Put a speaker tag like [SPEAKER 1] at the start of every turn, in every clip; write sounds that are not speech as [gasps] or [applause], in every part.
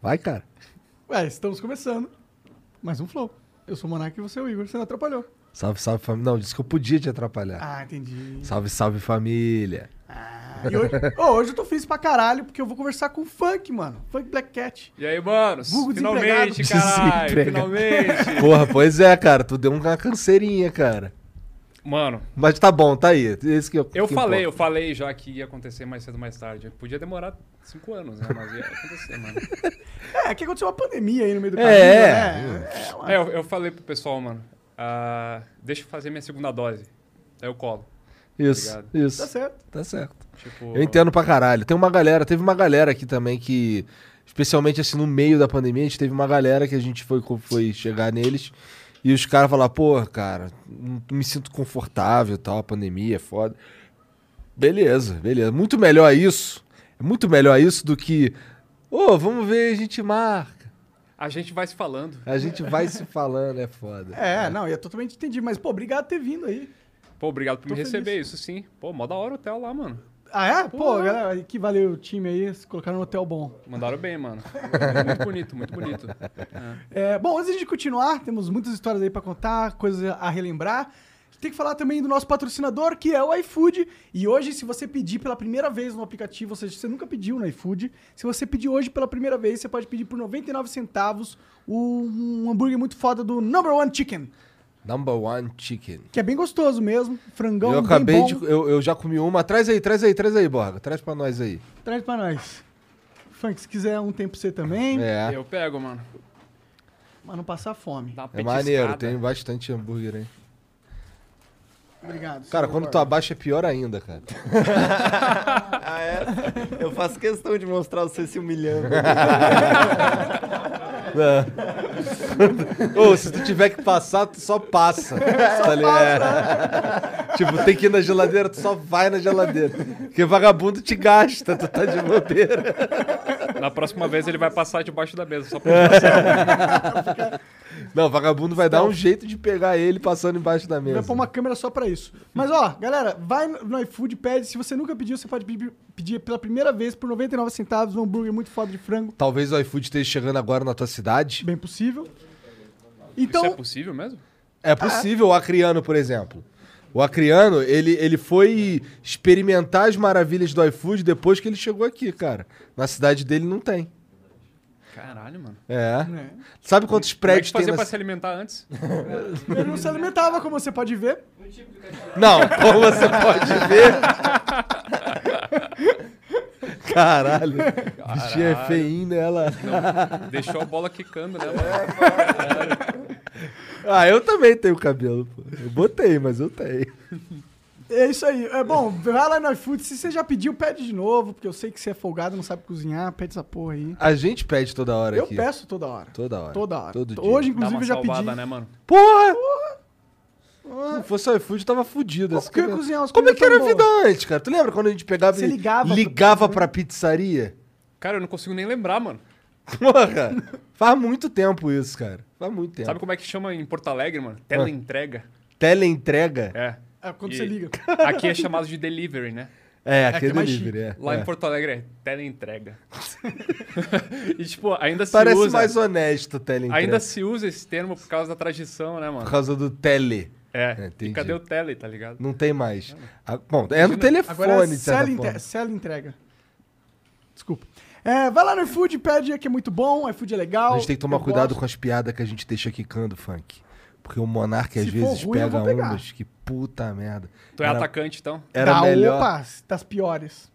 [SPEAKER 1] Vai, cara.
[SPEAKER 2] Ué, estamos começando. Mais um Flow. Eu sou o Monark e você é o Igor. Você não atrapalhou.
[SPEAKER 1] Salve, salve família. Não, disse que eu podia te atrapalhar.
[SPEAKER 2] Ah, entendi.
[SPEAKER 1] Salve, salve família.
[SPEAKER 2] Ah, e hoje,
[SPEAKER 1] [laughs]
[SPEAKER 2] Ô, hoje eu tô feliz pra caralho porque eu vou conversar com o Funk, mano. Funk Black Cat.
[SPEAKER 3] E aí, manos?
[SPEAKER 2] Vulgo
[SPEAKER 1] [laughs]
[SPEAKER 3] finalmente,
[SPEAKER 1] desempregado.
[SPEAKER 3] caralho.
[SPEAKER 1] Desemprega.
[SPEAKER 3] Finalmente.
[SPEAKER 1] Porra, pois é, cara. Tu deu uma canseirinha, cara.
[SPEAKER 3] Mano,
[SPEAKER 1] Mas tá bom, tá aí. Esse que eu
[SPEAKER 3] eu
[SPEAKER 1] que
[SPEAKER 3] falei, eu
[SPEAKER 1] importa.
[SPEAKER 3] falei já que ia acontecer mais cedo ou mais tarde. Podia demorar cinco anos, né? Mas ia acontecer,
[SPEAKER 1] [laughs]
[SPEAKER 3] mano.
[SPEAKER 2] É, que aconteceu uma pandemia aí no meio do
[SPEAKER 1] É,
[SPEAKER 2] caminho,
[SPEAKER 1] é.
[SPEAKER 2] né? É, uma-
[SPEAKER 3] É, eu, eu falei pro pessoal, mano, ah, deixa eu fazer minha segunda dose. Daí eu colo.
[SPEAKER 1] Isso,
[SPEAKER 3] Obrigado.
[SPEAKER 1] isso.
[SPEAKER 2] Tá certo.
[SPEAKER 1] Tá certo.
[SPEAKER 3] Tipo,
[SPEAKER 1] Eu entendo pra caralho. Tem uma galera, teve uma galera aqui também que, especialmente assim, no meio da pandemia, a gente teve uma galera que a gente foi, foi chegar neles e os caras falaram, pô, cara, não me sinto confortável e tal, a pandemia é foda. Beleza, beleza. Muito melhor isso. É muito melhor isso do que, ô, vamos ver, a gente marca.
[SPEAKER 3] A gente vai se falando.
[SPEAKER 1] A gente vai
[SPEAKER 2] [laughs]
[SPEAKER 1] se falando, é foda.
[SPEAKER 2] É, não, eu totalmente entendi. Mas, pô, obrigado por ter vindo aí.
[SPEAKER 3] Pô, obrigado por
[SPEAKER 2] Tô
[SPEAKER 3] me
[SPEAKER 2] feliz.
[SPEAKER 3] receber, isso sim. Pô, mó da hora o hotel lá, mano.
[SPEAKER 2] Ah, é? Pô,
[SPEAKER 3] Pô.
[SPEAKER 2] galera, que valeu o time aí. Se colocaram no hotel bom.
[SPEAKER 3] Mandaram bem, mano. Muito bonito, muito bonito. É.
[SPEAKER 2] É, bom, antes de continuar, temos muitas histórias aí pra contar, coisas a relembrar. Tem que falar também do nosso patrocinador, que é o iFood. E hoje, se você pedir pela primeira vez no aplicativo, ou seja, você nunca pediu no iFood, se você pedir hoje pela primeira vez, você pode pedir por 99 centavos um hambúrguer muito foda do Number One Chicken,
[SPEAKER 1] Number one chicken.
[SPEAKER 2] que é bem gostoso mesmo, frangão
[SPEAKER 1] eu
[SPEAKER 2] bem
[SPEAKER 1] acabei
[SPEAKER 2] bom.
[SPEAKER 1] de. Eu, eu já comi uma. Traz aí, traz aí, traz aí, Borga. Traz pra nós aí.
[SPEAKER 2] Traz pra nós. Funk, se quiser um tempo pra você também,
[SPEAKER 1] É.
[SPEAKER 3] Eu pego, mano.
[SPEAKER 2] mas não passar fome.
[SPEAKER 3] Dá uma
[SPEAKER 1] É maneiro,
[SPEAKER 3] petiscada.
[SPEAKER 1] tem bastante hambúrguer, hein?
[SPEAKER 2] Obrigado.
[SPEAKER 1] Cara,
[SPEAKER 2] senhor
[SPEAKER 1] quando tu
[SPEAKER 2] Borba.
[SPEAKER 1] abaixa é pior ainda, cara.
[SPEAKER 4] Ah, é? Eu faço questão de mostrar você se humilhando.
[SPEAKER 1] Ou se tu tiver que passar, tu só [laughs] passa. tá ligado? É. [laughs] Tipo, tem que ir na geladeira, tu só vai na geladeira. Porque vagabundo te gasta, tu tá de bobeira.
[SPEAKER 3] Na próxima vez ele vai passar debaixo da mesa,
[SPEAKER 1] [laughs]
[SPEAKER 3] só pra
[SPEAKER 1] Não, vagabundo vai dar um jeito de pegar ele passando embaixo da
[SPEAKER 2] Vai pôr
[SPEAKER 1] mesa.
[SPEAKER 2] uma câmera só pra isso. Mas ó, galera, vai no iFood, pede. Se você nunca pediu, você pode pedir, pedir pela primeira vez por 99 centavos um hambúrguer muito foda de frango.
[SPEAKER 1] Talvez o iFood esteja chegando agora na tua cidade.
[SPEAKER 2] Bem possível.
[SPEAKER 3] Isso é
[SPEAKER 2] Então,
[SPEAKER 3] possível mesmo?
[SPEAKER 1] É possível, o Acriano, por exemplo. O Acriano, ele, ele foi experimentar as maravilhas do iFood depois que ele chegou aqui, cara. Na cidade dele não tem.
[SPEAKER 3] Caralho, mano.
[SPEAKER 1] É.
[SPEAKER 2] né,
[SPEAKER 1] Sabe quantos
[SPEAKER 3] Como é que
[SPEAKER 1] prédios tem
[SPEAKER 3] fazia
[SPEAKER 1] na...
[SPEAKER 3] pra se alimentar [laughs] antes?
[SPEAKER 2] ele não se alimentava, como você pode ver.
[SPEAKER 1] Não, como você pode
[SPEAKER 2] [laughs]
[SPEAKER 1] ver... Caralho, bichinha é feinha ela.
[SPEAKER 3] Deixou a bola quicando, né, mano?
[SPEAKER 1] Ah, eu também tenho cabelo, pô. Eu botei, mas eu tenho.
[SPEAKER 2] É isso aí. É bom, vai lá no iFood. Se você já pediu, pede de novo, porque eu sei que você é folgado, não sabe cozinhar, pede essa porra aí.
[SPEAKER 1] A gente pede toda hora
[SPEAKER 2] Eu
[SPEAKER 1] aqui.
[SPEAKER 2] peço toda hora.
[SPEAKER 1] Toda hora.
[SPEAKER 2] Toda hora.
[SPEAKER 1] Todo dia.
[SPEAKER 2] Hoje,
[SPEAKER 3] Dá uma
[SPEAKER 2] inclusive, eu já
[SPEAKER 3] salvada,
[SPEAKER 2] pedi.
[SPEAKER 3] né, mano?
[SPEAKER 1] Porra! Se não fosse o iFood, eu tava fudido.
[SPEAKER 2] Como
[SPEAKER 1] Esse
[SPEAKER 2] que eu ia
[SPEAKER 1] cara-
[SPEAKER 2] cozinhar umas
[SPEAKER 1] Como é
[SPEAKER 2] comidas
[SPEAKER 1] que era a
[SPEAKER 2] tão
[SPEAKER 1] vida
[SPEAKER 2] boas?
[SPEAKER 1] antes, cara? Tu lembra quando a gente pegava
[SPEAKER 2] Você
[SPEAKER 1] e
[SPEAKER 2] ligava pra-
[SPEAKER 1] ligava pra pizzaria?
[SPEAKER 3] Cara, eu não consigo nem lembrar, mano.
[SPEAKER 1] Porra! Faz muito tempo isso, cara. Faz muito tempo.
[SPEAKER 3] Sabe como é que chama em Porto Alegre, mano? Teleentrega.
[SPEAKER 1] Teleentrega?
[SPEAKER 3] É.
[SPEAKER 2] É, quando
[SPEAKER 3] E
[SPEAKER 1] [laughs]
[SPEAKER 2] você liga.
[SPEAKER 3] Aqui é chamado de delivery, né?
[SPEAKER 1] É,
[SPEAKER 2] aqui é
[SPEAKER 1] aquele
[SPEAKER 2] mais
[SPEAKER 1] delivery, é.
[SPEAKER 3] Lá
[SPEAKER 1] é.
[SPEAKER 3] em Porto Alegre é teleentrega. [laughs] e, tipo, ainda se
[SPEAKER 1] Parece
[SPEAKER 3] usa...
[SPEAKER 1] mais honesto o teleentrega.
[SPEAKER 3] Ainda se usa esse termo por causa da tradição, né,
[SPEAKER 1] Por
[SPEAKER 3] mano?
[SPEAKER 1] causa do tele.
[SPEAKER 3] É.
[SPEAKER 1] Entendi.
[SPEAKER 3] E cadê o tele, tá ligado?
[SPEAKER 1] Não tem mais. Ah, bom, é no telefone,
[SPEAKER 2] Agora é
[SPEAKER 1] de
[SPEAKER 2] cela
[SPEAKER 1] certa
[SPEAKER 2] inte-
[SPEAKER 1] forma.
[SPEAKER 2] cela entrega. Desculpa. É, vai lá no iFood, pede que é muito bom, iFood é legal.
[SPEAKER 1] A gente tem que tomar
[SPEAKER 2] eu
[SPEAKER 1] cuidado
[SPEAKER 2] gosto.
[SPEAKER 1] com as piadas que a gente deixa quicando, funk. Porque o Monark às
[SPEAKER 2] Se for
[SPEAKER 1] vezes
[SPEAKER 2] ruim, eu
[SPEAKER 1] pega
[SPEAKER 2] vou pegar.
[SPEAKER 1] umas que puta merda.
[SPEAKER 3] Tu é
[SPEAKER 1] Era-
[SPEAKER 3] atacante, então?
[SPEAKER 1] Era
[SPEAKER 2] Tá,
[SPEAKER 1] melhor.
[SPEAKER 2] Opa, das piores.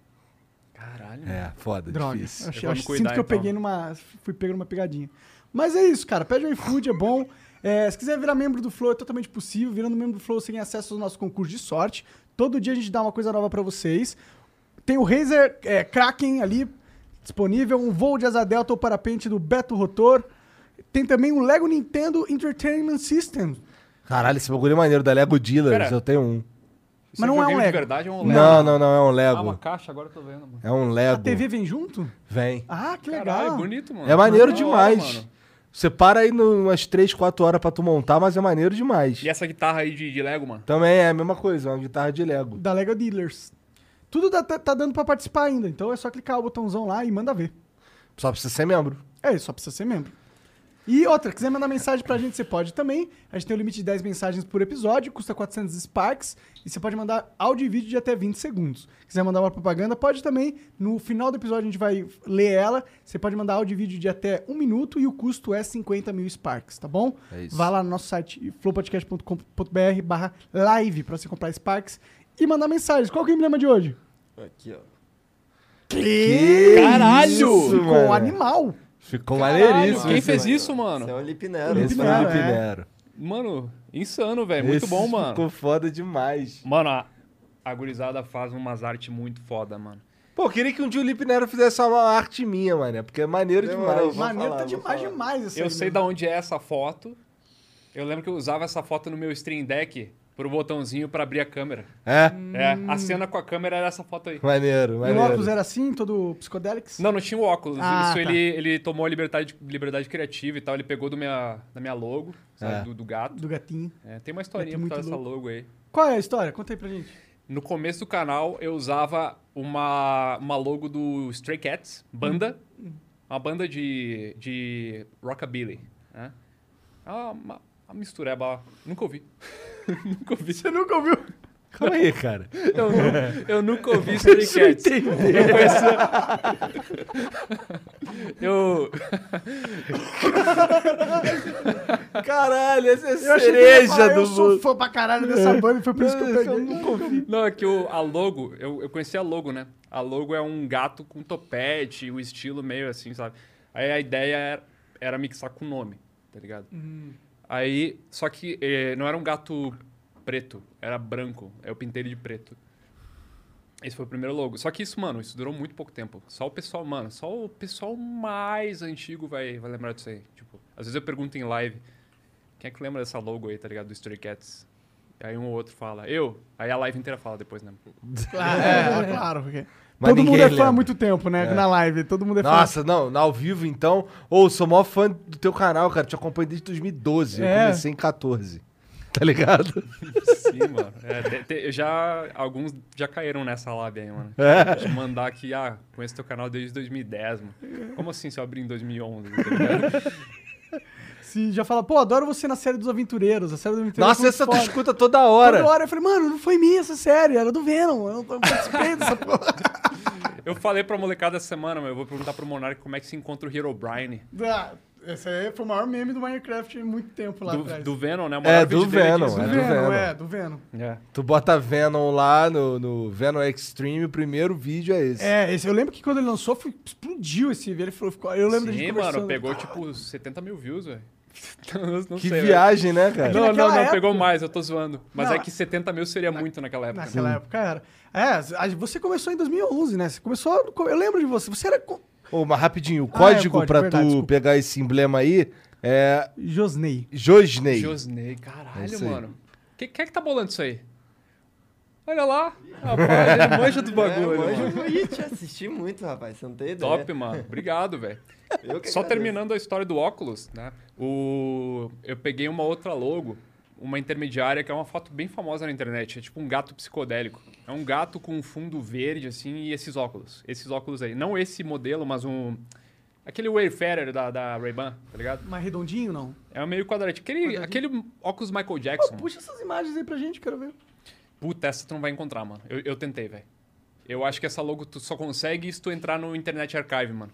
[SPEAKER 3] Caralho.
[SPEAKER 1] É, foda,
[SPEAKER 2] Droga.
[SPEAKER 1] difícil.
[SPEAKER 2] Eu, achei-
[SPEAKER 3] vou
[SPEAKER 2] eu
[SPEAKER 3] me
[SPEAKER 2] sinto
[SPEAKER 3] cuidar,
[SPEAKER 2] que eu
[SPEAKER 3] então.
[SPEAKER 2] peguei numa. Fui pego numa pegadinha. Mas é isso, cara. Pede o iFood, é bom. É, se quiser virar membro do Flow, é totalmente possível. Virando membro do Flow, você tem acesso ao nosso concurso de sorte. Todo dia a gente dá uma coisa nova pra vocês. Tem o Razer é, Kraken ali disponível. Um voo de asa delta ou parapente do Beto Rotor. Tem também o Lego Nintendo Entertainment System.
[SPEAKER 1] Caralho, esse bagulho é maneiro da Lego Dealers,
[SPEAKER 3] Pera.
[SPEAKER 1] eu tenho um.
[SPEAKER 3] Isso
[SPEAKER 2] Mas não é um
[SPEAKER 3] videogame de
[SPEAKER 2] Lego.
[SPEAKER 3] verdade ou um Lego?
[SPEAKER 1] Não, não, não, é um
[SPEAKER 3] Ah, uma
[SPEAKER 1] Lego.
[SPEAKER 3] caixa, agora eu tô vendo, mano.
[SPEAKER 1] É um
[SPEAKER 2] A
[SPEAKER 1] Lego.
[SPEAKER 2] TV vem junto?
[SPEAKER 1] Vem.
[SPEAKER 2] Ah, que legal.
[SPEAKER 3] Caralho, bonito, mano.
[SPEAKER 1] É maneiro
[SPEAKER 3] Da hora,
[SPEAKER 1] demais.
[SPEAKER 3] mano.
[SPEAKER 1] Você para aí no- umas 3, 4 horas pra tu montar, mas é maneiro demais.
[SPEAKER 3] E essa guitarra aí de, de Lego, mano?
[SPEAKER 1] Também é a mesma coisa, é uma guitarra de Lego.
[SPEAKER 2] Da Lego Dealers. Tudo dá- tá, tá dando pra participar ainda, então é só clicar o botãozão lá e manda ver.
[SPEAKER 1] Só precisa ser membro.
[SPEAKER 2] É isso, só precisa ser membro. E outra, quiser mandar mensagem pra gente, você pode também. A gente tem o limite de 10 mensagens por episódio, custa 400 Sparks, e você pode mandar áudio e vídeo de até 20 segundos. Quiser mandar uma propaganda, pode também. No final do episódio a gente vai ler ela. Você pode mandar áudio e vídeo de até um minuto e o custo é 50 mil Sparks, tá bom?
[SPEAKER 1] É isso.
[SPEAKER 2] Vá lá no nosso site flowpodcast.com.br barra live pra você comprar Sparks e mandar mensagens. Qual que é o emblema de hoje?
[SPEAKER 4] Aqui, ó.
[SPEAKER 1] Que
[SPEAKER 3] Caralho!
[SPEAKER 1] isso,
[SPEAKER 2] Com
[SPEAKER 1] mano.
[SPEAKER 2] o animal.
[SPEAKER 1] Ficou
[SPEAKER 3] Caralho,
[SPEAKER 1] maneiríssimo.
[SPEAKER 3] Quem
[SPEAKER 1] esse-
[SPEAKER 3] fez isso, mano?
[SPEAKER 4] Esse é o Lipnero.
[SPEAKER 1] Esse foi o
[SPEAKER 2] Pinheiro,
[SPEAKER 1] Felipe
[SPEAKER 2] é.
[SPEAKER 1] Nero.
[SPEAKER 3] Mano, insano, velho. É Muito
[SPEAKER 1] Esse
[SPEAKER 3] bom, mano.
[SPEAKER 1] Ficou foda demais.
[SPEAKER 3] Mano, a, a gurizada faz umas artes muito foda, mano.
[SPEAKER 1] Pô, eu queria que um dia o Lipe Nero fizesse uma arte minha, mano. Porque é maneiro
[SPEAKER 4] Demorou,
[SPEAKER 1] demais.
[SPEAKER 4] Vou
[SPEAKER 2] Maneiro
[SPEAKER 4] falar,
[SPEAKER 2] tá
[SPEAKER 4] vou
[SPEAKER 2] demais,
[SPEAKER 4] falar.
[SPEAKER 2] demais. essa
[SPEAKER 3] Eu
[SPEAKER 2] aí,
[SPEAKER 3] sei
[SPEAKER 2] né?
[SPEAKER 3] da onde é essa foto. Eu lembro que eu usava essa foto no meu stream deck pro botãozinho pra abrir a câmera.
[SPEAKER 1] É?
[SPEAKER 3] É,
[SPEAKER 2] Hum.
[SPEAKER 3] a cena com a câmera era essa foto aí.
[SPEAKER 1] Maneiro,
[SPEAKER 2] E o
[SPEAKER 1] maneiro.
[SPEAKER 2] óculos era assim, todo psicodélico?
[SPEAKER 3] Não, não tinha o óculos.
[SPEAKER 2] Ah,
[SPEAKER 3] Isso
[SPEAKER 2] tá.
[SPEAKER 3] ele, ele tomou a liberdade, liberdade criativa e tal. Ele pegou do minha, da minha logo, sabe,
[SPEAKER 1] É.
[SPEAKER 3] do, do gato.
[SPEAKER 2] Do gatinho.
[SPEAKER 3] É, tem uma
[SPEAKER 2] Gato
[SPEAKER 3] historinha por
[SPEAKER 2] muito
[SPEAKER 3] trás dessa
[SPEAKER 2] louco.
[SPEAKER 3] logo aí.
[SPEAKER 2] Qual é a história? Conta aí pra gente.
[SPEAKER 3] No começo do canal, eu usava uma, uma logo do Stray Cats, banda. Uma banda de, de rockabilly. Né? Ah, Uma, uma mistureba. lá. Nunca ouvi. [laughs] nunca ouvi. Você nunca ouviu?
[SPEAKER 1] Calma aí, cara.
[SPEAKER 3] Eu, nu- eu nunca
[SPEAKER 1] [laughs]
[SPEAKER 3] ouvi Stray Cats. Eu
[SPEAKER 1] [laughs]
[SPEAKER 3] conhecia- Eu...
[SPEAKER 1] Caralho, essa é
[SPEAKER 2] Eu achei que ele ia falar, eu sou fã pra caralho dessa banda e foi por É. isso que eu peguei.
[SPEAKER 3] [laughs] Não, é que o, a logo, eu, eu conheci a logo, né? A logo é um gato com topete, o estilo meio assim, sabe? Aí a ideia era, era mixar com o nome, tá ligado? Aí, só que eh, não era um gato preto, era branco. Aí eu pintei ele de preto. Esse foi o primeiro logo. Só que isso, mano, isso durou muito pouco tempo. Só o pessoal, mano, só o pessoal mais antigo vai, vai lembrar disso aí. Tipo, às vezes eu pergunto em live, quem é que lembra dessa logo aí, tá ligado? Do Stray Cats. Aí um ou outro fala, eu. Aí a live inteira fala depois, né?
[SPEAKER 2] Claro, é, claro. porque
[SPEAKER 1] Mas
[SPEAKER 2] todo mundo
[SPEAKER 1] ninguém
[SPEAKER 2] é fã há
[SPEAKER 1] lembra.
[SPEAKER 2] muito tempo, né? Na live, todo mundo é fã.
[SPEAKER 1] Nossa, não, na ao vivo então. Ô, sou maior fã do teu canal, cara. Te acompanho desde 2012.
[SPEAKER 2] É.
[SPEAKER 1] Eu comecei em 14. [laughs] Tá ligado?
[SPEAKER 3] Sim, mano. É, te- te- já, alguns já caíram nessa live aí, mano.
[SPEAKER 1] É?
[SPEAKER 3] De mandar aqui, ah, conheço teu canal desde 2010, mano. Como assim se eu abri em 2011? tá ligado?
[SPEAKER 2] Se já fala, pô, adoro você na série dos aventureiros. A série dos aventureiros.
[SPEAKER 1] Nossa,
[SPEAKER 2] é
[SPEAKER 1] essa tu
[SPEAKER 2] muito foda.
[SPEAKER 1] escuta toda
[SPEAKER 2] Toda
[SPEAKER 1] hora.
[SPEAKER 2] hora eu falei, mano, não foi minha essa série, era do Venom. Eu não eu participei [laughs] dessa porra.
[SPEAKER 3] eu falei pra molecada essa semana, mas eu vou perguntar pro Monark como é que se encontra o Herobrine.
[SPEAKER 2] Ah, Esse aí foi o maior meme do Minecraft em muito tempo lá
[SPEAKER 3] Do,
[SPEAKER 2] atrás.
[SPEAKER 3] do Venom, né? O maior
[SPEAKER 1] É do
[SPEAKER 3] vídeo dele
[SPEAKER 1] Venom,
[SPEAKER 3] disso.
[SPEAKER 1] é do
[SPEAKER 2] Venom,
[SPEAKER 1] Venom.
[SPEAKER 2] é, do Venom.
[SPEAKER 3] É.
[SPEAKER 1] Tu bota Venom lá no, no Venom Extreme, o primeiro vídeo é esse.
[SPEAKER 2] É, esse, eu lembro que quando ele lançou, foi- explodiu esse vídeo. Ele falou, ficou, eu lembro da gente
[SPEAKER 3] Sim,
[SPEAKER 2] conversando.
[SPEAKER 3] mano, pegou tipo 70 mil views, velho. [laughs] Não- não
[SPEAKER 1] que
[SPEAKER 3] sei, velho.
[SPEAKER 1] viagem, né, cara?
[SPEAKER 3] Não, não,
[SPEAKER 2] naquela
[SPEAKER 3] não,
[SPEAKER 2] época-
[SPEAKER 3] pegou mais, eu tô zoando. Mas
[SPEAKER 2] Não,
[SPEAKER 3] é que 70 mil seria muito naquela época. né?
[SPEAKER 2] Naquela época era. É, a- você começou em 2011, né? Você começou. no co- Eu lembro de você. Você era. co-
[SPEAKER 1] Ô, mas rapidinho, o
[SPEAKER 2] Ah, é,
[SPEAKER 1] código
[SPEAKER 2] código,
[SPEAKER 1] pra
[SPEAKER 2] verdade,
[SPEAKER 1] tu
[SPEAKER 2] desculpa.
[SPEAKER 1] pegar esse emblema aí é
[SPEAKER 2] Josney.
[SPEAKER 1] Josney.
[SPEAKER 3] Josney,
[SPEAKER 1] É
[SPEAKER 3] caralho,
[SPEAKER 1] isso aí.
[SPEAKER 3] mano. Quem quem é que tá bolando isso aí? Olha lá. Rapaz, ele manja do bagulho, mano.
[SPEAKER 4] Hoje eu ia te assistir muito, rapaz. Você não tem ideia.
[SPEAKER 3] Top, mano. Obrigado, velho.
[SPEAKER 4] Eu que
[SPEAKER 3] Só
[SPEAKER 4] agradeço.
[SPEAKER 3] terminando a história do óculos, né? O... Eu peguei uma outra logo, uma intermediária, que é uma foto bem famosa na internet. É tipo um gato psicodélico. É um gato com um fundo verde, assim, e esses óculos. Esses óculos aí. Não esse modelo, mas um... Aquele Wayfarer da, da Ray-Ban, tá ligado?
[SPEAKER 2] Mais redondinho, não?
[SPEAKER 3] É meio quadradinho. Aquele, aquele óculos Michael
[SPEAKER 2] Pô,
[SPEAKER 3] Jackson.
[SPEAKER 2] puxa essas imagens aí pra gente, quero ver.
[SPEAKER 3] Puta, essa tu não vai encontrar, mano. Eu, eu tentei, velho. Eu acho que essa logo tu só consegue se tu entrar no Internet Archive, mano.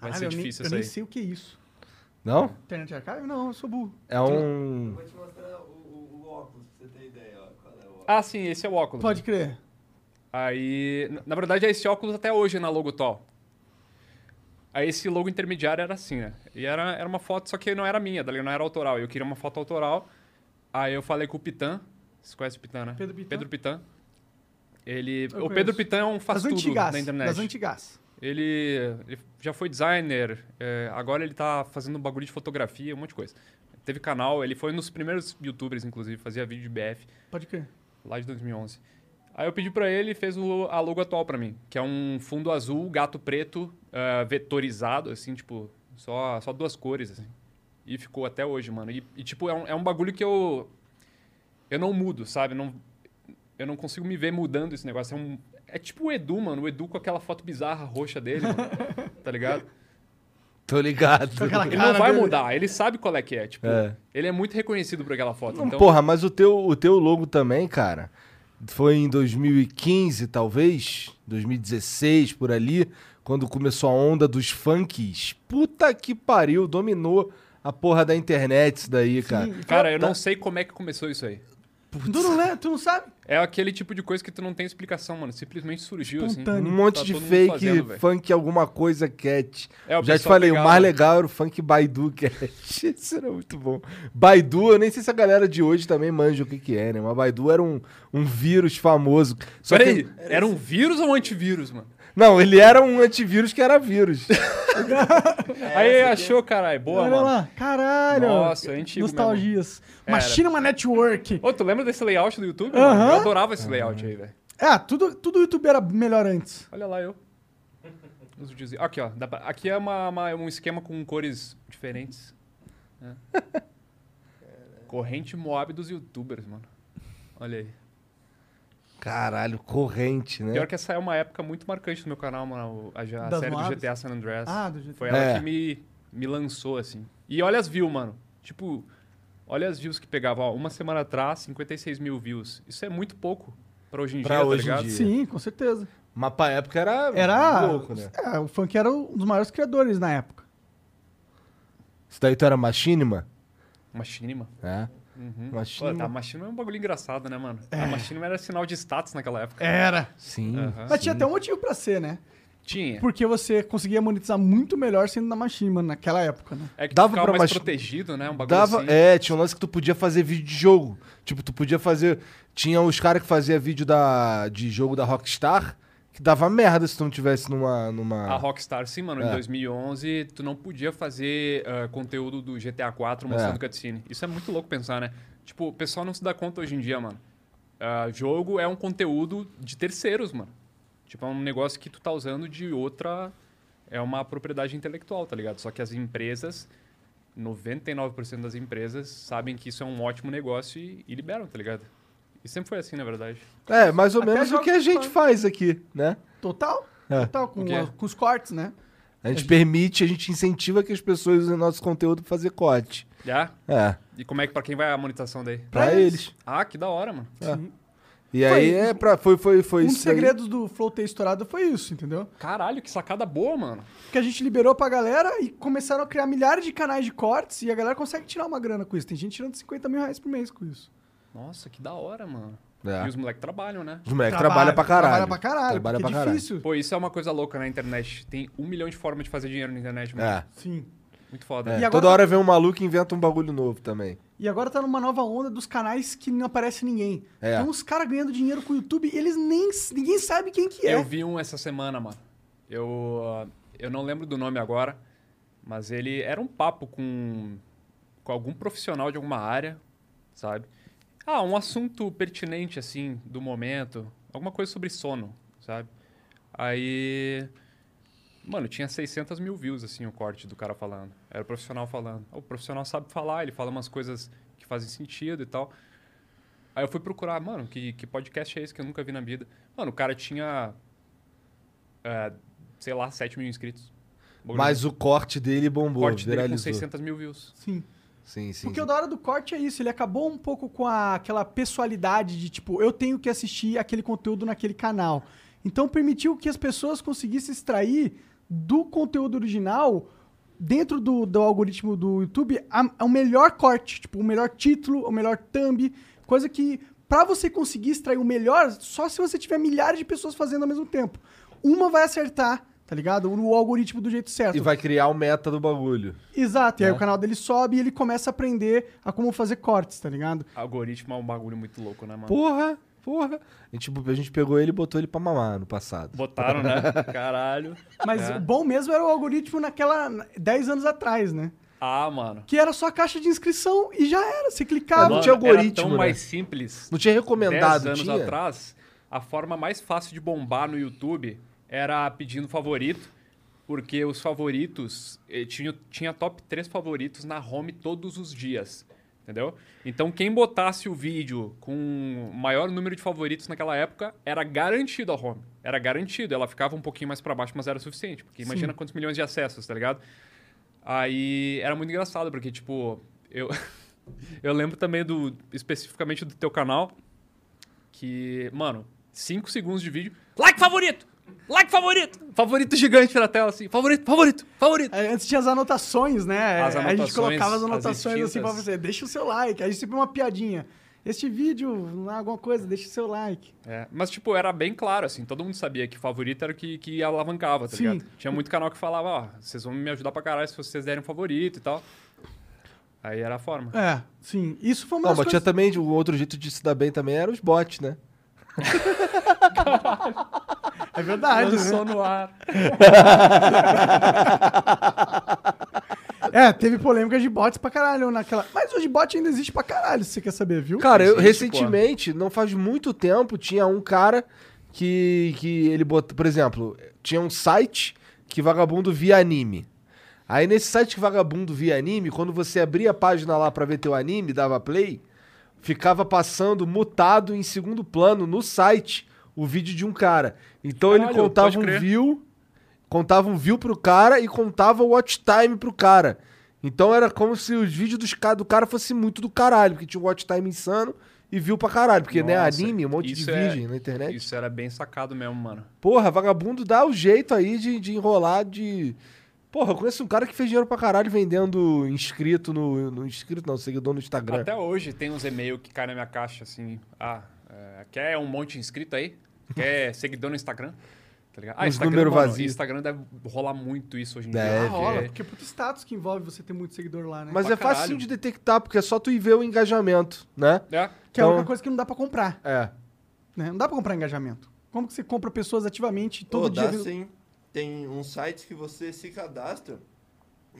[SPEAKER 3] Vai
[SPEAKER 2] Caralho,
[SPEAKER 3] ser
[SPEAKER 2] eu nem-
[SPEAKER 3] difícil
[SPEAKER 2] Eu
[SPEAKER 3] isso
[SPEAKER 2] nem
[SPEAKER 3] aí.
[SPEAKER 2] sei o que é isso.
[SPEAKER 1] Não?
[SPEAKER 2] Internet Archive? Não, eu sou burro.
[SPEAKER 1] É um.
[SPEAKER 4] Vou te mostrar o, o- o óculos pra você ter ideia, ó, qual é o óculos.
[SPEAKER 3] Ah, sim, esse é o óculos.
[SPEAKER 2] Pode crer.
[SPEAKER 3] Aí, na- na verdade, é esse óculos até hoje na Logotol. Aí esse logo intermediário era assim, né? E era, era uma foto, só que não era minha, dali não era autoral. Eu queria uma foto autoral. Aí eu falei com o Pitã. Você conhece o Pitã, né?
[SPEAKER 2] Pedro Pitã.
[SPEAKER 3] Pedro Pitã. Ele,
[SPEAKER 2] Eu
[SPEAKER 3] o
[SPEAKER 2] conheço.
[SPEAKER 3] Pedro Pitã é um faz
[SPEAKER 2] das
[SPEAKER 3] tudo
[SPEAKER 2] antigas.
[SPEAKER 3] na internet.
[SPEAKER 2] Das antigas.
[SPEAKER 3] Ele, ele já foi designer, é, agora ele tá fazendo bagulho de fotografia, um monte de coisa. Teve canal, ele foi um dos primeiros youtubers, inclusive, fazia vídeo de BF,
[SPEAKER 2] Pode crer.
[SPEAKER 3] lá de 2011. Aí eu pedi pra ele e fez o, a logo atual pra mim, que é um fundo azul, gato preto, ah, vetorizado, assim, tipo, só, só duas cores, assim. E ficou até hoje, mano. E, e, tipo, é um, é um bagulho que eu. Eu não mudo, sabe? Não, eu não consigo me ver mudando esse negócio. É, um, é tipo o Edu, mano. O Edu com aquela foto bizarra roxa dele, mano, [laughs] tá ligado?
[SPEAKER 1] Tô ligado.
[SPEAKER 2] aquela
[SPEAKER 3] Ele
[SPEAKER 2] cara
[SPEAKER 3] não vai
[SPEAKER 2] dele.
[SPEAKER 3] mudar, ele sabe qual é que é.
[SPEAKER 1] [laughs]
[SPEAKER 3] Tipo,
[SPEAKER 1] É.
[SPEAKER 3] ele é muito reconhecido por aquela foto.
[SPEAKER 1] Não,
[SPEAKER 3] então,
[SPEAKER 1] Porra, mas o teu, o teu logo também, cara, foi em 2015, talvez, 2016, por ali, quando começou a onda dos funks. Puta que pariu, dominou a porra da internet isso daí, cara.
[SPEAKER 3] cara, eu não sei como é que começou isso aí.
[SPEAKER 2] Tu não, lê, tu não sabe?
[SPEAKER 3] É aquele tipo de coisa que tu não tem explicação, mano. Simplesmente surgiu, assim.
[SPEAKER 2] Espontâneo.
[SPEAKER 1] Um monte
[SPEAKER 3] Tá
[SPEAKER 1] de
[SPEAKER 3] todo mundo
[SPEAKER 1] fake,
[SPEAKER 3] fazendo, velho.
[SPEAKER 1] funk alguma coisa cat.
[SPEAKER 3] É, o
[SPEAKER 1] Já te
[SPEAKER 3] pessoal
[SPEAKER 1] falei, o
[SPEAKER 3] pegava.
[SPEAKER 1] mais legal era o funk Baidu cat. [laughs] Isso era muito bom. Baidu, eu nem sei se a galera de hoje também manja o que que é, né? Mas Baidu era um, um vírus famoso. Só que-
[SPEAKER 3] Peraí, era um vírus ou um antivírus, mano?
[SPEAKER 1] Não, ele era um antivírus que era vírus.
[SPEAKER 3] aí achou, caralho. Boa,
[SPEAKER 2] Olha
[SPEAKER 3] mano.
[SPEAKER 2] lá. Caralho.
[SPEAKER 3] Nossa, é antigo
[SPEAKER 2] Nostalgias.
[SPEAKER 3] Era.
[SPEAKER 2] Machina uma network.
[SPEAKER 3] Ô, tu lembra desse layout do YouTube?
[SPEAKER 2] Aham.
[SPEAKER 3] mano? Eu adorava esse layout aí, velho.
[SPEAKER 2] Ah, tudo, tudo YouTube era melhor antes.
[SPEAKER 3] Olha lá eu. Os videozinhos. Aqui, ó. dá pra- Aqui é uma- uma- um esquema com cores diferentes. né? Corrente Moab dos youtubers, mano. Olha aí.
[SPEAKER 1] [laughs] Caralho, corrente, né?
[SPEAKER 3] Pior que essa é uma época muito marcante do meu canal, mano. A, a
[SPEAKER 2] Das
[SPEAKER 3] série
[SPEAKER 2] Moabs?
[SPEAKER 3] do GTA San Andreas.
[SPEAKER 2] Ah, do GTA.
[SPEAKER 3] Foi ela
[SPEAKER 1] É.
[SPEAKER 3] que me, me lançou, assim. E olha as views, mano. Tipo, olha as views que pegava. Ó, uma semana atrás, 56 mil views. Isso é muito pouco pra hoje em
[SPEAKER 1] Pra
[SPEAKER 3] dia,
[SPEAKER 1] hoje em
[SPEAKER 3] tá ligado?
[SPEAKER 1] dia.
[SPEAKER 2] Sim, com certeza.
[SPEAKER 1] Mas pra época era,
[SPEAKER 2] Era.
[SPEAKER 1] louco, um né?
[SPEAKER 2] É, o funk era um dos maiores criadores na época.
[SPEAKER 1] Isso daí tu era machinima?
[SPEAKER 3] Machinima.
[SPEAKER 1] É.
[SPEAKER 3] Pô, tá,
[SPEAKER 1] Machinima.
[SPEAKER 3] machinima é um bagulho engraçado, né, mano?
[SPEAKER 1] É.
[SPEAKER 3] A machinima era sinal de status naquela época.
[SPEAKER 2] Era.
[SPEAKER 1] Sim.
[SPEAKER 3] Aham.
[SPEAKER 2] Mas tinha até um motivo pra ser, né?
[SPEAKER 3] Tinha.
[SPEAKER 2] Porque você conseguia monetizar muito melhor sendo na Machima naquela época, né?
[SPEAKER 3] É que
[SPEAKER 1] Dava
[SPEAKER 3] tu ficava
[SPEAKER 1] pra
[SPEAKER 3] mais
[SPEAKER 1] machi-
[SPEAKER 3] protegido, né? Um bagulho
[SPEAKER 1] Dava,
[SPEAKER 3] assim.
[SPEAKER 1] é, tinha um lance que tu podia fazer vídeo de jogo. Tipo, tu podia fazer. Tinha os caras que fazia vídeo da, de jogo da Rockstar que dava merda se tu não tivesse numa.
[SPEAKER 3] A
[SPEAKER 1] numa...
[SPEAKER 3] Rockstar, sim, mano, em
[SPEAKER 1] É.
[SPEAKER 3] 2011, tu não podia fazer ah, conteúdo do GTA 4 mostrando
[SPEAKER 1] É.
[SPEAKER 3] cutscene. Isso é muito louco pensar, né? Tipo, o pessoal não se dá conta hoje em dia, mano. Ah, jogo é um conteúdo de terceiros, mano. Tipo, é um negócio que tu tá usando de outra. É uma propriedade intelectual, tá ligado? Só que as empresas, 99% das empresas, sabem que isso é um ótimo negócio e, e liberam, tá ligado? E sempre foi assim, na verdade.
[SPEAKER 1] É, mais ou
[SPEAKER 2] Até
[SPEAKER 1] menos o
[SPEAKER 2] jogos
[SPEAKER 1] que a
[SPEAKER 2] de
[SPEAKER 1] gente
[SPEAKER 2] fã.
[SPEAKER 1] faz aqui, né?
[SPEAKER 2] Total.
[SPEAKER 1] É.
[SPEAKER 2] Total, com,
[SPEAKER 3] O quê?
[SPEAKER 2] a- com os cortes, né?
[SPEAKER 1] A gente permite, a gente incentiva que as pessoas usem nosso conteúdo pra fazer corte.
[SPEAKER 3] Já?
[SPEAKER 1] É,
[SPEAKER 3] E como é que, pra quem vai a monetização daí?
[SPEAKER 1] pra
[SPEAKER 2] Pra eles.
[SPEAKER 1] eles.
[SPEAKER 3] Ah, que da hora, mano.
[SPEAKER 1] E aí
[SPEAKER 2] Foi-
[SPEAKER 1] é pra. Foi, foi, foi
[SPEAKER 2] um dos
[SPEAKER 1] isso. daí.
[SPEAKER 2] segredos do Flow ter estourado foi isso, entendeu?
[SPEAKER 3] Caralho, que sacada boa, mano.
[SPEAKER 2] Que a gente liberou pra galera e começaram a criar milhares de canais de cortes e a galera consegue tirar uma grana com isso. Tem gente tirando 50 mil reais por mês com isso.
[SPEAKER 3] Nossa, que da hora, mano.
[SPEAKER 1] É.
[SPEAKER 3] E os moleques trabalham, né?
[SPEAKER 1] Os moleques trabalham É, pra caralho.
[SPEAKER 2] Trabalha pra caralho.
[SPEAKER 1] Trabalha
[SPEAKER 2] porque
[SPEAKER 1] pra
[SPEAKER 2] é
[SPEAKER 1] caralho.
[SPEAKER 2] difícil.
[SPEAKER 3] Pô, isso é uma coisa louca na internet. Tem um milhão de formas de fazer dinheiro na internet, mano.
[SPEAKER 1] É.
[SPEAKER 2] Sim.
[SPEAKER 3] Muito foda.
[SPEAKER 1] é.
[SPEAKER 2] né? E agora-
[SPEAKER 1] Toda hora vem um maluco e inventa um bagulho novo também.
[SPEAKER 2] E agora tá numa nova onda dos canais que não aparece ninguém.
[SPEAKER 1] É.
[SPEAKER 2] Tem uns Então caras ganhando dinheiro com o YouTube e eles nem. ninguém sabe quem que é.
[SPEAKER 3] Eu vi um essa semana, mano. Eu, ah, eu não lembro do nome agora, mas ele era um papo com, com algum profissional de alguma área, sabe? Ah, um assunto pertinente, assim, do momento. Alguma coisa sobre sono, sabe? Aí. Mano, tinha 600 mil views, assim, o corte do cara falando. Era o profissional falando. O profissional sabe falar, ele fala umas coisas que fazem sentido e tal. Aí eu fui procurar, mano, que, que podcast é esse que eu nunca vi na vida? Mano, o cara tinha. é, sei lá, 7 mil inscritos. Bagulho
[SPEAKER 1] Mas o corte dele
[SPEAKER 3] o
[SPEAKER 1] bombou,
[SPEAKER 3] corte dele com
[SPEAKER 1] um viralizou.
[SPEAKER 3] 600 mil views.
[SPEAKER 2] Sim.
[SPEAKER 1] Sim, sim.
[SPEAKER 2] Porque
[SPEAKER 1] sim.
[SPEAKER 2] o da hora do corte é isso, ele acabou um pouco com a- aquela pessoalidade de tipo, eu tenho que assistir aquele conteúdo naquele canal. Então permitiu que as pessoas conseguissem extrair do conteúdo original, dentro do, do algoritmo do YouTube, a- a- o melhor corte, tipo, o melhor título, o melhor thumb, coisa que pra você conseguir extrair o melhor, só se você tiver milhares de pessoas fazendo ao mesmo tempo. Uma vai acertar, tá ligado? O algoritmo do jeito certo.
[SPEAKER 1] E vai criar o meta do bagulho.
[SPEAKER 2] Exato, e
[SPEAKER 3] É.
[SPEAKER 2] aí o canal dele sobe e ele começa a aprender a como fazer cortes, tá ligado?
[SPEAKER 3] Algoritmo é um bagulho muito louco, né, mano?
[SPEAKER 1] Porra, porra. A gente, a gente pegou ele e botou ele pra mamar no passado.
[SPEAKER 3] Botaram, né? Caralho.
[SPEAKER 2] Mas
[SPEAKER 3] É.
[SPEAKER 2] o bom mesmo era o algoritmo naquela 10 anos atrás, né?
[SPEAKER 3] Ah, mano.
[SPEAKER 2] Que era só a caixa de inscrição e já era. Você
[SPEAKER 1] Ah, não
[SPEAKER 2] clicava.
[SPEAKER 3] Mano,
[SPEAKER 1] tinha
[SPEAKER 3] Era
[SPEAKER 1] algoritmo,
[SPEAKER 3] tão
[SPEAKER 1] né?
[SPEAKER 3] mais simples.
[SPEAKER 1] Não tinha
[SPEAKER 3] 10
[SPEAKER 1] recomendado,
[SPEAKER 3] anos
[SPEAKER 1] tinha?
[SPEAKER 3] atrás, a forma mais fácil de bombar no YouTube era pedindo favorito, porque os favoritos eh, tinha, tinha top 3 favoritos na home todos os dias. Entendeu? Então, quem botasse o vídeo com o maior número de favoritos naquela época era garantido a home. Era garantido. Ela ficava um pouquinho mais pra baixo, mas era suficiente. Porque imagina quantos milhões de acessos, tá ligado? Aí era muito engraçado, porque, tipo, eu, [laughs] eu lembro também do especificamente do teu canal, que, mano, 5 segundos de vídeo, like favorito! Like favorito! Favorito gigante na tela, assim, favorito, favorito, favorito!
[SPEAKER 2] É, Antes tinha as anotações, né?
[SPEAKER 3] As
[SPEAKER 2] É, a gente
[SPEAKER 3] anotações,
[SPEAKER 2] colocava as
[SPEAKER 3] as
[SPEAKER 2] anotações assim pra
[SPEAKER 3] distintas.
[SPEAKER 2] você, deixa o seu like. Aí sempre uma piadinha. Este vídeo, alguma coisa, deixa o seu like.
[SPEAKER 3] É, mas, tipo, era bem claro, assim, todo mundo sabia que favorito era o que, que alavancava, tá
[SPEAKER 2] Sim.
[SPEAKER 3] ligado? Tinha muito canal que falava, ó, vocês vão me ajudar pra caralho se vocês derem um favorito e tal. Aí era a forma.
[SPEAKER 2] É, sim. Isso foi uma
[SPEAKER 1] Não, mas
[SPEAKER 2] das
[SPEAKER 1] tinha
[SPEAKER 2] coisas...
[SPEAKER 1] também, de- um outro jeito de se dar bem também era os bots, né?
[SPEAKER 2] É verdade, né?
[SPEAKER 3] Lançou no ar.
[SPEAKER 2] É, teve polêmica de bots pra caralho naquela... Mas hoje bot ainda existe pra caralho, se você quer saber, viu?
[SPEAKER 1] Cara, eu
[SPEAKER 3] Existe, pô.
[SPEAKER 1] recentemente, não faz muito tempo, tinha um cara que, que ele botou. Por exemplo, tinha um site que vagabundo via anime. Aí nesse site que vagabundo via anime, quando você abria a página lá pra ver teu anime, dava play, ficava passando mutado em segundo plano no site o vídeo de um cara. Então ele
[SPEAKER 3] Caralho,
[SPEAKER 1] contava
[SPEAKER 3] pode
[SPEAKER 1] um
[SPEAKER 3] crer.
[SPEAKER 1] view, contava um view pro cara e contava o watch time pro cara. Então era como se os vídeos dos ca- do cara fossem muito do caralho, porque tinha um watch time insano e view pra caralho, porque né,
[SPEAKER 3] Nossa,
[SPEAKER 1] anime, um monte de
[SPEAKER 3] isso é-
[SPEAKER 1] virgem na internet.
[SPEAKER 3] Isso era bem sacado mesmo, mano.
[SPEAKER 1] Porra, vagabundo dá o jeito aí de, de enrolar, de. Porra, eu conheço um cara que fez dinheiro pra caralho vendendo inscrito no. no inscrito não, seguidor no Instagram.
[SPEAKER 3] Até hoje tem uns e-mails que caem na minha caixa assim. Ah, é, quer um monte de
[SPEAKER 1] [laughs]
[SPEAKER 3] inscrito aí? Quer seguidor no Instagram? Tá ligado?
[SPEAKER 1] Uns
[SPEAKER 3] Instagram,
[SPEAKER 1] número
[SPEAKER 3] mano,
[SPEAKER 1] vazio.
[SPEAKER 3] Instagram deve rolar muito isso hoje em
[SPEAKER 1] Deve.
[SPEAKER 3] dia.
[SPEAKER 2] Ah, rola,
[SPEAKER 3] porque-
[SPEAKER 2] porque é puto status que envolve você ter muito seguidor lá, né?
[SPEAKER 1] Mas
[SPEAKER 3] um pra
[SPEAKER 1] é facinho
[SPEAKER 3] caralho.
[SPEAKER 1] de detectar, porque é só tu ir ver o engajamento, né?
[SPEAKER 3] É,
[SPEAKER 2] Que é a
[SPEAKER 1] Então-
[SPEAKER 2] única coisa que não dá pra comprar,
[SPEAKER 1] É.
[SPEAKER 2] né? Não dá pra comprar engajamento. Como que você compra pessoas ativamente todo
[SPEAKER 4] Pô,
[SPEAKER 2] dia?
[SPEAKER 4] dá
[SPEAKER 2] vendo-
[SPEAKER 4] sim. Tem um site que você se cadastra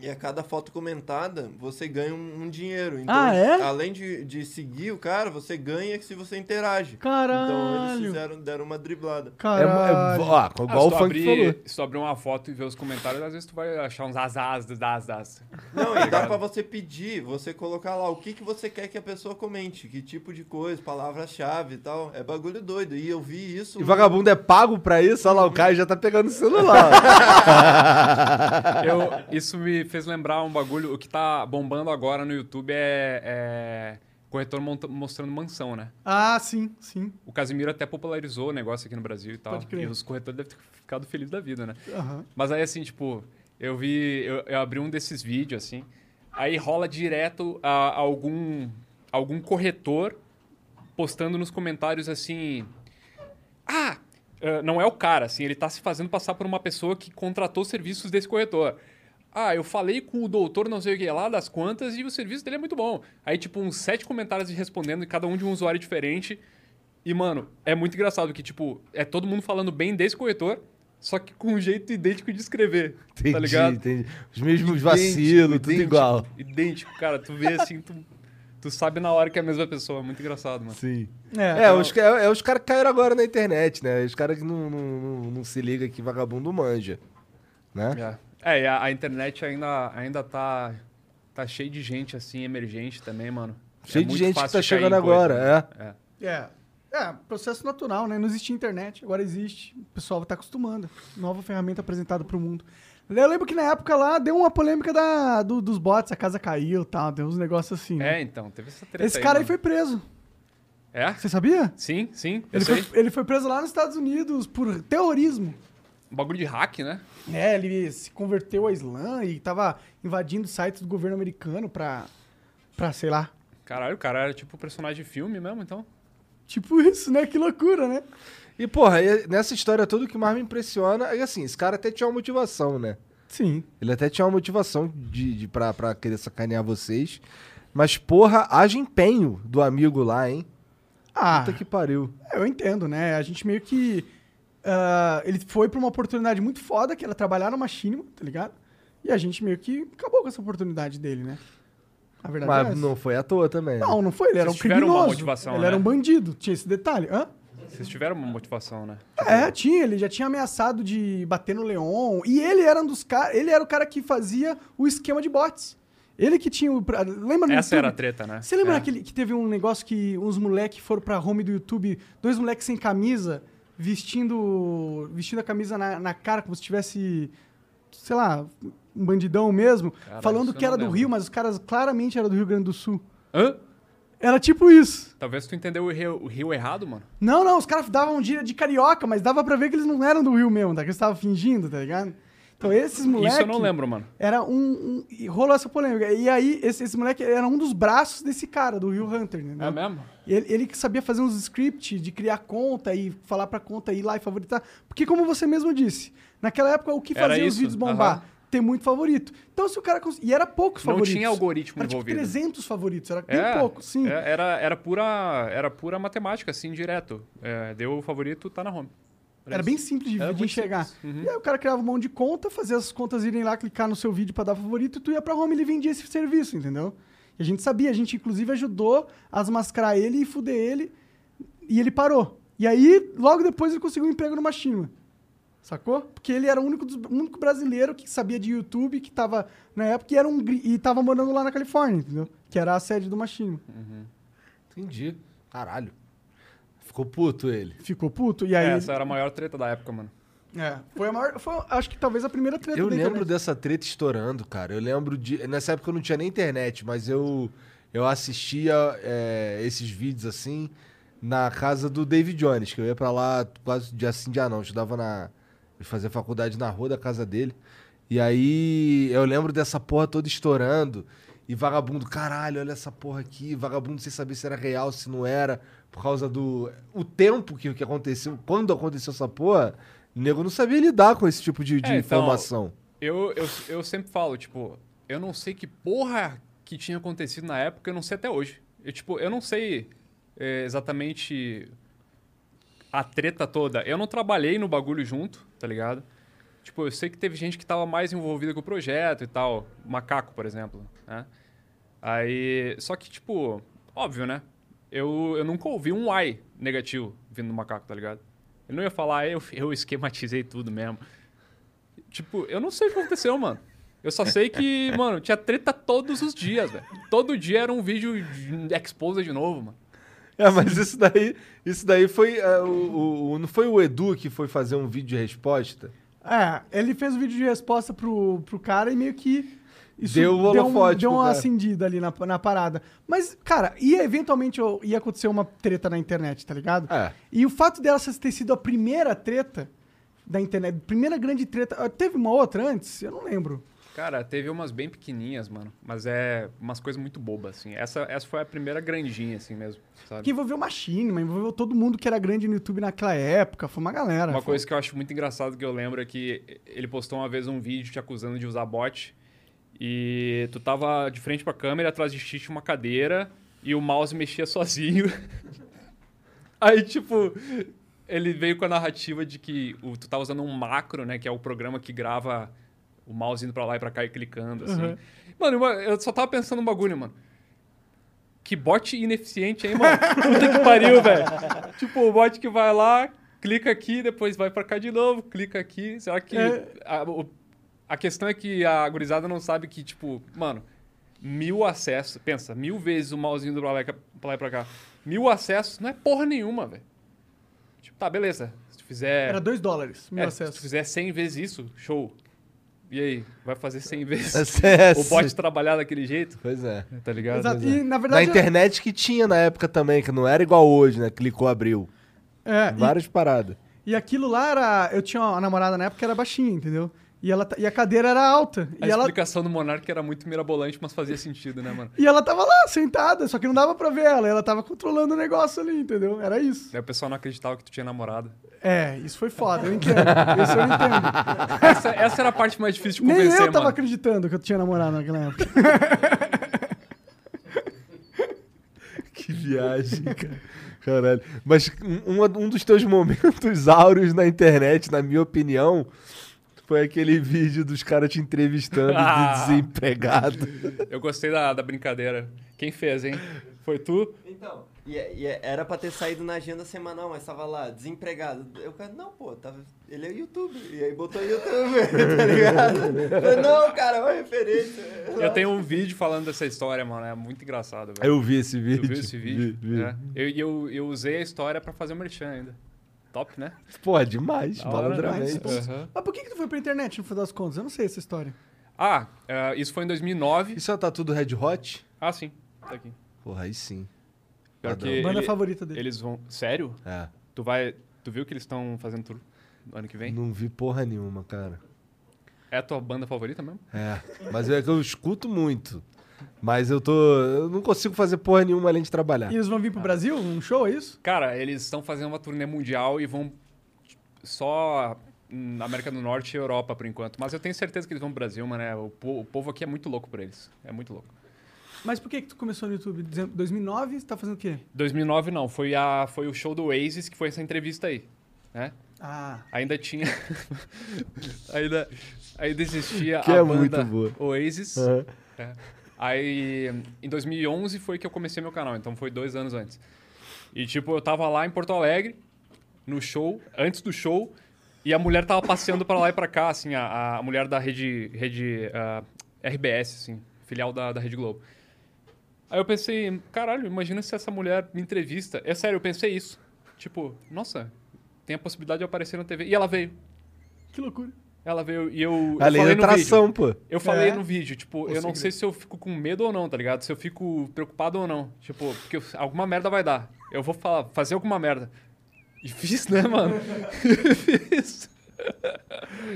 [SPEAKER 4] e a cada foto comentada você ganha um, um dinheiro. Então,
[SPEAKER 2] Ah, é?
[SPEAKER 4] Além de, de seguir o cara, você ganha se você interage. Então eles
[SPEAKER 2] Caralho!
[SPEAKER 4] fizeram, deram uma driblada.
[SPEAKER 1] É,
[SPEAKER 2] Caralho!
[SPEAKER 1] é, ó,
[SPEAKER 3] Ah,
[SPEAKER 1] igual
[SPEAKER 3] se
[SPEAKER 1] o
[SPEAKER 3] tu
[SPEAKER 1] funk
[SPEAKER 3] abrir,
[SPEAKER 1] falou.
[SPEAKER 3] Se tu abrir uma foto e ver os comentários, às vezes tu vai achar uns asas,
[SPEAKER 1] [laughs]
[SPEAKER 3] das, das.
[SPEAKER 4] Não, e dá pra você pedir, você colocar lá o que, que você quer que a pessoa comente, que tipo de coisa, palavra-chave e tal. É bagulho doido. E eu vi isso.
[SPEAKER 1] E vagabundo é pago pra isso, olha lá, o Caio já tá pegando o
[SPEAKER 3] [laughs]
[SPEAKER 1] celular.
[SPEAKER 3] Tá Eu- isso me fez lembrar um bagulho. O que tá bombando agora no YouTube é, é corretor monta- mostrando mansão, né?
[SPEAKER 2] Ah, sim, sim.
[SPEAKER 3] O Casimiro até popularizou o negócio aqui no Brasil e tal.
[SPEAKER 2] Pode crer.
[SPEAKER 3] E os corretores devem ter ficado felizes da vida, né?
[SPEAKER 2] Aham.
[SPEAKER 3] Mas aí, assim, tipo, eu vi. Eu, eu abri um desses vídeos, assim. Aí rola direto a, algum, algum corretor postando nos comentários assim. Ah! eh, não é o cara, assim, ele tá se fazendo passar por uma pessoa que contratou os serviços desse corretor. Ah, eu falei com o doutor não sei o que lá das quantas e o serviço dele é muito bom. Aí, tipo, uns sete comentários respondendo, cada um de um usuário diferente. E, mano, é muito engraçado que, tipo, é todo mundo falando bem desse corretor, só que com um jeito idêntico de escrever. tá ligado?
[SPEAKER 1] entendi. Os mesmos vacilos, tudo
[SPEAKER 3] idêntico,
[SPEAKER 1] igual.
[SPEAKER 3] Idêntico, cara. Tu vê assim, tu, tu sabe na hora que é a mesma pessoa. É muito engraçado, mano.
[SPEAKER 1] Sim.
[SPEAKER 2] É,
[SPEAKER 1] É, os, ca- é, os caras que caíram agora na internet, né? Os caras que não, não, não- não se liga que vagabundo manja. Né?
[SPEAKER 3] É, e a, a internet ainda, ainda tá, tá cheio de gente assim, emergente também, mano. É
[SPEAKER 1] Cheio de
[SPEAKER 3] muito
[SPEAKER 1] gente que
[SPEAKER 3] fácil
[SPEAKER 1] tá
[SPEAKER 3] de cair em
[SPEAKER 1] chegando
[SPEAKER 3] coisa,
[SPEAKER 1] agora,
[SPEAKER 3] né?
[SPEAKER 1] é.
[SPEAKER 3] é.
[SPEAKER 2] é. É, processo natural, né? Não existia internet, agora existe. O pessoal tá acostumando. Nova ferramenta apresentada pro mundo. Eu lembro que na época lá deu uma polêmica da, do- dos bots, a casa caiu e tal, deu uns negócios assim. né?
[SPEAKER 3] É, então, É, teve essa treta
[SPEAKER 2] Esse cara aí
[SPEAKER 3] mano.
[SPEAKER 2] foi preso.
[SPEAKER 3] É?
[SPEAKER 2] Você sabia?
[SPEAKER 3] Sim, sim. Eu
[SPEAKER 2] Ele foi,
[SPEAKER 3] sei.
[SPEAKER 2] ele foi preso lá nos Estados Unidos por terrorismo.
[SPEAKER 3] Bagulho de hack, né?
[SPEAKER 2] É, ele se converteu ao Islã e tava invadindo sites do governo americano pra, pra sei lá.
[SPEAKER 3] Caralho, o cara era tipo personagem de filme mesmo, então.
[SPEAKER 2] Tipo [laughs] isso, né? Que loucura, né?
[SPEAKER 1] E, porra, e nessa história toda o que mais me impressiona é que, assim, esse cara até tinha uma motivação, né?
[SPEAKER 2] Sim.
[SPEAKER 1] Ele até tinha uma motivação de, de pra, pra querer sacanear vocês. Mas, porra, haja empenho do amigo lá, hein?
[SPEAKER 2] Ah,
[SPEAKER 1] Puta que pariu.
[SPEAKER 2] é, eu entendo, né? A gente meio que. ah, ele foi pra uma oportunidade muito foda, que era trabalhar numa Machinima, tá ligado? E a gente meio que acabou com essa oportunidade dele, né? A verdade é
[SPEAKER 1] Mas
[SPEAKER 2] essa.
[SPEAKER 1] não foi à toa também. né?
[SPEAKER 2] Não, não foi. Ele era um
[SPEAKER 3] Vocês tiveram uma
[SPEAKER 2] criminoso.
[SPEAKER 3] motivação,
[SPEAKER 2] ele
[SPEAKER 3] né?
[SPEAKER 2] era um bandido. Tinha esse detalhe. Hã?
[SPEAKER 3] Vocês tiveram uma motivação, né?
[SPEAKER 2] É, tinha, ele já tinha ameaçado de bater no Leon. E ele era um dos caras. Ele era o cara que fazia o esquema de bots. Ele que tinha. o pra- Lembra no
[SPEAKER 3] Essa
[SPEAKER 2] YouTube?
[SPEAKER 3] era a treta, né?
[SPEAKER 2] Você lembra
[SPEAKER 3] É.
[SPEAKER 2] daquele que teve um negócio que uns moleques foram pra home do YouTube, dois moleques sem camisa, vestindo. vestindo a camisa na, na cara, como se tivesse. sei lá, um bandidão mesmo,
[SPEAKER 3] Caralho,
[SPEAKER 2] falando
[SPEAKER 3] isso eu
[SPEAKER 2] que era
[SPEAKER 3] não
[SPEAKER 2] do
[SPEAKER 3] lembro.
[SPEAKER 2] Rio, mas os caras claramente eram do Rio Grande do Sul.
[SPEAKER 3] Hã?
[SPEAKER 2] Era tipo isso.
[SPEAKER 3] Talvez tu entendeu o rio, o rio errado, mano.
[SPEAKER 2] Não, não, os caras davam gíria de carioca, mas dava pra ver que eles não eram do Rio mesmo, tá? Que eles estavam fingindo, tá ligado? Então esses moleques.
[SPEAKER 3] Isso eu não lembro, mano.
[SPEAKER 2] Era um. um- e rolou essa polêmica. E aí, esse, esse moleque era um dos braços desse cara, do Rio Hunter, né?
[SPEAKER 3] É mesmo?
[SPEAKER 2] Ele, ele que sabia fazer uns scripts de criar conta e falar pra conta ir lá e favoritar. Porque, como você mesmo disse, naquela época o que
[SPEAKER 3] Era
[SPEAKER 2] fazia os
[SPEAKER 3] isso,
[SPEAKER 2] vídeos bombar?
[SPEAKER 3] aham.
[SPEAKER 2] Ter muito favorito. Então, se o cara. Cons... E era poucos
[SPEAKER 3] Não
[SPEAKER 2] favoritos.
[SPEAKER 3] tinha algoritmo
[SPEAKER 2] era, tipo,
[SPEAKER 3] envolvido. né?
[SPEAKER 2] 300 favoritos, era bem
[SPEAKER 3] É,
[SPEAKER 2] pouco, sim.
[SPEAKER 3] é, Era, era, pura, era pura matemática, assim, direto. É, deu o favorito, tá na home.
[SPEAKER 2] Era
[SPEAKER 3] isso.
[SPEAKER 2] bem simples de,
[SPEAKER 3] Era
[SPEAKER 2] de
[SPEAKER 3] muito
[SPEAKER 2] enxergar.
[SPEAKER 3] simples. Uhum.
[SPEAKER 2] E aí o cara criava um monte de conta, fazia as contas irem lá clicar no seu vídeo pra dar favorito, e tu ia pra home e ele vendia esse serviço, entendeu? E a gente sabia, a gente inclusive ajudou a desmascarar ele e fuder ele, e ele parou. E aí, logo depois, ele conseguiu um emprego numa China. Sacou? Porque ele era o único, dos- o único brasileiro que sabia de YouTube, que tava na época e, era um, gri- e tava morando lá na Califórnia, entendeu? Que era a sede do Machine.
[SPEAKER 1] Entendi. Caralho. Ficou puto ele.
[SPEAKER 2] Ficou puto, e aí. né?
[SPEAKER 3] É, Essa era a maior treta da época, mano.
[SPEAKER 2] É, foi a maior. Foi, acho que talvez a primeira treta
[SPEAKER 1] Eu
[SPEAKER 2] da
[SPEAKER 1] lembro
[SPEAKER 2] internet.
[SPEAKER 1] dessa treta estourando, cara. Eu lembro de. Nessa época eu não tinha nem internet, mas eu, eu assistia é, esses vídeos assim na casa do David Jones, que eu ia pra lá quase de assim de ah, não. Eu estudava na. Eu fazia faculdade na rua da casa dele. E aí eu lembro dessa porra toda estourando. E vagabundo, caralho, olha essa porra aqui. Vagabundo sem saber se era real, se não era. Por causa do. O tempo que, que aconteceu. Quando aconteceu essa porra, o nego não sabia lidar com esse tipo de, de
[SPEAKER 3] É, então,
[SPEAKER 1] informação.
[SPEAKER 3] Eu, eu, eu sempre falo, tipo, eu não sei que porra que tinha acontecido na época, eu não sei até hoje. Eu, tipo, eu não sei é, exatamente a treta toda. Eu não trabalhei no bagulho junto, tá ligado? Tipo, eu sei que teve gente que tava mais envolvida com o projeto e tal. Macaco, por exemplo, né? Aí, só que, tipo, óbvio, né? Eu, eu nunca ouvi um ai negativo vindo do macaco, tá ligado? Ele não ia falar, "Ah, eu, eu esquematizei tudo mesmo. Tipo, eu não sei o que aconteceu, mano. Eu só sei que, mano, tinha treta todos os dias, velho. Todo dia era um vídeo de exposa de novo, mano.
[SPEAKER 1] É, mas isso daí, isso daí foi. é, o- o, o- não foi o Edu que foi fazer um vídeo de resposta?
[SPEAKER 2] É, ele fez o vídeo de resposta pro, pro cara e meio que.
[SPEAKER 1] Deu o
[SPEAKER 2] deu, um,
[SPEAKER 1] holofote
[SPEAKER 2] deu
[SPEAKER 1] pro
[SPEAKER 2] uma
[SPEAKER 1] cara.
[SPEAKER 2] acendida ali na, na parada. Mas, cara, ia eventualmente ó, ia acontecer uma treta na internet, tá ligado?
[SPEAKER 1] É.
[SPEAKER 2] E o fato dela ter sido a primeira treta da internet, primeira grande treta. ah, Teve uma outra antes? Eu não lembro.
[SPEAKER 3] Cara, teve umas bem pequenininhas, mano. Mas é umas coisas muito bobas, assim. Essa, essa foi a primeira grandinha, assim mesmo, sabe?
[SPEAKER 2] Que envolveu Machinima, envolveu todo mundo que era grande no YouTube naquela época. Foi uma galera.
[SPEAKER 3] Uma
[SPEAKER 2] Foi-
[SPEAKER 3] coisa que eu acho muito engraçado que eu lembro é que ele postou uma vez um vídeo te acusando de usar bot. E tu tava de frente pra câmera, atrás de ti tinha uma cadeira e o mouse mexia sozinho. [laughs] Aí, tipo, ele veio com a narrativa de que o, tu tá usando um macro, né? Que é o programa que grava o mouse indo pra lá e pra cá e clicando, assim.
[SPEAKER 2] Uhum.
[SPEAKER 3] Mano, eu- eu só tava pensando um bagulho, mano. Que bot ineficiente, hein, mano? Puta que pariu, velho. Tipo, o bot que vai lá, clica aqui, depois vai pra cá de novo, clica aqui. Será que.
[SPEAKER 2] É.
[SPEAKER 3] A, o- a questão é que a gurizada não sabe que, tipo, mano, mil acessos. Pensa, mil vezes o malzinho do pra lá e ca- pra lá e pra cá. Mil acessos não é porra nenhuma, velho. Tipo, tá, beleza. Se tu fizer.
[SPEAKER 2] Era 2 dólares, meu
[SPEAKER 3] é, Se tu
[SPEAKER 2] acesso.
[SPEAKER 3] fizer 100 vezes isso, show. E aí, vai fazer 100 vezes
[SPEAKER 1] É,
[SPEAKER 3] o bot trabalhar daquele jeito,
[SPEAKER 1] Pois é.
[SPEAKER 3] tá ligado?
[SPEAKER 2] Exato. E na
[SPEAKER 1] Na
[SPEAKER 2] verdade.
[SPEAKER 1] internet que tinha na época também, que não era igual hoje, né? Clicou, abriu.
[SPEAKER 2] é, e-
[SPEAKER 1] Várias paradas.
[SPEAKER 2] E aquilo lá era. Eu tinha uma namorada na época que era baixinha, entendeu? E, ela, ta- e a cadeira era alta.
[SPEAKER 3] A
[SPEAKER 2] E ela,
[SPEAKER 3] explicação do Monark era muito mirabolante, mas fazia sentido, né, mano?
[SPEAKER 2] e ela tava lá, sentada, só que não dava pra ver ela. Ela tava controlando o negócio ali, entendeu? Era isso.
[SPEAKER 3] Aí o pessoal não acreditava que tu tinha namorado.
[SPEAKER 2] É, isso foi foda, eu entendo. Isso eu entendo.
[SPEAKER 3] Essa, essa era a parte mais difícil de
[SPEAKER 2] Nem
[SPEAKER 3] convencer,
[SPEAKER 2] eu tava
[SPEAKER 3] mano.
[SPEAKER 2] acreditando que eu tinha namorado naquela época.
[SPEAKER 1] Que [laughs] viagem, cara. Caralho. Mas um, uma- um dos teus momentos [laughs] áureos na internet, na minha opinião, foi aquele vídeo dos caras te entrevistando
[SPEAKER 3] Ah.
[SPEAKER 1] de desempregado.
[SPEAKER 3] Eu gostei da, da brincadeira. Quem fez, hein? Foi tu?
[SPEAKER 4] Então, e, e era pra ter saído na agenda semanal, mas tava lá, desempregado. Eu cara, não, pô, tava, ele é YouTube. E aí botou YouTube, [laughs] tá ligado? Falei, não, cara, é uma referência.
[SPEAKER 3] Eu tenho um vídeo falando dessa história, mano. É muito engraçado, velho.
[SPEAKER 1] Eu vi esse
[SPEAKER 3] Tu
[SPEAKER 1] vídeo.
[SPEAKER 3] viu esse vídeo?
[SPEAKER 1] Vi, vi.
[SPEAKER 3] É. Eu, eu, eu usei a história pra fazer o merchan ainda. Top, né?
[SPEAKER 1] Pô, é demais,
[SPEAKER 3] Da hora, né?
[SPEAKER 1] malandramente.
[SPEAKER 3] Aham.
[SPEAKER 2] Mas por que, que tu foi pra internet no fim das contas? Eu não sei essa história.
[SPEAKER 3] Ah, eh, isso foi em 2009.
[SPEAKER 1] Isso é uma tatu do Red Hot?
[SPEAKER 3] Ah, sim. Tá aqui.
[SPEAKER 1] Porra, aí sim.
[SPEAKER 3] Pior
[SPEAKER 1] Padrão.
[SPEAKER 3] que
[SPEAKER 2] Banda
[SPEAKER 3] ele-
[SPEAKER 2] é favorita dele.
[SPEAKER 3] eles vão... Sério?
[SPEAKER 1] É.
[SPEAKER 3] Tu vai... Tu viu que eles estão fazendo tour no ano que vem?
[SPEAKER 1] Não vi porra nenhuma, cara.
[SPEAKER 3] É a tua banda favorita mesmo?
[SPEAKER 1] É. Mas é que eu escuto muito. Mas eu tô. Eu não consigo fazer porra nenhuma além de trabalhar.
[SPEAKER 2] E eles vão vir
[SPEAKER 3] Ah.
[SPEAKER 2] pro Brasil? Um show, é isso?
[SPEAKER 3] Cara, eles estão fazendo uma turnê mundial e vão só na América do Norte e Europa por enquanto. Mas eu tenho certeza que eles vão pro Brasil, mano. É, O, po- o povo aqui é muito louco pra eles. É muito louco.
[SPEAKER 2] Mas por que, que tu começou no YouTube? Dizem- 2009, você tá fazendo o quê?
[SPEAKER 3] 2009 não, foi, a, foi o show do Oasis que foi essa entrevista aí, né?
[SPEAKER 2] Ah,
[SPEAKER 3] Ainda tinha... [laughs] ainda, ainda existia
[SPEAKER 1] Que
[SPEAKER 3] a
[SPEAKER 1] é
[SPEAKER 3] banda
[SPEAKER 1] muito boa.
[SPEAKER 3] Oasis.
[SPEAKER 1] Aham.
[SPEAKER 3] É. Aí, em 2011 foi que eu comecei meu canal, então foi dois anos antes. E, tipo, eu tava lá em Porto Alegre, no show, antes do show, e a mulher tava passeando pra lá e pra cá, assim, a, a mulher da rede, rede ah, RBS, assim, filial da, da Rede Globo. Aí eu pensei, caralho, imagina se essa mulher me entrevista. É sério, eu pensei isso. Tipo, nossa, tem a possibilidade de eu aparecer na TV. E ela veio.
[SPEAKER 2] que loucura.
[SPEAKER 3] Ela veio e eu. eu
[SPEAKER 1] Além
[SPEAKER 3] falei
[SPEAKER 1] da
[SPEAKER 3] no vídeo.
[SPEAKER 1] atração, pô.
[SPEAKER 3] Eu falei
[SPEAKER 2] É.
[SPEAKER 3] no vídeo, tipo,
[SPEAKER 2] O
[SPEAKER 3] eu não sei se eu fico com medo ou não, tá ligado? Se eu fico preocupado ou não. Tipo, porque eu- alguma merda vai dar. Eu vou falar, fazer alguma merda. Difícil, né, mano? Difícil.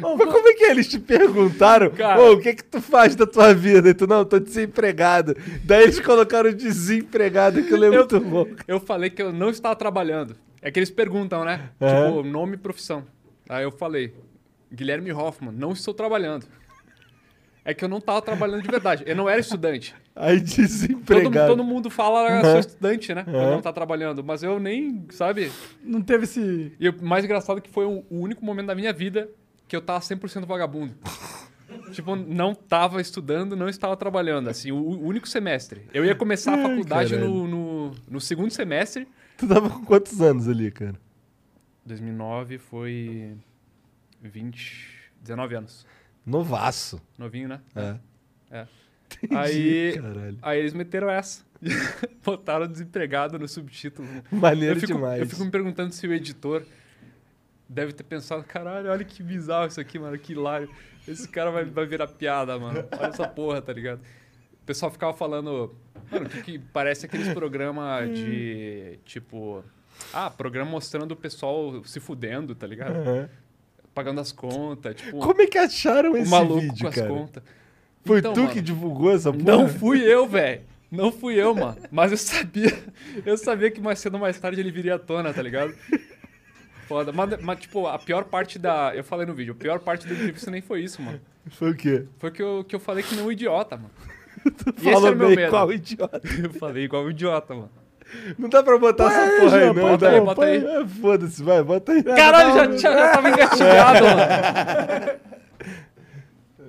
[SPEAKER 1] Mas como é que é? eles te perguntaram?
[SPEAKER 3] Cara.
[SPEAKER 1] "Ô, o que é que tu faz da tua vida? E tu, não, eu tô desempregado. Daí eles colocaram desempregado, que eu lembro muito bom.
[SPEAKER 3] Eu falei que eu não estava trabalhando. É que eles perguntam, né?
[SPEAKER 1] É.
[SPEAKER 3] Tipo, nome e profissão. Aí eu falei, Guilherme Hoffman, não estou trabalhando. É que eu não estava trabalhando de verdade. Eu não era estudante.
[SPEAKER 1] Aí
[SPEAKER 3] Todo,
[SPEAKER 1] desempregado.
[SPEAKER 3] todo mundo fala, sou estudante, né? Eu
[SPEAKER 1] Uhum.
[SPEAKER 3] não tá trabalhando. Mas eu nem, sabe?
[SPEAKER 2] Não teve esse.
[SPEAKER 3] E o mais engraçado é que foi o o único momento da minha vida que eu tava 100% vagabundo. [laughs] tipo, não tava estudando, não estava trabalhando, assim, o, o único semestre. Eu ia começar a faculdade
[SPEAKER 1] caralho.
[SPEAKER 3] no, no, no segundo semestre.
[SPEAKER 1] Tu tava com quantos anos ali, cara?
[SPEAKER 3] 2009 foi 20, 19 anos.
[SPEAKER 1] Novaço.
[SPEAKER 3] Novinho, né?
[SPEAKER 1] É.
[SPEAKER 3] É.
[SPEAKER 1] Entendi,
[SPEAKER 3] Aí-
[SPEAKER 1] Caralho.
[SPEAKER 3] Aí eles meteram essa. [laughs] Botaram desempregado no subtítulo.
[SPEAKER 1] Maneiro
[SPEAKER 3] eu fico,
[SPEAKER 1] demais.
[SPEAKER 3] Eu fico me perguntando se o editor deve ter pensado, caralho, olha que bizarro isso aqui, mano, que hilário. Esse cara vai, vai virar piada, mano. Olha essa porra, tá ligado? O pessoal ficava falando, mano, o que, que parece aqueles programas de, tipo... Ah, programa mostrando o pessoal se fudendo, tá ligado?
[SPEAKER 1] Aham.
[SPEAKER 3] Pagando as contas, tipo...
[SPEAKER 1] Como é que acharam
[SPEAKER 3] o
[SPEAKER 1] esse
[SPEAKER 3] maluco
[SPEAKER 1] vídeo,
[SPEAKER 3] com as
[SPEAKER 1] cara?
[SPEAKER 3] contas.
[SPEAKER 1] Foi
[SPEAKER 3] Então,
[SPEAKER 1] tu
[SPEAKER 3] mano,
[SPEAKER 1] que divulgou essa porra?
[SPEAKER 3] não fui eu, velho. Não fui eu, mano. Mas eu sabia. Eu sabia que mais cedo ou mais tarde ele viria à tona, tá ligado? Foda. Mas, mas, tipo, a pior parte da. Eu falei no vídeo, a pior parte da entrevista nem foi isso, mano.
[SPEAKER 1] Foi o quê?
[SPEAKER 3] Foi que eu, que eu falei que não é um idiota, mano. E esse
[SPEAKER 1] Falou
[SPEAKER 3] era o meu
[SPEAKER 1] bem
[SPEAKER 3] medo.
[SPEAKER 1] qual idiota.
[SPEAKER 3] Eu falei igual um idiota, mano.
[SPEAKER 1] Não dá pra botar essa porra aí,
[SPEAKER 2] Jean,
[SPEAKER 1] não.
[SPEAKER 3] bota
[SPEAKER 1] dá.
[SPEAKER 3] aí, bota aí.
[SPEAKER 1] É, Foda-se, vai, bota aí. um
[SPEAKER 3] Caralho, já, já, já tava
[SPEAKER 1] É.
[SPEAKER 3] engatilhado,
[SPEAKER 1] [laughs]
[SPEAKER 3] mano.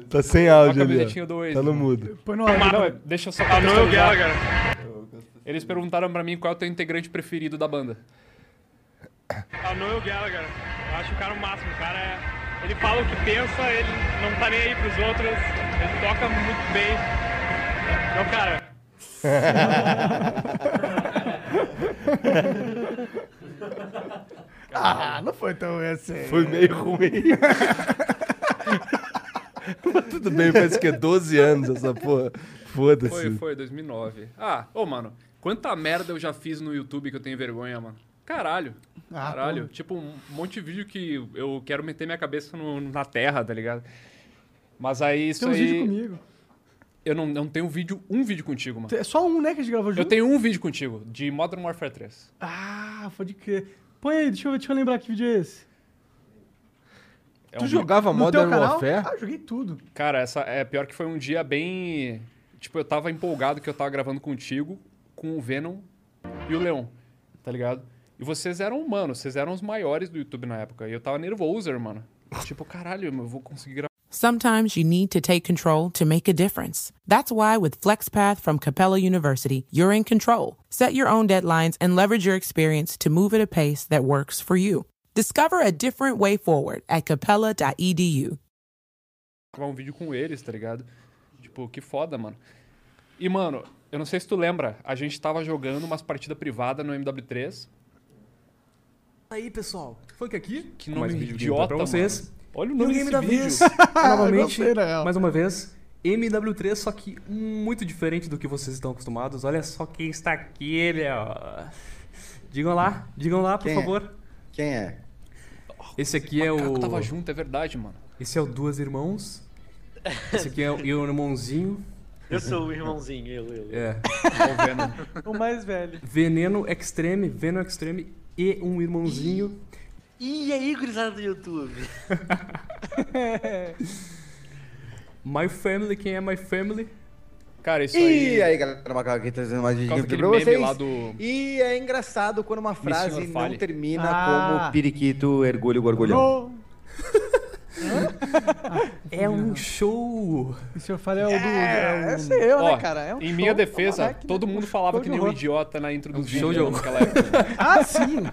[SPEAKER 1] Tá sem
[SPEAKER 3] Olha a
[SPEAKER 1] áudio ali.
[SPEAKER 3] camisetinha
[SPEAKER 1] ó.
[SPEAKER 3] do Waze.
[SPEAKER 1] Tá no
[SPEAKER 3] mano.
[SPEAKER 1] mudo.
[SPEAKER 2] Põe no áudio.
[SPEAKER 3] Ah, Não, é, deixa eu só.
[SPEAKER 5] Tá
[SPEAKER 3] contextualizar. Eles perguntaram pra mim qual é o teu integrante preferido da banda.
[SPEAKER 5] É o Noel Gallagher. Eu acho o cara o máximo. O cara é. Ele fala o que pensa, ele não tá nem aí pros outros. Ele toca muito bem. É o cara.
[SPEAKER 2] Ah, não foi tão esse.
[SPEAKER 1] Foi meio ruim. [laughs] Tudo bem, faz o quê? 12 anos essa porra.
[SPEAKER 3] Foi,
[SPEAKER 1] Foda-se.
[SPEAKER 3] foi, 2009. Ah, ô, mano, quanta merda eu já fiz no YouTube que eu tenho vergonha, mano. Caralho.
[SPEAKER 2] Ah,
[SPEAKER 3] caralho. Tipo, um monte de vídeo que eu quero meter minha cabeça no- na terra, tá ligado? Mas aí isso
[SPEAKER 2] Tem uns vídeos
[SPEAKER 3] aí.
[SPEAKER 2] comigo.
[SPEAKER 3] Eu não, não tenho vídeo, um vídeo contigo, mano.
[SPEAKER 2] É só um, né, que a gente gravou junto?
[SPEAKER 3] Eu tenho um vídeo contigo, de Modern Warfare 3.
[SPEAKER 2] Ah, pode crer. Põe aí, deixa eu, deixa eu lembrar que vídeo é esse.
[SPEAKER 3] É um
[SPEAKER 1] Tu
[SPEAKER 3] vídeo-
[SPEAKER 1] jogava
[SPEAKER 2] No teu
[SPEAKER 1] Modern
[SPEAKER 2] canal?
[SPEAKER 1] Warfare?
[SPEAKER 2] Ah, joguei tudo.
[SPEAKER 3] Cara, essa é pior que foi um dia bem. Tipo, eu tava empolgado que eu tava gravando contigo, com o Venom e o Leon, tá ligado? E vocês eram humanos, vocês eram os maiores do YouTube na época. E eu tava nervoso, mano. Tipo, caralho, eu vou conseguir gravar.
[SPEAKER 6] Sometimes you need to take control to make a difference. That's why with FlexPath from Capella University, you're in control. Set your own deadlines and leverage your experience to move at a pace that works for you. Discover a different way forward at E capella.edu.
[SPEAKER 3] gravar um vídeo com eles, tá ligado? Tipo, que foda, mano. E, mano, eu não sei se tu lembra, a gente tava jogando umas partidas privadas no MW3.
[SPEAKER 7] Aí, pessoal, Funk aqui.
[SPEAKER 3] Que nome
[SPEAKER 7] mais um videogame
[SPEAKER 3] idiota,
[SPEAKER 7] pra vocês.
[SPEAKER 3] mano. Olha o
[SPEAKER 7] E o
[SPEAKER 3] nome
[SPEAKER 7] game
[SPEAKER 3] desse
[SPEAKER 7] da
[SPEAKER 3] vídeo.
[SPEAKER 7] [laughs] vez,
[SPEAKER 2] Eu
[SPEAKER 7] novamente,
[SPEAKER 2] gostei, na real.
[SPEAKER 7] mais uma vez, MW3, só que muito diferente do que vocês estão acostumados. Olha só quem está aqui, meu. Digam lá, digam lá, por
[SPEAKER 4] Quem é?
[SPEAKER 7] favor.
[SPEAKER 4] Quem é?
[SPEAKER 7] Esse aqui é
[SPEAKER 3] Caraca,
[SPEAKER 7] o...
[SPEAKER 3] eu tava junto, é verdade, mano.
[SPEAKER 7] Esse é o Duas Irmãos. Esse aqui é o eu, Irmãozinho.
[SPEAKER 8] Eu sou o irmãozinho, eu, eu.
[SPEAKER 7] É,
[SPEAKER 3] Ó o Venom.
[SPEAKER 2] O mais
[SPEAKER 7] [laughs]
[SPEAKER 2] velho.
[SPEAKER 7] Veneno Extreme, Veneno Extreme e um Irmãozinho.
[SPEAKER 8] E aí, gurizada do YouTube?
[SPEAKER 7] My Family, quem é My Family?
[SPEAKER 3] Cara,
[SPEAKER 7] [laughs]
[SPEAKER 3] isso aí.
[SPEAKER 4] E aí, galera, Macaco aqui trazendo mais vídeo
[SPEAKER 3] causa
[SPEAKER 4] pra
[SPEAKER 3] daquele meme
[SPEAKER 4] vocês.
[SPEAKER 3] lá do-
[SPEAKER 4] E é engraçado quando uma frase
[SPEAKER 3] Senhor,
[SPEAKER 4] não
[SPEAKER 3] fale.
[SPEAKER 4] termina
[SPEAKER 2] Ah.
[SPEAKER 4] como periquito, ergulho, gorgulhão.
[SPEAKER 2] Bro.
[SPEAKER 7] É um show!
[SPEAKER 2] O senhor fala é o do. É, o... sei eu,
[SPEAKER 3] Ó,
[SPEAKER 2] né, cara? É um
[SPEAKER 3] em
[SPEAKER 2] show,
[SPEAKER 3] minha
[SPEAKER 2] tá
[SPEAKER 3] defesa,
[SPEAKER 2] moleque, né?
[SPEAKER 3] todo mundo falava
[SPEAKER 2] show
[SPEAKER 3] que
[SPEAKER 2] de
[SPEAKER 3] nem um
[SPEAKER 2] horror.
[SPEAKER 3] idiota na intro do
[SPEAKER 7] É
[SPEAKER 3] vídeo
[SPEAKER 7] show
[SPEAKER 3] né,
[SPEAKER 7] de horror.
[SPEAKER 3] naquela época.
[SPEAKER 2] Ah, sim!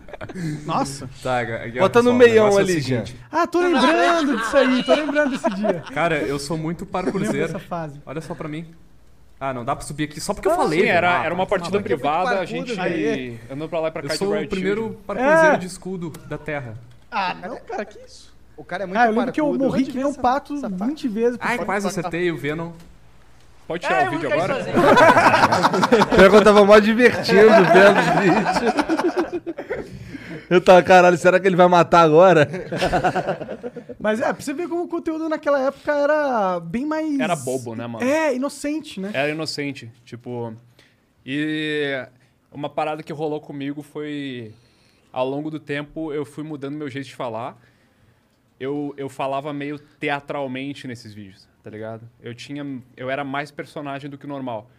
[SPEAKER 2] Nossa!
[SPEAKER 7] Tá, aqui, ó,
[SPEAKER 1] Bota no
[SPEAKER 7] pessoal, o
[SPEAKER 1] meião
[SPEAKER 7] negócio é o
[SPEAKER 1] ali,
[SPEAKER 7] seguinte.
[SPEAKER 1] gente.
[SPEAKER 2] Ah, tô lembrando disso aí, tô lembrando desse dia.
[SPEAKER 7] Cara, eu sou muito
[SPEAKER 2] Lembro
[SPEAKER 7] parkourzeiro.
[SPEAKER 2] dessa fase.
[SPEAKER 7] Olha só pra mim. Ah, não dá pra subir aqui só porque eu falei.
[SPEAKER 3] Sim, era,
[SPEAKER 7] velho.
[SPEAKER 3] era uma
[SPEAKER 7] Ah, vai
[SPEAKER 3] partida
[SPEAKER 7] tomar.
[SPEAKER 3] privada, a
[SPEAKER 4] parkour,
[SPEAKER 3] gente
[SPEAKER 2] velho.
[SPEAKER 3] andou pra lá e pra
[SPEAKER 7] Eu
[SPEAKER 3] cá de
[SPEAKER 7] sou o
[SPEAKER 3] Riot
[SPEAKER 7] primeiro
[SPEAKER 3] Shield.
[SPEAKER 7] parkourzeiro
[SPEAKER 2] É.
[SPEAKER 7] de escudo da Terra.
[SPEAKER 2] Ah, não, cara, que isso?
[SPEAKER 4] O cara é muito
[SPEAKER 2] Ah, eu lembro que eu
[SPEAKER 4] parrudo.
[SPEAKER 2] morri que nem um pato 20 vezes. por
[SPEAKER 7] Ai,
[SPEAKER 2] fora.
[SPEAKER 7] quase acertei o Venom.
[SPEAKER 3] Pode
[SPEAKER 2] É,
[SPEAKER 3] tirar
[SPEAKER 8] eu
[SPEAKER 3] o
[SPEAKER 8] vou
[SPEAKER 3] vídeo
[SPEAKER 8] cair
[SPEAKER 3] agora?
[SPEAKER 8] sozinho.
[SPEAKER 1] Pior que eu tava mó divertindo vendo os vídeos. Eu tava, caralho, será que ele vai matar agora?
[SPEAKER 2] Mas é, pra você ver como o conteúdo naquela época era bem mais.
[SPEAKER 3] Era bobo, né, mano?
[SPEAKER 2] É, inocente, né?
[SPEAKER 3] Era inocente, tipo. E uma parada que rolou comigo foi. Ao longo do tempo, eu fui mudando meu jeito de falar. Eu, eu falava meio teatralmente nesses vídeos, tá ligado? Eu tinha. Eu era mais personagem do que o normal.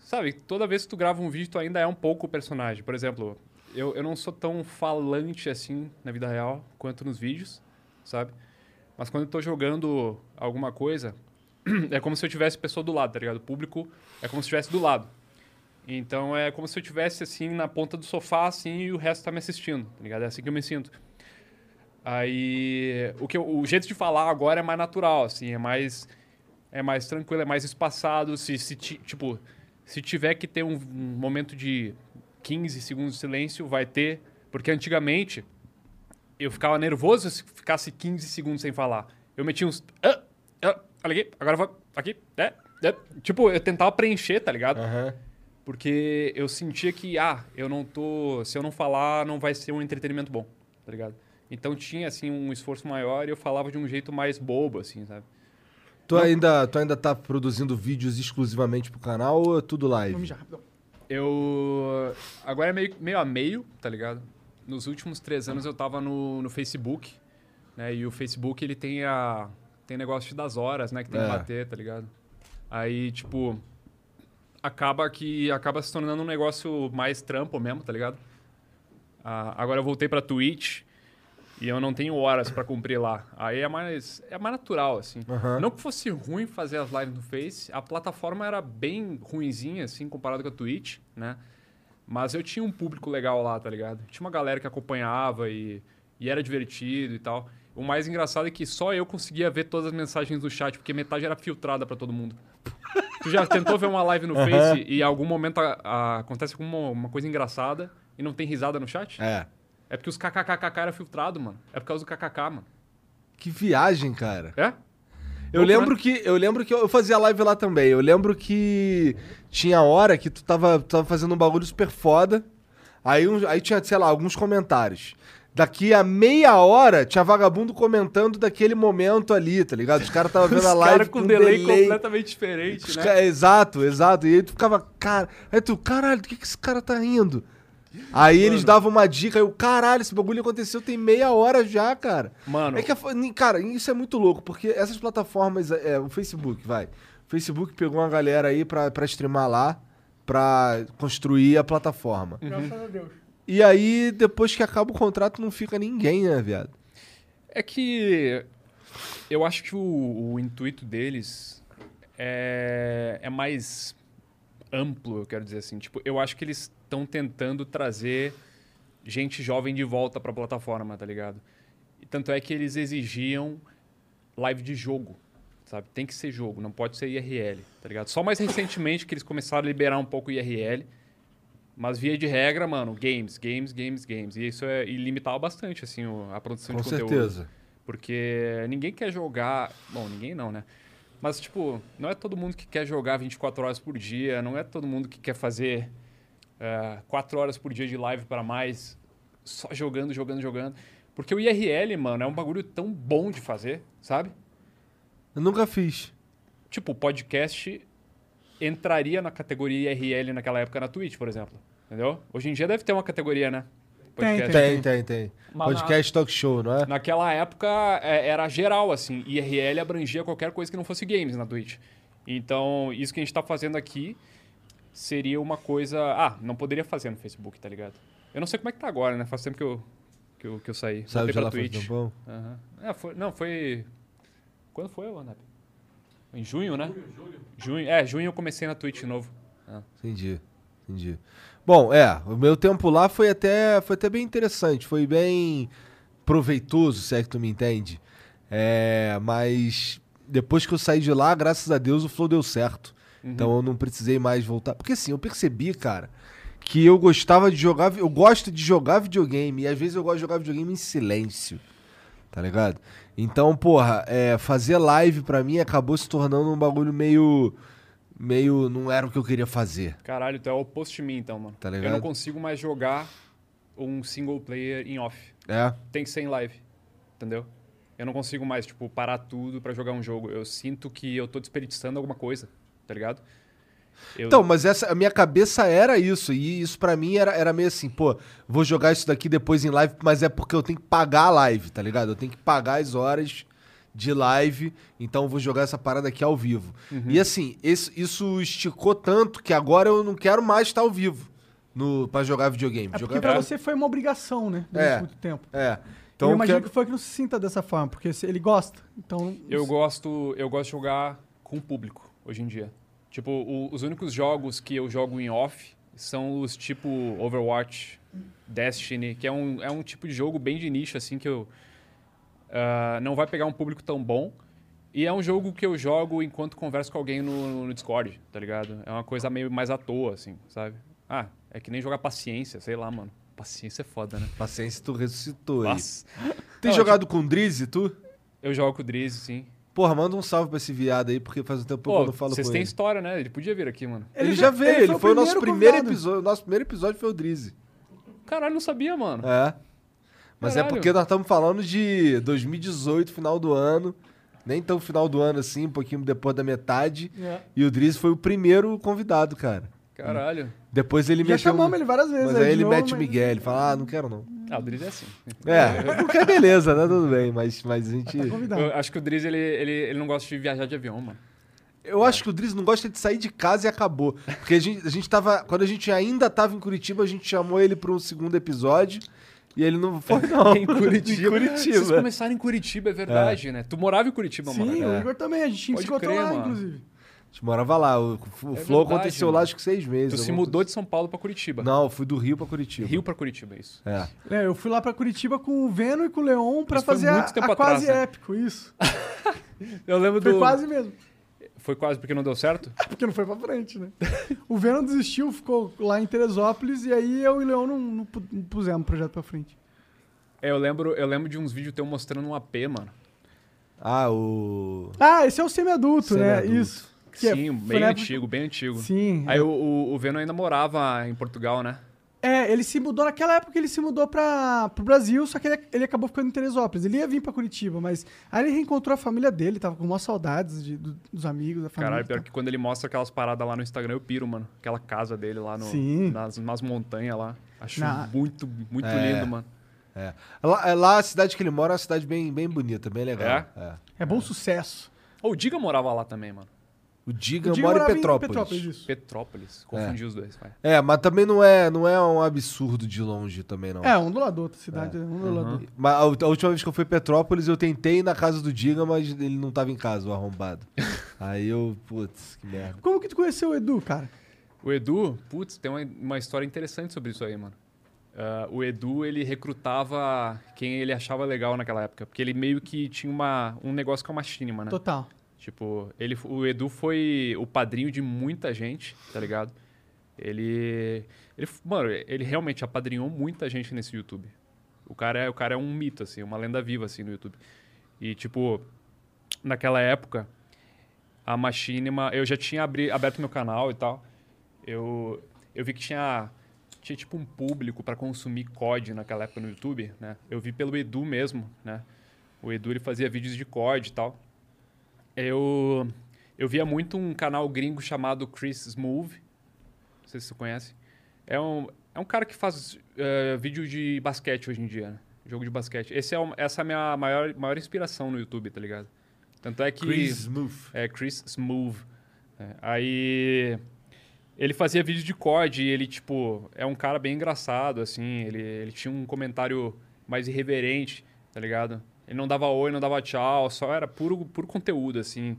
[SPEAKER 3] Sabe, toda vez que tu grava um vídeo, tu ainda é um pouco o personagem. Por exemplo, eu, eu não sou tão falante assim na vida real quanto nos vídeos, sabe? Mas quando eu tô jogando alguma coisa, é como se eu tivesse pessoa do lado, tá ligado? O público é como se estivesse do lado. Então é como se eu tivesse assim na ponta do sofá assim e o resto tá me assistindo, tá ligado? É assim que eu me sinto. Aí o que eu- o jeito de falar agora é mais natural, assim, é mais é mais tranquilo, é mais espaçado, se, se ti- tipo, se tiver que ter um, um momento de 15 segundos de silêncio, vai ter, porque antigamente eu ficava nervoso se ficasse 15 segundos sem falar. Eu metia uns. "Ah, ah, olha aqui, agora vai. Aqui, é, é." Tipo, eu tentava preencher, tá ligado? Porque eu sentia que, ah, eu não tô. Se eu não falar, não vai ser um entretenimento bom, tá ligado? Então tinha, assim, um esforço maior e eu falava de um jeito mais bobo, assim, sabe?
[SPEAKER 1] Tu ainda, tu ainda tá produzindo vídeos exclusivamente pro canal ou é tudo
[SPEAKER 2] Vamos
[SPEAKER 1] live?
[SPEAKER 2] já, rapidão.
[SPEAKER 3] Eu. Agora é meio, meio a meio, tá ligado? Nos últimos três anos eu tava no, no Facebook, né? E o Facebook ele tem a. Tem negócio das horas, né? Que tem
[SPEAKER 1] É.
[SPEAKER 3] que bater, tá ligado? Aí, tipo. Acaba que. Acaba se tornando um negócio mais trampo mesmo, tá ligado? Ah, agora eu voltei pra Twitch. E eu não tenho horas pra cumprir lá. Aí é mais, é mais natural, assim. Não que fosse ruim fazer as lives no Face, a plataforma era bem ruinzinha, assim, comparado com a Twitch, né? Mas eu tinha um público legal lá, tá ligado? Tinha uma galera que acompanhava e, e era divertido e tal. O mais engraçado é que só eu conseguia ver todas as mensagens do chat, porque metade era filtrada pra todo mundo. tu já tentou ver uma live no Face e em algum momento a- a- acontece alguma uma coisa engraçada e não tem risada no chat?
[SPEAKER 1] É.
[SPEAKER 3] É porque os kkkk era filtrado, mano. É por causa do kkk, mano.
[SPEAKER 1] Que viagem, cara.
[SPEAKER 3] É?
[SPEAKER 1] Eu lembro que eu lembro que eu eu fazia live lá também. Eu lembro que tinha hora que tu tava, tu tava fazendo um bagulho super foda. Aí, um- aí tinha, sei lá, alguns comentários. Daqui a meia hora tinha vagabundo comentando daquele momento ali, tá ligado? Os caras estavam vendo a
[SPEAKER 3] Os
[SPEAKER 1] live
[SPEAKER 3] caras com um delay, completamente
[SPEAKER 1] Os
[SPEAKER 3] diferente, né?
[SPEAKER 1] ca- Exato, exato. E aí tu ficava, cara. Aí tu, caralho, do que, que esse cara tá rindo? Aí eles davam uma dica, eu, caralho, esse bagulho aconteceu tem meia hora já, cara.
[SPEAKER 3] Mano.
[SPEAKER 1] É que, a fo- ni- cara, isso é muito louco, porque essas plataformas, é, o Facebook, vai. O Facebook pegou uma galera aí pra, pra streamar lá, pra construir a plataforma.
[SPEAKER 3] Uhum.
[SPEAKER 2] Graças a Deus.
[SPEAKER 1] E aí, depois que acaba o contrato, não fica ninguém, né, viado?
[SPEAKER 3] É que eu acho que o, o intuito deles é, é mais amplo, eu quero dizer assim. Tipo, eu acho que eles estão tentando trazer gente jovem de volta pra plataforma, tá ligado? E tanto é que eles exigiam live de jogo, sabe? Tem que ser jogo, não pode ser IRL, tá ligado? Só mais recentemente que eles começaram a liberar um pouco o IRL, mas via de regra, mano, games, games, games, games. E isso é, e limitava bastante, assim, o- a produção
[SPEAKER 1] Com
[SPEAKER 3] de conteúdo.
[SPEAKER 1] certeza.
[SPEAKER 3] Porque ninguém quer jogar. Bom, ninguém não, né? Mas, tipo, não é todo mundo que quer jogar 24 horas por dia, não é todo mundo que quer fazer 4 horas por dia de live para mais, só jogando, jogando, jogando. Porque o IRL, mano, é um bagulho tão bom de fazer, sabe?
[SPEAKER 1] Eu nunca fiz.
[SPEAKER 3] Tipo, o podcast entraria na categoria IRL naquela época na Twitch, por exemplo. Entendeu? Hoje em dia deve ter uma categoria, né? Podcast.
[SPEAKER 1] Tem, tem, tem.
[SPEAKER 3] Mas
[SPEAKER 1] Podcast talk show, não é?
[SPEAKER 3] Naquela época é, era geral, assim. IRL abrangia qualquer coisa que não fosse games na Twitch. Então, isso que a gente tá fazendo aqui seria uma coisa. Ah, não poderia fazer no Facebook, tá ligado? Eu não sei como é que tá agora, né? Faz tempo que eu, que eu, que eu saí.
[SPEAKER 1] Saiu
[SPEAKER 3] Voltei
[SPEAKER 1] de
[SPEAKER 3] pra
[SPEAKER 1] lá um faz
[SPEAKER 3] Twitch.
[SPEAKER 1] tempão?
[SPEAKER 3] Aham. É, foi- não, foi. Quando foi, Anap? Em junho, né? Junho, junho. É, junho eu comecei na Twitch de novo.
[SPEAKER 1] Entendi, entendi. Bom, é, o meu tempo lá foi até, foi até bem interessante, foi bem proveitoso, se é que tu me entende. É, mas depois que eu saí de lá, graças a Deus, o flow deu certo. Então eu não precisei mais voltar. Porque assim, eu percebi, cara, que eu gostava de jogar, vi- eu gosto de jogar videogame, e às vezes eu gosto de jogar videogame em silêncio. Tá ligado? Então, porra, é, fazer live pra mim acabou se tornando um bagulho meio. meio. não era o que eu queria fazer.
[SPEAKER 3] Caralho, tu é o oposto de mim, então, mano.
[SPEAKER 1] Tá
[SPEAKER 3] Eu
[SPEAKER 1] ligado?
[SPEAKER 3] não consigo mais jogar um single player em off.
[SPEAKER 1] É.
[SPEAKER 3] tem que ser em live, entendeu? Eu não consigo mais, tipo, parar tudo pra jogar um jogo. Eu sinto que eu tô desperdiçando alguma coisa, tá ligado? Eu-
[SPEAKER 1] Então, mas essa, a minha cabeça era isso. E isso pra mim era, era meio assim, pô, vou jogar isso daqui depois em live, mas é porque eu tenho que pagar a live, tá ligado? Eu tenho que pagar as horas de live, então eu vou jogar essa parada aqui ao vivo.
[SPEAKER 3] Uhum.
[SPEAKER 1] E assim, esse- isso esticou tanto que agora eu não quero mais estar ao vivo no, pra jogar videogame.
[SPEAKER 2] É porque
[SPEAKER 1] jogar
[SPEAKER 2] pra você foi uma obrigação, né? Durante
[SPEAKER 1] É.
[SPEAKER 2] muito tempo.
[SPEAKER 1] É. Então,
[SPEAKER 2] Então, eu
[SPEAKER 1] eu
[SPEAKER 2] imagino
[SPEAKER 1] quero-
[SPEAKER 2] que foi que não se sinta dessa forma, porque se- ele gosta. Então,
[SPEAKER 3] Eu gosto, eu gosto de jogar com o público hoje em dia. Tipo, o- os únicos jogos que eu jogo em off são os tipo Overwatch, Destiny, que é um, é um tipo de jogo bem de nicho, assim, que eu. ah, não vai pegar um público tão bom. E é um jogo que eu jogo enquanto converso com alguém no, no Discord, tá ligado? É uma coisa meio mais à toa, assim, sabe? Ah, é que nem jogar paciência, sei lá, mano. Paciência é foda, né?
[SPEAKER 1] Paciência, tu ressuscitou aí.
[SPEAKER 3] Nossa.
[SPEAKER 1] Tem
[SPEAKER 2] Tá
[SPEAKER 3] Não,
[SPEAKER 1] jogado com o Drizzy, tu?
[SPEAKER 3] Eu jogo com o Drizzy, sim.
[SPEAKER 1] Porra, manda um salve pra esse viado aí, porque faz um tempo que eu
[SPEAKER 3] Pô,
[SPEAKER 1] não falo com
[SPEAKER 3] vocês
[SPEAKER 1] ele.
[SPEAKER 3] têm história, né? Ele podia vir aqui, mano.
[SPEAKER 1] Ele, já veio, ele, foi o nosso primeiro
[SPEAKER 2] convidado.
[SPEAKER 1] episódio. Nosso primeiro episódio foi o Drizzy.
[SPEAKER 3] Caralho, não sabia, mano.
[SPEAKER 1] É. Mas é
[SPEAKER 3] Caralho.
[SPEAKER 1] porque nós estamos falando de 2018, final do ano. Nem tão final do ano assim, um pouquinho depois da metade.
[SPEAKER 2] É.
[SPEAKER 1] E o Drizzy foi o primeiro convidado, cara.
[SPEAKER 3] Caralho.
[SPEAKER 1] Depois ele
[SPEAKER 2] Já
[SPEAKER 1] mexeu.
[SPEAKER 2] chamamos ele várias vezes.
[SPEAKER 1] Mas
[SPEAKER 2] né,
[SPEAKER 1] aí
[SPEAKER 2] de
[SPEAKER 1] ele
[SPEAKER 2] novo,
[SPEAKER 1] mete o
[SPEAKER 2] mas-
[SPEAKER 1] Miguel, ele fala, ah, não quero não.
[SPEAKER 3] Ah, o Driz é assim.
[SPEAKER 1] É, não quer beleza, né? Tudo bem, mas, mas a gente.
[SPEAKER 2] Tá convidado.
[SPEAKER 3] Eu acho que o Driz, ele, ele, ele não gosta de viajar de
[SPEAKER 2] [laughs]
[SPEAKER 3] avião, mano.
[SPEAKER 1] Eu acho que o Driz não gosta de sair de casa e acabou. Porque a gente, a gente tava. Quando a gente ainda tava em Curitiba, a gente chamou ele para um segundo episódio. E ele não foi, não. em Curitiba.
[SPEAKER 3] Vocês começaram em Curitiba, é verdade, né? Tu morava em Curitiba, mano.
[SPEAKER 1] né?
[SPEAKER 2] Sim, o Igor também. A gente
[SPEAKER 3] Pode
[SPEAKER 2] se encontrou
[SPEAKER 3] crer,
[SPEAKER 2] lá,
[SPEAKER 3] mano.
[SPEAKER 2] inclusive.
[SPEAKER 1] A gente morava lá. O, o Flow
[SPEAKER 3] verdade,
[SPEAKER 1] aconteceu lá,
[SPEAKER 3] mano.
[SPEAKER 1] acho que seis meses.
[SPEAKER 3] Tu se
[SPEAKER 1] alguma
[SPEAKER 3] mudou de São Paulo pra Curitiba.
[SPEAKER 1] coisa. Não, eu fui do Rio pra Curitiba.
[SPEAKER 3] Rio pra Curitiba, isso.
[SPEAKER 1] É.
[SPEAKER 2] É, eu fui lá pra Curitiba com o Veno e com o Leon pra
[SPEAKER 3] Isso foi
[SPEAKER 2] fazer a,
[SPEAKER 3] muito tempo
[SPEAKER 2] a
[SPEAKER 3] atrás,
[SPEAKER 2] quase
[SPEAKER 3] né?
[SPEAKER 2] épico, isso.
[SPEAKER 3] Eu lembro
[SPEAKER 1] [laughs]
[SPEAKER 2] Foi
[SPEAKER 3] do...
[SPEAKER 2] quase mesmo.
[SPEAKER 3] Foi quase porque não deu certo?
[SPEAKER 2] Porque não foi pra frente, né? o Venom desistiu, ficou lá em Teresópolis, e aí eu e o Leon não, não pu- não pusemos o projeto pra frente.
[SPEAKER 3] É, eu lembro, eu lembro de uns vídeos teu mostrando um AP, mano.
[SPEAKER 1] Ah, o.
[SPEAKER 2] Ah, esse é o semi-adulto, né?
[SPEAKER 1] Semi-adulto.
[SPEAKER 2] Isso. Que é-
[SPEAKER 3] Sim,
[SPEAKER 2] foi
[SPEAKER 3] bem
[SPEAKER 2] na época-
[SPEAKER 3] antigo, bem antigo.
[SPEAKER 2] Sim.
[SPEAKER 3] Aí o, o, o Venom ainda morava em Portugal, né?
[SPEAKER 2] É, ele se mudou naquela época ele se mudou para o Brasil, só que ele, ele acabou ficando em Teresópolis. Ele ia vir para Curitiba, mas aí ele reencontrou a família dele, tava com maior saudades de- do- dos amigos, da família. tá?
[SPEAKER 3] Caralho,
[SPEAKER 2] e
[SPEAKER 3] pior
[SPEAKER 2] tal.
[SPEAKER 3] que quando ele mostra aquelas paradas lá no Instagram, eu piro, mano. Aquela casa dele lá no,
[SPEAKER 2] Sim.
[SPEAKER 3] nas, nas montanhas lá. Acho
[SPEAKER 2] Na-
[SPEAKER 3] muito, muito
[SPEAKER 1] É.
[SPEAKER 3] lindo, mano.
[SPEAKER 1] É. Lá, lá a cidade que ele mora é uma cidade bem, bem bonita, bem legal. É?
[SPEAKER 2] É bom sucesso.
[SPEAKER 3] Ô, o Diga morava lá também, mano.
[SPEAKER 1] O Diga
[SPEAKER 2] Diego
[SPEAKER 1] mora em
[SPEAKER 2] morava
[SPEAKER 1] Petrópolis.
[SPEAKER 2] isso.
[SPEAKER 3] Petrópolis. Confundi os dois, vai.
[SPEAKER 1] É, mas também não é, não é um absurdo de longe também,
[SPEAKER 3] Uhum.
[SPEAKER 1] não.
[SPEAKER 2] É, um do lado da outra cidade, é. um do lado da outra.
[SPEAKER 1] Mas a ult- a última vez que eu fui em Petrópolis, eu tentei ir na casa do Diga, mas ele não tava em casa, o
[SPEAKER 2] [laughs]
[SPEAKER 1] arrombado. Aí eu, putz, que merda.
[SPEAKER 2] Como que tu conheceu o Edu, cara?
[SPEAKER 3] Uhum. O Edu, putz, tem uma, uma história interessante sobre isso aí, mano. Ah, o Edu, ele recrutava quem ele achava legal naquela época. Porque ele meio que tinha uma, um negócio com a machinima, né?
[SPEAKER 2] Total.
[SPEAKER 3] Tipo, ele, f- o Edu foi o padrinho de muita gente, tá ligado? Ele, ele. f- Mano, ele realmente apadrinhou muita gente nesse YouTube. O cara, é, o cara é um mito, assim, uma lenda viva, assim, no YouTube. E, tipo, naquela época, a Machinima. Eu já tinha abri, aberto meu canal e tal. Eu, eu vi que tinha. Tinha, tipo, um público pra consumir COD naquela época no YouTube, né? Eu vi pelo Edu mesmo, né? O Edu, ele fazia vídeos de COD e tal. Eu, eu via muito um canal gringo chamado Chris Smooth. Não sei se você conhece. É um, é um cara que faz eh, vídeo de basquete hoje em dia, né? Jogo de basquete. Esse é um- essa é a minha maior, maior inspiração no YouTube, tá ligado? Tanto é que.
[SPEAKER 1] Chris Smooth.
[SPEAKER 3] É, Chris Smooth. É, aí. Ele fazia vídeo de COD e ele, tipo, é um cara bem engraçado, assim. Ele, ele tinha um comentário mais irreverente, tá ligado? Ele não dava oi, não dava tchau, só era puro, puro conteúdo, assim,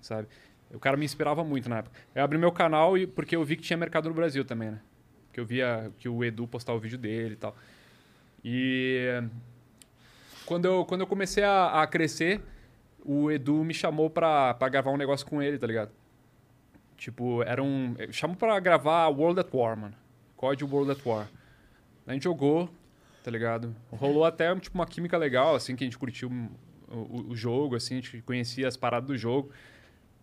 [SPEAKER 3] sabe? O cara me inspirava muito na época. Eu abri meu canal e, porque eu vi que tinha mercado no Brasil também, né? Porque eu via que o Edu postava o vídeo dele e tal. E quando eu, quando eu comecei a, a crescer, o Edu me chamou pra, pra gravar um negócio com ele, tá ligado? Tipo, era um. eh, Chamou pra gravar World at War, mano. Código World at War. A gente jogou, tá ligado? Rolou até tipo, uma química legal, assim, que a gente curtiu hum, o, o jogo, assim, a gente conhecia as paradas do jogo.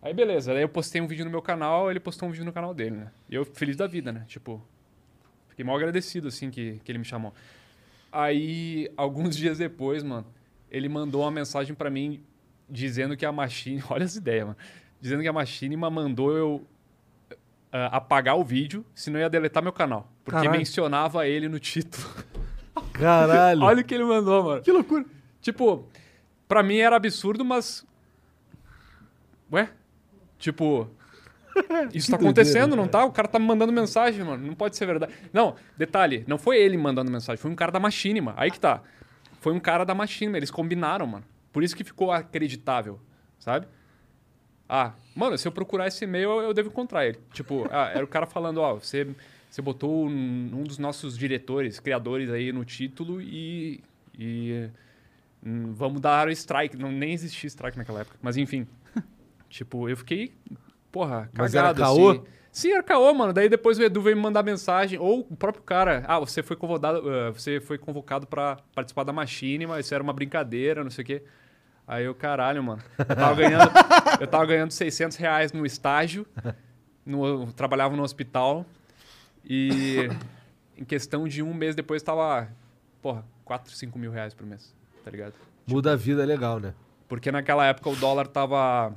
[SPEAKER 3] Aí beleza, daí eu postei um vídeo no meu canal, ele postou um vídeo no canal dele, né? E eu feliz da vida, né? Tipo, fiquei mal agradecido, assim, que, que ele me chamou. Aí, alguns [laughs] dias depois, mano, ele mandou uma mensagem pra mim dizendo que a Machine. [laughs] Olha essa ideia, mano. Dizendo que a Machinima mandou eu ah, apagar o vídeo, senão eu ia deletar meu canal. Porque
[SPEAKER 1] Caralho.
[SPEAKER 3] mencionava ele no título. [laughs]
[SPEAKER 1] Caralho.
[SPEAKER 3] Olha o que ele mandou, mano.
[SPEAKER 2] Que loucura.
[SPEAKER 3] Tipo, pra mim era absurdo, mas. Ué? Tipo. Isso tá acontecendo, não tá? O cara tá me mandando mensagem, mano. Não pode ser verdade. Não, detalhe, não foi ele mandando mensagem, foi um cara da Machinima. Aí que tá. Foi um cara da Machinima, eles combinaram, mano. Por isso que ficou acreditável, sabe? Ah, mano, se eu procurar esse e-mail, eu- eu devo encontrar ele. Tipo, ah, era o cara falando, ó, você, você botou um, um dos nossos diretores, criadores aí no título e... e hum, vamos dar strike. Não, nem existia strike naquela época. Mas enfim, [laughs] tipo, eu fiquei, porra, cagado.
[SPEAKER 1] Mas era caô?
[SPEAKER 3] assim. Sim, era caô, mano. Daí depois o Edu veio me mandar mensagem, ou o próprio cara, ah, você foi convocado, ah, você foi convocado para participar da Machine, mas isso era uma brincadeira, não sei o quê. Aí eu, caralho, mano. Eu tava
[SPEAKER 1] [laughs]
[SPEAKER 3] ganhando, eu tava ganhando 600 reais no estágio, no, eu trabalhava no hospital. E em questão de um mês depois tava, porra, 4, 5 mil reais por mês, tá ligado?
[SPEAKER 1] Muda a vida, é legal, né?
[SPEAKER 3] Porque naquela época o dólar tava.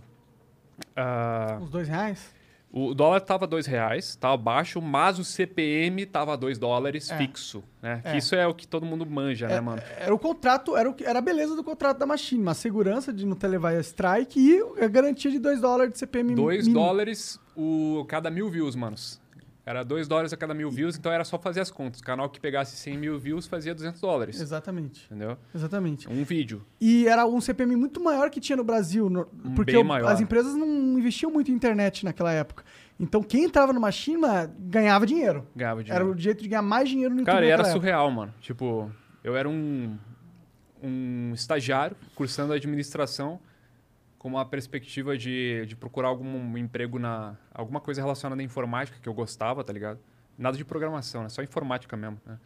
[SPEAKER 3] ah,
[SPEAKER 2] Uns dois reais?
[SPEAKER 3] o dólar tava 2 reais, tava baixo, mas o CPM tava 2 dólares
[SPEAKER 2] É.
[SPEAKER 3] fixo, né? Que
[SPEAKER 2] É.
[SPEAKER 3] isso é o que todo mundo manja, né, mano?
[SPEAKER 2] Era o contrato, era, o, que- era a beleza do contrato da Machine, mas a segurança de não ter levar a strike e a garantia de 2 dólares de CPM
[SPEAKER 3] 2
[SPEAKER 2] mínimo.
[SPEAKER 3] dólares o, cada mil views, manos. Era 2 dólares a cada mil views, então era só fazer as contas. O canal que pegasse 100 mil views fazia 200 dólares,
[SPEAKER 2] Exatamente,
[SPEAKER 3] entendeu?
[SPEAKER 2] exatamente.
[SPEAKER 3] Um vídeo.
[SPEAKER 2] E era um CPM muito maior que tinha no Brasil, no- porque
[SPEAKER 3] Hum, bem
[SPEAKER 2] o-
[SPEAKER 3] maior.
[SPEAKER 2] as empresas não investiam muito em internet naquela época. Então quem entrava numa China ganhava dinheiro.
[SPEAKER 3] Ganhava dinheiro.
[SPEAKER 2] Era o jeito de ganhar mais dinheiro no
[SPEAKER 3] Cara,
[SPEAKER 2] YouTube
[SPEAKER 3] e era
[SPEAKER 2] naquela época.
[SPEAKER 3] surreal, mano. Tipo, eu era um, um estagiário cursando administração com uma perspectiva de, de procurar algum emprego na. alguma coisa relacionada à informática que eu gostava, tá ligado? Nada de programação, né? Só informática mesmo, né?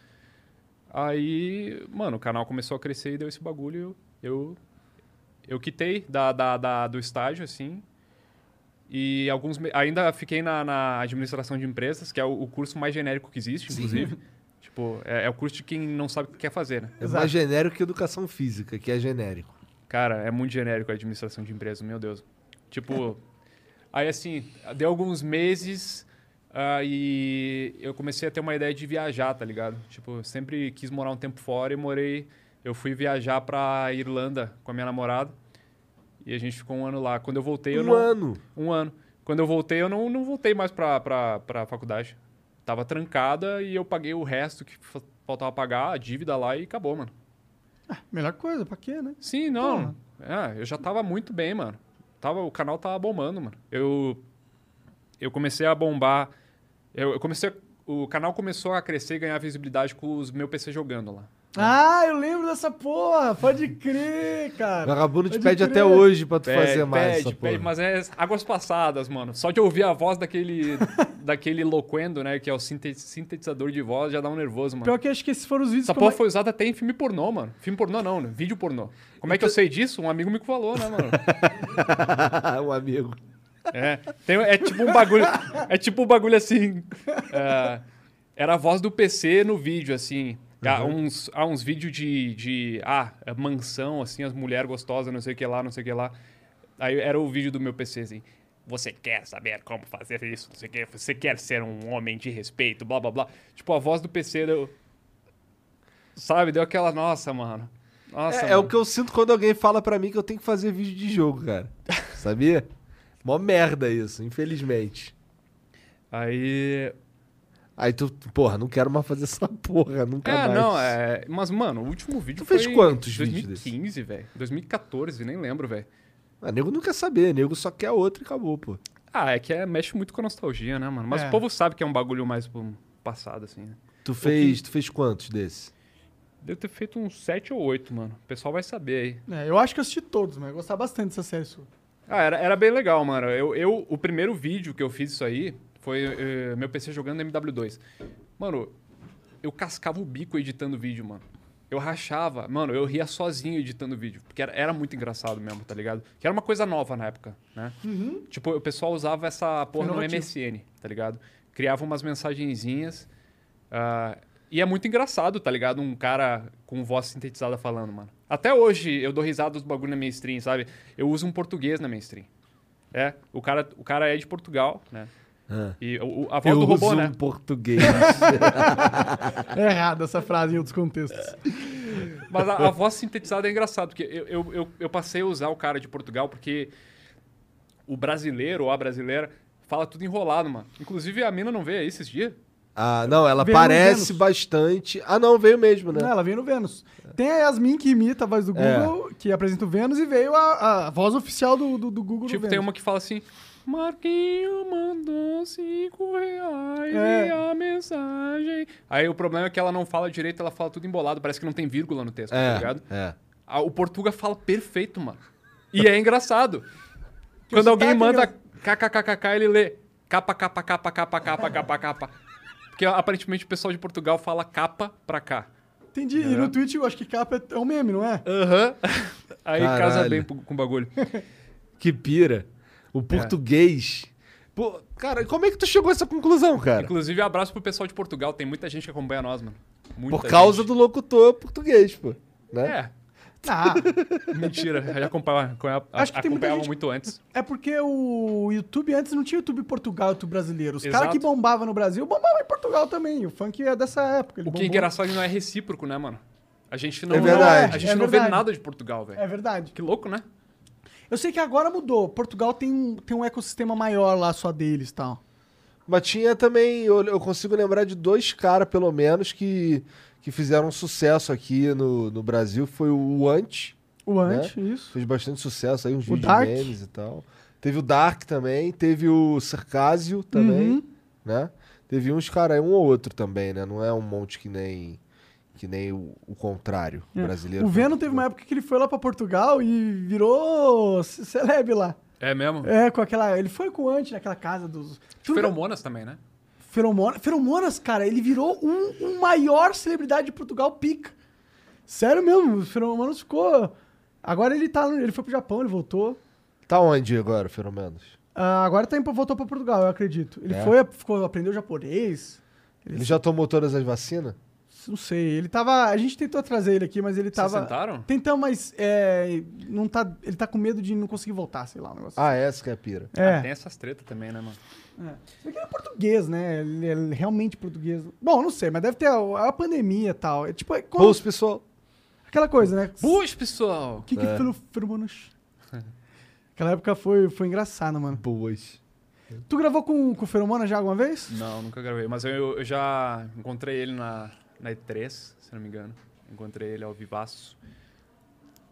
[SPEAKER 3] Aí, mano, o canal começou a crescer e deu esse bagulho e eu, eu eu quitei da, da, da- do estágio, assim. E alguns. me- Ainda fiquei na, na administração de empresas, que é o, o curso mais genérico que existe, inclusive. tipo, é, é o curso de quem não sabe o que quer fazer, né?
[SPEAKER 1] É mais genérico que educação física, que é genérico.
[SPEAKER 3] Cara, é muito genérico a administração de empresa, meu Deus.
[SPEAKER 1] [laughs]
[SPEAKER 3] Tipo, aí assim, deu alguns meses ah, e eu comecei a ter uma ideia de viajar, tá ligado? Tipo, eu sempre quis morar um tempo fora e morei. Eu fui viajar pra Irlanda com a minha namorada e a gente ficou um ano lá. Quando eu voltei, eu
[SPEAKER 1] um
[SPEAKER 3] não.
[SPEAKER 1] ano.
[SPEAKER 3] Um ano. Quando eu voltei, eu não, não voltei mais pra, pra, pra faculdade. Tava trancada e eu paguei o resto que fa- faltava pagar, a dívida lá e acabou, mano.
[SPEAKER 2] Melhor coisa, pra quê, né?
[SPEAKER 3] Sim, não. É, eu já tava muito bem, mano. Tava, o canal tava bombando, mano. Eu, eu comecei a bombar. Eu, eu comecei. a- o canal começou a crescer e ganhar visibilidade com os meu PC jogando lá.
[SPEAKER 2] Ah, eu lembro dessa porra! Pode crer, cara!
[SPEAKER 1] Vagabundo te
[SPEAKER 2] Pode
[SPEAKER 1] pede
[SPEAKER 2] crer.
[SPEAKER 1] até hoje pra tu
[SPEAKER 3] Pede,
[SPEAKER 1] fazer mais
[SPEAKER 3] pede,
[SPEAKER 1] essa
[SPEAKER 3] pede,
[SPEAKER 1] [laughs] porra.
[SPEAKER 3] mas é águas passadas, mano. Só de ouvir a
[SPEAKER 1] [laughs]
[SPEAKER 3] voz daquele, daquele loquendo, né? Que é o sinte- sintetizador de voz, já dá um nervoso, mano.
[SPEAKER 2] Pior que acho que esses foram os vídeos
[SPEAKER 3] Essa
[SPEAKER 2] que eu
[SPEAKER 3] porra foi usada até em filme pornô, mano. Filme pornô não, né? Vídeo pornô. Como é
[SPEAKER 1] Então
[SPEAKER 3] que eu sei disso? Um amigo me falou, né, mano?
[SPEAKER 1] um amigo.
[SPEAKER 3] É, tem- é tipo um bagulho. É tipo um bagulho assim. é, era a voz do PC no vídeo, assim. Há uns, há uns vídeos de, de. Ah, é mansão, assim, as mulheres gostosas, não sei o que lá, não sei o que lá. Aí era o vídeo do meu PC, assim. Você quer saber como fazer isso, não sei o que. Você quer ser um homem de respeito, blá blá blá. Tipo, a voz do PC deu. Sabe, deu aquela. Nossa, mano. Nossa.
[SPEAKER 1] É, é
[SPEAKER 3] mano.
[SPEAKER 1] o que eu sinto quando alguém fala pra mim que eu tenho que fazer vídeo de jogo,
[SPEAKER 3] [laughs]
[SPEAKER 1] cara. Sabia? Mó merda isso, infelizmente.
[SPEAKER 3] Aí.
[SPEAKER 1] Aí tu, porra, não quero mais fazer essa porra, nunca
[SPEAKER 3] É,
[SPEAKER 1] mais.
[SPEAKER 3] não, é. Mas, mano, o último vídeo
[SPEAKER 1] Tu fez
[SPEAKER 3] foi
[SPEAKER 1] quantos vídeos
[SPEAKER 3] 2015, velho. 2014, nem lembro, velho.
[SPEAKER 1] Ah, nego não quer saber, nego só quer outro e acabou, pô.
[SPEAKER 3] Ah, é que é, mexe muito com a nostalgia, né, mano? Mas
[SPEAKER 2] É.
[SPEAKER 3] o povo sabe que é um bagulho mais pro passado, assim, né?
[SPEAKER 1] Tu fez, tu fez quantos desses?
[SPEAKER 3] Deve ter feito uns 7 ou 8, mano. O pessoal vai saber aí.
[SPEAKER 2] É, eu acho que eu assisti todos, mas eu gostava bastante dessa série sua.
[SPEAKER 3] Ah, era, era bem legal, mano. Eu, eu, o primeiro vídeo que eu fiz isso aí foi eh, meu PC jogando MW2. Mano, eu cascava o bico editando vídeo, mano. Eu rachava. Mano, eu ria sozinho editando vídeo. Porque era, era muito engraçado mesmo, tá ligado? Que era uma coisa nova na época, né? Tipo, o pessoal usava essa porra no
[SPEAKER 2] Inovativo.
[SPEAKER 3] MSN, tá ligado? Criava umas mensagenzinhas. ah, e é muito engraçado, tá ligado? Um cara com voz sintetizada falando, mano. Até hoje eu dou risada dos bagulho na minha stream, sabe? Eu uso um português na minha stream. É, o cara, o cara é de Portugal, né?
[SPEAKER 1] Ah.
[SPEAKER 3] E o- o- a voz
[SPEAKER 1] Eu
[SPEAKER 3] do
[SPEAKER 1] uso
[SPEAKER 3] robô,
[SPEAKER 1] um
[SPEAKER 3] né?
[SPEAKER 1] português.
[SPEAKER 2] É errada essa frase em outros contextos.
[SPEAKER 3] Mas a, a voz sintetizada é engraçado, porque eu, eu, eu, eu passei a usar o cara de Portugal porque o brasileiro ou a brasileira fala tudo enrolado, mano. Inclusive a mina não veio aí esses dias.
[SPEAKER 1] [laughs] ah, não, ela
[SPEAKER 2] Veio no
[SPEAKER 1] parece
[SPEAKER 2] Vênus.
[SPEAKER 1] bastante. Ah, não, veio mesmo, né?
[SPEAKER 2] Não, ela veio no Vênus. Tem a Yasmin que imita a voz do Google, que apresenta o Vênus, e veio a, a voz oficial do, do, do Google
[SPEAKER 3] Tipo,
[SPEAKER 2] no
[SPEAKER 3] tem
[SPEAKER 2] Vênus.
[SPEAKER 3] uma que fala assim: Marquinho mandou cinco reais
[SPEAKER 2] É.
[SPEAKER 3] e a mensagem. Aí o problema é que ela não fala direito, ela fala tudo embolado, parece que não tem vírgula no texto, tá ligado?
[SPEAKER 1] é, é.
[SPEAKER 3] Ah, O Portuga fala perfeito, mano. E é engraçado. Quando alguém
[SPEAKER 2] sotaque
[SPEAKER 3] manda kkkk, ele lê capa, capa, capa, capa, capa, capa, capa. Porque aparentemente o pessoal de Portugal fala capa pra cá.
[SPEAKER 2] Entendi. E no Twitch eu acho que capa é- é um meme, não é?
[SPEAKER 3] Aham. [laughs] Aí casa
[SPEAKER 1] Caralho.
[SPEAKER 3] bem pro- com o bagulho.
[SPEAKER 1] Que pira. O português. Pô, cara, como é que tu chegou a essa conclusão, cara?
[SPEAKER 3] Inclusive, abraço pro pessoal de Portugal. Tem muita gente que acompanha nós, mano. Muita
[SPEAKER 1] Por causa
[SPEAKER 3] gente.
[SPEAKER 1] do locutor português, pô. Né?
[SPEAKER 3] É,
[SPEAKER 2] Ah,
[SPEAKER 3] mentira. Eu já acompanhava, acompanhava,
[SPEAKER 2] Acho que tem muita
[SPEAKER 3] acompanhava
[SPEAKER 2] gente-
[SPEAKER 3] muito antes.
[SPEAKER 2] é porque o YouTube antes não tinha YouTube Portugal, YouTube brasileiro. Os caras
[SPEAKER 3] Exato.
[SPEAKER 2] que bombavam no Brasil bombavam em Portugal também. O funk é dessa época. Ele
[SPEAKER 3] O que é
[SPEAKER 2] bombou.
[SPEAKER 3] engraçado é que não é recíproco, né, mano? A gente não,
[SPEAKER 1] É verdade.
[SPEAKER 3] a gente
[SPEAKER 2] É
[SPEAKER 3] não vê
[SPEAKER 2] verdade.
[SPEAKER 3] nada de Portugal, velho.
[SPEAKER 2] É verdade.
[SPEAKER 3] Que louco, né?
[SPEAKER 2] Eu sei que agora mudou. Portugal tem um, tem um ecossistema maior lá só deles e tal.
[SPEAKER 1] Mas tinha também, eu, eu consigo lembrar de dois caras, pelo menos, que, que fizeram sucesso aqui no, no Brasil. Foi o Ant,
[SPEAKER 2] O
[SPEAKER 3] Né?
[SPEAKER 2] antes, isso.
[SPEAKER 1] fez bastante sucesso aí, uns
[SPEAKER 2] O
[SPEAKER 1] vídeos
[SPEAKER 2] Dark.
[SPEAKER 1] de memes e tal. Teve o Dark também, teve o Circásio também,
[SPEAKER 2] Uhum.
[SPEAKER 1] né? Teve uns caras, um ou outro também, né? Não é um monte que nem, que nem o, o contrário
[SPEAKER 2] É.
[SPEAKER 1] brasileiro.
[SPEAKER 2] O Venom teve uma época que ele foi lá pra Portugal e virou ce- celebre lá.
[SPEAKER 3] É mesmo?
[SPEAKER 2] É, com aquela. Ele foi com o Ant naquela casa dos. Tudo-
[SPEAKER 3] Feromonas também, né?
[SPEAKER 2] Feromona- Feromonas, cara, ele virou um, um maior celebridade de Portugal pica. Sério mesmo, o Feromonas ficou. Agora ele tá. Ele foi pro Japão, ele voltou.
[SPEAKER 1] Tá onde agora, Feromenos?
[SPEAKER 2] Ah, agora tá, em- voltou pra Portugal, eu acredito. Ele
[SPEAKER 1] É?
[SPEAKER 2] foi, ficou, aprendeu japonês.
[SPEAKER 1] Ele já tomou todas as vacinas?
[SPEAKER 2] Não sei, ele tava. A gente tentou trazer ele aqui, mas ele tava.
[SPEAKER 3] tentaram?
[SPEAKER 2] Tentamos, mas é, não tá, ele tá com medo de não conseguir voltar, sei lá, um negócio.
[SPEAKER 1] Ah, essa que é a pira.
[SPEAKER 2] assim. é.
[SPEAKER 3] Tem essas tretas também, né, mano?
[SPEAKER 2] Se bem que ele é português, né? Ele é realmente português. Bom, não sei, mas deve ter a, a pandemia e tal. É tipo, é como-
[SPEAKER 1] Pulse, pessoal.
[SPEAKER 2] aquela coisa, né? O
[SPEAKER 3] Puxa, pessoal!
[SPEAKER 2] que que é. feromonas? [laughs] Aquela época foi, foi engraçado, mano.
[SPEAKER 1] Boas.
[SPEAKER 2] Tu gravou com, com o Feromona já alguma vez?
[SPEAKER 3] Não, nunca gravei. Mas eu, eu já encontrei ele na, na E3, se não me engano. Encontrei ele ao vivaço.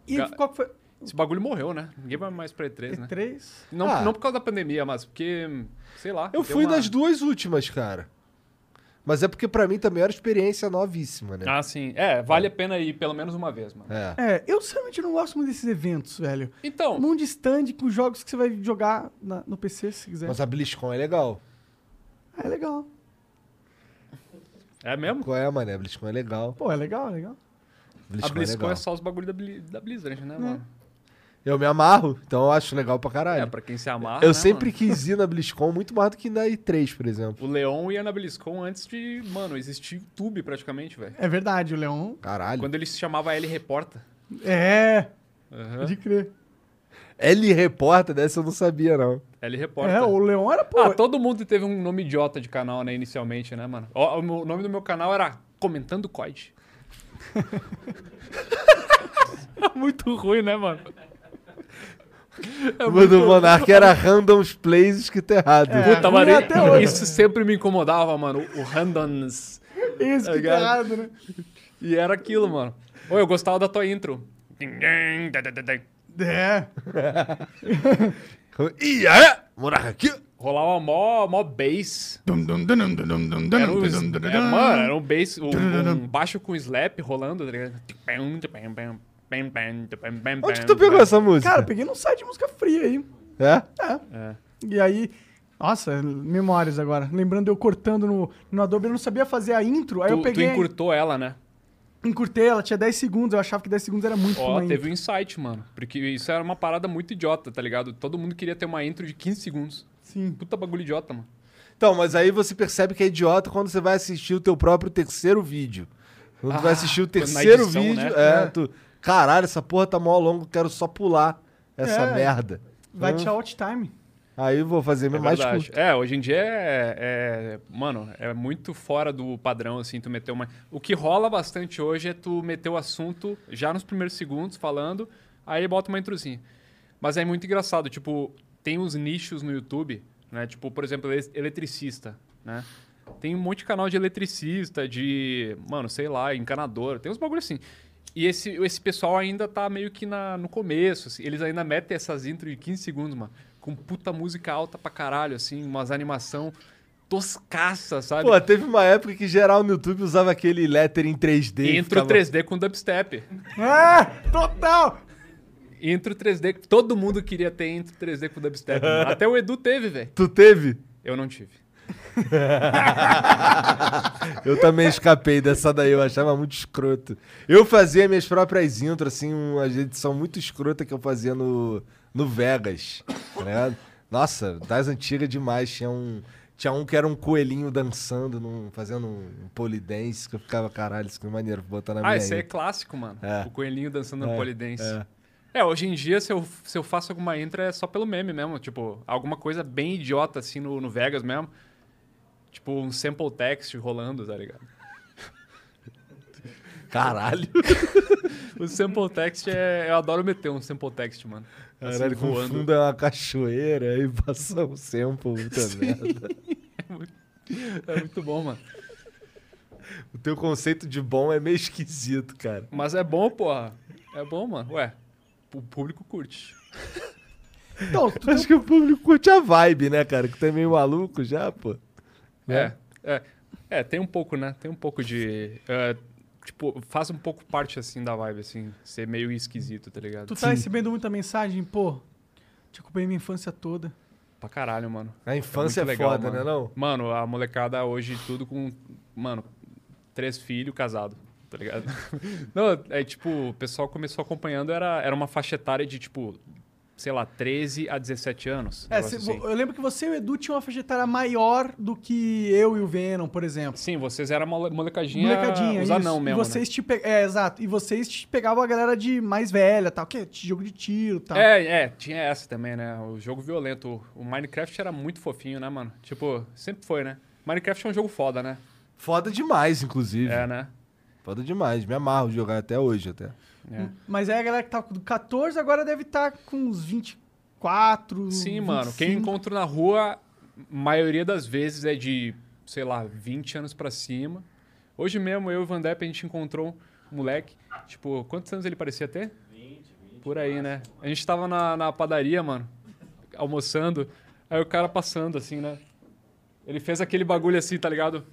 [SPEAKER 2] E
[SPEAKER 3] Ga-
[SPEAKER 2] qual que foi?
[SPEAKER 3] Esse bagulho morreu, né? Ninguém vai mais pra E3, né?
[SPEAKER 2] E3?
[SPEAKER 3] Não,
[SPEAKER 1] Ah.
[SPEAKER 3] não por causa da pandemia, mas porque, sei lá.
[SPEAKER 1] Eu
[SPEAKER 3] deu
[SPEAKER 1] fui
[SPEAKER 3] uma-
[SPEAKER 1] nas duas últimas, cara. Mas é porque pra mim também era experiência novíssima, né?
[SPEAKER 3] Ah, sim. É, vale a pena ir pelo menos uma vez, mano.
[SPEAKER 1] É.
[SPEAKER 2] É, eu sinceramente não gosto muito desses eventos, velho.
[SPEAKER 3] Então,
[SPEAKER 2] Um monte de stand com jogos que você vai jogar na- no PC, se quiser.
[SPEAKER 1] Mas a BlizzCon é legal.
[SPEAKER 2] Ah, é legal.
[SPEAKER 3] é mesmo?
[SPEAKER 1] Qual é, mané? A BlizzCon é legal.
[SPEAKER 2] Pô, é legal, é legal.
[SPEAKER 3] A
[SPEAKER 1] BlizzCon é
[SPEAKER 3] BlizzCon
[SPEAKER 1] legal.
[SPEAKER 3] é só os bagulhos da, Bli- da Blizzard, né, mano?
[SPEAKER 1] Eu me amarro, então eu acho legal pra
[SPEAKER 3] É,
[SPEAKER 1] caralho.
[SPEAKER 3] pra quem se amarra.
[SPEAKER 1] eu
[SPEAKER 3] né,
[SPEAKER 1] sempre
[SPEAKER 3] mano?
[SPEAKER 1] quis ir na BlizzCon muito mais do que na E3, por exemplo.
[SPEAKER 3] O Leon ia na BlizzCon antes de, mano, existir YouTube praticamente, velho.
[SPEAKER 2] É verdade, o Leon.
[SPEAKER 1] Caralho.
[SPEAKER 3] Quando ele se chamava L Reporta.
[SPEAKER 2] É,
[SPEAKER 3] Aham.
[SPEAKER 2] pode crer.
[SPEAKER 1] L Repórter, dessa eu não sabia, não.
[SPEAKER 3] L Reporta.
[SPEAKER 2] É, o Leon era, pô.
[SPEAKER 3] Ah, todo mundo teve um nome idiota de canal, né, inicialmente, né, mano? Ó, o meu- o nome do meu canal era Comentando COD. muito ruim, né, mano? É
[SPEAKER 1] o do Monark era randoms plays que tá errado.
[SPEAKER 3] Puta, mano,
[SPEAKER 2] ruim É, até hoje.
[SPEAKER 3] isso sempre me incomodava, mano, o randoms.
[SPEAKER 2] Isso, que tá
[SPEAKER 3] ligado?
[SPEAKER 2] errado, né?
[SPEAKER 3] E era aquilo, mano. Ô, eu gostava da tua intro.
[SPEAKER 2] É.
[SPEAKER 1] Ih, é! Monark aqui!
[SPEAKER 3] Rolava mó, mó bass. Era um, é, mano, era um bass, um, um baixo com slap rolando. tá ligado?
[SPEAKER 1] Onde que tu pegou essa música?
[SPEAKER 2] Cara, eu peguei num site de música fria aí.
[SPEAKER 1] É?
[SPEAKER 2] E aí. Nossa, memórias agora. Lembrando eu cortando no, no Adobe, eu não sabia fazer a intro, aí
[SPEAKER 3] Tu,
[SPEAKER 2] eu
[SPEAKER 3] tu
[SPEAKER 2] peguei.
[SPEAKER 3] encurtou ela, né?
[SPEAKER 2] Encurtei, ela tinha 10 segundos, eu achava que 10 segundos era muito
[SPEAKER 3] Ó,
[SPEAKER 2] pra uma
[SPEAKER 3] teve um
[SPEAKER 2] intro.
[SPEAKER 3] insight, mano. Porque isso era uma parada muito idiota, tá ligado? Todo mundo queria ter uma intro de 15 segundos. Um
[SPEAKER 2] Sim.
[SPEAKER 3] Puta bagulho idiota, mano.
[SPEAKER 1] Então, mas aí você percebe que é idiota quando você vai assistir o teu próprio terceiro vídeo. Quando tu vai assistir o terceiro
[SPEAKER 3] Ah, edição,
[SPEAKER 1] vídeo,
[SPEAKER 3] né?
[SPEAKER 1] é, tu... Caralho, essa porra tá mó longo, quero só pular essa
[SPEAKER 2] É.
[SPEAKER 1] merda. Então,
[SPEAKER 2] Vai tirar out time.
[SPEAKER 1] Aí eu vou fazer
[SPEAKER 3] É
[SPEAKER 1] mais
[SPEAKER 3] verdade.
[SPEAKER 1] curto.
[SPEAKER 3] É, hoje em dia é, é- Mano, é muito fora do padrão, assim, tu meter uma. O que rola bastante hoje é tu meter o assunto já nos primeiros segundos falando, aí bota uma introzinha. Mas é muito engraçado, tipo, tem uns nichos no YouTube, né? Tipo, por exemplo, ele- eletricista, né? Tem um monte de canal de eletricista, de. Mano, sei lá, encanador, tem uns bagulho assim. E esse, esse pessoal ainda tá meio que na, no começo, assim. Eles ainda metem essas intro de 15 segundos, mano. Com puta música alta pra caralho, assim, umas animação toscaça, sabe?
[SPEAKER 1] Pô, teve uma época que geral no YouTube usava aquele letter em 3D. e
[SPEAKER 3] Intro
[SPEAKER 1] ficava-
[SPEAKER 3] 3D com dubstep.
[SPEAKER 2] É! Total!
[SPEAKER 3] Intro 3D. Todo mundo queria ter intro 3D com dubstep. mano. Até o Edu teve, velho.
[SPEAKER 1] Tu teve?
[SPEAKER 3] Eu não tive.
[SPEAKER 1] Eu também escapei dessa daí, eu achava muito escroto. Eu fazia minhas próprias intros, assim, uma edição muito escrota que eu fazia no, no Vegas, tá ligado? Nossa, das antigas demais, tinha um, tinha um que era um coelhinho dançando, num, fazendo um polidense, que eu ficava, caralho, isso que é maneiro, vou botar na minha
[SPEAKER 3] Ah, esse aí é
[SPEAKER 1] intro."
[SPEAKER 3] clássico, mano.
[SPEAKER 1] É.
[SPEAKER 3] O coelhinho dançando
[SPEAKER 1] É,
[SPEAKER 3] no polidense.
[SPEAKER 1] é.
[SPEAKER 3] É. hoje em dia, se eu, se eu faço alguma intro, é só pelo meme mesmo. Tipo, alguma coisa bem idiota, assim, no, no Vegas mesmo. Tipo, um sample text rolando, tá ligado?
[SPEAKER 1] Caralho,
[SPEAKER 3] O sample text é... Eu adoro meter um sample text, mano. Assim,
[SPEAKER 1] caralho, com
[SPEAKER 3] voando.
[SPEAKER 1] fundo é uma cachoeira e passa um [laughs] sample, puta merda.
[SPEAKER 3] É muito bom, mano.
[SPEAKER 1] O teu conceito de bom é meio esquisito, cara.
[SPEAKER 3] Mas é bom, porra. É bom, mano. Ué, o público curte.
[SPEAKER 2] Então,
[SPEAKER 1] [laughs]
[SPEAKER 2] tu
[SPEAKER 1] Acho que o público curte a vibe, né, cara? Que tu é meio maluco já, pô.
[SPEAKER 2] né?
[SPEAKER 3] É, é, é, tem um pouco, né? Tem um pouco de. é, tipo, faz um pouco parte assim da vibe, assim, ser meio esquisito, tá ligado?
[SPEAKER 2] Tu tá recebendo muita mensagem, pô. Te acompanhei minha infância toda.
[SPEAKER 3] Pra caralho, mano.
[SPEAKER 1] A infância é,
[SPEAKER 3] muito legal,
[SPEAKER 1] foda,
[SPEAKER 3] mano.
[SPEAKER 1] né, não?
[SPEAKER 3] Mano, a molecada hoje tudo com. Mano, três filhos, casado. tá ligado? [laughs] Não, é tipo, o pessoal começou acompanhando, era, era uma faixa etária de tipo, sei lá, 13 a 17 anos.
[SPEAKER 2] É,
[SPEAKER 3] negócio
[SPEAKER 2] cê-
[SPEAKER 3] assim.
[SPEAKER 2] eu lembro que você e o Edu tinham uma faixa etária maior do que eu e o Venom, por exemplo.
[SPEAKER 3] Sim, vocês eram mole- molecadinha,
[SPEAKER 2] Molecadinha,
[SPEAKER 3] os
[SPEAKER 2] isso.
[SPEAKER 3] anão mesmo, né?
[SPEAKER 2] E vocês te pe... É, exato. E vocês te pegavam a galera de mais velha, tal, que é jogo de tiro, tal.
[SPEAKER 3] né? É, é, tinha essa também, né? O jogo violento. O Minecraft era muito fofinho, né, mano? Tipo, sempre foi, né? Minecraft é um jogo foda, né?
[SPEAKER 1] Foda demais, inclusive.
[SPEAKER 3] É, né?
[SPEAKER 1] Foda demais. Me amarro de jogar até hoje, até.
[SPEAKER 2] Mas aí a galera que tá com 14 agora deve estar com uns 24.
[SPEAKER 3] Sim, mano. Quem
[SPEAKER 2] 25.
[SPEAKER 3] encontro na rua, maioria das vezes é de, sei lá, 20 anos pra cima. Hoje mesmo, eu e o Van Depp, a gente encontrou um moleque. Tipo, quantos anos ele parecia ter? 20, 20. Por aí, né? A gente tava na, na padaria, mano, almoçando. Aí o cara passando, assim, né? Ele fez aquele bagulho assim, tá ligado?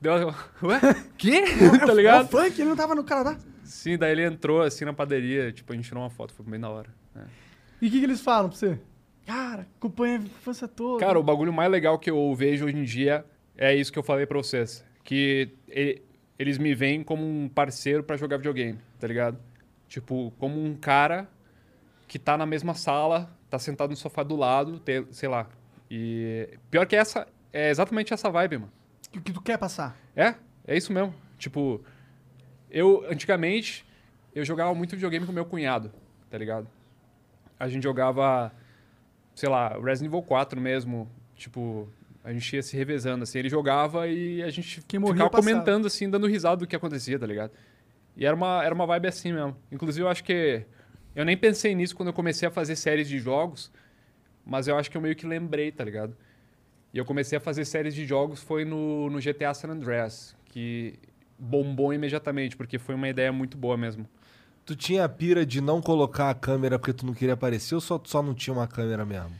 [SPEAKER 3] Deu. [laughs] Ué? Quê? tá
[SPEAKER 2] [laughs] É o
[SPEAKER 3] ligado?
[SPEAKER 2] funk, ele não tava no Canadá.
[SPEAKER 3] Sim, daí ele entrou assim na padaria, tipo, a gente tirou uma foto, foi bem da hora. né?
[SPEAKER 2] E o que, que eles falam pra você? Cara, acompanha a infância toda.
[SPEAKER 3] Cara, o bagulho mais legal que eu vejo hoje em dia é isso que eu falei pra vocês. Que e- eles me veem como um parceiro pra jogar videogame, tá ligado? Tipo, como um cara que tá na mesma sala, tá sentado no sofá do lado, te- sei lá. E pior que essa, é exatamente essa vibe, mano.
[SPEAKER 2] O que tu quer passar?
[SPEAKER 3] É, é isso mesmo. Tipo, eu, antigamente, eu jogava muito videogame com meu cunhado, tá ligado? A gente jogava, sei lá, Resident Evil 4 mesmo. Tipo, a gente ia se revezando, assim. Ele jogava e a gente
[SPEAKER 2] Quem morria,
[SPEAKER 3] ficava
[SPEAKER 2] passava.
[SPEAKER 3] comentando, assim, dando risada do que acontecia, tá ligado? E era uma, era uma vibe assim mesmo. Inclusive, eu acho que. Eu nem pensei nisso quando eu comecei a fazer séries de jogos, mas eu acho que eu meio que lembrei, tá ligado? E eu comecei a fazer séries de jogos foi no, no GTA San Andreas, que bombou imediatamente, porque foi uma ideia muito boa mesmo.
[SPEAKER 1] Tu tinha a pira de não colocar a câmera porque tu não queria aparecer ou só, tu só não tinha uma câmera mesmo?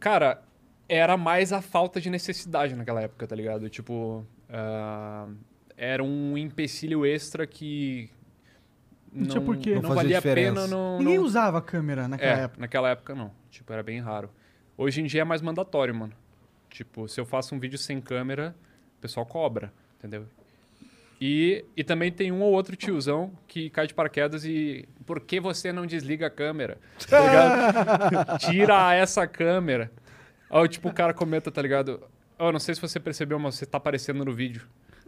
[SPEAKER 3] Cara, era mais a falta de necessidade naquela época, tá ligado? Tipo, ah, era um empecilho extra que.
[SPEAKER 2] Não tinha porquê.
[SPEAKER 3] Não,
[SPEAKER 1] Não fazia
[SPEAKER 3] valia a
[SPEAKER 1] diferença.
[SPEAKER 3] pena. Não,
[SPEAKER 2] Ninguém
[SPEAKER 3] não-
[SPEAKER 2] usava a câmera naquela
[SPEAKER 3] é,
[SPEAKER 2] época.
[SPEAKER 3] naquela época não. Tipo, era bem raro. Hoje em dia é mais mandatório, mano. Tipo, se eu faço um vídeo sem câmera, o pessoal cobra, entendeu? E, e também tem um ou outro tiozão que cai de paraquedas e. Por que você não desliga
[SPEAKER 2] [laughs]
[SPEAKER 3] a câmera? Tá ligado? Tira essa câmera. Aí, tipo, o cara comenta, tá ligado? Ó, não sei se você percebeu, mas você tá aparecendo no vídeo.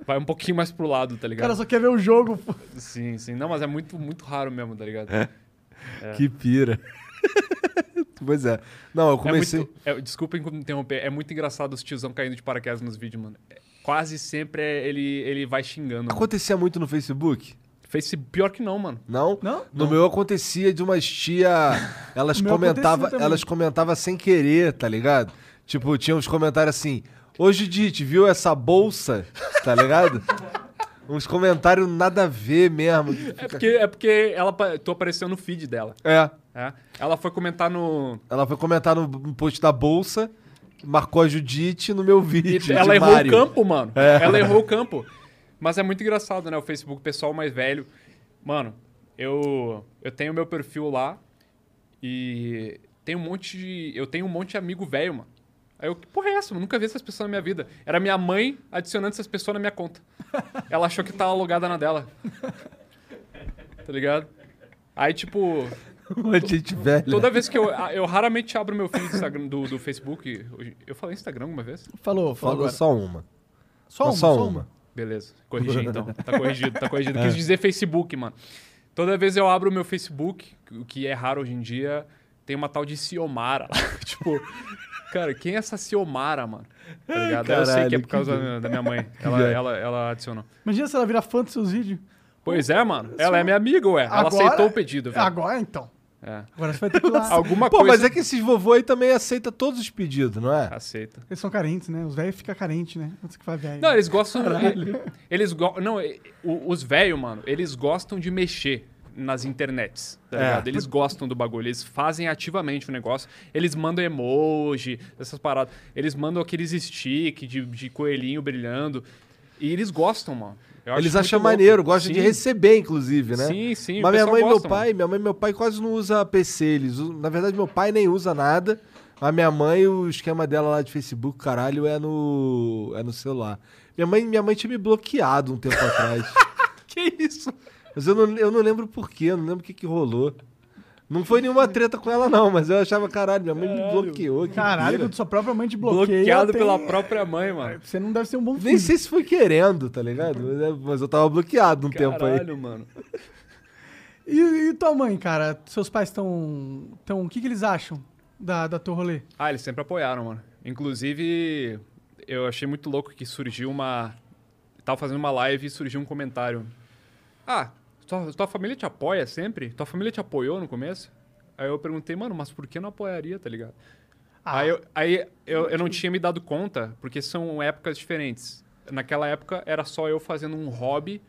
[SPEAKER 3] Vai um pouquinho mais pro lado, tá
[SPEAKER 2] O cara
[SPEAKER 3] ligado?
[SPEAKER 2] só quer ver o jogo. [laughs] pô.
[SPEAKER 3] Sim, sim. Não, mas é muito, muito raro mesmo, tá ligado?
[SPEAKER 1] Que pira. [laughs] pois é. Não, eu comecei.
[SPEAKER 3] É muito, é, desculpa em- interromper, é muito engraçado os tiozão caindo de paraquedas nos vídeos, mano. É, Quase sempre é- ele, ele vai xingando. mano.
[SPEAKER 1] Acontecia muito no Facebook?
[SPEAKER 3] Fez pior que não, mano.
[SPEAKER 1] Não?
[SPEAKER 2] Não?
[SPEAKER 1] No meu acontecia de umas
[SPEAKER 3] [laughs]
[SPEAKER 1] tia, elas
[SPEAKER 2] O meu
[SPEAKER 1] comentava,
[SPEAKER 2] acontecia também.
[SPEAKER 1] elas comentava sem querer, tá ligado? Tipo, tinha uns comentários assim: "Hoje Dite, viu essa bolsa?", tá
[SPEAKER 3] [laughs]
[SPEAKER 1] ligado? uns comentários nada a ver mesmo.
[SPEAKER 3] É porque, é porque ela, pa- tu apareceu no feed dela.
[SPEAKER 1] É.
[SPEAKER 3] né? Ela foi comentar no.
[SPEAKER 1] Ela foi comentar no post da bolsa, marcou a Judite no meu
[SPEAKER 3] E
[SPEAKER 1] vídeo. de
[SPEAKER 3] ela errou
[SPEAKER 1] Mario.
[SPEAKER 3] o
[SPEAKER 1] [laughs]
[SPEAKER 3] campo, mano.
[SPEAKER 1] É.
[SPEAKER 3] Ela errou o campo. Mas é muito engraçado, né? O Facebook, o pessoal mais velho. Mano, eu, eu tenho meu perfil lá e tem um monte de. Eu tenho um monte de amigo velho, mano. Aí eu, que porra é essa? Eu nunca vi essas pessoas na minha vida. Era minha mãe adicionando essas pessoas na minha
[SPEAKER 1] [laughs]
[SPEAKER 3] conta. Ela achou que tava logada na dela. Tá ligado? Aí, tipo,
[SPEAKER 1] Um monte de gente velha.
[SPEAKER 3] toda vez que eu. Eu raramente abro meu feed do, Instagram- do, do Facebook. Hoje- Eu falei Instagram alguma vez?
[SPEAKER 2] Falou, falou.
[SPEAKER 1] Falou
[SPEAKER 2] agora.
[SPEAKER 1] só uma.
[SPEAKER 2] Só uma,
[SPEAKER 1] só
[SPEAKER 2] só
[SPEAKER 1] uma.
[SPEAKER 3] Beleza, corrigi então.
[SPEAKER 1] [laughs]
[SPEAKER 3] Tá corrigido, tá corrigido.
[SPEAKER 1] É.
[SPEAKER 3] Quis dizer Facebook, mano. Toda vez eu abro o meu Facebook, o que é raro hoje em dia, tem uma tal de Ciomara lá. [laughs] tipo, cara, quem é essa Ciomara, mano? Tá ligado? eu sei
[SPEAKER 1] Caralho,
[SPEAKER 3] que é por
[SPEAKER 1] que
[SPEAKER 3] causa
[SPEAKER 1] doido.
[SPEAKER 3] da- da
[SPEAKER 1] [laughs]
[SPEAKER 3] minha mãe. Ela,
[SPEAKER 1] viagem.
[SPEAKER 3] ela, ela adicionou.
[SPEAKER 2] Imagina se ela vira fã dos seus vídeos.
[SPEAKER 3] Pois é, mano. Ela é minha amiga, ué. Ela
[SPEAKER 2] Agora-
[SPEAKER 3] aceitou o pedido, velho.
[SPEAKER 2] Agora então.
[SPEAKER 3] É.
[SPEAKER 2] Agora você vai
[SPEAKER 3] [laughs]
[SPEAKER 2] ter que ir lá.
[SPEAKER 3] Alguma
[SPEAKER 1] Pô,
[SPEAKER 3] coisa.
[SPEAKER 1] mas é que esses vovô aí também aceita todos os pedidos, não é?
[SPEAKER 3] Aceita.
[SPEAKER 2] Eles são carentes, né? Os velhos ficam carentes, né? Antes que vai velho.
[SPEAKER 3] Não, eles gostam. Eles go... Não, e- o- os velhos, mano, eles gostam de mexer nas internets, tá
[SPEAKER 1] É.
[SPEAKER 3] ligado? Eles gostam do bagulho, eles fazem ativamente o negócio. Eles mandam emoji, essas paradas. Eles mandam aqueles stick de, de coelhinho brilhando. E eles gostam, mano. Eu acho
[SPEAKER 1] Eles
[SPEAKER 3] muito
[SPEAKER 1] acham
[SPEAKER 3] louco.
[SPEAKER 1] maneiro, gostam de
[SPEAKER 3] Sim.
[SPEAKER 1] receber, inclusive, né?
[SPEAKER 3] Sim, sim, o
[SPEAKER 1] Mas minha
[SPEAKER 3] pessoal
[SPEAKER 1] mãe e meu
[SPEAKER 3] gosta,
[SPEAKER 1] pai, minha mãe e meu pai quase não usa PC. Eles usam- na verdade, meu pai nem usa nada. Mas minha mãe, o esquema dela lá de Facebook, caralho, é no, é no celular. Minha mãe, minha mãe tinha me bloqueado um tempo
[SPEAKER 3] [laughs]
[SPEAKER 1] atrás.
[SPEAKER 2] Que isso?
[SPEAKER 1] Mas eu não, eu não lembro porquê, eu não lembro o que, que rolou. Não foi nenhuma treta com ela, não, mas eu achava, caralho, minha mãe me bloqueou. que
[SPEAKER 2] Caralho,
[SPEAKER 1] pira.
[SPEAKER 2] quando sua própria mãe te bloqueia.
[SPEAKER 3] Bloqueado
[SPEAKER 2] tem-
[SPEAKER 3] pela própria mãe, mano.
[SPEAKER 2] Você não deve ser um bom filho.
[SPEAKER 1] Nem sei se foi querendo, tá ligado? Mas, é- mas eu tava bloqueado um tempo aí.
[SPEAKER 3] Caralho, mano.
[SPEAKER 2] E, e tua mãe, cara? Seus pais estão. Tão, o que, que eles acham da, da teu rolê?
[SPEAKER 3] Ah, eles sempre apoiaram, mano. Inclusive, eu achei muito louco que surgiu uma. Tava fazendo uma live e surgiu um comentário. Ah, tua, tua família te apoia sempre? Tua família te apoiou no começo? Aí eu perguntei, mano, mas por que não apoiaria, tá ligado? Aí, eu, aí eu, eu não tinha me dado conta, porque são épocas diferentes. Naquela época era só eu fazendo um hobby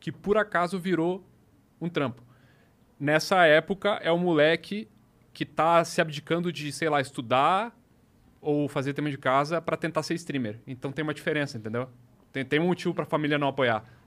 [SPEAKER 3] que por acaso virou um trampo. Nessa época é o moleque que tá se abdicando de, sei lá, estudar ou fazer tema de casa pra tentar ser streamer. Então tem uma diferença, entendeu? Tem, tem um motivo pra família não apoiar,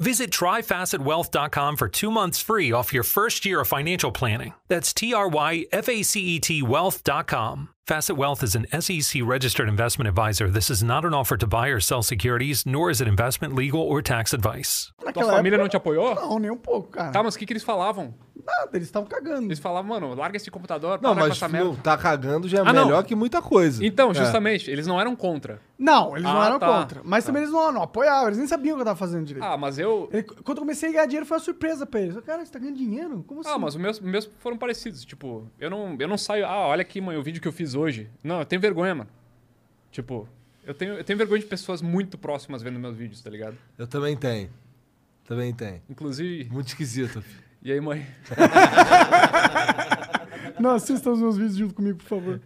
[SPEAKER 6] Visit tryfacetwealth.com for two months free off your first year of financial planning. That's T R Y F A C E T wealth.com. Facet Wealth is an SEC registered investment advisor. This is not an offer to buy or sell securities, nor is it investment, legal, or tax advice.
[SPEAKER 3] Tua família não te apoiou?
[SPEAKER 2] Não, nem um pouco, cara.
[SPEAKER 3] Tá, mas o que, que eles falavam?
[SPEAKER 2] Nada, eles estavam cagando.
[SPEAKER 3] Eles falavam, mano, larga esse computador,
[SPEAKER 1] Não,
[SPEAKER 3] para com
[SPEAKER 1] mas
[SPEAKER 3] essa
[SPEAKER 1] não,
[SPEAKER 3] merda.
[SPEAKER 1] tá cagando já é
[SPEAKER 3] Ah, não.
[SPEAKER 1] melhor que muita coisa.
[SPEAKER 3] Então,
[SPEAKER 1] É.
[SPEAKER 3] justamente, eles não eram contra.
[SPEAKER 2] Não, eles não
[SPEAKER 3] Ah,
[SPEAKER 2] eram
[SPEAKER 3] tá.
[SPEAKER 2] contra. Mas também eles não, não apoiavam, eles nem sabiam o que eu tava fazendo direito.
[SPEAKER 3] Ah, mas eu.
[SPEAKER 2] Ele- quando eu comecei a ganhar dinheiro, foi uma surpresa pra eles. Eu, Cara, você tá ganhando dinheiro? Como assim?
[SPEAKER 3] Ah, mas os meus, meus foram parecidos. Tipo, eu não, eu não saio. Ah, olha aqui, mãe, o vídeo que eu fiz hoje. Não, eu tenho vergonha, mano. Tipo, eu tenho, eu tenho vergonha de pessoas muito próximas vendo meus vídeos, tá ligado?
[SPEAKER 1] Eu também tenho. Também tem.
[SPEAKER 3] Inclusive.
[SPEAKER 1] Muito esquisito. filho.
[SPEAKER 3] E aí, mãe?
[SPEAKER 2] Não assistam os meus vídeos junto comigo, por
[SPEAKER 3] [laughs]
[SPEAKER 2] favor.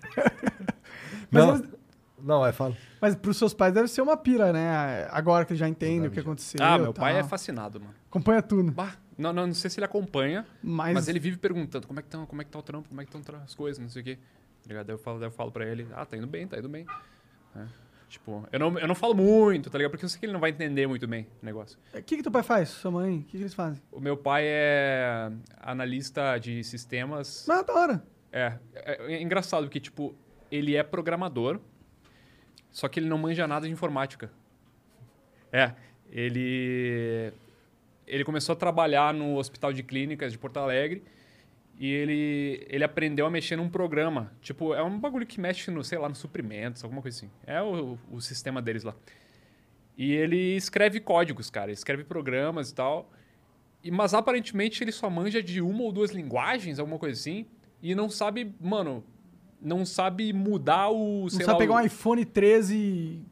[SPEAKER 2] Mas
[SPEAKER 1] Não,
[SPEAKER 2] eles-
[SPEAKER 1] não, é, fala.
[SPEAKER 2] Mas pros seus pais deve ser uma pira, né? Agora que eles já entendem o que aconteceu.
[SPEAKER 3] Ah,
[SPEAKER 1] tá.
[SPEAKER 3] meu pai
[SPEAKER 2] tal.
[SPEAKER 3] é fascinado, mano.
[SPEAKER 2] Acompanha tudo.
[SPEAKER 3] Bah, não, não, não sei se ele acompanha,
[SPEAKER 2] Mas,
[SPEAKER 3] mas, ele vive perguntando como é que tá, como é que tá o trampo, como é que estão as coisas, não sei o quê. Tá ligado? Daí eu falo, daí eu falo pra ele, ah, tá indo bem, tá indo bem. É. Tipo, eu não, eu não falo muito, tá ligado? Porque eu sei que ele não vai entender muito bem o negócio.
[SPEAKER 2] O que, que teu pai faz? Sua mãe? O que, que eles fazem?
[SPEAKER 3] O meu pai é analista de sistemas.
[SPEAKER 2] Não, Ah, da hora.
[SPEAKER 3] É, é, é engraçado que, tipo, ele é programador, só que ele não manja nada de informática. É, ele. Ele começou a trabalhar no Hospital de Clínicas de Porto Alegre e ele, ele aprendeu a mexer num programa. Tipo, é um bagulho que mexe no, sei lá, nos suprimentos, alguma coisa assim. É o, o sistema deles lá. E ele escreve códigos, cara, escreve programas e tal. E- mas aparentemente ele só manja de uma ou duas linguagens, alguma coisa assim, e não sabe, mano, não sabe mudar o.
[SPEAKER 2] Não
[SPEAKER 3] sei
[SPEAKER 2] sabe
[SPEAKER 3] lá,
[SPEAKER 2] pegar
[SPEAKER 3] o-
[SPEAKER 2] um iPhone 13 e...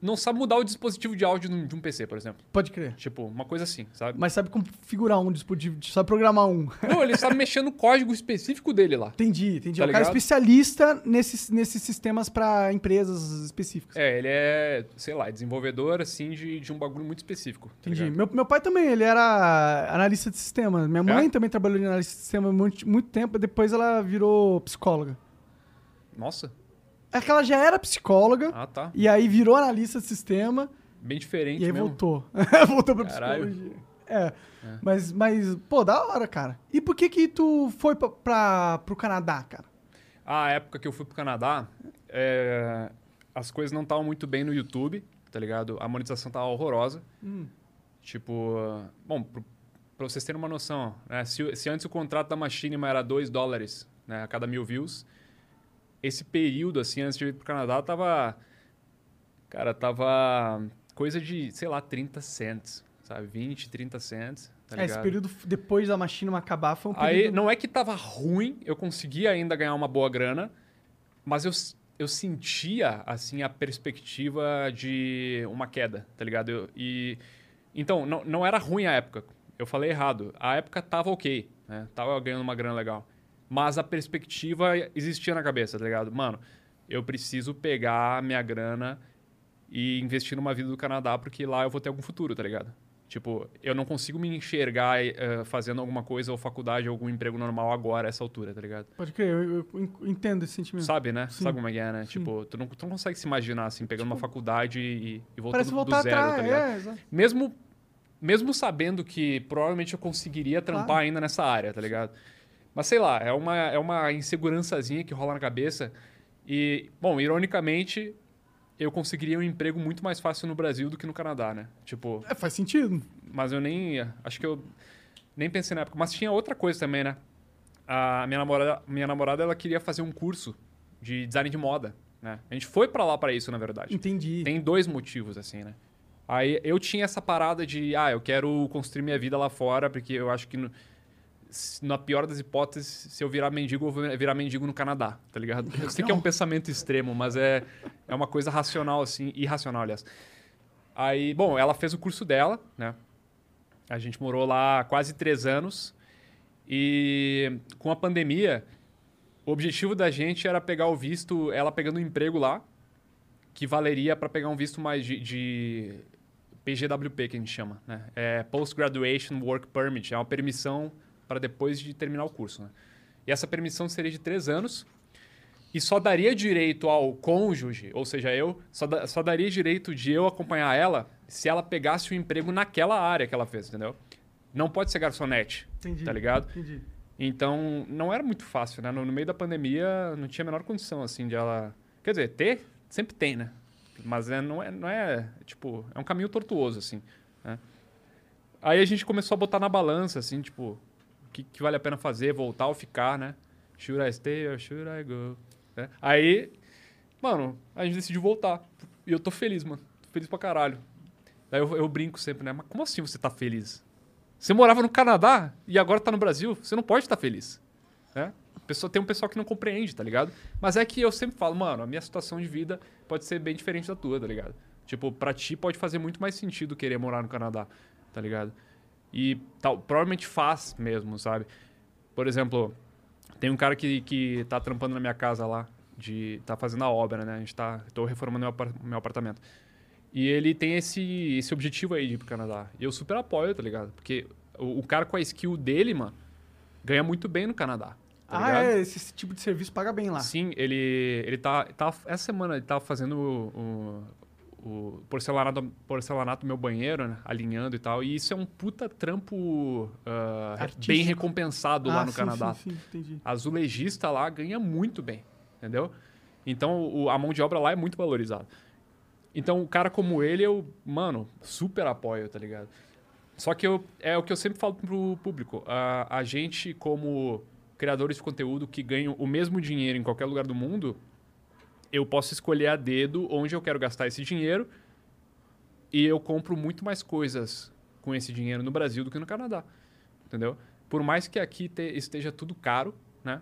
[SPEAKER 3] não sabe mudar o dispositivo de áudio num- de um PC, por exemplo.
[SPEAKER 2] Pode crer.
[SPEAKER 3] Tipo, uma coisa assim, sabe?
[SPEAKER 2] Mas sabe configurar um dispositivo, sabe programar um. [laughs]
[SPEAKER 3] Não, ele sabe mexer no código específico dele lá.
[SPEAKER 2] Entendi, entendi. é
[SPEAKER 3] Tá
[SPEAKER 2] um cara
[SPEAKER 3] ligado?
[SPEAKER 2] especialista nesses, nesses sistemas pra empresas específicas.
[SPEAKER 3] É, ele é, sei lá, desenvolvedor, assim, de, de um bagulho muito específico. tá
[SPEAKER 2] Entendi.
[SPEAKER 3] ligado?
[SPEAKER 2] Meu, meu pai também, ele era analista de sistema. Minha mãe
[SPEAKER 3] É?
[SPEAKER 2] também trabalhou de analista de sistema muito, muito tempo, depois ela virou psicóloga.
[SPEAKER 3] Nossa,
[SPEAKER 2] É que ela já era psicóloga,
[SPEAKER 3] ah tá.
[SPEAKER 2] e aí virou analista de sistema,
[SPEAKER 3] Bem diferente
[SPEAKER 2] e aí
[SPEAKER 3] mesmo.
[SPEAKER 2] voltou. [laughs] voltou pra
[SPEAKER 3] Caralho.
[SPEAKER 2] psicologia. É, Mas, mas, pô, da hora, cara. E por que que tu foi pra, pra, pro Canadá, cara?
[SPEAKER 3] A época que eu fui pro Canadá, é, as coisas não estavam muito bem no YouTube, tá ligado? A monetização tava horrorosa.
[SPEAKER 2] Hum.
[SPEAKER 3] Tipo, bom, pro- pra vocês terem uma noção, né? Se, se antes o contrato da Machinima era 2 dólares né, a cada mil views, esse período, assim, antes de eu ir pro Canadá, tava. Cara, tava coisa de, sei lá, 30 cents, sabe? 20, 30 cents, tá
[SPEAKER 2] é, esse
[SPEAKER 3] ligado?
[SPEAKER 2] período f- depois da Machinima acabar foi um período...
[SPEAKER 3] Aí não é que tava ruim, eu conseguia ainda ganhar uma boa grana, mas eu, s- eu sentia assim a perspectiva de uma queda, tá ligado? Eu- e então não, não era ruim a época. Eu falei errado. A época tava ok, né? Tava ganhando uma grana legal, mas a perspectiva existia na cabeça, tá ligado? Mano, eu preciso pegar a minha grana e investir numa vida do Canadá, porque lá eu vou ter algum futuro, tá ligado? Tipo, eu não consigo me enxergar eh, fazendo alguma coisa ou faculdade ou algum emprego normal agora, a essa altura, tá ligado?
[SPEAKER 2] Pode crer, eu, eu en- entendo esse sentimento.
[SPEAKER 3] Sabe, né?
[SPEAKER 2] Hum. Sim.
[SPEAKER 3] Sabe como é que é, né?
[SPEAKER 2] Sim. Tipo,
[SPEAKER 3] Tipo, tu não, tu não consegue se imaginar assim, pegando uma faculdade e, e voltando
[SPEAKER 2] Parece
[SPEAKER 3] do
[SPEAKER 2] voltar
[SPEAKER 3] zero, tá
[SPEAKER 2] atrás,
[SPEAKER 3] ligado?
[SPEAKER 2] é, exato.
[SPEAKER 3] Mesmo, mesmo sabendo que provavelmente eu conseguiria trampar
[SPEAKER 2] Claro.
[SPEAKER 3] ainda nessa área, tá ligado? Mas sei lá, é uma, é uma insegurançazinha que rola na cabeça. E, bom, ironicamente, eu conseguiria um emprego muito mais fácil no Brasil do que no Canadá, né? Tipo,
[SPEAKER 2] É, faz sentido.
[SPEAKER 3] mas eu nem. Acho que eu nem pensei na época. Mas tinha outra coisa também, né? A minha namorada, minha namorada ela queria fazer um curso de design de moda, né? A gente foi pra lá pra isso, na verdade.
[SPEAKER 2] Entendi.
[SPEAKER 3] Tem dois motivos, assim, né? Aí eu tinha essa parada de, ah, eu quero construir minha vida lá fora, porque eu acho que, no- se- na pior das hipóteses, se eu virar mendigo, eu vou virar mendigo no Canadá, tá ligado? Eu sei que é um pensamento extremo, mas é, é uma coisa racional, assim, irracional, aliás. Aí, bom, ela fez o curso dela, né? A gente morou lá quase três anos. E com a pandemia, o objetivo da gente era pegar o visto, ela pegando um emprego lá, que valeria para pegar um visto mais de, de PGWP, que a gente chama, né? É Post-Graduation Work Permit, é uma permissão para depois de terminar o curso, né? E essa permissão seria de três anos e só daria direito ao cônjuge, ou seja, eu, só, da- só daria direito de eu acompanhar ela se ela pegasse o emprego naquela área que ela fez, entendeu? Não pode ser garçonete,
[SPEAKER 2] Entendi.
[SPEAKER 3] tá ligado?
[SPEAKER 2] Entendi.
[SPEAKER 3] Então, não era muito fácil, né? No, no meio da pandemia, não tinha a menor condição, assim, de ela... Quer dizer, ter, sempre tem, né? Mas é, não, é, não é, tipo, é um caminho tortuoso, assim, né? Aí a gente começou a botar na balança, assim, tipo, o que, que vale a pena fazer, voltar ou ficar, né? Should I stay or should I go? né? Aí, mano, a gente decidiu voltar. E eu tô feliz, mano. Tô feliz pra caralho. Daí eu, eu brinco sempre, né? Mas como assim você tá feliz? Você morava no Canadá e agora tá no Brasil, você não pode estar feliz. Né? Pessoa, tem um pessoal que não compreende, tá ligado? Mas é que eu sempre falo, mano, a minha situação de vida pode ser bem diferente da tua, tá ligado? Tipo, pra ti pode fazer muito mais sentido querer morar no Canadá, tá ligado? E tal, provavelmente faz mesmo, sabe? Por exemplo, tem um cara que, que tá trampando na minha casa lá, de tá fazendo a obra, né? A gente tá, tô reformando meu, apar- meu apartamento. E ele tem esse, esse objetivo aí de ir pro Canadá. E eu super apoio, tá ligado? Porque o, o cara com a skill dele, mano, ganha muito bem no Canadá. tá
[SPEAKER 2] ah,
[SPEAKER 3] ligado?
[SPEAKER 2] é, esse, esse tipo de serviço paga bem lá.
[SPEAKER 3] Sim, ele, ele tá, tá. Essa semana ele tava fazendo o, o, o porcelanato, porcelanato no meu banheiro, né? Alinhando e tal. E isso é um puta trampo ah,
[SPEAKER 2] Artístico.
[SPEAKER 3] bem recompensado lá
[SPEAKER 2] Ah,
[SPEAKER 3] no
[SPEAKER 2] sim,
[SPEAKER 3] Canadá.
[SPEAKER 2] Sim, sim, entendi.
[SPEAKER 3] Azulejista lá ganha muito bem, entendeu? Então o- a mão de obra lá é muito valorizada. Então, o cara como ele, eu, mano, super apoio, tá ligado? Só que eu, é o que eu sempre falo pro público. A, a gente, como criadores de conteúdo que ganham o mesmo dinheiro em qualquer lugar do mundo, eu posso escolher a dedo onde eu quero gastar esse dinheiro e eu compro muito mais coisas com esse dinheiro no Brasil do que no Canadá, entendeu? Por mais que aqui te- esteja tudo caro, né?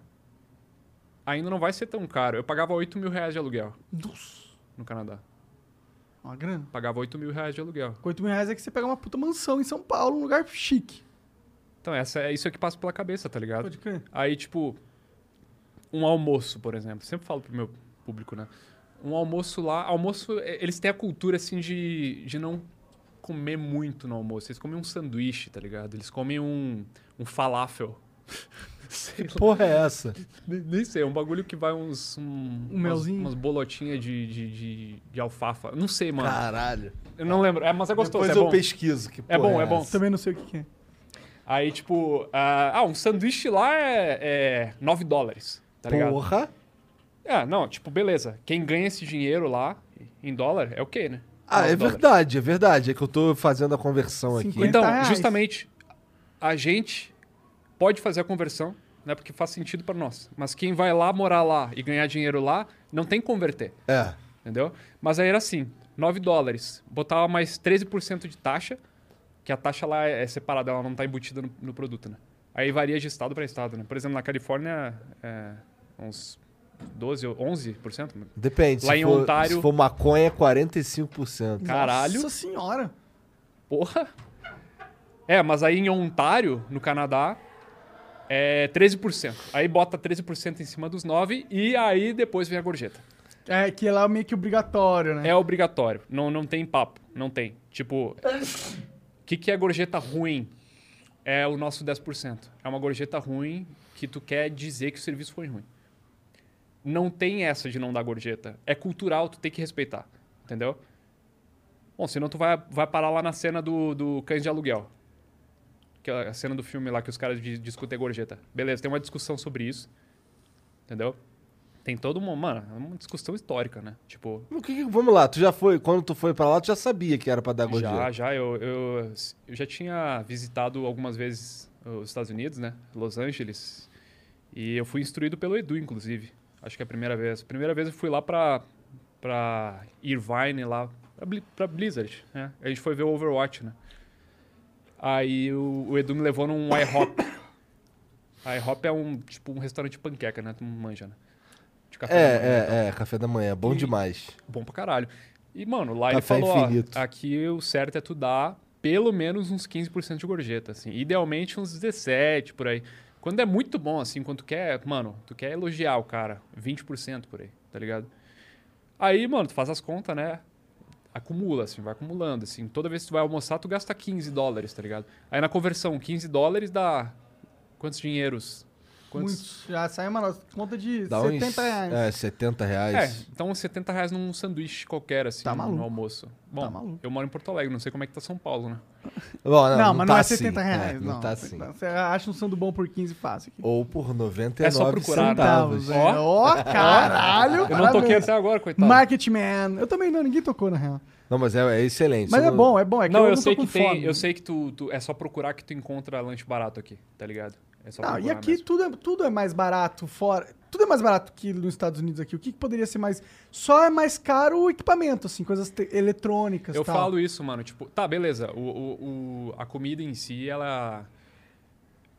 [SPEAKER 3] Ainda não vai ser tão caro. Eu pagava 8 mil reais de aluguel
[SPEAKER 2] Nossa,
[SPEAKER 3] no Canadá.
[SPEAKER 2] uma grana.
[SPEAKER 3] Pagava 8 mil reais de aluguel.
[SPEAKER 2] Com 8 mil reais é que você pega uma puta mansão em São Paulo, um lugar chique.
[SPEAKER 3] Então, essa, é isso é que passa pela cabeça, tá ligado?
[SPEAKER 2] Pode crer.
[SPEAKER 3] Aí, tipo, um almoço, por exemplo. Sempre falo pro meu público, né? Um almoço lá. Almoço, eh, eles têm a cultura, assim, de, de não comer muito no almoço. Eles comem um sanduíche, tá ligado? Eles comem um, um falafel. [laughs] Sei lá.
[SPEAKER 1] Porra é essa?
[SPEAKER 3] Nem nem sei, é um bagulho que vai uns. Um, umas-
[SPEAKER 2] melzinho?
[SPEAKER 3] Umas, bolotinhas de, de, de, de alfafa. Não sei, mano.
[SPEAKER 1] Caralho.
[SPEAKER 3] Eu não lembro. É, mas é gostoso.
[SPEAKER 1] Depois
[SPEAKER 3] é
[SPEAKER 1] eu
[SPEAKER 3] bom.
[SPEAKER 1] pesquiso. Que
[SPEAKER 3] É
[SPEAKER 1] porra
[SPEAKER 3] bom, é bom.
[SPEAKER 1] essa?
[SPEAKER 2] Também não sei o que, que é.
[SPEAKER 3] Aí, tipo, ah, ah, um sanduíche lá é, é 9 dólares, tá ligado?
[SPEAKER 1] Porra.
[SPEAKER 3] Ah, não, tipo, beleza. Quem ganha esse dinheiro lá em dólar é o quê, né?
[SPEAKER 1] Ah,
[SPEAKER 3] 9
[SPEAKER 1] é
[SPEAKER 3] dólares.
[SPEAKER 1] verdade, é verdade. É que eu tô fazendo a conversão aqui.
[SPEAKER 2] 50
[SPEAKER 3] Então,
[SPEAKER 2] reais.
[SPEAKER 3] justamente, a gente pode fazer a conversão, né? Porque faz sentido pra nós. Mas quem vai lá morar lá e ganhar dinheiro lá, não tem que converter,
[SPEAKER 1] É.
[SPEAKER 3] entendeu? Mas aí era assim, 9 dólares. Botava mais 13% de taxa, que que a taxa lá é separada, ela não está embutida no, no produto, né? Aí varia de estado para estado, né? Por exemplo, na Califórnia, é uns 12 ou 11%.
[SPEAKER 1] Depende.
[SPEAKER 3] Lá
[SPEAKER 1] se
[SPEAKER 3] em
[SPEAKER 1] for,
[SPEAKER 3] Ontário,
[SPEAKER 1] Se for maconha, é 45%.
[SPEAKER 3] Caralho.
[SPEAKER 2] Nossa senhora.
[SPEAKER 3] Porra. É, mas aí em Ontário, no Canadá, é 13%. Aí bota 13% em cima dos 9 e aí depois vem a gorjeta.
[SPEAKER 2] É, que lá é meio que obrigatório, né?
[SPEAKER 3] É obrigatório. Não, não tem papo. Não tem. Tipo, o que, que é gorjeta ruim? É o nosso 10%. É uma gorjeta ruim que tu quer dizer que o serviço foi ruim. Não tem essa de não dar gorjeta. É cultural, tu tem que respeitar. Entendeu? Bom, senão tu vai, vai parar lá na cena do, do cães de aluguel. Que é a cena do filme lá que os caras di- discutem gorjeta. Beleza, tem uma discussão sobre isso. Entendeu? Tem todo uma. Mano, é uma discussão histórica, né? Tipo,
[SPEAKER 1] O que que- vamos lá, tu já foi, quando tu foi pra lá, tu já sabia que era pra dar gorjeta.
[SPEAKER 3] já, já. Eu, eu, eu já tinha visitado algumas vezes os Estados Unidos, né? Los Angeles. E eu fui instruído pelo Edu, inclusive. Acho que é a primeira vez. Primeira vez eu fui lá pra, pra Irvine, lá. Pra, Bli- pra Blizzard, né? A gente foi ver o Overwatch, né? Aí o, o Edu me levou num IHOP. [coughs] IHOP é um, tipo, um restaurante de panqueca, né? Tu manja, né? De café da manhã e tal.
[SPEAKER 1] É, é, é, café da manhã, bom
[SPEAKER 3] E-
[SPEAKER 1] demais.
[SPEAKER 3] Bom pra caralho. E, mano, lá
[SPEAKER 1] Café
[SPEAKER 3] ele falou,
[SPEAKER 1] infinito.
[SPEAKER 3] ó, aqui o certo é tu dar pelo menos uns 15% de gorjeta, assim. Idealmente uns 17, por aí. Quando é muito bom, assim, quando tu quer, mano, tu quer elogiar o cara, 20% por aí, tá ligado? Aí, mano, tu faz as contas, né? Acumula, assim, vai acumulando, assim. Toda vez que tu vai almoçar, tu gasta 15 dólares, tá ligado? Aí na conversão, 15 dólares dá quantos dinheiros? Quantos...
[SPEAKER 2] Muitos. Já sai uma nota- conta de
[SPEAKER 1] Dá
[SPEAKER 2] 70
[SPEAKER 1] uns,
[SPEAKER 2] reais.
[SPEAKER 1] É, 70 reais.
[SPEAKER 3] É, então uns 70 reais num sanduíche qualquer, assim,
[SPEAKER 2] Tá maluco.
[SPEAKER 3] no almoço. Bom,
[SPEAKER 2] maluco.
[SPEAKER 3] eu moro em Porto Alegre, não sei como é que tá São Paulo, né?
[SPEAKER 1] Bom,
[SPEAKER 2] Não, mas não
[SPEAKER 1] tá
[SPEAKER 2] é
[SPEAKER 1] assim,
[SPEAKER 2] 70 reais,
[SPEAKER 1] é,
[SPEAKER 2] não.
[SPEAKER 1] tá assim.
[SPEAKER 2] Você acha um sandu bom por 15 fácil. aqui.
[SPEAKER 1] Ou por 99
[SPEAKER 3] É só procurar, né?
[SPEAKER 1] centavos.
[SPEAKER 3] Ó,
[SPEAKER 2] É, Ó, caralho!
[SPEAKER 3] Eu não toquei
[SPEAKER 2] parabéns.
[SPEAKER 3] até agora, coitado.
[SPEAKER 2] Market Man. Eu também não, ninguém tocou, na real.
[SPEAKER 1] Não, mas é, é excelente.
[SPEAKER 2] Mas
[SPEAKER 1] Só
[SPEAKER 2] é
[SPEAKER 1] no-
[SPEAKER 2] bom, é bom. É que
[SPEAKER 3] não,
[SPEAKER 2] eu,
[SPEAKER 3] eu,
[SPEAKER 2] tô
[SPEAKER 3] sei
[SPEAKER 2] com
[SPEAKER 3] que
[SPEAKER 2] fome.
[SPEAKER 3] tem, eu sei que tu, tu- é só procurar que tu encontra lanche barato aqui, tá ligado? É só
[SPEAKER 2] Não, e
[SPEAKER 3] procurar
[SPEAKER 2] aqui
[SPEAKER 3] mesmo.
[SPEAKER 2] tudo é, tudo é mais barato fora. Tudo é mais barato que nos Estados Unidos aqui. O que, que poderia ser mais. Só é mais caro o equipamento, assim, coisas te- eletrônicas.
[SPEAKER 3] Eu
[SPEAKER 2] tal.
[SPEAKER 3] falo isso, mano, tipo, tá, beleza, o, o- o- a comida em si, ela...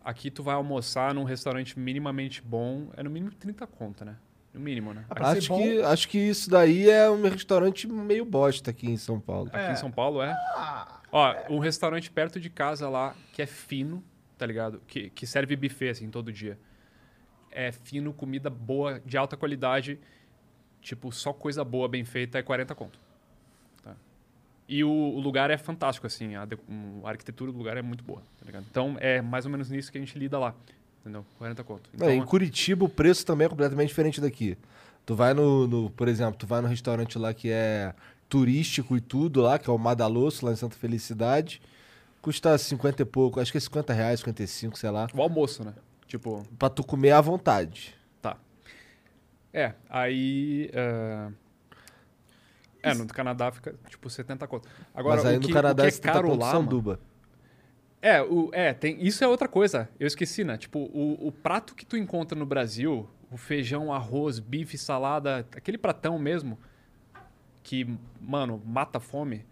[SPEAKER 3] Aqui tu vai almoçar num restaurante minimamente bom, é no mínimo 30 conto, né? No mínimo, né?
[SPEAKER 2] pra ser
[SPEAKER 1] Acho
[SPEAKER 2] bom-
[SPEAKER 1] que, acho que isso daí é um restaurante meio bosta aqui em São Paulo.
[SPEAKER 3] Aqui em São Paulo é. Ó, um restaurante perto de casa lá que é fino, tá ligado? Que, que serve buffet assim todo dia. É fino, comida boa, de alta qualidade. Tipo, só coisa boa, bem feita, é 40 conto. Tá? E o, o lugar é fantástico, assim. A, de- um, a arquitetura do lugar é muito boa, tá ligado? Então, é mais ou menos nisso que a gente lida lá. Entendeu? 40 conto. Então,
[SPEAKER 1] É, em Curitiba o preço também é completamente diferente daqui. Tu vai no, no- por exemplo, tu vai no restaurante lá que é turístico e tudo lá, que é o Madalosso, lá em Santa Felicidade, custa 50 e pouco, acho que é 50 reais, 55, sei lá,
[SPEAKER 3] o almoço, né? Tipo,
[SPEAKER 1] pra tu comer à vontade.
[SPEAKER 3] Tá. É, aí. ah, É, no Canadá fica tipo 70 conto. Agora,
[SPEAKER 1] Mas aí
[SPEAKER 3] o que,
[SPEAKER 1] no Canadá
[SPEAKER 3] o
[SPEAKER 1] é
[SPEAKER 3] que é
[SPEAKER 1] 70
[SPEAKER 3] caro
[SPEAKER 1] pontos
[SPEAKER 3] lá. mano- Tá
[SPEAKER 1] sanduba.
[SPEAKER 3] É, o, é tem, isso é outra coisa. Eu esqueci, né? Tipo, o, o prato que tu encontra no Brasil, o feijão, arroz, bife, salada, aquele pratão mesmo, que, mano, mata a fome,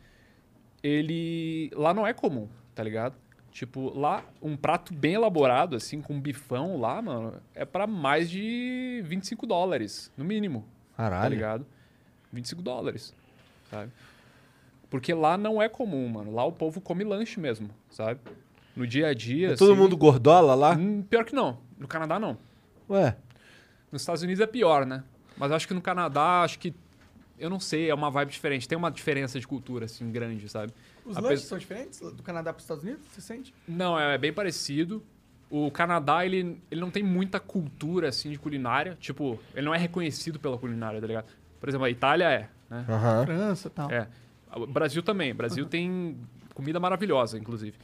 [SPEAKER 3] ele lá não é comum, tá ligado? Tipo, lá, um prato bem elaborado, assim, com bifão lá, mano, é pra mais de 25 dólares, no mínimo, tá
[SPEAKER 1] Caralho.
[SPEAKER 3] ligado? 25 dólares, sabe? Porque lá não é comum, mano. Lá o povo come lanche mesmo, sabe? No dia a dia.
[SPEAKER 1] É todo
[SPEAKER 3] assim-
[SPEAKER 1] mundo gordola lá?
[SPEAKER 3] Hum, Pior que não. No Canadá, não.
[SPEAKER 1] Ué,
[SPEAKER 3] Nos Estados Unidos é pior, né? Mas acho que no Canadá, acho que. Eu não sei, é uma vibe diferente. Tem uma diferença de cultura, assim, grande, sabe?
[SPEAKER 2] Os
[SPEAKER 3] Apes-
[SPEAKER 2] lanches são diferentes do Canadá para os Estados Unidos? Você sente?
[SPEAKER 3] Não, é bem parecido. O Canadá, ele, ele não tem muita cultura, assim, de culinária. Tipo, ele não é reconhecido pela culinária, tá ligado? Por exemplo, a Itália é, né?
[SPEAKER 1] aham.
[SPEAKER 2] França e tal.
[SPEAKER 3] É. O Brasil também. O Brasil tem comida maravilhosa, inclusive.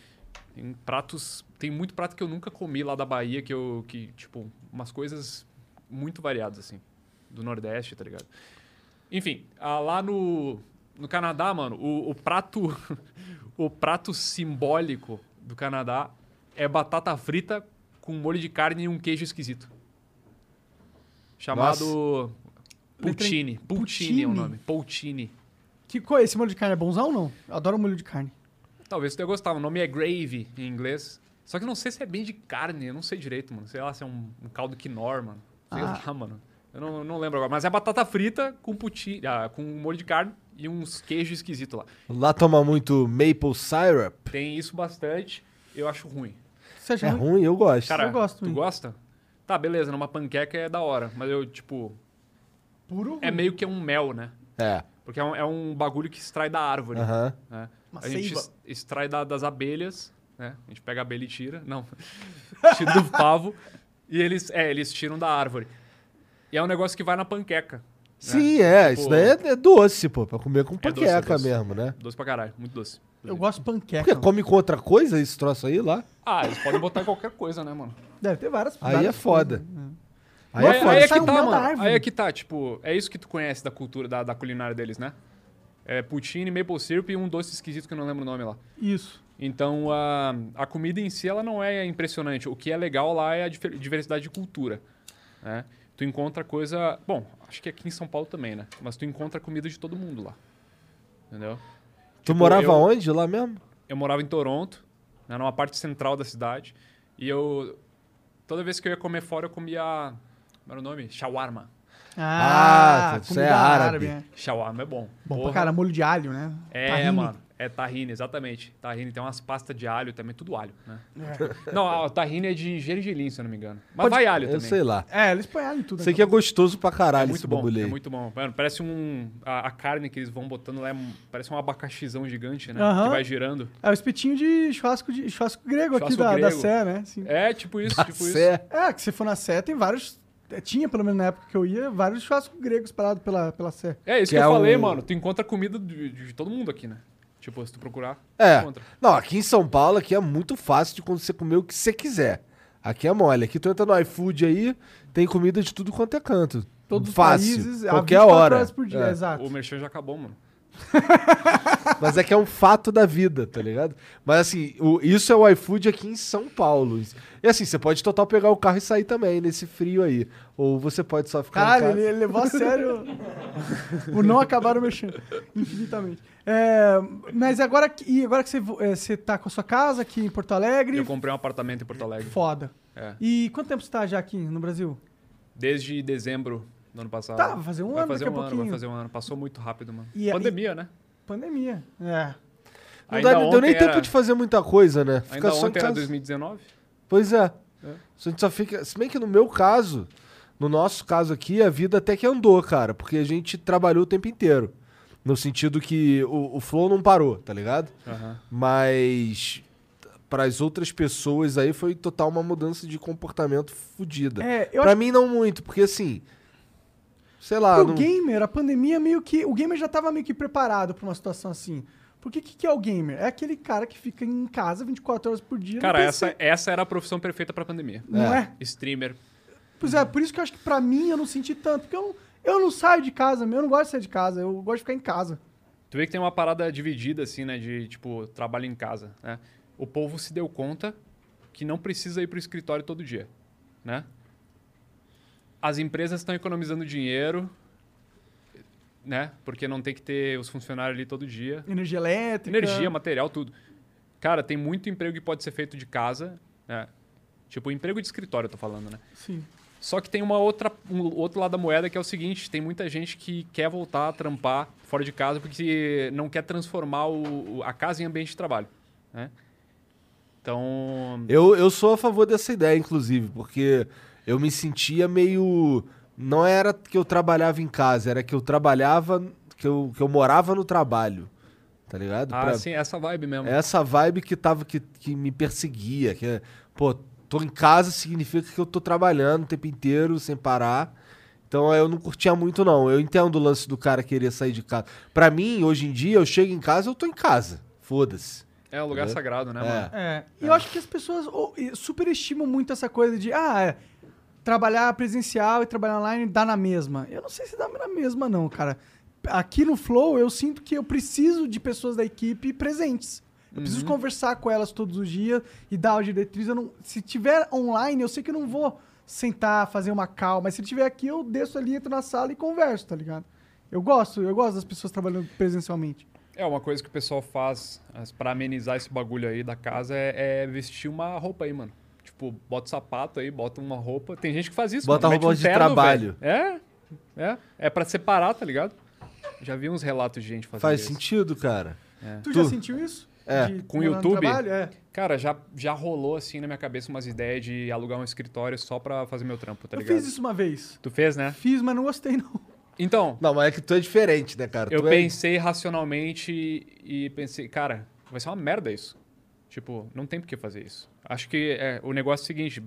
[SPEAKER 3] Tem pratos. Tem muito prato que eu nunca comi lá da Bahia, que eu. que, tipo, umas coisas muito variadas, assim. Do Nordeste, tá ligado? Enfim, ah, lá no. No Canadá, mano, o, o prato. [laughs] o prato simbólico do Canadá é batata frita com molho de carne e um queijo esquisito. Chamado. Poutine. Poutine é o
[SPEAKER 2] Poutine?
[SPEAKER 3] nome. Poutine.
[SPEAKER 2] Que coisa, esse molho de carne é bonzão ou não? Eu adoro molho de carne.
[SPEAKER 3] Talvez eu gostava. O nome é gravy em inglês. Só que eu não sei se é bem de carne, eu não sei direito, mano. Sei lá se é um, um caldo quinor, mano. Sei
[SPEAKER 2] Ah.
[SPEAKER 3] lá, mano. Eu não, eu não lembro agora. Mas é batata frita com puti, ah, com molho de carne e uns queijos esquisitos lá.
[SPEAKER 1] Lá toma muito maple syrup.
[SPEAKER 3] Tem isso bastante, eu acho ruim.
[SPEAKER 2] Você
[SPEAKER 1] É ruim, eu gosto.
[SPEAKER 3] Cara,
[SPEAKER 2] Eu gosto
[SPEAKER 3] tu
[SPEAKER 2] muito.
[SPEAKER 3] gosta? Tá, beleza, numa panqueca é da hora. Mas eu, tipo,
[SPEAKER 2] Puro?
[SPEAKER 3] é meio que um mel, né?
[SPEAKER 1] É.
[SPEAKER 3] Porque é um, é um bagulho que extrai da árvore.
[SPEAKER 1] Aham.
[SPEAKER 3] né?
[SPEAKER 2] Uma
[SPEAKER 3] A gente
[SPEAKER 2] seiva.
[SPEAKER 3] es- extrai da- das abelhas, né? A gente pega a abelha e tira. Não. [laughs] tira do pavo. E eles, é, eles tiram da árvore. E é um negócio que vai na panqueca.
[SPEAKER 1] Sim, é.
[SPEAKER 3] Tipo-
[SPEAKER 1] Isso daí é, é doce, pô. Pra comer com
[SPEAKER 3] É doce,
[SPEAKER 1] panqueca
[SPEAKER 3] é doce.
[SPEAKER 1] mesmo, né?
[SPEAKER 3] Doce pra caralho, muito doce.
[SPEAKER 2] Eu gosto de panqueca.
[SPEAKER 1] Porque come com outra coisa esse troço aí lá?
[SPEAKER 3] Ah, eles podem botar em qualquer coisa, né, mano?
[SPEAKER 2] Deve ter várias.
[SPEAKER 1] Aí é
[SPEAKER 2] várias
[SPEAKER 1] foda.
[SPEAKER 2] coisas.
[SPEAKER 1] Aí é
[SPEAKER 2] Mas-
[SPEAKER 1] foda.
[SPEAKER 3] aí é
[SPEAKER 2] Sai
[SPEAKER 3] que
[SPEAKER 2] um
[SPEAKER 3] tá,
[SPEAKER 2] mel da
[SPEAKER 3] mano.
[SPEAKER 2] árvore.
[SPEAKER 3] Aí é que tá, tipo, é isso que tu conhece da cultura, da, da culinária deles, né? É poutine, maple syrup e um doce esquisito que eu não lembro o nome lá.
[SPEAKER 2] Isso.
[SPEAKER 3] Então, a, a comida em si, ela não é impressionante. O que é legal lá é a difer- diversidade de cultura, né? Tu encontra coisa... Bom, acho que aqui em São Paulo também, né? Mas tu encontra comida de todo mundo lá, entendeu?
[SPEAKER 1] Tu morava
[SPEAKER 3] Tipo, eu-
[SPEAKER 1] onde lá mesmo?
[SPEAKER 3] eu morava em Toronto, né, numa parte central da cidade, e eu toda vez que eu ia comer fora eu comia como era o nome? Shawarma.
[SPEAKER 1] Ah, você é
[SPEAKER 2] comida
[SPEAKER 1] árabe.
[SPEAKER 2] né?
[SPEAKER 3] Shawarma é bom.
[SPEAKER 2] Bom
[SPEAKER 3] Porra.
[SPEAKER 2] pra cara, molho de alho, né?
[SPEAKER 3] É,
[SPEAKER 2] Tahine.
[SPEAKER 3] mano. É tahine, exatamente. Tahine tem umas pastas de alho também, tudo alho, né? Não, a tahine é de gergelim, se eu não me engano. Mas vai alho
[SPEAKER 1] Eu
[SPEAKER 3] também.
[SPEAKER 1] sei lá.
[SPEAKER 2] É, eles põem alho em tudo.
[SPEAKER 1] Sei
[SPEAKER 2] né?
[SPEAKER 1] que é gostoso pra
[SPEAKER 3] É
[SPEAKER 1] caralho esse
[SPEAKER 3] muito bom,
[SPEAKER 1] bagulho
[SPEAKER 3] é
[SPEAKER 1] aí.
[SPEAKER 3] muito bom. Mano, parece um a, a carne que eles vão botando lá, é um- parece um abacaxizão gigante, né?
[SPEAKER 2] Aham.
[SPEAKER 3] Que vai girando.
[SPEAKER 2] É o espetinho de churrasco, de, churrasco grego aqui
[SPEAKER 3] Churrasco
[SPEAKER 2] da, da
[SPEAKER 3] grego.
[SPEAKER 2] Sé, né? Assim.
[SPEAKER 3] É, tipo isso,
[SPEAKER 1] Ah,
[SPEAKER 3] tipo isso.
[SPEAKER 1] Sé.
[SPEAKER 2] É, que se for na Sé, tem vários. é, Tinha, pelo menos na época que eu ia, vários churrascos gregos parados pela, pela Sé.
[SPEAKER 3] É isso
[SPEAKER 1] Que
[SPEAKER 3] que, eu
[SPEAKER 1] é
[SPEAKER 3] falei,
[SPEAKER 1] um-
[SPEAKER 3] mano. Tu encontra comida de, de todo mundo aqui, né? Tipo, se tu procurar,
[SPEAKER 1] É.
[SPEAKER 3] tu encontra.
[SPEAKER 1] Não, aqui em São Paulo aqui é muito fácil de quando você comer o que você quiser. Aqui é mole. Aqui tu entra no iFood aí, tem comida de tudo quanto é canto.
[SPEAKER 2] Todos
[SPEAKER 1] fácil,
[SPEAKER 2] os países, há
[SPEAKER 1] qualquer
[SPEAKER 2] 24
[SPEAKER 1] hora.
[SPEAKER 2] horas por dia,
[SPEAKER 1] É.
[SPEAKER 2] exato.
[SPEAKER 3] O merchan já acabou, mano.
[SPEAKER 1] Mas é que é um fato da vida, tá ligado? Mas assim, o- isso é o iFood aqui em São Paulo. E assim, você pode total pegar o carro e sair também nesse frio aí. Ou você pode só ficar
[SPEAKER 2] Caralho,
[SPEAKER 1] em
[SPEAKER 2] ele,
[SPEAKER 1] casa.
[SPEAKER 2] ele levou a sério o não acabaram mexendo infinitamente. É, mas agora que, e agora que você, vo- é, você tá com a sua casa aqui em Porto Alegre,
[SPEAKER 3] Eu comprei um apartamento em Porto Alegre.
[SPEAKER 2] foda.
[SPEAKER 3] É.
[SPEAKER 2] E quanto tempo você tá já aqui no Brasil?
[SPEAKER 3] Desde dezembro do ano passado.
[SPEAKER 2] Tá, vai fazer um ano
[SPEAKER 3] Vai fazer
[SPEAKER 2] daqui a
[SPEAKER 3] um ano, vai
[SPEAKER 2] pouquinho.
[SPEAKER 3] fazer um ano. Passou muito rápido, mano.
[SPEAKER 2] E a-
[SPEAKER 3] Pandemia, né?
[SPEAKER 2] Pandemia. É.
[SPEAKER 1] Não
[SPEAKER 3] Ainda
[SPEAKER 1] dá, não deu nem
[SPEAKER 3] ontem
[SPEAKER 1] tempo
[SPEAKER 3] era-
[SPEAKER 1] de fazer muita coisa, né?
[SPEAKER 3] Ainda
[SPEAKER 1] só em
[SPEAKER 3] ontem era
[SPEAKER 1] casa.
[SPEAKER 3] 2019.
[SPEAKER 1] Pois é. A gente só fica. Se bem que no meu caso, no nosso caso aqui, a vida até que andou, cara, porque a gente trabalhou o tempo inteiro. No sentido que o, o flow não parou, tá ligado?
[SPEAKER 3] Aham.
[SPEAKER 1] Mas para as outras pessoas aí foi total uma mudança de comportamento fodida.
[SPEAKER 2] É, eu
[SPEAKER 1] Pra
[SPEAKER 2] acho
[SPEAKER 1] mim não muito, porque assim. Sei lá.
[SPEAKER 2] pro
[SPEAKER 1] não-
[SPEAKER 2] gamer, a pandemia meio que. O gamer já tava meio que preparado pra uma situação assim. Porque o que, que é o gamer? É aquele cara que fica em casa 24 horas por dia. no
[SPEAKER 3] Cara,
[SPEAKER 2] PC,
[SPEAKER 3] essa, é- essa era a profissão perfeita pra pandemia.
[SPEAKER 2] Não é.
[SPEAKER 3] Streamer.
[SPEAKER 2] Pois é, por isso que eu acho que pra mim eu não senti tanto. Porque eu, eu não saio de casa, eu não gosto de sair de casa, eu gosto de ficar em casa.
[SPEAKER 3] Tu vê que tem uma parada dividida, assim, né? De, tipo, trabalho em casa, né? O povo se deu conta que não precisa ir pro escritório todo dia, né? As empresas estão economizando dinheiro, né? Porque não tem que ter os funcionários ali todo dia.
[SPEAKER 2] Energia elétrica.
[SPEAKER 3] Energia, material, tudo. Cara, tem muito emprego que pode ser feito de casa, né? Tipo, emprego de escritório, eu tô falando, né?
[SPEAKER 2] Sim.
[SPEAKER 3] Só que tem uma outra, um outro lado da moeda que é o seguinte: tem muita gente que quer voltar a trampar fora de casa porque não quer transformar o, o- a casa em ambiente de trabalho. Né? Então.
[SPEAKER 1] Eu, eu sou a favor dessa ideia, inclusive, porque eu me sentia meio. Não era que eu trabalhava em casa, era que eu trabalhava, que eu, que eu morava no trabalho. Tá ligado?
[SPEAKER 3] Ah,
[SPEAKER 1] Pra-
[SPEAKER 3] sim, essa vibe mesmo.
[SPEAKER 1] Essa vibe que tava que, que me perseguia, que é, pô, tô em casa significa que eu tô trabalhando o tempo inteiro sem parar. Então eu não curtia muito não. Eu entendo o lance do cara querer sair de casa. Pra mim, hoje em dia, eu chego em casa, eu tô em casa. Foda-se.
[SPEAKER 3] É um lugar
[SPEAKER 1] É.
[SPEAKER 3] sagrado, né,
[SPEAKER 1] É.
[SPEAKER 3] mano?
[SPEAKER 2] É. E eu acho que as pessoas oh, e superestimam muito essa coisa de, ah, é, trabalhar presencial e trabalhar online dá na mesma. Eu não sei se dá na mesma, não, cara. Aqui no Flow, eu sinto que eu preciso de pessoas da equipe presentes. Eu preciso conversar com elas todos os dias e dar a diretriz. Eu não, se tiver online, eu sei que eu não vou sentar, fazer uma calma. Mas se tiver aqui, eu desço ali, entro na sala e converso, tá ligado? Eu gosto, eu gosto das pessoas trabalhando presencialmente.
[SPEAKER 3] É, uma coisa que o pessoal faz as- pra amenizar esse bagulho aí da casa é, é vestir uma roupa aí, mano. Tipo, bota o sapato aí, bota uma roupa. Tem gente que faz isso.
[SPEAKER 1] Bota
[SPEAKER 3] mano.
[SPEAKER 1] a roupa
[SPEAKER 3] Mete um
[SPEAKER 1] de
[SPEAKER 3] terno,
[SPEAKER 1] trabalho.
[SPEAKER 3] velho. É, é. É pra separar, tá ligado? Já vi uns relatos de gente fazendo
[SPEAKER 1] Faz
[SPEAKER 3] isso.
[SPEAKER 1] sentido, cara.
[SPEAKER 2] Tu já sentiu isso?
[SPEAKER 1] É.
[SPEAKER 2] De
[SPEAKER 3] Com o
[SPEAKER 2] morar no
[SPEAKER 3] YouTube?
[SPEAKER 2] trabalho? É.
[SPEAKER 3] Cara, já, já rolou assim na minha cabeça umas ideias de alugar um escritório só pra fazer meu trampo, tá
[SPEAKER 2] Eu
[SPEAKER 3] ligado?
[SPEAKER 2] fiz isso uma vez.
[SPEAKER 3] Tu fez, né?
[SPEAKER 2] Fiz, mas não gostei, não.
[SPEAKER 3] Então.
[SPEAKER 1] Não, mas é que tu é diferente, né, cara?
[SPEAKER 3] Eu
[SPEAKER 1] Tu é-
[SPEAKER 3] pensei racionalmente e pensei, cara, vai ser uma merda isso. Tipo, não tem por que fazer isso. Acho que é, o negócio é o seguinte: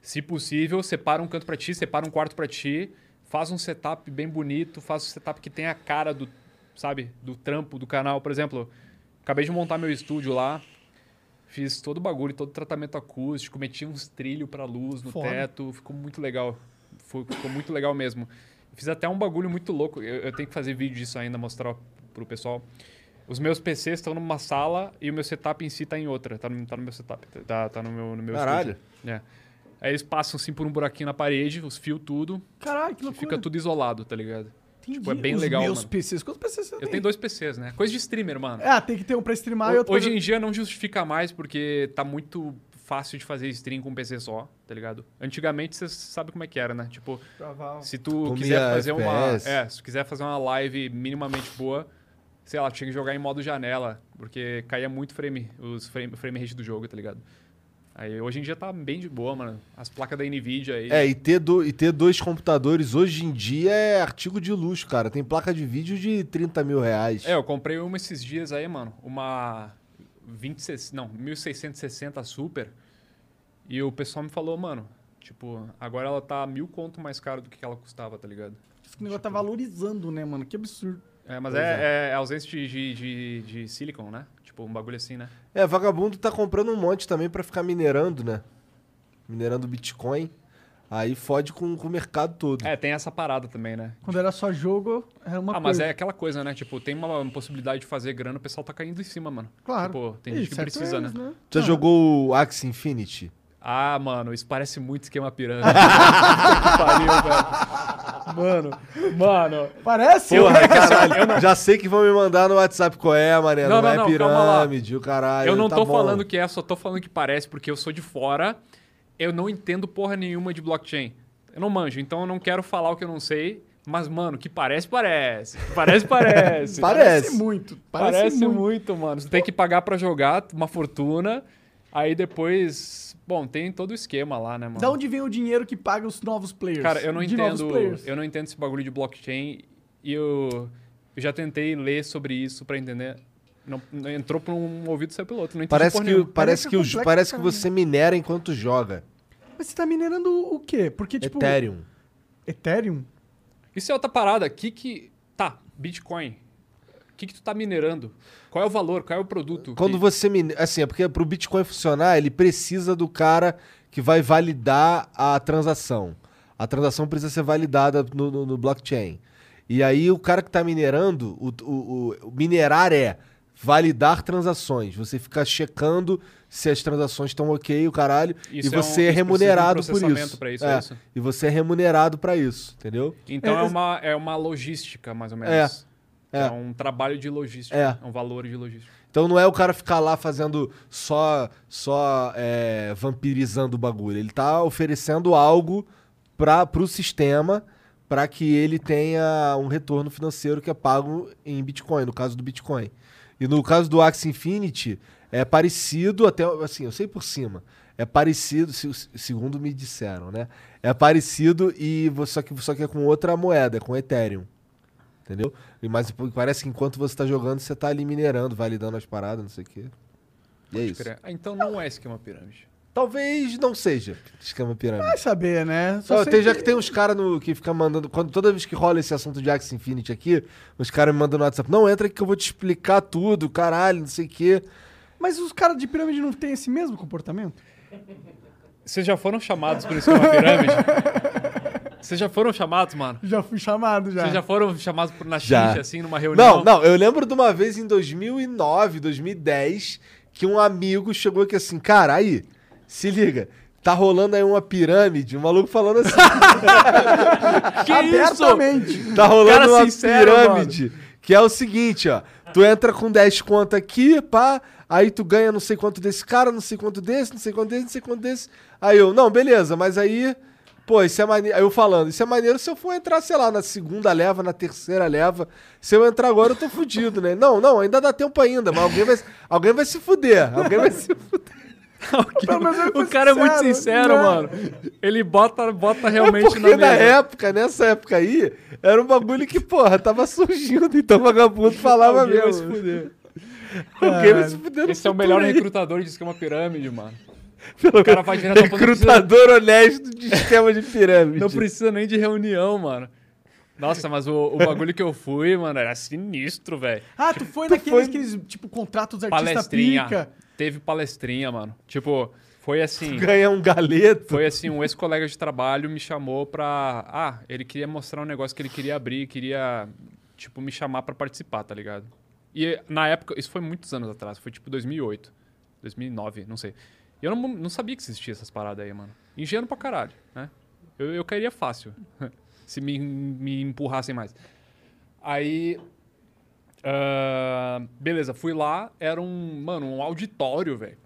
[SPEAKER 3] se possível, separa um canto pra ti, separa um quarto pra ti, faz um setup bem bonito, faz um setup que tenha a cara do, sabe, do trampo do canal. Por exemplo, acabei de montar meu estúdio lá, fiz todo o bagulho, todo o tratamento acústico, meti uns trilhos pra luz no
[SPEAKER 5] Foda.
[SPEAKER 3] teto, ficou muito legal. Foi- ficou muito legal mesmo. Fiz até um bagulho muito louco. Eu, eu tenho que fazer vídeo disso ainda, mostrar pro pessoal. Os meus PCs estão numa sala e o meu setup em si tá em outra. Tá no, tá no meu setup. Tá, tá no meu, no meu
[SPEAKER 1] Caralho.
[SPEAKER 3] estúdio. É. Aí eles passam assim por um buraquinho na parede, os fios tudo.
[SPEAKER 2] Caralho, que
[SPEAKER 3] loucura. Fica tudo isolado, tá ligado? Tipo, é
[SPEAKER 2] Entendi.
[SPEAKER 3] bem
[SPEAKER 2] Os
[SPEAKER 3] legal,
[SPEAKER 2] meus
[SPEAKER 3] mano.
[SPEAKER 2] PCs. Quantos PCs você
[SPEAKER 3] Eu
[SPEAKER 2] tem?
[SPEAKER 3] tenho dois PCs, né? Coisa de streamer, mano.
[SPEAKER 2] Ah, tem que ter um pra streamar e
[SPEAKER 3] Ho-
[SPEAKER 2] outro
[SPEAKER 3] Hoje
[SPEAKER 2] pra...
[SPEAKER 3] em dia não justifica mais porque tá muito fácil de fazer stream com um PC só, tá ligado? Antigamente você sabe como é que era, né? Tipo,
[SPEAKER 2] Travar.
[SPEAKER 3] se tu
[SPEAKER 1] Comia
[SPEAKER 3] quiser fazer
[SPEAKER 1] FPS.
[SPEAKER 3] uma, é, se tu quiser fazer uma live minimamente boa, sei lá, tinha que jogar em modo janela, porque caía muito frame, os frame, frame rate do jogo, tá ligado? Aí hoje em dia tá bem de boa, mano. As placas da Nvidia aí.
[SPEAKER 1] É, e ter, do- e ter dois computadores hoje em dia é artigo de luxo, cara. Tem placa de vídeo de 30 mil reais.
[SPEAKER 3] É, eu comprei uma esses dias aí, mano. Uma 26, não, 1660 Super. E o pessoal me falou, mano, tipo, agora ela tá mil conto mais cara do que ela custava, tá ligado?
[SPEAKER 2] Diz que o negócio tá valorizando, né, mano? Que absurdo.
[SPEAKER 3] É, mas
[SPEAKER 2] Pois
[SPEAKER 3] é, é ausência de, de, de, de silicon, né? Tipo, um bagulho assim, né?
[SPEAKER 1] É, vagabundo tá comprando um monte também pra ficar minerando, né? Minerando Bitcoin. Aí fode com, com o mercado todo.
[SPEAKER 3] É, tem essa parada também, né?
[SPEAKER 2] Quando era só jogo, era uma
[SPEAKER 3] ah, mas
[SPEAKER 2] coisa.
[SPEAKER 3] é aquela coisa, né? Tipo, tem uma possibilidade de fazer grana, o pessoal tá caindo em cima, mano.
[SPEAKER 2] Claro.
[SPEAKER 3] Tipo, tem
[SPEAKER 2] Ih,
[SPEAKER 3] gente que
[SPEAKER 2] certo
[SPEAKER 3] precisa,
[SPEAKER 2] eles,
[SPEAKER 3] né?
[SPEAKER 2] né?
[SPEAKER 1] Tu já jogou o Axie Infinity?
[SPEAKER 3] Ah, mano, isso parece muito esquema
[SPEAKER 2] [laughs]
[SPEAKER 3] pirâmide. Puta que pariu, velho.
[SPEAKER 2] Mano, mano. Parece?
[SPEAKER 1] Porra,
[SPEAKER 3] [laughs]
[SPEAKER 1] caralho. Já sei que vão me mandar no WhatsApp qual é, mané. Não,
[SPEAKER 3] Não, não,
[SPEAKER 1] é
[SPEAKER 3] não, calma
[SPEAKER 1] pirâmide, o caralho.
[SPEAKER 3] eu não
[SPEAKER 1] tá
[SPEAKER 3] tô
[SPEAKER 1] bom.
[SPEAKER 3] falando que é, só tô falando que parece, porque eu sou de fora, eu não entendo porra nenhuma de blockchain. Eu não manjo, então eu não quero falar o que eu não sei, mas, mano, que parece, parece. Parece,
[SPEAKER 1] [laughs]
[SPEAKER 3] parece.
[SPEAKER 1] Parece muito,
[SPEAKER 3] Parece,
[SPEAKER 1] parece
[SPEAKER 3] muito. mano. Você tem que pagar pra jogar uma fortuna, aí depois... Bom, tem todo o esquema lá, né, mano?
[SPEAKER 2] Da onde vem o dinheiro que paga os novos players?
[SPEAKER 3] Cara, eu não
[SPEAKER 2] de novos
[SPEAKER 3] entendo.
[SPEAKER 2] players.
[SPEAKER 3] Eu não entendo esse bagulho de blockchain e eu, eu já tentei ler sobre isso pra entender. Não, não- entrou por um ouvido e saiu pelo outro. Não entendi
[SPEAKER 1] Parece
[SPEAKER 3] porra
[SPEAKER 1] que,
[SPEAKER 3] nenhuma. é
[SPEAKER 1] parece, que, o-
[SPEAKER 2] complexo
[SPEAKER 1] parece que
[SPEAKER 2] pra
[SPEAKER 1] você minera enquanto joga.
[SPEAKER 2] Mas você tá minerando o quê?
[SPEAKER 3] É
[SPEAKER 2] Porque, tipo...
[SPEAKER 1] Ethereum.
[SPEAKER 2] Ethereum?
[SPEAKER 3] Isso é outra parada. O que que. Tá, Bitcoin. O que que tu tá minerando? Qual é o valor? Qual é o produto?
[SPEAKER 1] Quando
[SPEAKER 3] Que-
[SPEAKER 1] você mine- Assim, é porque pro Bitcoin funcionar, ele precisa do cara que vai validar a transação. A transação precisa ser validada no, no- no blockchain. E aí o cara que tá minerando, o, o- o- o minerar é validar transações. Você fica checando se as transações estão ok, o caralho.
[SPEAKER 3] Isso
[SPEAKER 1] e
[SPEAKER 3] é
[SPEAKER 1] você é,
[SPEAKER 3] um- isso precisa de um
[SPEAKER 1] remunerado por
[SPEAKER 3] processamento
[SPEAKER 1] isso.
[SPEAKER 3] pra isso, é isso?
[SPEAKER 1] E você é remunerado pra isso, entendeu?
[SPEAKER 3] Então é, uma, é uma logística, mais ou menos.
[SPEAKER 1] É.
[SPEAKER 3] é um trabalho de logística.
[SPEAKER 1] É.
[SPEAKER 3] É um valor de logística.
[SPEAKER 1] Então não é o cara ficar lá fazendo só só é, vampirizando o bagulho. Ele tá oferecendo algo para pro sistema para que ele tenha um retorno financeiro que é pago em Bitcoin, no caso do Bitcoin. E no caso do Axie Infinity é parecido até assim, eu sei por cima. É parecido, se- se- segundo me disseram, né? É parecido e vo- só que só que é com outra moeda, é com Ethereum. Entendeu? E- Mas pô, parece que enquanto você tá jogando, você tá ali minerando, validando as paradas, não sei o quê. E é isso.
[SPEAKER 3] Crer. Ah, Então não é esquema pirâmide.
[SPEAKER 1] Talvez não seja esquema pirâmide.
[SPEAKER 3] Ah,
[SPEAKER 2] Vai saber, né?
[SPEAKER 1] Ó,
[SPEAKER 2] sei
[SPEAKER 1] tem, já que tem uns caras que ficam mandando. Quando, toda vez que rola esse assunto de Axie Infinity aqui, os caras me mandam no WhatsApp: Não, entra aqui que eu vou te explicar tudo, caralho, não sei o quê.
[SPEAKER 2] Mas os caras de pirâmide não têm esse mesmo comportamento?
[SPEAKER 3] Vocês já foram chamados por esquema pirâmide? [laughs] Vocês já foram chamados, mano?
[SPEAKER 2] Já fui chamado, já.
[SPEAKER 3] Vocês já foram chamados por- na
[SPEAKER 1] Já.
[SPEAKER 3] xincha, assim, numa reunião?
[SPEAKER 1] Não, não, eu lembro de uma vez em 2009, 2010, que um amigo chegou aqui assim, cara, aí, se liga, tá rolando aí uma pirâmide, um maluco falando assim.
[SPEAKER 3] Que
[SPEAKER 2] Abertamente.
[SPEAKER 1] Tá rolando
[SPEAKER 3] Cara
[SPEAKER 1] uma
[SPEAKER 3] sincero,
[SPEAKER 1] pirâmide, que é o seguinte, ó, Tu entra com 10 conto aqui, pá, aí tu ganha não sei quanto desse cara, não sei quanto desse, não sei quanto desse, não sei quanto desse. Aí eu, não, beleza, mas aí, pô, isso é maneiro. Eu falando, isso é maneiro se eu for entrar, sei lá, na segunda leva, na terceira leva. Se eu entrar agora, eu tô fudido, né? Não, não, ainda dá tempo ainda, mas alguém vai, alguém vai se fuder. Alguém vai se
[SPEAKER 3] o cara é muito sincero,
[SPEAKER 1] né?
[SPEAKER 3] mano. Ele bota, bota realmente
[SPEAKER 1] é porque
[SPEAKER 3] na mesa.
[SPEAKER 1] época, nessa época aí, era um bagulho que, porra, tava surgindo, então vagabundo falava
[SPEAKER 3] Alguém vai
[SPEAKER 1] mesmo.
[SPEAKER 3] se fuder.
[SPEAKER 1] Alguém vai se fuder no
[SPEAKER 3] Esse é o melhor
[SPEAKER 1] futuro aí.
[SPEAKER 3] recrutador de esquema pirâmide, mano. o cara vai direto ao ponto, não precisa-
[SPEAKER 1] Recrutador honesto de esquema de pirâmide.
[SPEAKER 3] Não precisa nem de reunião, mano. Nossa, mas o, o bagulho que eu fui, mano, era sinistro, velho.
[SPEAKER 2] Ah, tu foi naqueles que eles, tipo, contratos artista
[SPEAKER 3] Palestrinha.
[SPEAKER 2] pica.
[SPEAKER 3] Teve palestrinha, mano. Tipo, foi assim.
[SPEAKER 1] Ganha um galeto.
[SPEAKER 3] Foi assim, um ex-colega de trabalho me chamou pra. Ah, ele queria mostrar um negócio que ele queria abrir, queria, tipo, me chamar pra participar, tá ligado? E na época, isso foi muitos anos atrás, foi tipo 2008, 2009, não sei. E eu não, não sabia que existia essas paradas aí, mano. Ingênuo pra caralho, né? Eu, eu cairia fácil, [laughs] se me, me empurrassem mais. Aí. ah, beleza, fui lá, era um. Mano, um auditório, velho.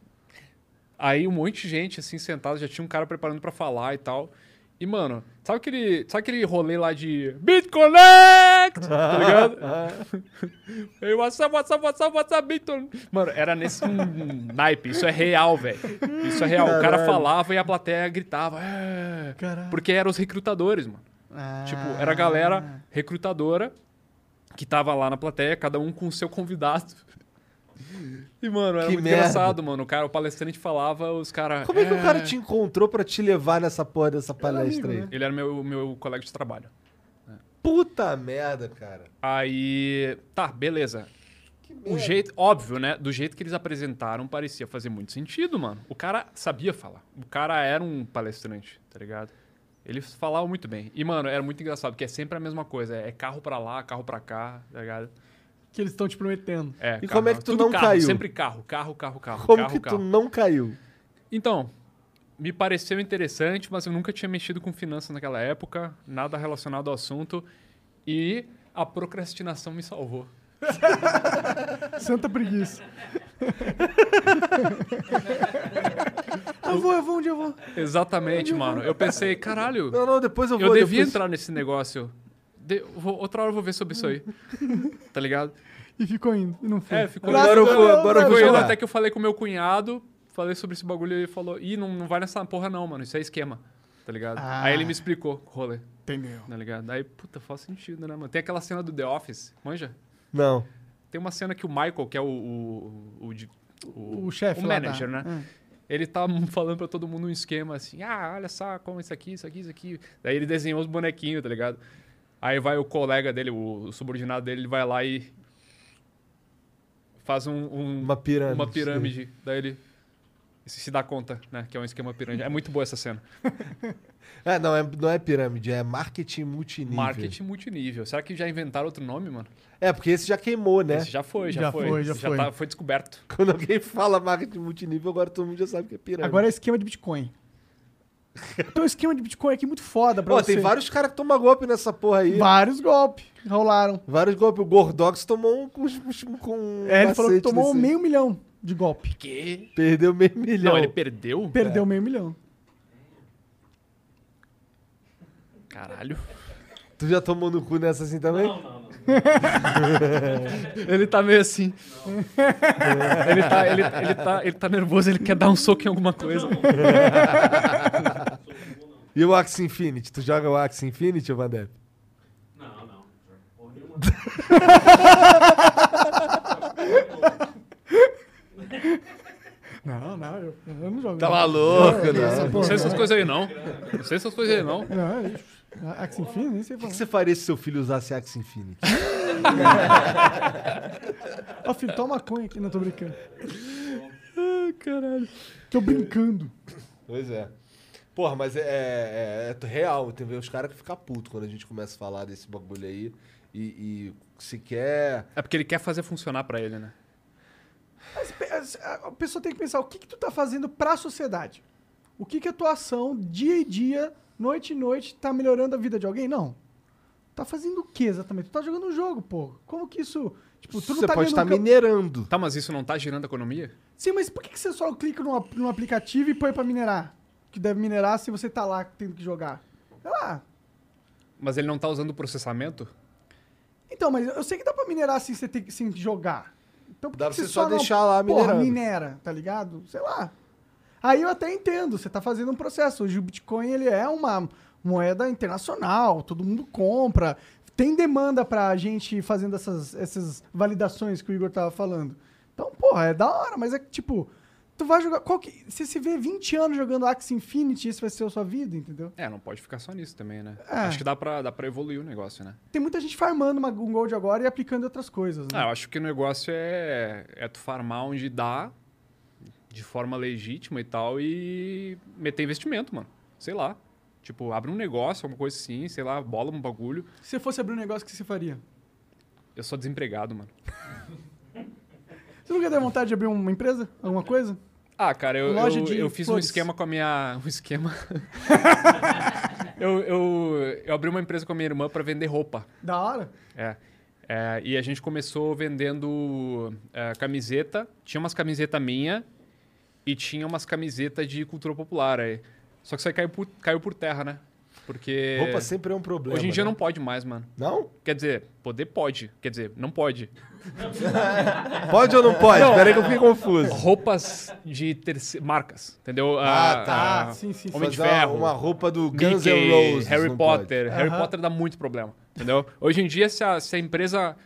[SPEAKER 3] Aí um monte de gente, assim, sentada, já tinha um cara preparando pra falar e tal. E, mano, sabe aquele, sabe aquele rolê lá de BitConnect?
[SPEAKER 1] [laughs]
[SPEAKER 3] Tá ligado? Ei, what's up, what's up, what's up, what's up, Bitcoin? Mano, era nesse hum, naipe. Isso é real, velho. Isso é real. O cara
[SPEAKER 9] Caralho.
[SPEAKER 3] falava e a plateia gritava. "É". Porque eram os recrutadores, mano.
[SPEAKER 1] Ah.
[SPEAKER 3] Tipo, era a galera recrutadora que tava lá na plateia, cada um com o seu convidado. [laughs] E, mano, era
[SPEAKER 1] Que
[SPEAKER 3] muito
[SPEAKER 1] merda.
[SPEAKER 3] engraçado, mano. O cara, o palestrante falava, os caras.
[SPEAKER 1] Como é que o cara te encontrou pra te levar nessa porra dessa palestra aí?
[SPEAKER 3] Ele era meu, meu colega de trabalho.
[SPEAKER 1] Puta merda, cara.
[SPEAKER 3] Aí. Tá, beleza. O jeito, óbvio, né? Do jeito que eles apresentaram, parecia fazer muito sentido, mano. O cara sabia falar. O cara era um palestrante, tá ligado? Ele falava muito bem. E, mano, era muito engraçado, porque é sempre a mesma coisa. É carro pra lá, carro pra cá, tá ligado?
[SPEAKER 2] Que eles estão te prometendo.
[SPEAKER 3] É,
[SPEAKER 1] E
[SPEAKER 3] carro,
[SPEAKER 1] como é que tu
[SPEAKER 3] tudo
[SPEAKER 1] não
[SPEAKER 3] carro,
[SPEAKER 1] caiu?
[SPEAKER 3] Sempre carro, carro, carro, carro.
[SPEAKER 1] Como
[SPEAKER 3] carro,
[SPEAKER 1] que
[SPEAKER 3] carro.
[SPEAKER 1] tu não caiu?
[SPEAKER 3] Então, me pareceu interessante, mas eu nunca tinha mexido com finanças naquela época, nada relacionado ao assunto, e a procrastinação me salvou.
[SPEAKER 2] Santa preguiça. eu vou, eu vou, onde eu vou?
[SPEAKER 1] [laughs]
[SPEAKER 3] Exatamente, mano. Eu pensei, caralho.
[SPEAKER 1] Não, não, depois eu
[SPEAKER 3] Eu
[SPEAKER 1] vou,
[SPEAKER 3] devia
[SPEAKER 1] depois-
[SPEAKER 3] entrar nesse negócio. De- vou- outra hora eu vou ver sobre isso aí. Tá ligado?
[SPEAKER 2] E ficou indo. E não foi.
[SPEAKER 3] É, ficou
[SPEAKER 2] Graças a Deus, né?
[SPEAKER 3] Ficou indo Até que eu falei com meu cunhado, falei sobre esse bagulho e ele falou: ih, não, não vai nessa porra não, mano. Isso é esquema. Tá ligado?
[SPEAKER 2] Ah.
[SPEAKER 3] Aí ele me explicou o rolê.
[SPEAKER 2] Entendeu.
[SPEAKER 3] Tá ligado? Aí, puta, faz sentido, né, mano? Tem aquela cena do The Office, manja?
[SPEAKER 1] Não.
[SPEAKER 3] Tem uma cena que o Michael, que é o. O, o, de-
[SPEAKER 2] O chefe
[SPEAKER 3] O
[SPEAKER 2] lá
[SPEAKER 3] manager,
[SPEAKER 2] da-
[SPEAKER 3] né? Ele tá [laughs] falando pra todo mundo um esquema assim: ah, olha só como isso aqui, isso aqui, isso aqui. Daí ele desenhou os bonequinhos, tá ligado? Aí vai o colega dele, o subordinado dele, ele vai lá e. faz um. um-
[SPEAKER 1] Uma pirâmide,
[SPEAKER 3] Uma pirâmide. Daí ele. Se se dá conta, né? Que é um esquema pirâmide. É muito boa essa cena.
[SPEAKER 1] É, não, é, não é pirâmide, é marketing multinível.
[SPEAKER 3] Marketing multinível. Será que já inventaram outro nome, mano?
[SPEAKER 1] É, porque esse já queimou, né?
[SPEAKER 3] Esse já foi, já, foi. tá- foi descoberto.
[SPEAKER 1] Quando alguém fala marketing multinível, agora todo mundo já sabe que é pirâmide.
[SPEAKER 2] Agora é esquema de Bitcoin. Tem um esquema de Bitcoin aqui muito foda é pra
[SPEAKER 1] Pô,
[SPEAKER 2] você.
[SPEAKER 1] tem vários caras que tomam golpe nessa porra aí.
[SPEAKER 2] Vários golpes rolaram.
[SPEAKER 1] Vários golpes. O Gordox tomou um com, com- com um
[SPEAKER 2] É, ele falou que
[SPEAKER 1] cacete
[SPEAKER 2] tomou
[SPEAKER 1] desse aí.
[SPEAKER 2] meio milhão de golpe.
[SPEAKER 3] Que? é.
[SPEAKER 1] Perdeu meio milhão.
[SPEAKER 3] Não, ele perdeu?
[SPEAKER 2] Perdeu meio milhão.
[SPEAKER 3] Caralho.
[SPEAKER 1] Tu já tomou no cu nessa assim também? Não, não, não.
[SPEAKER 3] ele tá meio assim. Ele tá, ele, ele tá, ele tá nervoso, ele quer dar um soco em alguma coisa.
[SPEAKER 1] E o Axie Infinity? Tu joga o Axie Infinity, ô Vandep?
[SPEAKER 2] [laughs] Não, não, eu, eu não jogo. É,
[SPEAKER 3] Tá
[SPEAKER 2] não.
[SPEAKER 3] maluco,
[SPEAKER 2] Eu-
[SPEAKER 3] não.
[SPEAKER 2] essa
[SPEAKER 3] Não
[SPEAKER 2] porra,
[SPEAKER 3] sei essas coisas aí, não. Não sei essas coisas aí, não.
[SPEAKER 2] Não, é isso. Axie Infinity, nem sei
[SPEAKER 1] O que,
[SPEAKER 2] falar.
[SPEAKER 1] que você faria se seu filho usasse Axie Infinity?
[SPEAKER 2] Ó, filho, toma maconha aqui. Não, tô brincando.
[SPEAKER 3] Ai, Ah, caralho.
[SPEAKER 2] Tô brincando.
[SPEAKER 1] Pois é. Porra, mas é, é- é real, tem os caras que ficam putos quando a gente começa a falar desse bagulho aí. E, e se quer.
[SPEAKER 3] É porque ele quer fazer funcionar pra ele, né?
[SPEAKER 2] Mas pe- as- a a pessoa tem que pensar o que, que tu tá fazendo pra sociedade. O que, que a tua ação, dia e dia, noite e noite, tá melhorando a vida de alguém? Não. Tá fazendo o que exatamente? Tu tá jogando um jogo, pô. Como que isso Tipo, tu não
[SPEAKER 1] Você
[SPEAKER 2] tá
[SPEAKER 1] pode
[SPEAKER 2] ganhando
[SPEAKER 1] estar
[SPEAKER 2] um ca-
[SPEAKER 1] minerando.
[SPEAKER 3] Tá, mas isso não tá girando a economia?
[SPEAKER 2] Sim, mas por que que você só clica num, ap- num aplicativo e põe pra minerar? Que deve minerar se você tá lá tendo que jogar. Sei lá.
[SPEAKER 3] Mas ele não tá usando o processamento?
[SPEAKER 2] Então, mas eu sei que dá pra minerar sem, você ter, sem jogar. Então por
[SPEAKER 1] Dá pra
[SPEAKER 2] que você
[SPEAKER 1] você só
[SPEAKER 2] só não-
[SPEAKER 1] deixar lá
[SPEAKER 2] Porra,
[SPEAKER 1] minerando.
[SPEAKER 2] minera, tá ligado? Sei lá. Aí eu até entendo, você tá fazendo um processo. Hoje o Bitcoin, ele é uma moeda internacional, todo mundo compra. Tem demanda pra gente fazendo essas, essas validações que o Igor tava falando. Então, porra, é da hora, mas é que, tipo... Tu vai jogar... Qual que, se você vê 20 anos jogando Axie Infinity, isso vai ser a sua vida, entendeu?
[SPEAKER 3] É, não pode ficar só nisso também, né?
[SPEAKER 2] É.
[SPEAKER 3] Acho que dá pra, dá pra evoluir o negócio, né?
[SPEAKER 2] Tem muita gente farmando uma- um gold agora e aplicando em outras coisas, né?
[SPEAKER 3] Ah, eu acho que o negócio é, é tu farmar onde dá, de forma legítima e tal, e meter investimento, mano. Sei lá. Tipo, abre um negócio, alguma coisa assim, sei lá, bola um bagulho.
[SPEAKER 2] Se você fosse abrir um negócio, o que você faria?
[SPEAKER 3] Eu sou desempregado, mano.
[SPEAKER 2] Você nunca deu vontade de abrir uma empresa? Alguma coisa?
[SPEAKER 3] Ah, cara, eu,
[SPEAKER 2] Loja
[SPEAKER 3] eu,
[SPEAKER 2] de
[SPEAKER 3] eu fiz um
[SPEAKER 2] flores.
[SPEAKER 3] esquema com a minha. [laughs] Um esquema. eu, eu, eu abri uma empresa com a minha irmã pra vender roupa.
[SPEAKER 2] Da hora.
[SPEAKER 3] É. É, e a gente começou vendendo é, camiseta. Tinha umas camisetas minha e tinha umas camisetas de cultura popular. Aí. Só que isso aí caiu por, caiu por terra, né? Porque.
[SPEAKER 1] Roupa sempre é um problema.
[SPEAKER 3] Hoje em dia
[SPEAKER 1] né?
[SPEAKER 3] não pode mais, mano.
[SPEAKER 1] Não?
[SPEAKER 3] Quer dizer, poder pode. Quer dizer, não pode.
[SPEAKER 1] Pode ou não pode? Peraí que eu fiquei confuso.
[SPEAKER 3] Roupas de terce- marcas, entendeu?
[SPEAKER 1] Ah, tá.
[SPEAKER 2] Ah, sim, sim, sim.
[SPEAKER 3] Homem de
[SPEAKER 1] Fazer uma-
[SPEAKER 3] Ferro.
[SPEAKER 1] Uma roupa do Guns N'
[SPEAKER 3] Mickey,
[SPEAKER 1] Roses.
[SPEAKER 3] Harry
[SPEAKER 1] não
[SPEAKER 3] Potter. Harry
[SPEAKER 2] Aham.
[SPEAKER 3] Potter dá muito problema, entendeu? Hoje em dia, se a, se a empresa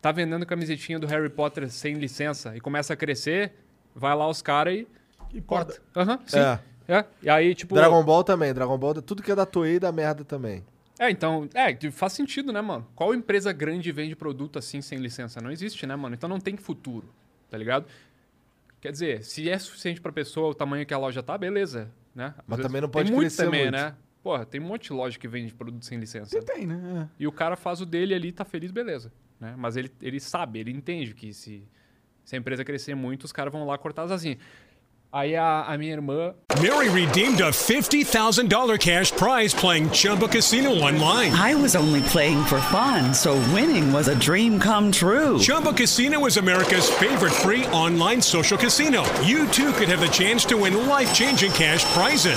[SPEAKER 3] tá vendendo camisetinha do Harry Potter sem licença e começa a crescer, vai lá os caras e...
[SPEAKER 2] E corta.
[SPEAKER 3] Aham, sim.
[SPEAKER 1] É.
[SPEAKER 3] É. E aí, tipo...
[SPEAKER 1] pode. Dragon Ball também. Dragon Ball, tudo que é da Toei dá merda também.
[SPEAKER 3] É, então... É, que faz sentido, né, mano? Qual empresa grande vende produto assim sem licença? Não existe, né, mano? Então não tem futuro, tá ligado? Quer dizer, se é suficiente pra pessoa o tamanho que a loja tá, beleza, né? Às
[SPEAKER 1] Mas
[SPEAKER 3] vezes-
[SPEAKER 1] também não pode
[SPEAKER 3] tem muito
[SPEAKER 1] crescer
[SPEAKER 3] também,
[SPEAKER 1] muito.
[SPEAKER 3] né? Porra, tem um monte de loja que vende produto sem licença.
[SPEAKER 2] Você tem, né?
[SPEAKER 3] E o cara faz o dele ali, tá feliz, beleza. Né? Mas ele, ele sabe, ele entende que se, se a empresa crescer muito, os caras vão lá cortar as asinhas. Aí a, a minha irmã.
[SPEAKER 6] Mary redeemed a $50,000 cash prize playing Chumba Casino online.
[SPEAKER 9] I was only playing for fun, so winning was a dream come true.
[SPEAKER 6] Chumba Casino is America's favorite free online social casino. You too could have the chance to win life changing cash prizes.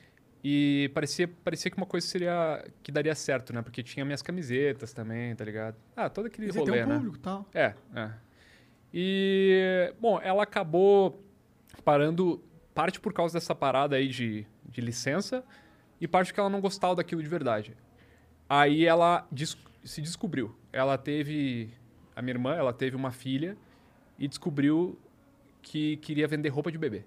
[SPEAKER 3] E parecia, parecia que uma coisa seria que daria certo, né? Porque tinha minhas camisetas também, tá ligado? Ah, todo aquele
[SPEAKER 2] Você
[SPEAKER 3] rolê,
[SPEAKER 2] tem um
[SPEAKER 3] né?
[SPEAKER 2] público e tal.
[SPEAKER 3] É, é. E, bom, ela acabou parando, parte por causa dessa parada aí de, de licença, e parte porque ela não gostava daquilo de verdade. Aí ela des- se descobriu. Ela teve. A minha irmã, ela teve uma filha e descobriu que queria vender roupa de bebê.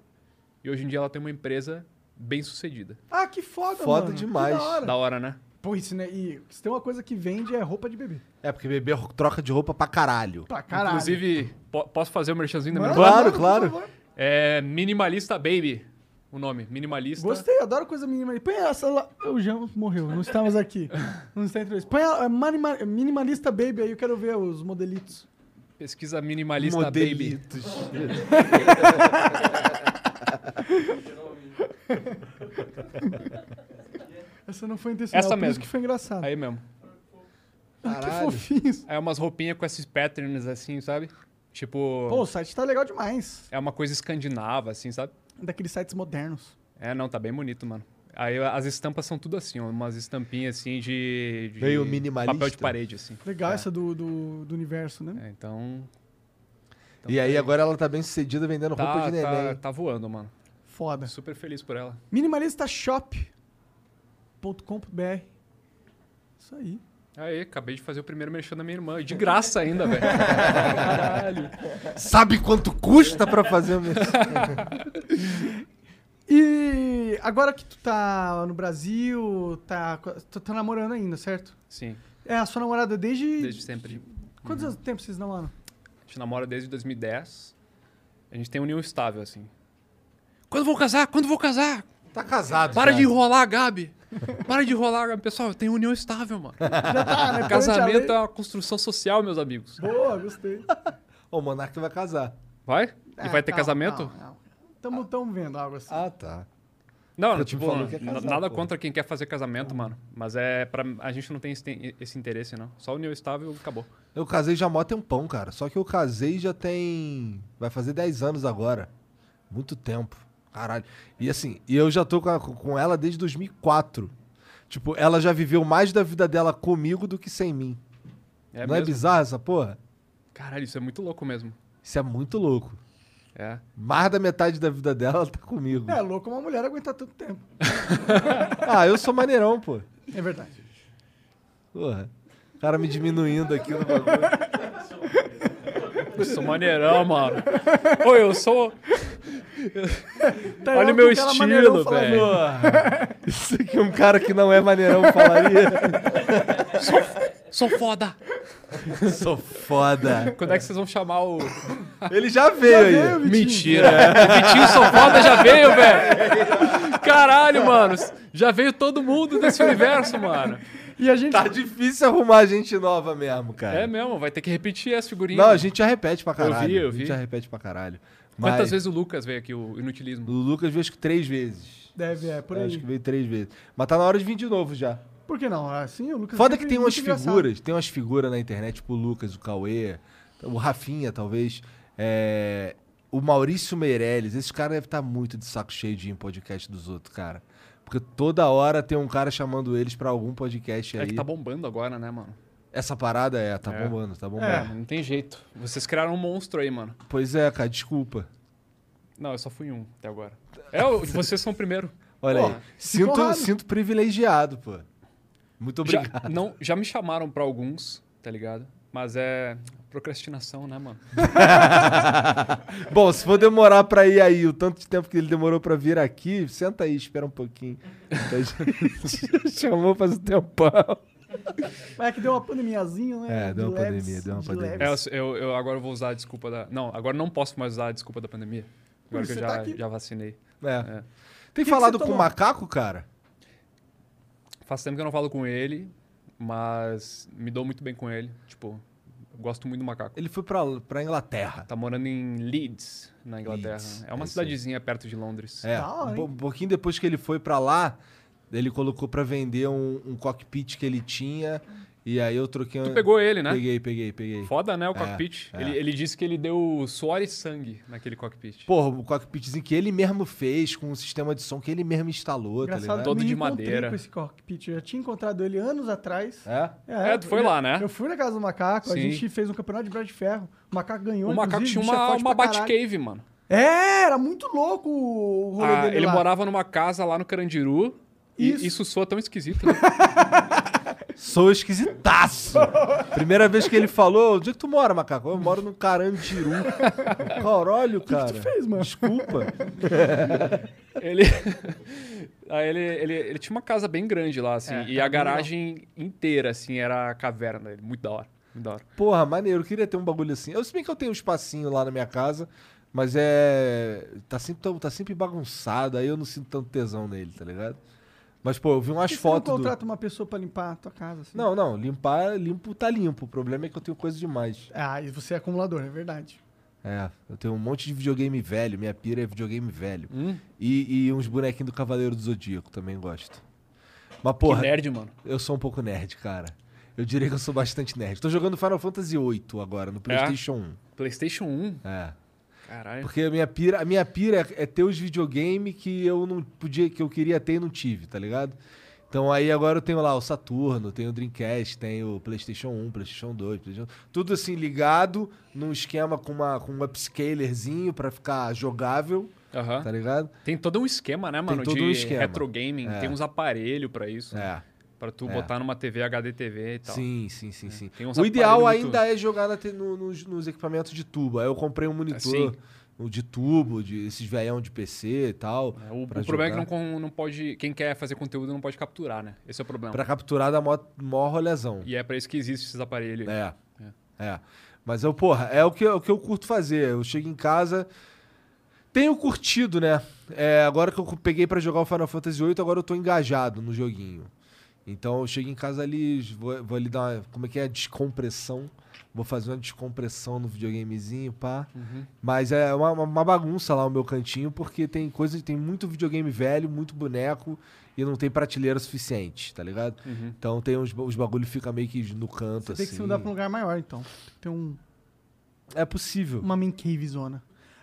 [SPEAKER 3] E hoje em dia ela tem uma empresa bem sucedida.
[SPEAKER 2] Ah, que foda, mano.
[SPEAKER 1] Foda
[SPEAKER 2] Que
[SPEAKER 1] demais.
[SPEAKER 2] da hora.
[SPEAKER 3] Da hora, né?
[SPEAKER 2] Pô, isso, né? E se tem uma coisa que vende é roupa de bebê.
[SPEAKER 1] É porque bebê ro- troca de roupa pra caralho.
[SPEAKER 2] Pra caralho.
[SPEAKER 3] Inclusive, po- posso fazer o merchanzinho da minha
[SPEAKER 2] Mano,
[SPEAKER 3] irmã?
[SPEAKER 1] Claro,
[SPEAKER 2] por
[SPEAKER 1] claro.
[SPEAKER 2] favor.
[SPEAKER 3] É Minimalista Baby, o nome. Minimalista.
[SPEAKER 2] Gostei, adoro coisa mínima. Põe essa lá. O Jean morreu, não está mais
[SPEAKER 3] [laughs]
[SPEAKER 2] aqui. Não está entre nós. Põe a, a manima- é minimalista baby aí, eu quero ver os modelitos.
[SPEAKER 3] Pesquisa minimalista baby.
[SPEAKER 1] Modelitos.
[SPEAKER 2] Essa não foi intencional,
[SPEAKER 3] Essa
[SPEAKER 2] por isso
[SPEAKER 3] mesmo.
[SPEAKER 2] que foi engraçado.
[SPEAKER 3] Aí mesmo.
[SPEAKER 2] [laughs] que fofinho isso.
[SPEAKER 3] É umas roupinhas com esses patterns assim, sabe? Tipo,
[SPEAKER 2] Pô, o site tá legal demais.
[SPEAKER 3] é uma coisa escandinava assim, sabe?
[SPEAKER 2] Daqueles sites modernos.
[SPEAKER 3] É, não, tá bem bonito, mano. Aí as estampas são tudo assim, ó, umas estampinhas assim de, de
[SPEAKER 1] Meio minimalista.
[SPEAKER 3] papel de parede assim.
[SPEAKER 2] Legal
[SPEAKER 3] É.
[SPEAKER 2] essa do, do, do universo, né?
[SPEAKER 3] É, então,
[SPEAKER 1] E aí agora ela tá bem sucedida vendendo
[SPEAKER 3] tá,
[SPEAKER 1] roupa de
[SPEAKER 3] tá-
[SPEAKER 1] neném.
[SPEAKER 3] tá voando, mano.
[SPEAKER 2] Foda.
[SPEAKER 3] Super feliz por ela.
[SPEAKER 2] Minimalistashop.com.br Isso aí.
[SPEAKER 3] Aí, acabei de fazer o primeiro merchan da minha irmã, e de graça
[SPEAKER 1] [laughs]
[SPEAKER 3] ainda, velho.
[SPEAKER 1] Sabe quanto custa pra
[SPEAKER 3] [laughs]
[SPEAKER 1] fazer um o
[SPEAKER 2] E agora que tu tá no Brasil, tá, tu tá namorando ainda, certo?
[SPEAKER 3] Sim,
[SPEAKER 2] É, a sua namorada desde...
[SPEAKER 3] desde sempre.
[SPEAKER 1] [laughs]
[SPEAKER 2] Quantos anos tempo vocês namoram?
[SPEAKER 3] A gente gente namora desde 2010. A gente tem um ninho estável, assim. Quando vou casar? Quando vou casar?
[SPEAKER 1] Tá casado.
[SPEAKER 3] Para
[SPEAKER 1] já.
[SPEAKER 3] de enrolar, Gabi. Para de enrolar, Gabi. Pessoal, tem união estável, mano.
[SPEAKER 1] Já tá, né?
[SPEAKER 3] Casamento
[SPEAKER 1] Perante a
[SPEAKER 3] é uma construção social, meus amigos.
[SPEAKER 2] Boa, gostei.
[SPEAKER 1] Ô, o Monark vai casar.
[SPEAKER 3] Vai? e
[SPEAKER 2] É,
[SPEAKER 3] vai ter
[SPEAKER 2] não,
[SPEAKER 3] casamento?
[SPEAKER 2] não, não. Tamo, tamo vendo algo assim.
[SPEAKER 1] Ah, tá.
[SPEAKER 3] Não,
[SPEAKER 1] Porque tu
[SPEAKER 3] tipo,
[SPEAKER 1] falou que ia
[SPEAKER 3] n-
[SPEAKER 1] casar,
[SPEAKER 3] nada
[SPEAKER 1] pô.
[SPEAKER 3] contra quem quer fazer casamento, mano. Mas é pra, a gente não tem esse, esse interesse, não. Só união estável e acabou.
[SPEAKER 1] Eu casei já há mó tempão, cara. Só que eu casei já tem. Vai fazer 10 anos agora. Muito tempo. Caralho. E assim, e eu já tô com, a- com ela desde 2004. Tipo, ela já viveu mais da vida dela comigo do que sem mim.
[SPEAKER 3] É
[SPEAKER 1] Não é
[SPEAKER 3] mesmo?
[SPEAKER 1] bizarro essa porra?
[SPEAKER 3] Caralho, isso é muito louco mesmo.
[SPEAKER 1] Isso é muito louco.
[SPEAKER 3] É.
[SPEAKER 1] Mais da metade da vida dela ela tá comigo.
[SPEAKER 2] É louco uma mulher aguentar tanto tempo.
[SPEAKER 1] ah, eu sou maneirão, pô.
[SPEAKER 2] É verdade.
[SPEAKER 1] Porra. O cara me diminuindo aqui no bagulho.
[SPEAKER 3] Eu sou maneirão, mano. Ô, eu sou. Olha o meu
[SPEAKER 1] é
[SPEAKER 3] estilo, velho.
[SPEAKER 1] assim, Isso aqui é um cara que não é maneirão falaria.
[SPEAKER 3] Sou foda.
[SPEAKER 1] Sou foda.
[SPEAKER 3] Quando é que vocês vão chamar o.
[SPEAKER 1] Ele já veio aí.
[SPEAKER 3] Mentira. o Vitinho sou foda já veio, velho. Caralho, mano. Já veio todo mundo desse universo, mano.
[SPEAKER 2] E a gente.
[SPEAKER 1] Tá difícil arrumar gente nova mesmo, cara.
[SPEAKER 3] É mesmo, vai ter que repetir as figurinhas.
[SPEAKER 1] Não, a gente já repete pra caralho.
[SPEAKER 3] Eu vi, eu
[SPEAKER 1] A
[SPEAKER 3] vi.
[SPEAKER 1] gente já repete pra caralho.
[SPEAKER 3] Quantas
[SPEAKER 1] Mas
[SPEAKER 3] vezes o Lucas veio aqui, o Inutilismo?
[SPEAKER 1] O Lucas veio acho que três vezes.
[SPEAKER 2] Deve, é, por
[SPEAKER 1] Eu
[SPEAKER 2] aí.
[SPEAKER 1] Acho que veio três vezes. Mas tá na hora de vir de novo já.
[SPEAKER 2] Por que não? Assim, o Lucas.
[SPEAKER 1] Foda
[SPEAKER 3] é
[SPEAKER 2] sempre
[SPEAKER 1] que tem
[SPEAKER 2] muito
[SPEAKER 1] umas
[SPEAKER 2] engraçado.
[SPEAKER 1] figuras, tem umas figuras na internet, tipo o Lucas, o Cauê, o Rafinha, talvez. é, o Maurício Meirelles. Esse cara deve estar muito de saco cheio de ir em podcast dos outros, cara. Porque toda hora tem um cara chamando eles pra algum podcast
[SPEAKER 3] É
[SPEAKER 1] aí.
[SPEAKER 3] que tá bombando agora, né, mano?
[SPEAKER 1] Essa parada é, tá
[SPEAKER 3] É.
[SPEAKER 1] bombando, tá bombando.
[SPEAKER 3] É, não tem jeito. Vocês criaram um monstro aí, mano.
[SPEAKER 1] Pois é, cara, desculpa.
[SPEAKER 3] Não, eu só fui um até agora. É, o- vocês são o primeiro.
[SPEAKER 1] Olha
[SPEAKER 3] Pô,
[SPEAKER 1] aí. Sinto,
[SPEAKER 3] honrado.
[SPEAKER 1] sinto privilegiado, pô. Muito obrigado. [laughs]
[SPEAKER 3] Já, não, já me chamaram pra alguns, tá ligado? Mas é procrastinação, né, mano?
[SPEAKER 1] Bom, se for demorar pra ir aí, o tanto de tempo que ele demorou pra vir aqui, senta aí, espera um pouquinho. Tá, já- [laughs] Chamou faz um tempão.
[SPEAKER 2] Mas é que deu uma pandemiazinha, né?
[SPEAKER 1] É, deu
[SPEAKER 2] De
[SPEAKER 1] uma
[SPEAKER 2] leves,
[SPEAKER 1] pandemia, deu uma
[SPEAKER 2] de
[SPEAKER 1] pandemia.
[SPEAKER 2] leves.
[SPEAKER 3] É, eu- eu, eu agora vou usar a desculpa da. Não, agora não posso mais usar a desculpa da pandemia. Agora que eu
[SPEAKER 1] você
[SPEAKER 3] já,
[SPEAKER 1] tá aqui.
[SPEAKER 3] já vacinei.
[SPEAKER 1] [laughs] É.
[SPEAKER 3] É.
[SPEAKER 1] Tem
[SPEAKER 3] Que que
[SPEAKER 1] falado
[SPEAKER 3] você
[SPEAKER 1] com o
[SPEAKER 3] tomou?
[SPEAKER 1] macaco, cara?
[SPEAKER 3] Faz tempo que eu não falo com ele, mas me dou muito bem com ele. Tipo, eu gosto muito do macaco.
[SPEAKER 1] Ele foi pra, pra Inglaterra.
[SPEAKER 3] Tá morando em Leeds, na Inglaterra.
[SPEAKER 1] Leeds,
[SPEAKER 3] é uma
[SPEAKER 1] é isso aí.
[SPEAKER 3] cidadezinha perto de Londres.
[SPEAKER 1] É, um, po- um pouquinho depois que ele foi pra lá, ele colocou pra vender um, um cockpit que ele tinha. E aí eu troquei.
[SPEAKER 3] Tu
[SPEAKER 1] um-
[SPEAKER 3] pegou ele, né?
[SPEAKER 1] Peguei, peguei, peguei.
[SPEAKER 3] Foda, né, o
[SPEAKER 1] É,
[SPEAKER 3] cockpit.
[SPEAKER 1] é.
[SPEAKER 3] Ele, ele disse que ele deu suor e sangue naquele cockpit.
[SPEAKER 1] Porra, o cockpitzinho que ele mesmo fez, com um sistema de som que ele mesmo instalou, tá
[SPEAKER 2] Engraçado,
[SPEAKER 1] ligado?
[SPEAKER 2] eu me encontrei Com esse cockpit. Eu já tinha encontrado ele anos atrás.
[SPEAKER 1] É?
[SPEAKER 3] É, tu foi
[SPEAKER 2] eu-
[SPEAKER 3] lá, né?
[SPEAKER 2] Eu fui na casa do macaco, a
[SPEAKER 3] Sim.
[SPEAKER 2] gente fez um campeonato de braço de ferro. O macaco ganhou.
[SPEAKER 3] O macaco
[SPEAKER 2] inclusive, o
[SPEAKER 3] tinha
[SPEAKER 2] bicho é
[SPEAKER 3] uma,
[SPEAKER 2] forte
[SPEAKER 3] uma
[SPEAKER 2] pra caralho.
[SPEAKER 3] Batcave, mano.
[SPEAKER 2] É, era muito louco o rolê
[SPEAKER 3] Ah,
[SPEAKER 2] dele
[SPEAKER 3] ele
[SPEAKER 2] lá.
[SPEAKER 3] morava numa casa lá no Carandiru. E
[SPEAKER 2] Isso.
[SPEAKER 3] isso soa tão esquisito, né?
[SPEAKER 1] Sou [laughs] esquisitaço. Primeira vez que ele falou, onde é que tu mora, macaco? Eu moro no [laughs] Carandiru. Caralho, cara. O que tu fez, mano? Desculpa.
[SPEAKER 3] Ele... [laughs] Aí ele, ele, ele tinha uma casa bem grande lá, assim. e a garagem inteira, assim, era a caverna dele. Muito da hora. Muito da hora.
[SPEAKER 1] Porra, maneiro, eu queria ter um bagulho assim. Eu, se bem que eu tenho um espacinho lá na minha casa, mas é. Tá sempre, tão- tá sempre bagunçado, aí eu não sinto tanto tesão nele, tá ligado? Mas, pô, eu vi umas
[SPEAKER 2] Por que você
[SPEAKER 1] fotos
[SPEAKER 2] não
[SPEAKER 1] do.
[SPEAKER 2] contrata uma pessoa pra limpar a tua casa? assim?
[SPEAKER 1] Não, não, limpar, limpo tá limpo. O problema é que eu tenho coisa demais.
[SPEAKER 2] Ah, e você é acumulador, é verdade.
[SPEAKER 1] É, eu tenho um monte de videogame velho, minha pira é videogame velho. E, e uns bonequinhos do Cavaleiro do Zodíaco, também gosto. Mas, porra.
[SPEAKER 3] nerd, mano.
[SPEAKER 1] Eu sou um pouco nerd, cara. Eu diria que eu sou bastante nerd. Tô jogando Final Fantasy VIII agora, no PlayStation 1.
[SPEAKER 3] PlayStation 1?
[SPEAKER 1] É.
[SPEAKER 3] Caralho.
[SPEAKER 1] Porque a minha pira, a minha pira é ter os videogame que eu não podia, que eu queria ter e não tive, tá ligado? Então aí agora eu tenho lá o Saturno, tenho o Dreamcast, tenho o PlayStation 1, PlayStation 2, PlayStation... tudo assim ligado num esquema com uma com um upscalerzinho pra ficar jogável,
[SPEAKER 3] Aham.
[SPEAKER 1] tá ligado?
[SPEAKER 3] Tem todo um esquema, né, mano?
[SPEAKER 1] todo
[SPEAKER 3] de
[SPEAKER 1] um esquema.
[SPEAKER 3] retro gaming.
[SPEAKER 1] É.
[SPEAKER 3] Tem uns aparelhos pra isso.
[SPEAKER 1] É.
[SPEAKER 3] Pra tu
[SPEAKER 1] É.
[SPEAKER 3] botar numa TV HDTV e tal.
[SPEAKER 1] Sim, sim, sim, sim.
[SPEAKER 3] É. Tem uns
[SPEAKER 1] o ideal
[SPEAKER 3] aparelhos
[SPEAKER 1] ainda é jogar na te- no- nos, nos equipamentos de tubo. Aí eu comprei um monitor
[SPEAKER 3] É, Sim.
[SPEAKER 1] um de tubo, de esses velhão de PC e tal.
[SPEAKER 3] O, o problema é que não, con- não pode. Quem quer fazer conteúdo não pode capturar, né? Esse é o problema.
[SPEAKER 1] Pra capturar da mó, mó rolezão.
[SPEAKER 3] E é pra isso que existem esses aparelhos.
[SPEAKER 1] É.
[SPEAKER 3] É.
[SPEAKER 1] É. Mas eu, porra, é o que, é o que eu curto fazer. Eu chego em casa. Tenho curtido, né? É, agora que eu peguei pra jogar o Final Fantasy VIII, agora eu tô engajado no joguinho. Então eu chego em casa ali, vou, vou ali dar uma. Como é que é? Descompressão. Vou fazer uma descompressão no videogamezinho, pá.
[SPEAKER 8] Uhum.
[SPEAKER 1] Mas é uma, uma- uma bagunça lá o meu cantinho, porque tem coisa, tem muito videogame velho, muito boneco, e não tem prateleira suficiente, tá ligado? Então tem uns, ba- os bagulho fica meio que no canto,
[SPEAKER 2] Uhum. Tem
[SPEAKER 1] assim.
[SPEAKER 2] que se mudar pra um lugar maior, então. Tem que ter um,
[SPEAKER 1] É possível.
[SPEAKER 2] uma main cave zona.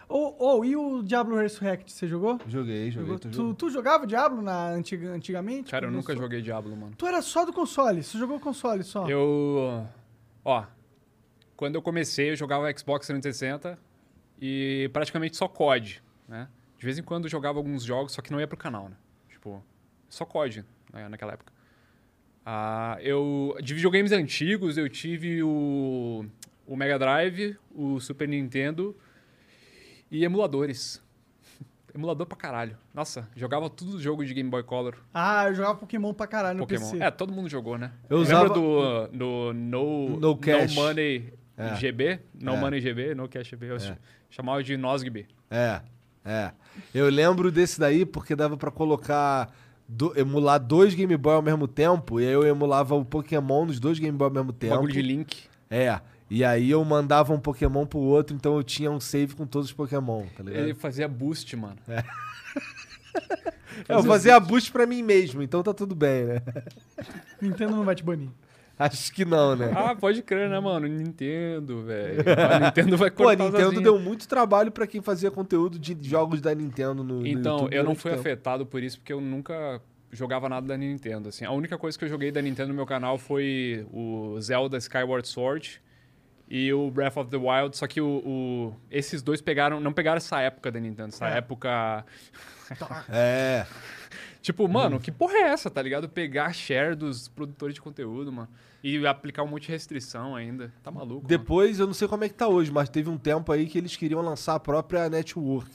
[SPEAKER 2] Ou ou, e o Diablo Resurrect, você jogou?
[SPEAKER 1] Joguei, joguei.
[SPEAKER 2] Jogou?
[SPEAKER 1] tô
[SPEAKER 2] Tu,
[SPEAKER 1] jogando.
[SPEAKER 2] tu jogava Diablo na, antiga, antigamente?
[SPEAKER 3] Cara, eu
[SPEAKER 2] Quando
[SPEAKER 3] nunca
[SPEAKER 2] lançou?
[SPEAKER 3] joguei Diablo, mano.
[SPEAKER 2] Tu era só do console, você jogou console só.
[SPEAKER 3] Eu. Ó. Quando eu comecei, eu jogava Xbox 360 e praticamente só COD, né? De vez em quando eu jogava alguns jogos, só que não ia pro canal, né? Tipo, só COD né, naquela época. Ah, eu. De videogames antigos, eu tive o. O Mega Drive, o Super Nintendo e emuladores. [laughs] Emulador pra caralho. Nossa, jogava tudo jogo de Game Boy Color.
[SPEAKER 2] Ah, eu jogava Pokémon pra caralho no
[SPEAKER 3] Pokémon.
[SPEAKER 2] PC.
[SPEAKER 3] É, todo mundo jogou, né?
[SPEAKER 1] Eu
[SPEAKER 3] Lembra
[SPEAKER 1] usava-
[SPEAKER 3] do, do no,
[SPEAKER 1] No Cash.
[SPEAKER 3] no Money
[SPEAKER 1] É.
[SPEAKER 3] GB? No
[SPEAKER 1] É.
[SPEAKER 3] Money GB, No Cash GB. Eu ch- chamava de Nosgb.
[SPEAKER 1] É, é. Eu lembro desse daí porque dava pra colocar. do- emular dois Game Boy ao mesmo tempo, e aí eu emulava o Pokémon nos dois Game Boy ao mesmo tempo.
[SPEAKER 3] um Bagulho de Link.
[SPEAKER 1] É. E aí eu mandava um Pokémon pro outro, então eu tinha um save com todos os Pokémon, tá ligado?
[SPEAKER 3] Ele fazia boost, mano.
[SPEAKER 1] É. Eu fazia
[SPEAKER 3] assim.
[SPEAKER 1] boost pra mim mesmo, então tá tudo bem, né? [laughs]
[SPEAKER 2] Nintendo não vai te banir.
[SPEAKER 1] Acho que não, né?
[SPEAKER 3] Ah, pode crer, né, mano? Nintendo, velho. A Nintendo vai
[SPEAKER 1] Pô,
[SPEAKER 3] cortar
[SPEAKER 1] a Nintendo
[SPEAKER 3] as asinhas.
[SPEAKER 1] deu muito trabalho pra quem fazia conteúdo de jogos da Nintendo no, no
[SPEAKER 3] Então,
[SPEAKER 1] YouTube né?
[SPEAKER 3] eu não
[SPEAKER 1] durante
[SPEAKER 3] fui
[SPEAKER 1] tempo.
[SPEAKER 3] afetado por isso, porque eu nunca jogava nada da Nintendo, assim. A única coisa que eu joguei da Nintendo no meu canal foi o Zelda Skyward Sword e o Breath of the Wild, só que o, o- esses dois pegaram, não pegaram essa época da Nintendo, essa
[SPEAKER 1] É.
[SPEAKER 3] época... [laughs]
[SPEAKER 1] É. Uhum.
[SPEAKER 3] Tipo, mano, que porra é essa, tá ligado? Pegar share dos produtores de conteúdo, mano, e aplicar um monte de restrição ainda. Tá maluco, mano.
[SPEAKER 1] Depois, eu não sei como é que tá hoje, mas teve um tempo aí que eles queriam lançar a própria network.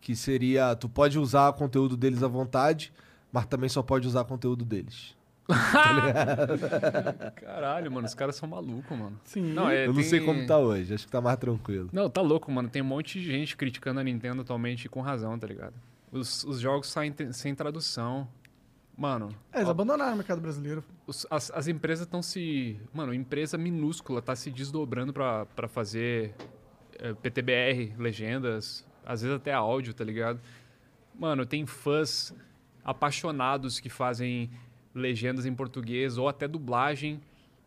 [SPEAKER 1] Que seria, tu pode usar o conteúdo deles à vontade, mas também só pode usar conteúdo deles. Tá ligado?
[SPEAKER 3] Caralho, mano, os caras são malucos, mano.
[SPEAKER 2] Sim.
[SPEAKER 3] é,
[SPEAKER 1] eu não
[SPEAKER 3] tem-
[SPEAKER 1] sei como tá hoje, acho que tá mais tranquilo.
[SPEAKER 3] Não, tá louco, mano. Tem um monte de gente criticando a Nintendo atualmente e com razão, tá ligado? Os, os jogos saem te- sem tradução. Mano,
[SPEAKER 2] É, eles abandonaram o mercado brasileiro.
[SPEAKER 3] os- as, as empresas estão se. Mano, empresa minúscula tá se desdobrando pra, pra fazer eh, PTBR, legendas, às vezes até áudio, tá ligado? Mano, tem fãs apaixonados que fazem legendas em português ou até dublagem,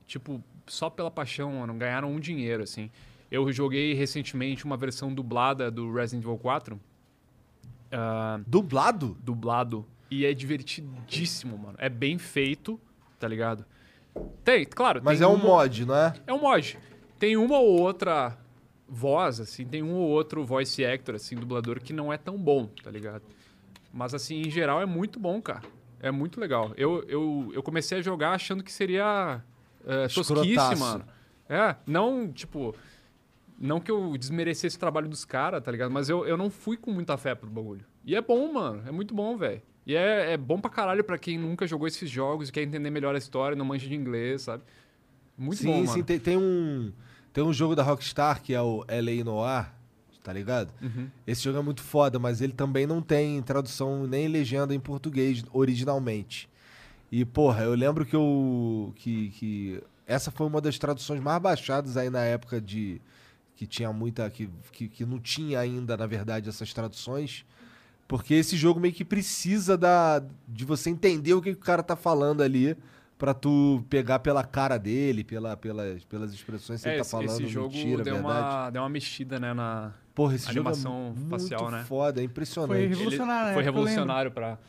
[SPEAKER 3] tipo, só pela paixão, mano. Ganharam um dinheiro, assim. Eu joguei recentemente uma versão dublada do Resident Evil ah, 4.
[SPEAKER 1] dublado?
[SPEAKER 3] Dublado. E é divertidíssimo, mano. É bem feito, tá ligado? Tem, claro.
[SPEAKER 1] Mas é
[SPEAKER 3] tem
[SPEAKER 1] um
[SPEAKER 3] uma-
[SPEAKER 1] mod, não é?
[SPEAKER 3] É um mod. Tem uma ou outra voz, assim, tem um ou outro voice actor, assim, dublador que não é tão bom, tá ligado? Mas, assim, em geral é muito bom, cara. É muito legal. Eu, eu, eu comecei a jogar achando que seria é, tosquice,
[SPEAKER 1] Escrotaço.
[SPEAKER 3] mano. É, não, tipo... Não que eu desmerecesse o trabalho dos caras, tá ligado? Mas eu, eu não fui com muita fé pro bagulho. E é bom, mano. É muito bom, velho. E é, é bom pra caralho pra quem nunca jogou esses jogos e quer entender melhor a história, não manja de inglês, sabe? Muito
[SPEAKER 1] sim,
[SPEAKER 3] bom, mano.
[SPEAKER 1] sim, Tem, tem um tem um jogo da Rockstar que é o LA Noir, tá ligado?
[SPEAKER 3] Uhum.
[SPEAKER 1] Esse jogo é muito foda, mas ele também não tem tradução nem legenda em português originalmente. E porra, eu lembro que eu que, que essa foi uma das traduções mais baixadas aí na época de que tinha muita que, que, que não tinha ainda, na verdade, essas traduções. Porque esse jogo meio que precisa da, de você entender o que, que o cara tá falando ali pra tu pegar pela cara dele, pela, pelas, pelas expressões que
[SPEAKER 3] É,
[SPEAKER 1] ele tá
[SPEAKER 3] esse,
[SPEAKER 1] falando,
[SPEAKER 3] esse jogo
[SPEAKER 1] mentira,
[SPEAKER 3] deu,
[SPEAKER 1] verdade.
[SPEAKER 3] uma, deu uma mexida, né, na
[SPEAKER 1] Porra, esse jogo é
[SPEAKER 3] animação
[SPEAKER 1] muito
[SPEAKER 3] facial, né?
[SPEAKER 1] foda, é impressionante. Foi revolucionário,
[SPEAKER 3] Ele-
[SPEAKER 1] né?
[SPEAKER 3] Foi
[SPEAKER 1] Eu lembro.
[SPEAKER 3] revolucionário pra,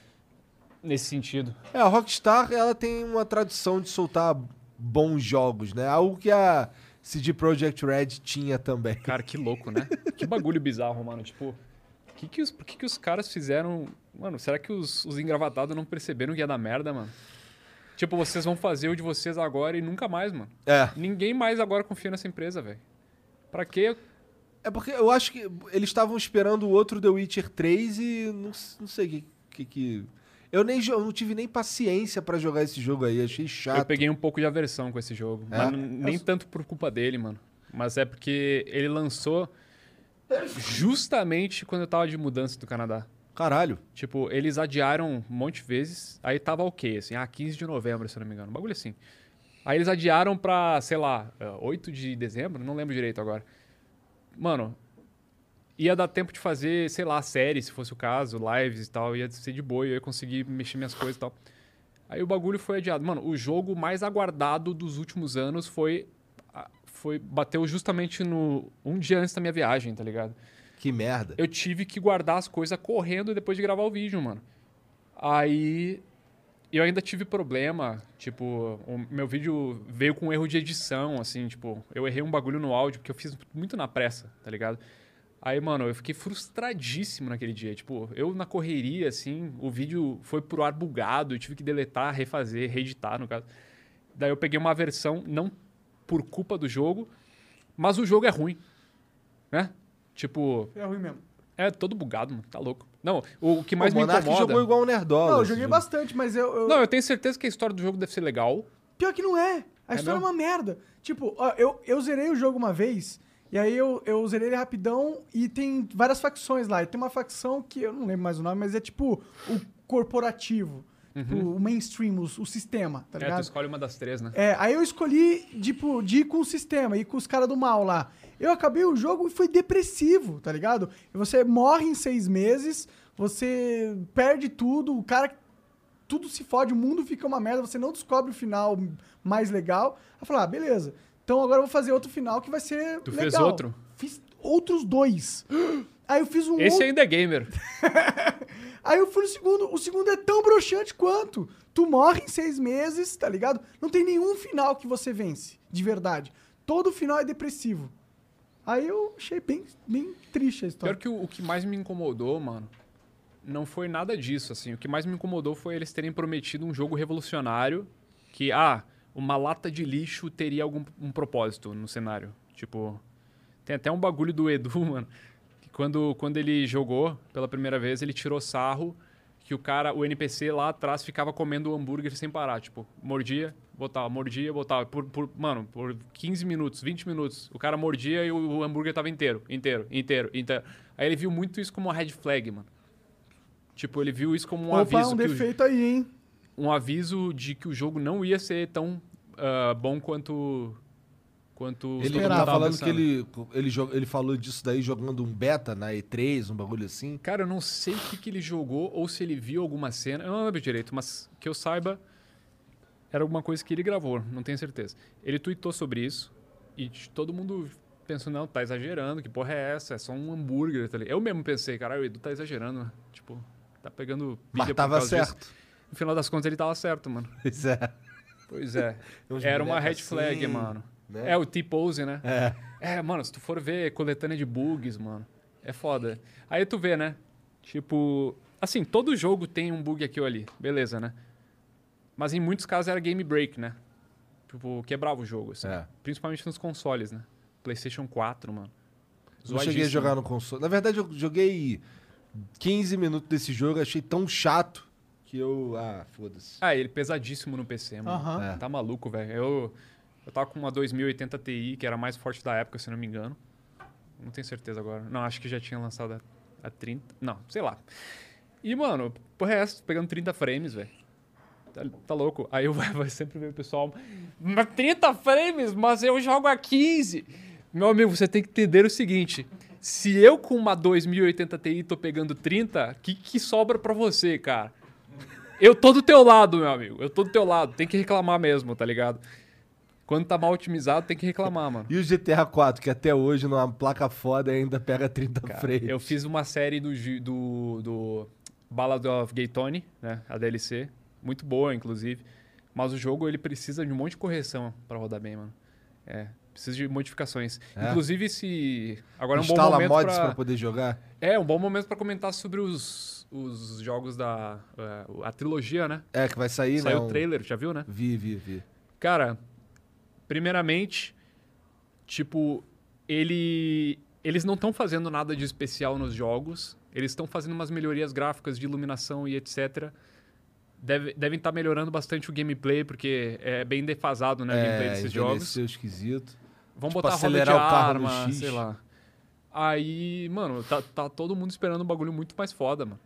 [SPEAKER 3] nesse sentido.
[SPEAKER 1] É, a Rockstar, ela tem uma tradição de soltar bons jogos, né? Algo que a CD Projekt Red tinha também.
[SPEAKER 3] Cara, que louco, né? Que bagulho bizarro, mano. Tipo, que que os, por que, que os caras fizeram. Mano, será que os, os engravatados não perceberam que ia dar merda, mano? Tipo, vocês vão fazer o de vocês agora e nunca mais, mano.
[SPEAKER 1] É.
[SPEAKER 3] Ninguém mais agora confia nessa empresa, velho. Pra quê?
[SPEAKER 1] É porque eu acho que eles estavam esperando o outro The Witcher 3 e não, s- não sei o que, que, que- Eu nem jo- eu não tive nem paciência pra jogar esse jogo aí, achei chato.
[SPEAKER 3] Eu peguei um pouco de aversão com esse jogo.
[SPEAKER 1] É?
[SPEAKER 3] Mas n- nem
[SPEAKER 1] Eu-
[SPEAKER 3] tanto por culpa dele, mano. Mas é porque
[SPEAKER 1] [laughs]
[SPEAKER 3] ele lançou justamente quando eu tava de mudança do Canadá.
[SPEAKER 1] Caralho.
[SPEAKER 3] Tipo, eles adiaram um monte de vezes. Aí tava ok, assim, ah, 15 de novembro, se eu não me engano. Um bagulho assim. Aí eles adiaram pra, sei lá, eh, 8 de dezembro? Não lembro direito agora. Mano, ia dar tempo de fazer, sei lá, série, se fosse o caso, lives e tal. Ia ser de boa, eu ia conseguir mexer minhas coisas e tal. Aí o bagulho foi adiado. Mano, o jogo mais aguardado dos últimos anos foi. a- foi bateu justamente no. Um dia antes da minha viagem, tá ligado?
[SPEAKER 1] Que merda.
[SPEAKER 3] Eu tive que guardar as coisas correndo depois de gravar o vídeo, mano. Aí. Eu ainda tive problema, tipo, o meu vídeo veio com um erro de edição, assim, tipo, eu errei um bagulho no áudio, porque eu fiz muito na pressa, tá ligado? Aí, mano, eu fiquei frustradíssimo naquele dia. Tipo, eu na correria, assim, o vídeo foi pro ar bugado, eu tive que deletar, refazer, reeditar, no caso. Daí eu peguei uma versão, não por culpa do jogo, mas o jogo é ruim, né? Tipo,
[SPEAKER 2] É ruim mesmo.
[SPEAKER 3] é todo bugado, mano, tá louco. Não, o, o que mais
[SPEAKER 1] o
[SPEAKER 3] me
[SPEAKER 1] Monark
[SPEAKER 3] incomoda...
[SPEAKER 1] jogou igual um nerdola.
[SPEAKER 2] Não, eu joguei bastante, mas eu. eu-
[SPEAKER 3] Não, eu tenho certeza que a história do jogo deve ser legal.
[SPEAKER 2] Pior que não é. A
[SPEAKER 3] É
[SPEAKER 2] história
[SPEAKER 3] mesmo?
[SPEAKER 2] é uma merda. Tipo, ó, eu, eu zerei o jogo uma vez, e aí eu, eu zerei ele rapidão, e tem várias facções lá. E tem uma facção que eu não lembro mais o nome, mas é tipo o corporativo. Tipo,
[SPEAKER 3] Uhum.
[SPEAKER 2] o mainstream, o, o sistema, tá
[SPEAKER 3] é, tu
[SPEAKER 2] ligado?
[SPEAKER 3] escolhe uma das três, né?
[SPEAKER 2] É, aí eu escolhi, tipo, de ir com o sistema, ir com os caras do mal lá. Eu acabei o jogo e foi depressivo, tá ligado? Você morre em seis meses, você perde tudo, o cara. Tudo se fode, o mundo fica uma merda, você não descobre o final mais legal. Aí falar, ah, beleza. Então agora eu vou fazer outro final que vai ser.
[SPEAKER 3] Tu
[SPEAKER 2] legal.
[SPEAKER 3] fez outro?
[SPEAKER 2] Fiz outros dois. [gasps] Aí eu fiz um
[SPEAKER 3] Esse
[SPEAKER 2] outro-
[SPEAKER 3] ainda é gamer.
[SPEAKER 2] Aí eu fui no segundo. O segundo é tão broxante quanto. Tu morre em seis meses, tá ligado? Não tem nenhum final que você vence, de verdade. Todo final é depressivo. Aí eu achei bem, bem triste a história.
[SPEAKER 3] Pior que o, o que mais me incomodou, mano, não foi nada disso, assim. O que mais me incomodou foi eles terem prometido um jogo revolucionário que, ah, uma lata de lixo teria algum um propósito no cenário. Tipo, tem até um bagulho do Edu, [laughs] mano, que quando, quando ele jogou pela primeira vez, ele tirou sarro que o cara, o NPC lá atrás ficava comendo hambúrguer sem parar, tipo, mordia, botava, mordia, botava, por, por- mano, por 15 minutos, 20 minutos, o cara mordia e o, o hambúrguer tava inteiro, inteiro, inteiro, inteiro. Aí ele viu muito isso como uma red flag, mano. Tipo, ele viu isso como um
[SPEAKER 2] Opa,
[SPEAKER 3] aviso
[SPEAKER 2] um
[SPEAKER 3] que o-
[SPEAKER 2] defeito aí, hein?
[SPEAKER 3] um aviso de que o jogo não ia ser tão ah, bom quanto quanto
[SPEAKER 1] Ele
[SPEAKER 3] todo mundo
[SPEAKER 1] tá
[SPEAKER 3] tava
[SPEAKER 1] falando que
[SPEAKER 3] pensando.
[SPEAKER 1] ele, ele, jo- ele falou disso daí jogando um beta na E3, um bagulho assim.
[SPEAKER 3] Cara, eu não sei o que, que ele jogou ou se ele viu alguma cena. Eu não lembro direito, mas que eu saiba, era alguma coisa que ele gravou, não tenho certeza. Ele tweetou sobre isso e t- todo mundo pensou, não, tá exagerando, que porra é essa? É só um hambúrguer. Tá ligado? eu mesmo pensei, caralho, o Edu tá exagerando, né? tipo, tá pegando
[SPEAKER 1] Mas
[SPEAKER 3] pilha por
[SPEAKER 1] tava
[SPEAKER 3] causa disso."
[SPEAKER 1] certo.
[SPEAKER 3] No final das contas, ele tava certo, mano.
[SPEAKER 1] Pois é. [laughs]
[SPEAKER 3] Pois é.
[SPEAKER 1] Uns
[SPEAKER 3] Era uma red
[SPEAKER 1] bonecos
[SPEAKER 3] flag,
[SPEAKER 1] assim,
[SPEAKER 3] mano.
[SPEAKER 1] né?
[SPEAKER 3] É o T-pose, né?
[SPEAKER 1] É.
[SPEAKER 3] É, mano, se tu for ver coletânea de bugs, mano, é foda. Aí tu vê, né? Tipo, assim, todo jogo tem um bug aqui ou ali, beleza, né? Mas em muitos casos era game break, né? Tipo, quebrava o jogo, assim.
[SPEAKER 1] É.
[SPEAKER 3] Principalmente nos consoles, né? PlayStation 4, mano.
[SPEAKER 1] Não cheguei a
[SPEAKER 3] Zoadíssimo.
[SPEAKER 1] jogar no console. Na verdade, eu joguei 15 minutos desse jogo, achei tão chato que eu. Ah, foda-se.
[SPEAKER 3] Ah, ele pesadíssimo no PC, mano.
[SPEAKER 1] Aham. É.
[SPEAKER 3] Tá maluco, velho. Eu, eu tava com uma 2080 Ti, que era a mais forte da época, se não me engano. Não tenho certeza agora. Não, acho que já tinha lançado a, a 30. Não, sei lá. E, mano, por resto, pegando 30 frames, velho. Tá, tá louco. Aí eu- [laughs] vai sempre ver o pessoal. "Mas 30 frames, mas eu jogo a 15. Meu amigo, você tem que entender o seguinte. Se eu com uma 2080 Ti tô pegando 30, o que, que sobra pra você, cara? Eu tô do teu lado, meu amigo. Eu tô do teu lado. Tem que reclamar mesmo, tá ligado? Quando tá mal otimizado, tem que reclamar, mano.
[SPEAKER 1] E o GTA 4, que até hoje, numa placa foda, ainda pega 30
[SPEAKER 3] Cara,
[SPEAKER 1] frames.
[SPEAKER 3] Eu fiz uma série do, gi- do, do Ballad of Gay Tony, né? A DLC. Muito boa, inclusive. Mas o jogo, ele precisa de um monte de correção pra rodar bem, mano. É, precisa de modificações.
[SPEAKER 1] É.
[SPEAKER 3] Inclusive, se... Agora é um bom
[SPEAKER 1] Instala
[SPEAKER 3] momento
[SPEAKER 1] mods
[SPEAKER 3] pra
[SPEAKER 1] pra poder jogar?
[SPEAKER 3] É, um bom momento pra comentar sobre os, os jogos da... eh, a trilogia, né?
[SPEAKER 1] É, que vai sair, né?
[SPEAKER 3] Saiu o
[SPEAKER 1] um-
[SPEAKER 3] trailer, já viu, né?
[SPEAKER 1] Vi, vi, vi.
[SPEAKER 3] Cara, primeiramente, tipo, ele eles não estão fazendo nada de especial nos jogos. Eles estão fazendo umas melhorias gráficas de iluminação e etc. Deve- devem tá estar melhorando bastante o gameplay, porque é bem defasado né, o gameplay desses jogos.
[SPEAKER 1] envelheceu esquisito.
[SPEAKER 3] Vamos
[SPEAKER 1] Tipo,
[SPEAKER 3] botar roda de
[SPEAKER 1] acelerar o carro no
[SPEAKER 3] arma,
[SPEAKER 1] X.
[SPEAKER 3] sei lá. Aí, mano, tá, tá todo mundo esperando um bagulho muito mais foda, mano.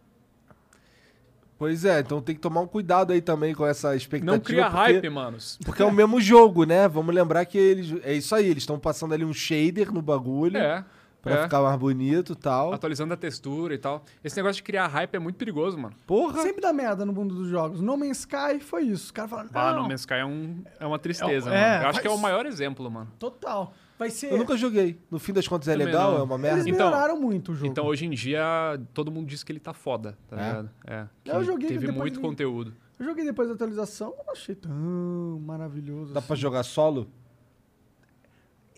[SPEAKER 1] Pois é, então tem que tomar um cuidado aí também com essa expectativa.
[SPEAKER 3] Não cria
[SPEAKER 1] porque-
[SPEAKER 3] hype, manos.
[SPEAKER 1] Porque é o mesmo jogo, né? Vamos lembrar que eles. É isso aí, eles estão passando ali um shader no bagulho.
[SPEAKER 3] É,
[SPEAKER 1] Pra
[SPEAKER 3] é.
[SPEAKER 1] ficar mais bonito e tal.
[SPEAKER 3] Atualizando a textura e tal. Esse negócio de criar hype é muito perigoso, mano.
[SPEAKER 1] Porra!
[SPEAKER 2] Sempre dá merda no mundo dos jogos. No Man's Sky foi isso. Os caras falaram,
[SPEAKER 3] Ah,
[SPEAKER 2] não,
[SPEAKER 3] no Man's Sky é, um, é uma tristeza,
[SPEAKER 2] É,
[SPEAKER 3] mano. Eu
[SPEAKER 2] vai
[SPEAKER 3] acho que é o
[SPEAKER 2] s-
[SPEAKER 3] maior exemplo, mano.
[SPEAKER 2] total. Vai ser...
[SPEAKER 1] Eu nunca joguei. No fim das contas é
[SPEAKER 3] Também
[SPEAKER 1] legal,
[SPEAKER 3] não.
[SPEAKER 1] é uma merda.
[SPEAKER 2] Eles melhoraram muito o jogo.
[SPEAKER 3] Então hoje em dia todo mundo diz que ele tá foda, tá
[SPEAKER 1] É?
[SPEAKER 3] ligado? É.
[SPEAKER 2] Eu
[SPEAKER 3] que
[SPEAKER 2] joguei
[SPEAKER 3] Teve
[SPEAKER 2] depois
[SPEAKER 3] muito
[SPEAKER 2] de-
[SPEAKER 3] conteúdo.
[SPEAKER 2] Eu joguei depois da atualização, eu não achei tão maravilhoso assim.
[SPEAKER 1] Dá pra jogar solo?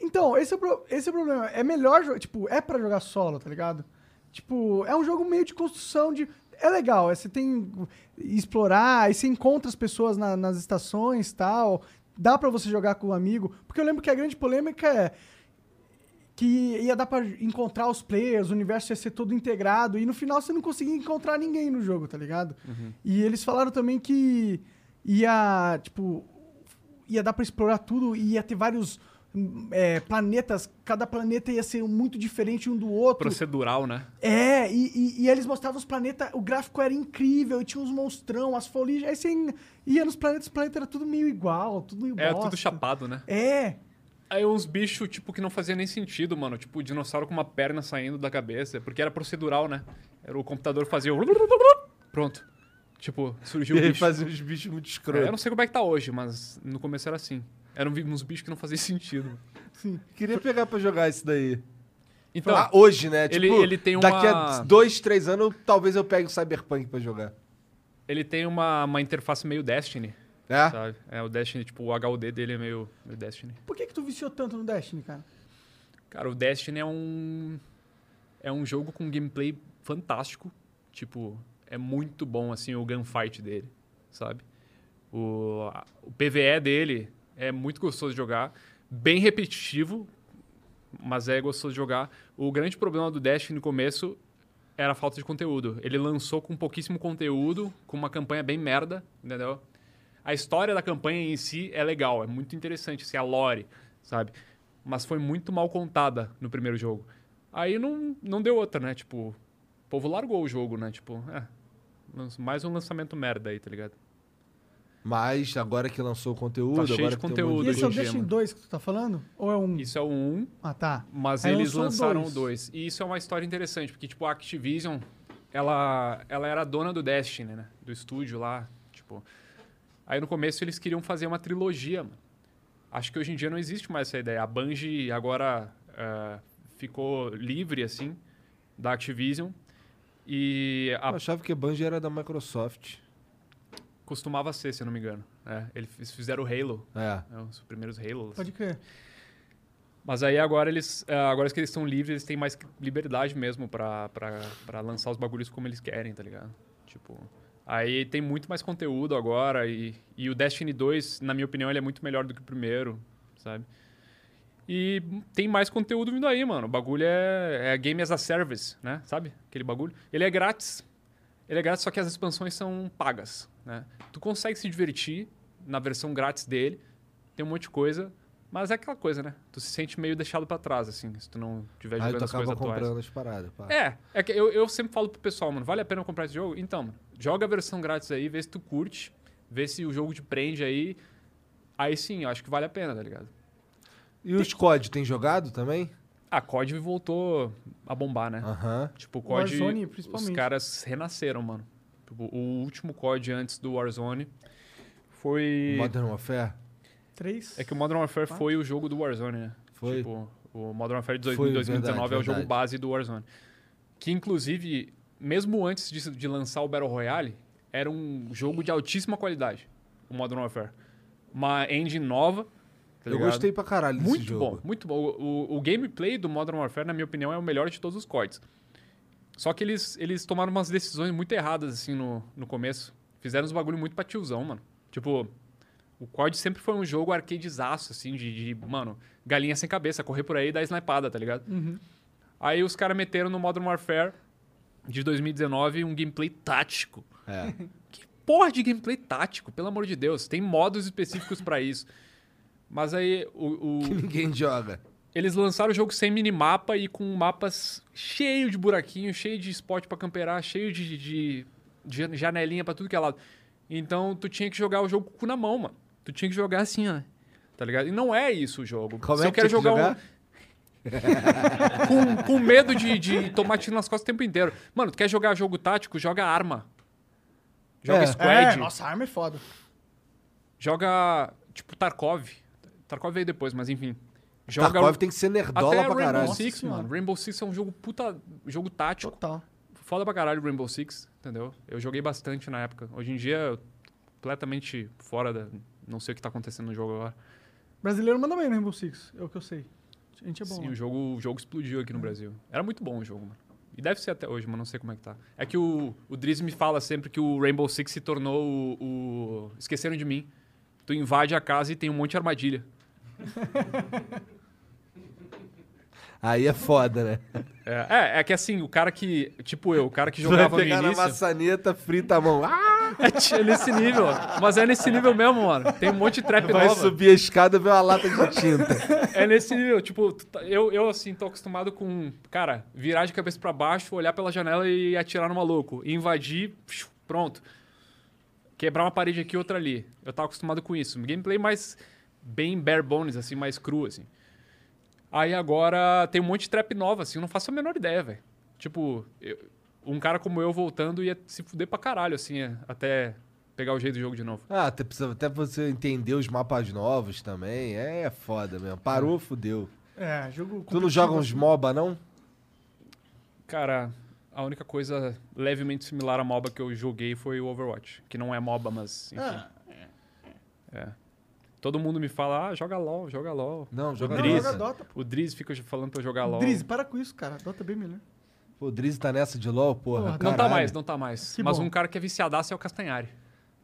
[SPEAKER 2] Então, esse é, o pro- esse é o problema. É melhor, jo- tipo, é pra jogar solo, tá ligado? Tipo, é um jogo meio de construção de... É legal, é, você tem explorar, aí você encontra as pessoas na- nas estações e tal. Dá pra você jogar com um amigo. Porque eu lembro que a grande polêmica é que ia dar pra encontrar os players, o universo ia ser todo integrado, e no final você não conseguia encontrar ninguém no jogo, tá ligado? E eles falaram também que ia, tipo, ia dar pra explorar tudo e ia ter vários hum, é, planetas, cada planeta ia ser muito diferente um do outro.
[SPEAKER 3] Procedural, né?
[SPEAKER 2] É, e, e- e eles mostravam os planetas, o gráfico era incrível, e tinha uns monstrão, as folias, aí você ia nos planetas, o planeta era tudo meio igual, tudo meio
[SPEAKER 3] É
[SPEAKER 2] bosta.
[SPEAKER 3] tudo chapado, né?
[SPEAKER 2] É,
[SPEAKER 3] Aí uns bichos, tipo, que não fazia nem sentido, mano. Tipo, o dinossauro com uma perna saindo da cabeça. Porque era procedural, né? Era o computador fazia. o [laughs] Pronto. Tipo, surgiu
[SPEAKER 1] E
[SPEAKER 3] o
[SPEAKER 1] aí
[SPEAKER 3] bicho.
[SPEAKER 1] fazia uns bichos muito escrotos.
[SPEAKER 3] É, eu não sei como é que tá hoje, mas no começo era assim. Eram vi- uns bichos que não faziam [laughs] sentido.
[SPEAKER 1] Queria pegar pra jogar isso daí.
[SPEAKER 3] Então,
[SPEAKER 1] Ah, hoje, né?
[SPEAKER 3] ele-
[SPEAKER 1] tipo,
[SPEAKER 3] ele tem
[SPEAKER 1] Daqui a
[SPEAKER 3] uma-
[SPEAKER 1] dois, três anos, talvez eu pegue o Cyberpunk pra jogar.
[SPEAKER 3] Ele tem uma, uma interface meio Destiny.
[SPEAKER 1] É?
[SPEAKER 3] Sabe? É, o Destiny, tipo, o HUD dele é meio, meio Destiny.
[SPEAKER 2] por que que tu viciou tanto no Destiny, cara?
[SPEAKER 3] Cara, o Destiny é um. É um jogo com gameplay fantástico. Tipo, é muito bom, assim, o gunfight dele, sabe? O, a- o PVE dele é muito gostoso de jogar. Bem repetitivo, mas é gostoso de jogar. O grande problema do Destiny no começo era a falta de conteúdo. Ele lançou com pouquíssimo conteúdo, com uma campanha bem merda, entendeu? A história da campanha em si é legal, é muito interessante, assim, a lore, sabe? Mas foi muito mal contada no primeiro jogo. Aí não, não deu outra, né? Tipo, o povo largou o jogo, né? Tipo, é, lanç- mais um lançamento merda aí, tá ligado?
[SPEAKER 1] Mas agora que lançou o conteúdo.
[SPEAKER 3] Tá cheio
[SPEAKER 1] agora
[SPEAKER 3] de
[SPEAKER 1] que tem um
[SPEAKER 3] conteúdo
[SPEAKER 1] monte
[SPEAKER 2] E
[SPEAKER 1] de-
[SPEAKER 2] esse é o Destiny 2 que tu tá falando? Ou é um?
[SPEAKER 3] Isso é o 1,
[SPEAKER 2] Ah, tá.
[SPEAKER 3] Mas
[SPEAKER 2] Aí
[SPEAKER 3] eles
[SPEAKER 2] lançou o
[SPEAKER 3] lançaram
[SPEAKER 2] dois.
[SPEAKER 3] o 2. E isso é uma história interessante, porque, tipo, a Activision, ela, ela era a dona do Destiny, né? Do estúdio lá, tipo... Aí, no começo, eles queriam fazer uma trilogia, mano. Acho que hoje em dia não existe mais essa ideia. A Bungie agora eh, ficou livre, assim, da Activision. E a
[SPEAKER 1] Eu achava que a Bungie era da Microsoft.
[SPEAKER 3] costumava ser, se eu não me engano. É, eles fizeram o Halo.
[SPEAKER 1] É.
[SPEAKER 3] né, os primeiros Halo.
[SPEAKER 2] Pode crer.
[SPEAKER 3] Mas aí agora eles, ah, agora que eles estão livres, eles têm mais liberdade mesmo pra, pra, pra lançar os bagulhos como eles querem, tá ligado? Tipo, aí tem muito mais conteúdo agora e, e o Destiny 2, na minha opinião, ele é muito melhor do que o primeiro, sabe? E tem mais conteúdo vindo aí, mano. O bagulho é, é game as a service, né? Sabe? Aquele bagulho. Ele é grátis. Ele é grátis, só que as expansões são pagas, né? Tu consegue se divertir na versão grátis dele. Tem um monte de coisa. Mas é aquela coisa, né? Tu se sente meio deixado pra trás, assim, se tu não tiver
[SPEAKER 1] Aí
[SPEAKER 3] jogando
[SPEAKER 1] tu
[SPEAKER 3] as coisas
[SPEAKER 1] acaba
[SPEAKER 3] atuais.
[SPEAKER 1] comprando as paradas. pá.
[SPEAKER 3] É, é que eu, eu sempre falo pro pessoal, mano, vale a pena comprar esse jogo? Então, mano, joga a versão grátis aí, vê se tu curte, vê se o jogo te prende aí. Aí sim, eu acho que vale a pena, tá ligado?
[SPEAKER 1] E os COD, tem jogado também?
[SPEAKER 3] A Ah, COD voltou a bombar, né?
[SPEAKER 1] Aham.
[SPEAKER 3] Tipo, o COD,
[SPEAKER 2] Warzone,
[SPEAKER 3] os
[SPEAKER 2] principalmente.
[SPEAKER 3] caras renasceram, mano. Tipo, O último COD antes do Warzone foi...
[SPEAKER 1] Modern Warfare?
[SPEAKER 3] Tá
[SPEAKER 2] Três?
[SPEAKER 3] É que o Modern Warfare foi o jogo do Warzone, né?
[SPEAKER 1] Foi.
[SPEAKER 3] Tipo, o Modern Warfare de
[SPEAKER 1] Foi,
[SPEAKER 3] 2000, 2019
[SPEAKER 1] verdade,
[SPEAKER 3] é o jogo
[SPEAKER 1] verdade.
[SPEAKER 3] base do Warzone. Que, inclusive, mesmo antes de, de lançar o Battle Royale, era um jogo de altíssima qualidade, o Modern Warfare. Uma engine nova, tá
[SPEAKER 1] Eu
[SPEAKER 3] ligado?
[SPEAKER 1] gostei pra caralho desse
[SPEAKER 3] Muito
[SPEAKER 1] jogo.
[SPEAKER 3] bom, muito bom. O, o- o gameplay do Modern Warfare, na minha opinião, é o melhor de todos os códigos. Só que eles, eles tomaram umas decisões muito erradas, assim, no, no começo. Fizeram uns bagulho muito pra tiozão, mano. Tipo, o COD sempre foi um jogo arcadezaço, assim, de, de, mano, galinha sem cabeça, correr por aí e dar snipada, tá ligado?
[SPEAKER 1] Uhum.
[SPEAKER 3] Aí os caras meteram no Modern Warfare de 2019 um gameplay tático. [laughs]
[SPEAKER 1] É.
[SPEAKER 3] Que porra de gameplay tático, pelo amor de Deus. Tem modos específicos pra isso. Mas aí o. o-
[SPEAKER 1] Que [laughs] ninguém joga.
[SPEAKER 3] Eles lançaram o jogo sem minimapa e com mapas cheio de buraquinho, cheio de spot pra camperar, cheio de, de- de janelinha pra tudo que é lado. Então tu tinha que jogar o jogo com o cu na mão, mano. Tu tinha que jogar assim, ó. Tá ligado? E não é isso o jogo.
[SPEAKER 1] Como
[SPEAKER 3] Se
[SPEAKER 1] é
[SPEAKER 3] eu
[SPEAKER 1] que
[SPEAKER 3] quero
[SPEAKER 1] tinha que
[SPEAKER 3] jogar, um.
[SPEAKER 1] jogar?
[SPEAKER 3] com, com medo de, de tomar tiro nas costas o tempo inteiro. Mano, tu quer jogar jogo tático? Joga arma. Joga
[SPEAKER 2] É.
[SPEAKER 3] squad.
[SPEAKER 2] É, nossa, arma é foda.
[SPEAKER 3] Joga, tipo, Tarkov. Tarkov veio depois, mas enfim.
[SPEAKER 1] Tarkov tem que ser nerdola
[SPEAKER 3] Até
[SPEAKER 1] pra
[SPEAKER 3] Rainbow
[SPEAKER 1] caralho.
[SPEAKER 3] Six,
[SPEAKER 1] Nossa
[SPEAKER 3] mano.
[SPEAKER 1] senhora.
[SPEAKER 3] Rainbow Six é um jogo puta... Jogo tático.
[SPEAKER 2] Total.
[SPEAKER 3] Foda pra caralho Rainbow Six, entendeu? Eu joguei bastante na época. Hoje em dia, eu tô completamente fora da... Não sei o que tá acontecendo no jogo agora.
[SPEAKER 2] Brasileiro manda bem no Rainbow Six, é o que eu sei. A gente é bom.
[SPEAKER 3] Sim,
[SPEAKER 2] né?
[SPEAKER 3] o jogo, o jogo explodiu aqui no Brasil. Era muito bom o jogo, mano. E deve ser até hoje, mas não sei como é que tá. É que o, o Drizzy me fala sempre que o Rainbow Six se tornou o, o- Esqueceram de mim. Tu invade a casa e tem um monte de armadilha.
[SPEAKER 1] Aí é foda, [laughs] né?
[SPEAKER 3] É, é, é que assim, o cara que. Tipo eu, o cara que jogava no
[SPEAKER 1] Vai pegar na
[SPEAKER 3] início.
[SPEAKER 1] maçaneta, frita a mão. Ah!
[SPEAKER 3] É nesse nível. Mas é nesse nível mesmo, mano. Tem um monte de trap
[SPEAKER 1] Vai
[SPEAKER 3] nova.
[SPEAKER 1] subir a escada e ver uma lata de tinta.
[SPEAKER 3] É nesse nível, tipo, tu tá- eu, eu assim, tô acostumado com, cara, virar de cabeça pra baixo, olhar pela janela e atirar no maluco. E invadir, psiu, pronto. Quebrar uma parede aqui, outra ali. Eu tava acostumado com isso. Um Gameplay mais, bem bare bones, assim, mais cru, assim. Aí agora tem um monte de trap nova, assim, eu não faço a menor ideia, velho. Tipo, eu- um cara como eu voltando ia se fuder pra caralho, assim, é, até pegar o jeito do jogo de novo.
[SPEAKER 1] [laughs] Ah, até, precisa, até você entender os mapas novos também. É, é foda mesmo. Parou, fudeu.
[SPEAKER 2] É, jogo
[SPEAKER 1] Tu não
[SPEAKER 2] competitivo,
[SPEAKER 1] joga uns MOBA, não?
[SPEAKER 3] Cara, a única coisa levemente similar a MOBA que eu joguei foi o Overwatch, que não é MOBA, mas enfim.
[SPEAKER 2] Ah.
[SPEAKER 3] É. Todo mundo me fala, ah, joga LOL, joga LOL.
[SPEAKER 1] Não,
[SPEAKER 3] o
[SPEAKER 1] joga
[SPEAKER 3] Driz,
[SPEAKER 1] Dota. Não,
[SPEAKER 2] joga Dota,
[SPEAKER 3] O Driz fica falando pra eu jogar LOL.
[SPEAKER 2] Drizzy, para com isso, cara. Dota é bem melhor.
[SPEAKER 1] Pô, o Drizzy tá nessa de LOL, porra.
[SPEAKER 3] não tá
[SPEAKER 1] caralho.
[SPEAKER 3] mais, não tá mais.
[SPEAKER 2] Que
[SPEAKER 3] mas
[SPEAKER 2] bom.
[SPEAKER 3] um cara que é viciadaço é o Castanhari.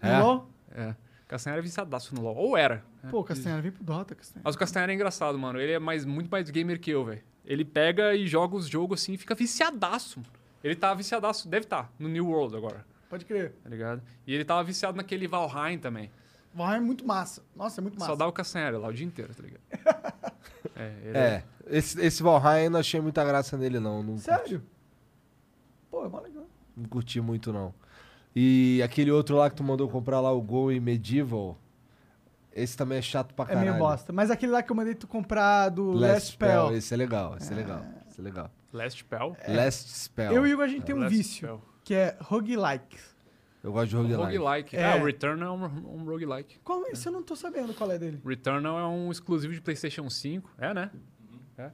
[SPEAKER 1] É?
[SPEAKER 2] LOL?
[SPEAKER 3] É. Castanhari é viciadaço no LOL. Ou era. né?
[SPEAKER 2] Pô, Castanheira, vem pro Dota, Castanheira.
[SPEAKER 3] Mas o Castanhari é engraçado, mano. Ele é mais, muito mais gamer que eu, velho. Ele pega e joga os jogos assim e fica viciadaço. mano. Ele tá viciadaço, deve tá, no New World agora.
[SPEAKER 2] Pode crer.
[SPEAKER 3] tá ligado? E ele tava viciado naquele Valheim também.
[SPEAKER 2] Valheim é muito massa. Nossa, é muito massa.
[SPEAKER 3] Só dá um o Castanheira lá o dia inteiro, tá ligado? é, ele
[SPEAKER 1] É. Esse, esse Valheim eu não achei muita graça nele, não. Não,
[SPEAKER 2] Sério? Pô, é mó legal.
[SPEAKER 1] não curti muito, não. E aquele outro lá que tu mandou comprar lá, o Go e Medieval, esse também é chato pra
[SPEAKER 2] É
[SPEAKER 1] caralho.
[SPEAKER 2] meio bosta. Mas aquele lá que eu mandei tu comprar do
[SPEAKER 1] Last,
[SPEAKER 2] Last
[SPEAKER 1] Spell.
[SPEAKER 2] Spell.
[SPEAKER 1] Esse é legal, esse é legal, esse é legal.
[SPEAKER 3] Last Spell?
[SPEAKER 1] Last Spell.
[SPEAKER 2] Eu e o Igor, a gente tem um
[SPEAKER 3] Last
[SPEAKER 2] vício,
[SPEAKER 3] Spell.
[SPEAKER 2] que é roguelike.
[SPEAKER 1] Eu gosto de
[SPEAKER 3] Roguelike.
[SPEAKER 1] roguelike.
[SPEAKER 3] É,
[SPEAKER 2] É.
[SPEAKER 3] o Returnal é um, um roguelike.
[SPEAKER 2] Qual é? Esse eu não tô sabendo qual é dele.
[SPEAKER 3] Returnal é um exclusivo de PlayStation 5. É, né?
[SPEAKER 2] Uhum.
[SPEAKER 3] É.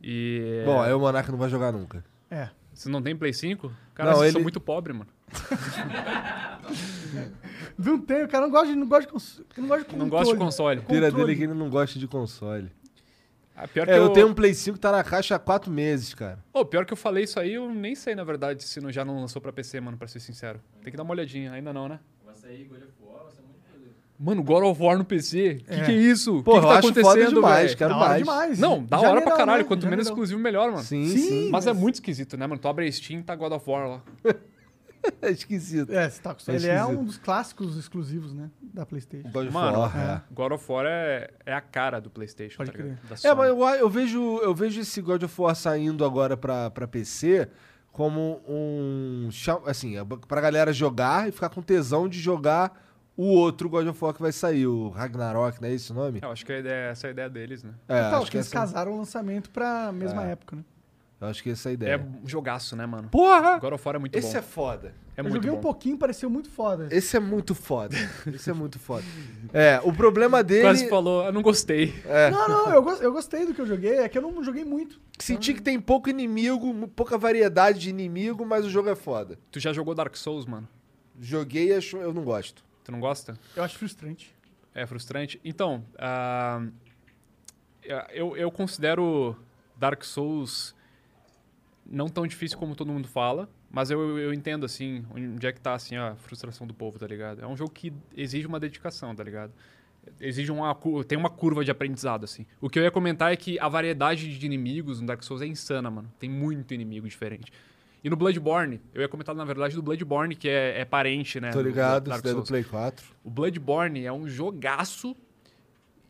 [SPEAKER 3] E.
[SPEAKER 1] Bom, é. aí o Monark não vai jogar nunca.
[SPEAKER 2] É.
[SPEAKER 3] Você não tem Play 5? Cara,
[SPEAKER 1] Não,
[SPEAKER 3] vocês
[SPEAKER 1] ele-
[SPEAKER 3] são muito pobres, mano.
[SPEAKER 2] Não tem, o cara não gosta de, não gosta de, cons... não gosta de controle.
[SPEAKER 3] Não gosto de console.
[SPEAKER 1] A pira dele
[SPEAKER 2] Controle.
[SPEAKER 1] é que ele não gosta de console.
[SPEAKER 3] Ah, pior,
[SPEAKER 1] É, eu tenho um Play 5 que tá na caixa há quatro meses, cara.
[SPEAKER 3] Ô, pior que eu falei isso aí, eu nem sei, na verdade, se não, já não lançou pra PC, mano, pra ser sincero. Tem que dar uma olhadinha, ainda não, né? Mano, God of War no PC? Que que é isso?
[SPEAKER 1] Pô,
[SPEAKER 3] que que
[SPEAKER 1] eu
[SPEAKER 3] tá
[SPEAKER 1] acho
[SPEAKER 3] acontecendo,
[SPEAKER 1] foda demais,
[SPEAKER 3] velho?
[SPEAKER 1] quero
[SPEAKER 2] É Da hora
[SPEAKER 1] mais.
[SPEAKER 2] demais.
[SPEAKER 3] Não, da
[SPEAKER 2] Já
[SPEAKER 3] hora
[SPEAKER 2] me
[SPEAKER 3] pra
[SPEAKER 2] dá,
[SPEAKER 3] caralho.
[SPEAKER 2] né?
[SPEAKER 3] Quanto
[SPEAKER 2] Já me
[SPEAKER 3] menos
[SPEAKER 2] dá.
[SPEAKER 3] exclusivo, melhor, mano.
[SPEAKER 1] Sim,
[SPEAKER 2] Sim.
[SPEAKER 1] sim.
[SPEAKER 3] Mas é muito esquisito, né, mano? Tu abre a Steam, tá God of War lá.
[SPEAKER 1] É esquisito.
[SPEAKER 2] É, você tá acostumado.
[SPEAKER 1] É
[SPEAKER 2] Ele é
[SPEAKER 1] esquisito.
[SPEAKER 2] um dos clássicos exclusivos, né? Da Playstation.
[SPEAKER 1] God of
[SPEAKER 3] Mano,
[SPEAKER 1] War, é.
[SPEAKER 3] God of War é, é a cara do PlayStation,
[SPEAKER 2] Pode
[SPEAKER 3] tá ligado? Da
[SPEAKER 1] É,
[SPEAKER 3] Sony.
[SPEAKER 1] mas eu, eu vejo, eu vejo esse God of War saindo agora pra, pra PC como um. cha- Assim, é pra galera jogar e ficar com tesão de jogar o outro God of War que vai sair, o Ragnarok, não é esse o nome?
[SPEAKER 3] Eu acho que a ideia, essa é a ideia deles, né?
[SPEAKER 1] É, acho
[SPEAKER 2] Total, que um
[SPEAKER 1] que,
[SPEAKER 2] eles
[SPEAKER 1] essa,
[SPEAKER 2] casaram o lançamento pra mesma época, né?
[SPEAKER 1] eu acho que essa é a
[SPEAKER 3] É,
[SPEAKER 1] ideia.
[SPEAKER 3] um jogaço, né, mano?
[SPEAKER 1] Porra!
[SPEAKER 3] God of War é muito
[SPEAKER 1] Esse
[SPEAKER 3] bom.
[SPEAKER 1] é foda.
[SPEAKER 3] É
[SPEAKER 2] eu
[SPEAKER 3] muito
[SPEAKER 2] joguei
[SPEAKER 3] bom.
[SPEAKER 2] um pouquinho, pareceu muito foda.
[SPEAKER 1] Esse é muito foda. Esse é muito foda. É, o problema
[SPEAKER 3] Quase
[SPEAKER 1] dele.
[SPEAKER 3] falou, eu não gostei.
[SPEAKER 2] Não, não, eu, gos- eu gostei do que eu joguei, é que eu não joguei muito.
[SPEAKER 1] Senti que tem pouco inimigo, mu- pouca variedade de inimigo, mas o jogo é foda.
[SPEAKER 3] Tu já jogou Dark Souls, mano?
[SPEAKER 1] Joguei e acho... eu não gosto.
[SPEAKER 3] Tu não gosta?
[SPEAKER 2] Eu acho frustrante.
[SPEAKER 3] É frustrante. Então, ah, eu, eu considero Dark Souls não tão difícil como todo mundo fala, mas eu, eu entendo, assim, onde é que tá, assim, a frustração do povo, tá ligado? É um jogo que exige uma dedicação, tá ligado? Exige uma... cu- Tem uma curva de aprendizado, assim. O que eu ia comentar é que a variedade de inimigos no Dark Souls é insana, mano. Tem muito inimigo diferente. E no Bloodborne, eu ia comentar, na verdade, do Bloodborne, que é, é parente, né?
[SPEAKER 1] Tô
[SPEAKER 3] do
[SPEAKER 1] ligado, é
[SPEAKER 3] Dark
[SPEAKER 1] isso daí é do
[SPEAKER 3] Souls.
[SPEAKER 1] Play 4.
[SPEAKER 3] O Bloodborne é um jogaço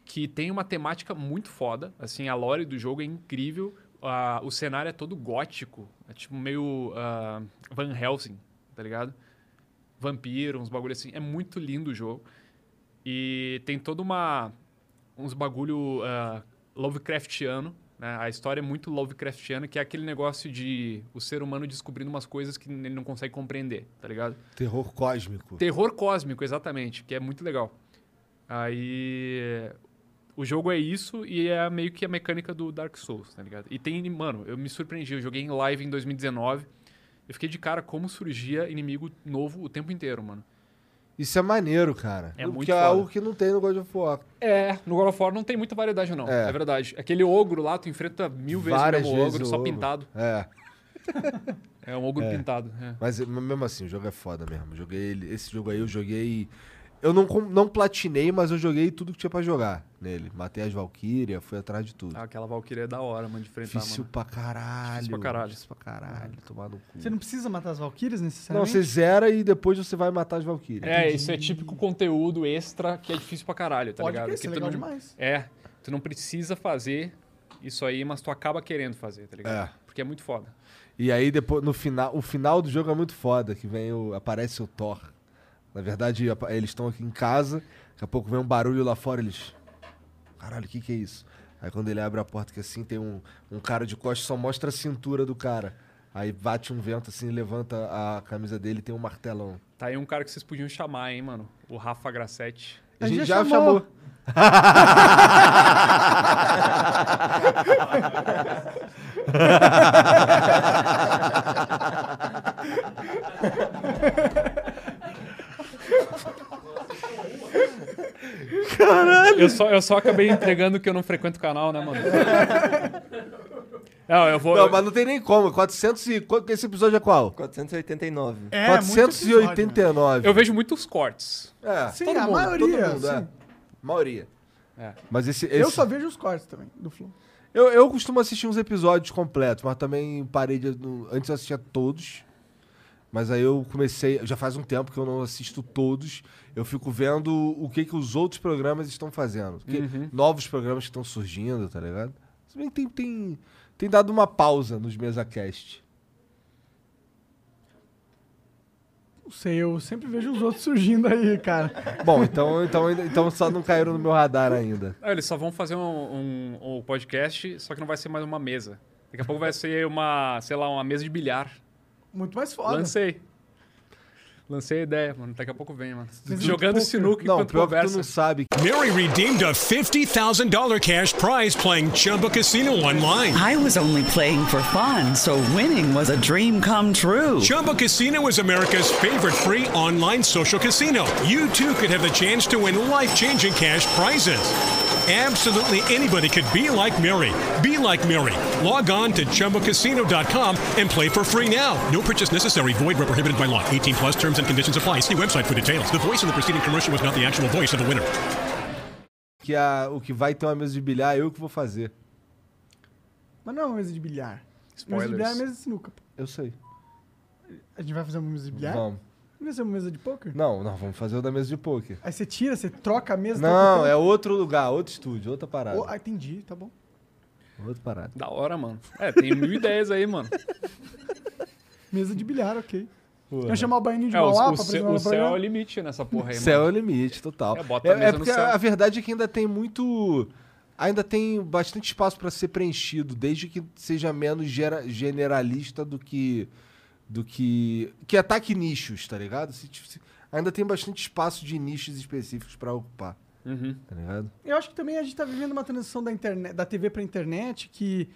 [SPEAKER 3] que tem uma temática muito foda. Assim, a lore do jogo é incrível. ah, o cenário é todo gótico. É tipo meio ah, Van Helsing, tá ligado? Vampiro, uns bagulho assim. É muito lindo o jogo. E tem toda uma... Uns bagulho ah, Lovecraftiano, né? A história é muito Lovecraftiana, que é aquele negócio de o ser humano descobrindo umas coisas que ele não consegue compreender, tá ligado?
[SPEAKER 1] Terror cósmico.
[SPEAKER 3] Terror cósmico, exatamente, que é muito legal. Aí. O jogo é isso e é meio que a mecânica do Dark Souls, tá ligado? E tem, mano, eu me surpreendi, eu joguei em live em 2019. Eu fiquei de cara como surgia inimigo novo o tempo inteiro, mano.
[SPEAKER 1] Isso é maneiro, cara.
[SPEAKER 3] É
[SPEAKER 1] Porque
[SPEAKER 3] muito
[SPEAKER 1] é
[SPEAKER 3] foda.
[SPEAKER 1] algo que não tem no God of War.
[SPEAKER 3] É, no God of War não tem muita variedade, não.
[SPEAKER 1] É.
[SPEAKER 3] É, verdade. Aquele ogro lá, tu enfrenta mil vezes
[SPEAKER 1] Várias
[SPEAKER 3] o mesmo
[SPEAKER 1] vezes
[SPEAKER 3] ogro,
[SPEAKER 1] o
[SPEAKER 3] só
[SPEAKER 1] ogro.
[SPEAKER 3] pintado.
[SPEAKER 1] É.
[SPEAKER 3] É um ogro pintado. é.
[SPEAKER 1] Mas eh, mesmo assim, o jogo é foda mesmo. Joguei ele- esse jogo aí, eu joguei. Eu não, com- não platinei, mas eu joguei tudo que tinha pra jogar nele. Matei as Valkyria, fui atrás de tudo.
[SPEAKER 3] Ah, aquela Valkyria é da hora, mano, de enfrentar,
[SPEAKER 1] Difícil
[SPEAKER 3] Tá, mano.
[SPEAKER 1] pra caralho.
[SPEAKER 3] Difícil pra caralho.
[SPEAKER 1] Difícil pra caralho. Tomar no cu.
[SPEAKER 2] Você não precisa matar as Valkyries
[SPEAKER 1] Não,
[SPEAKER 2] necessariamente?
[SPEAKER 1] você zera e depois você vai matar as Valkyrias.
[SPEAKER 3] É, isso é típico conteúdo extra que é difícil pra caralho, tá
[SPEAKER 2] Pode
[SPEAKER 3] ligado?
[SPEAKER 2] crer, isso é
[SPEAKER 3] tu
[SPEAKER 2] legal
[SPEAKER 3] não-
[SPEAKER 2] demais.
[SPEAKER 3] É, tu não precisa fazer isso aí, mas tu acaba querendo fazer, tá ligado?
[SPEAKER 1] É.
[SPEAKER 3] Porque é muito foda.
[SPEAKER 1] E aí depois no final, o final do jogo é muito foda, que vem o aparece o Thor. Na verdade, apa- eles estão aqui em casa, daqui a pouco vem um barulho lá fora, eles Caralho, o que que é isso? Aí quando ele abre a porta que assim tem um, um cara de costas, só mostra a cintura do cara. Aí bate um vento assim, levanta a camisa dele e tem um martelão.
[SPEAKER 3] Tá aí um cara que vocês podiam chamar, hein, mano? O Rafa Grassetti.
[SPEAKER 1] A gente já chamou.
[SPEAKER 3] Caralho! Eu só, eu só acabei entregando que eu não frequento o canal, né, mano? Não, eu vou.
[SPEAKER 1] Não, mas não tem nem como. 400 e... qual- Esse episódio né? é qual?
[SPEAKER 4] 489.
[SPEAKER 3] É, muito episódio,
[SPEAKER 2] né?
[SPEAKER 1] 489.
[SPEAKER 3] Eu vejo muitos cortes.
[SPEAKER 1] É,
[SPEAKER 2] Sim,
[SPEAKER 1] todo
[SPEAKER 2] a
[SPEAKER 1] mundo,
[SPEAKER 2] maioria,
[SPEAKER 1] todo mundo, é.
[SPEAKER 2] sim.
[SPEAKER 1] Maioria.
[SPEAKER 3] É.
[SPEAKER 1] Mas esse, esse-
[SPEAKER 2] Eu só vejo os cortes também, do Flow.
[SPEAKER 1] Eu, eu costumo assistir uns episódios completos, mas também parei de. no- Antes eu assistia todos. Mas aí eu comecei. Já faz um tempo que eu não assisto todos. Eu fico vendo o que, que os outros programas estão fazendo. Que-
[SPEAKER 3] Uhum.
[SPEAKER 1] Novos programas que estão surgindo, tá ligado? Se bem que tem, tem, tem dado uma pausa nos MesaCast.
[SPEAKER 2] Não sei, eu sempre vejo os outros [laughs] surgindo aí, cara.
[SPEAKER 1] Bom, então, então, ainda- então só não caíram no meu radar ainda.
[SPEAKER 3] Ah, eles só vão fazer um, um- um podcast, só que não vai ser mais uma mesa. Daqui a pouco vai ser uma, sei lá, uma mesa de bilhar.
[SPEAKER 2] Muito mais foda.
[SPEAKER 3] Lancei. Lancei a ideia, mano. Daqui a pouco vem, mano.
[SPEAKER 2] Mas
[SPEAKER 3] Jogando
[SPEAKER 2] poker-
[SPEAKER 3] sinuca
[SPEAKER 1] um Não,
[SPEAKER 3] enquanto
[SPEAKER 1] pior que tu
[SPEAKER 3] conversa.
[SPEAKER 1] não sabe.
[SPEAKER 8] Mary redeemed a $50,000 cash prize playing Chumba Casino online.
[SPEAKER 9] I was only playing for fun, so winning was a dream come true.
[SPEAKER 8] Chumba Casino is America's favorite free online social casino. You too could have the chance to win life changing cash prizes. Absolutely anybody could be like Mary. Be like Mary. Log on to ChumboCasino.com and play for free now. No purchase necessary. Void where prohibited by law. 18 plus terms and conditions apply. See website for details. The voice in the preceding commercial was not the actual voice of the winner.
[SPEAKER 1] Que a- o que vai ter uma mesa de bilhar, eu que vou fazer.
[SPEAKER 2] Mas não é uma mesa de bilhar. Mesa de
[SPEAKER 3] Spoilers.
[SPEAKER 2] bilhar é mesa de sinuca. pô.
[SPEAKER 1] Eu sei.
[SPEAKER 2] A gente vai fazer uma mesa de bilhar?
[SPEAKER 1] Vamos.
[SPEAKER 2] Não vai ser uma mesa de poker?
[SPEAKER 1] Não, não, vamos fazer o da mesa de poker.
[SPEAKER 2] Aí você tira, você troca a mesa. tá
[SPEAKER 1] Não, é outro lugar, outro estúdio, outra
[SPEAKER 3] é
[SPEAKER 1] parada.
[SPEAKER 2] Ah, entendi, tá bom.
[SPEAKER 1] Outra parada.
[SPEAKER 3] Da hora, mano. É, tem mil ideias
[SPEAKER 1] [laughs]
[SPEAKER 3] aí, mano.
[SPEAKER 2] Mesa de bilhar, ok.
[SPEAKER 1] Porra.
[SPEAKER 2] Eu vou chamar o baianinho de
[SPEAKER 3] Uhum. É, o,
[SPEAKER 2] Mauá
[SPEAKER 3] o
[SPEAKER 2] pra
[SPEAKER 3] céu,
[SPEAKER 2] apresentar
[SPEAKER 3] o
[SPEAKER 2] no
[SPEAKER 3] céu é
[SPEAKER 2] programa.
[SPEAKER 3] o limite nessa
[SPEAKER 1] [laughs]
[SPEAKER 3] porra aí,
[SPEAKER 1] Céu é o
[SPEAKER 3] mano.
[SPEAKER 1] limite, total.
[SPEAKER 3] É, bota
[SPEAKER 1] É,
[SPEAKER 3] a
[SPEAKER 1] é
[SPEAKER 3] mesa no
[SPEAKER 1] porque
[SPEAKER 3] céu.
[SPEAKER 1] a, a verdade é que ainda tem muito. Ainda tem bastante espaço pra ser preenchido, desde que seja menos gera- generalista do que. do que. que ataque nichos, tá ligado? Se- se- ainda tem bastante espaço de nichos específicos pra ocupar,
[SPEAKER 3] Uhum.
[SPEAKER 1] tá ligado?
[SPEAKER 2] Eu acho que também a gente tá vivendo uma transição da, internet, da TV pra internet que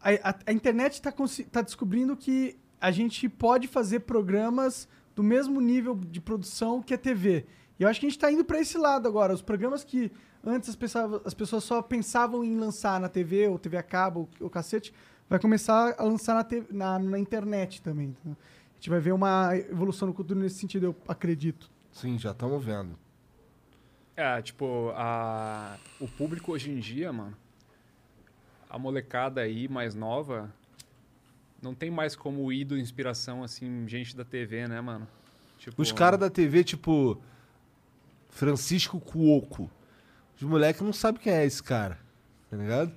[SPEAKER 2] a, a- a internet tá, consi- tá descobrindo que a gente pode fazer programas do mesmo nível de produção que a TV. E eu acho que a gente tá indo pra esse lado agora. Os programas que antes as, pensava- as pessoas só pensavam em lançar na TV, ou TV a cabo, ou cacete, vai começar a lançar na, te- na- na internet também. entendeu? A gente vai ver uma evolução no futuro nesse sentido, eu acredito.
[SPEAKER 1] Sim, já estamos vendo.
[SPEAKER 3] É, tipo, a... o público hoje em dia, mano, a molecada aí mais nova, não tem mais como ir do inspiração, assim, gente da TV, né, mano? Tipo,
[SPEAKER 1] Os caras da TV, tipo. Francisco Cuoco. Os moleques não sabem quem é esse cara, tá ligado?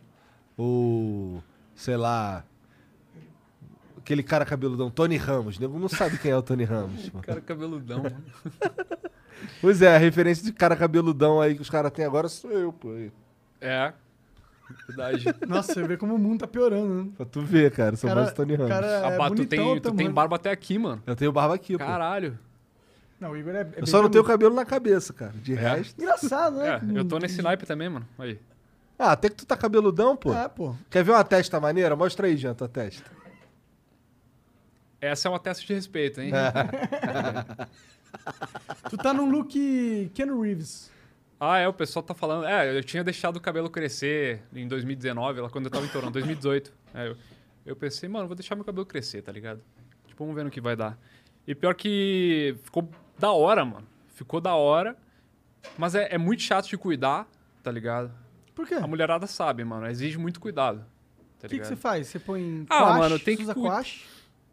[SPEAKER 1] Ou, sei lá, aquele cara cabeludão, Tony Ramos. O nego não sabe quem é o Tony Ramos. mano.
[SPEAKER 3] Cara cabeludão, mano.
[SPEAKER 1] [laughs] Pois é, a referência de cara cabeludão aí que os caras têm agora sou eu, pô.
[SPEAKER 3] É. Verdade.
[SPEAKER 2] Nossa, você vê como o mundo tá piorando, né?
[SPEAKER 1] Pra tu ver, cara, sou
[SPEAKER 2] Cara-
[SPEAKER 1] mais o Tony Ramos.
[SPEAKER 2] cara é
[SPEAKER 3] Ah, bah, tu,
[SPEAKER 2] bonitão
[SPEAKER 3] tem,
[SPEAKER 2] o
[SPEAKER 3] tu tem
[SPEAKER 2] tamanho.
[SPEAKER 3] barba até aqui, mano.
[SPEAKER 1] Eu tenho barba
[SPEAKER 2] Tipo,
[SPEAKER 1] aqui, pô.
[SPEAKER 3] Caralho.
[SPEAKER 2] Não, o Igor é. é
[SPEAKER 1] Eu
[SPEAKER 2] bem
[SPEAKER 1] só não tenho cabelo
[SPEAKER 2] cabeludo.
[SPEAKER 1] na cabeça, cara. De resto.
[SPEAKER 2] Engraçado, né?
[SPEAKER 3] É, eu tô nesse naipe também, mano. Aí.
[SPEAKER 1] Ah, até que tu tá cabeludão, pô.
[SPEAKER 3] É, pô.
[SPEAKER 1] Quer ver uma testa maneira? Mostra aí, Jean, tua testa.
[SPEAKER 3] Essa é uma testa de respeito,
[SPEAKER 2] [laughs]
[SPEAKER 3] hein?
[SPEAKER 2] Tu tá num look Ken Reeves.
[SPEAKER 3] ah, é, o pessoal tá falando. É, eu tinha deixado o cabelo crescer em 2019, lá quando eu tava em Toronto, 2018. É, eu, eu pensei, mano, vou deixar meu cabelo crescer, tá ligado? Tipo, vamos ver no que vai dar. E pior que ficou da hora, mano. Ficou da hora. Mas é, é muito chato de cuidar, tá ligado?
[SPEAKER 2] Por quê?
[SPEAKER 3] A mulherada sabe, mano. Exige muito cuidado.
[SPEAKER 2] O
[SPEAKER 3] Tá
[SPEAKER 2] É. que, que
[SPEAKER 3] ligado?
[SPEAKER 2] você faz? Você põe.
[SPEAKER 3] Ah,
[SPEAKER 2] coache?
[SPEAKER 3] mano, tem
[SPEAKER 2] Você
[SPEAKER 3] que
[SPEAKER 2] usa
[SPEAKER 3] cu-
[SPEAKER 2] coache?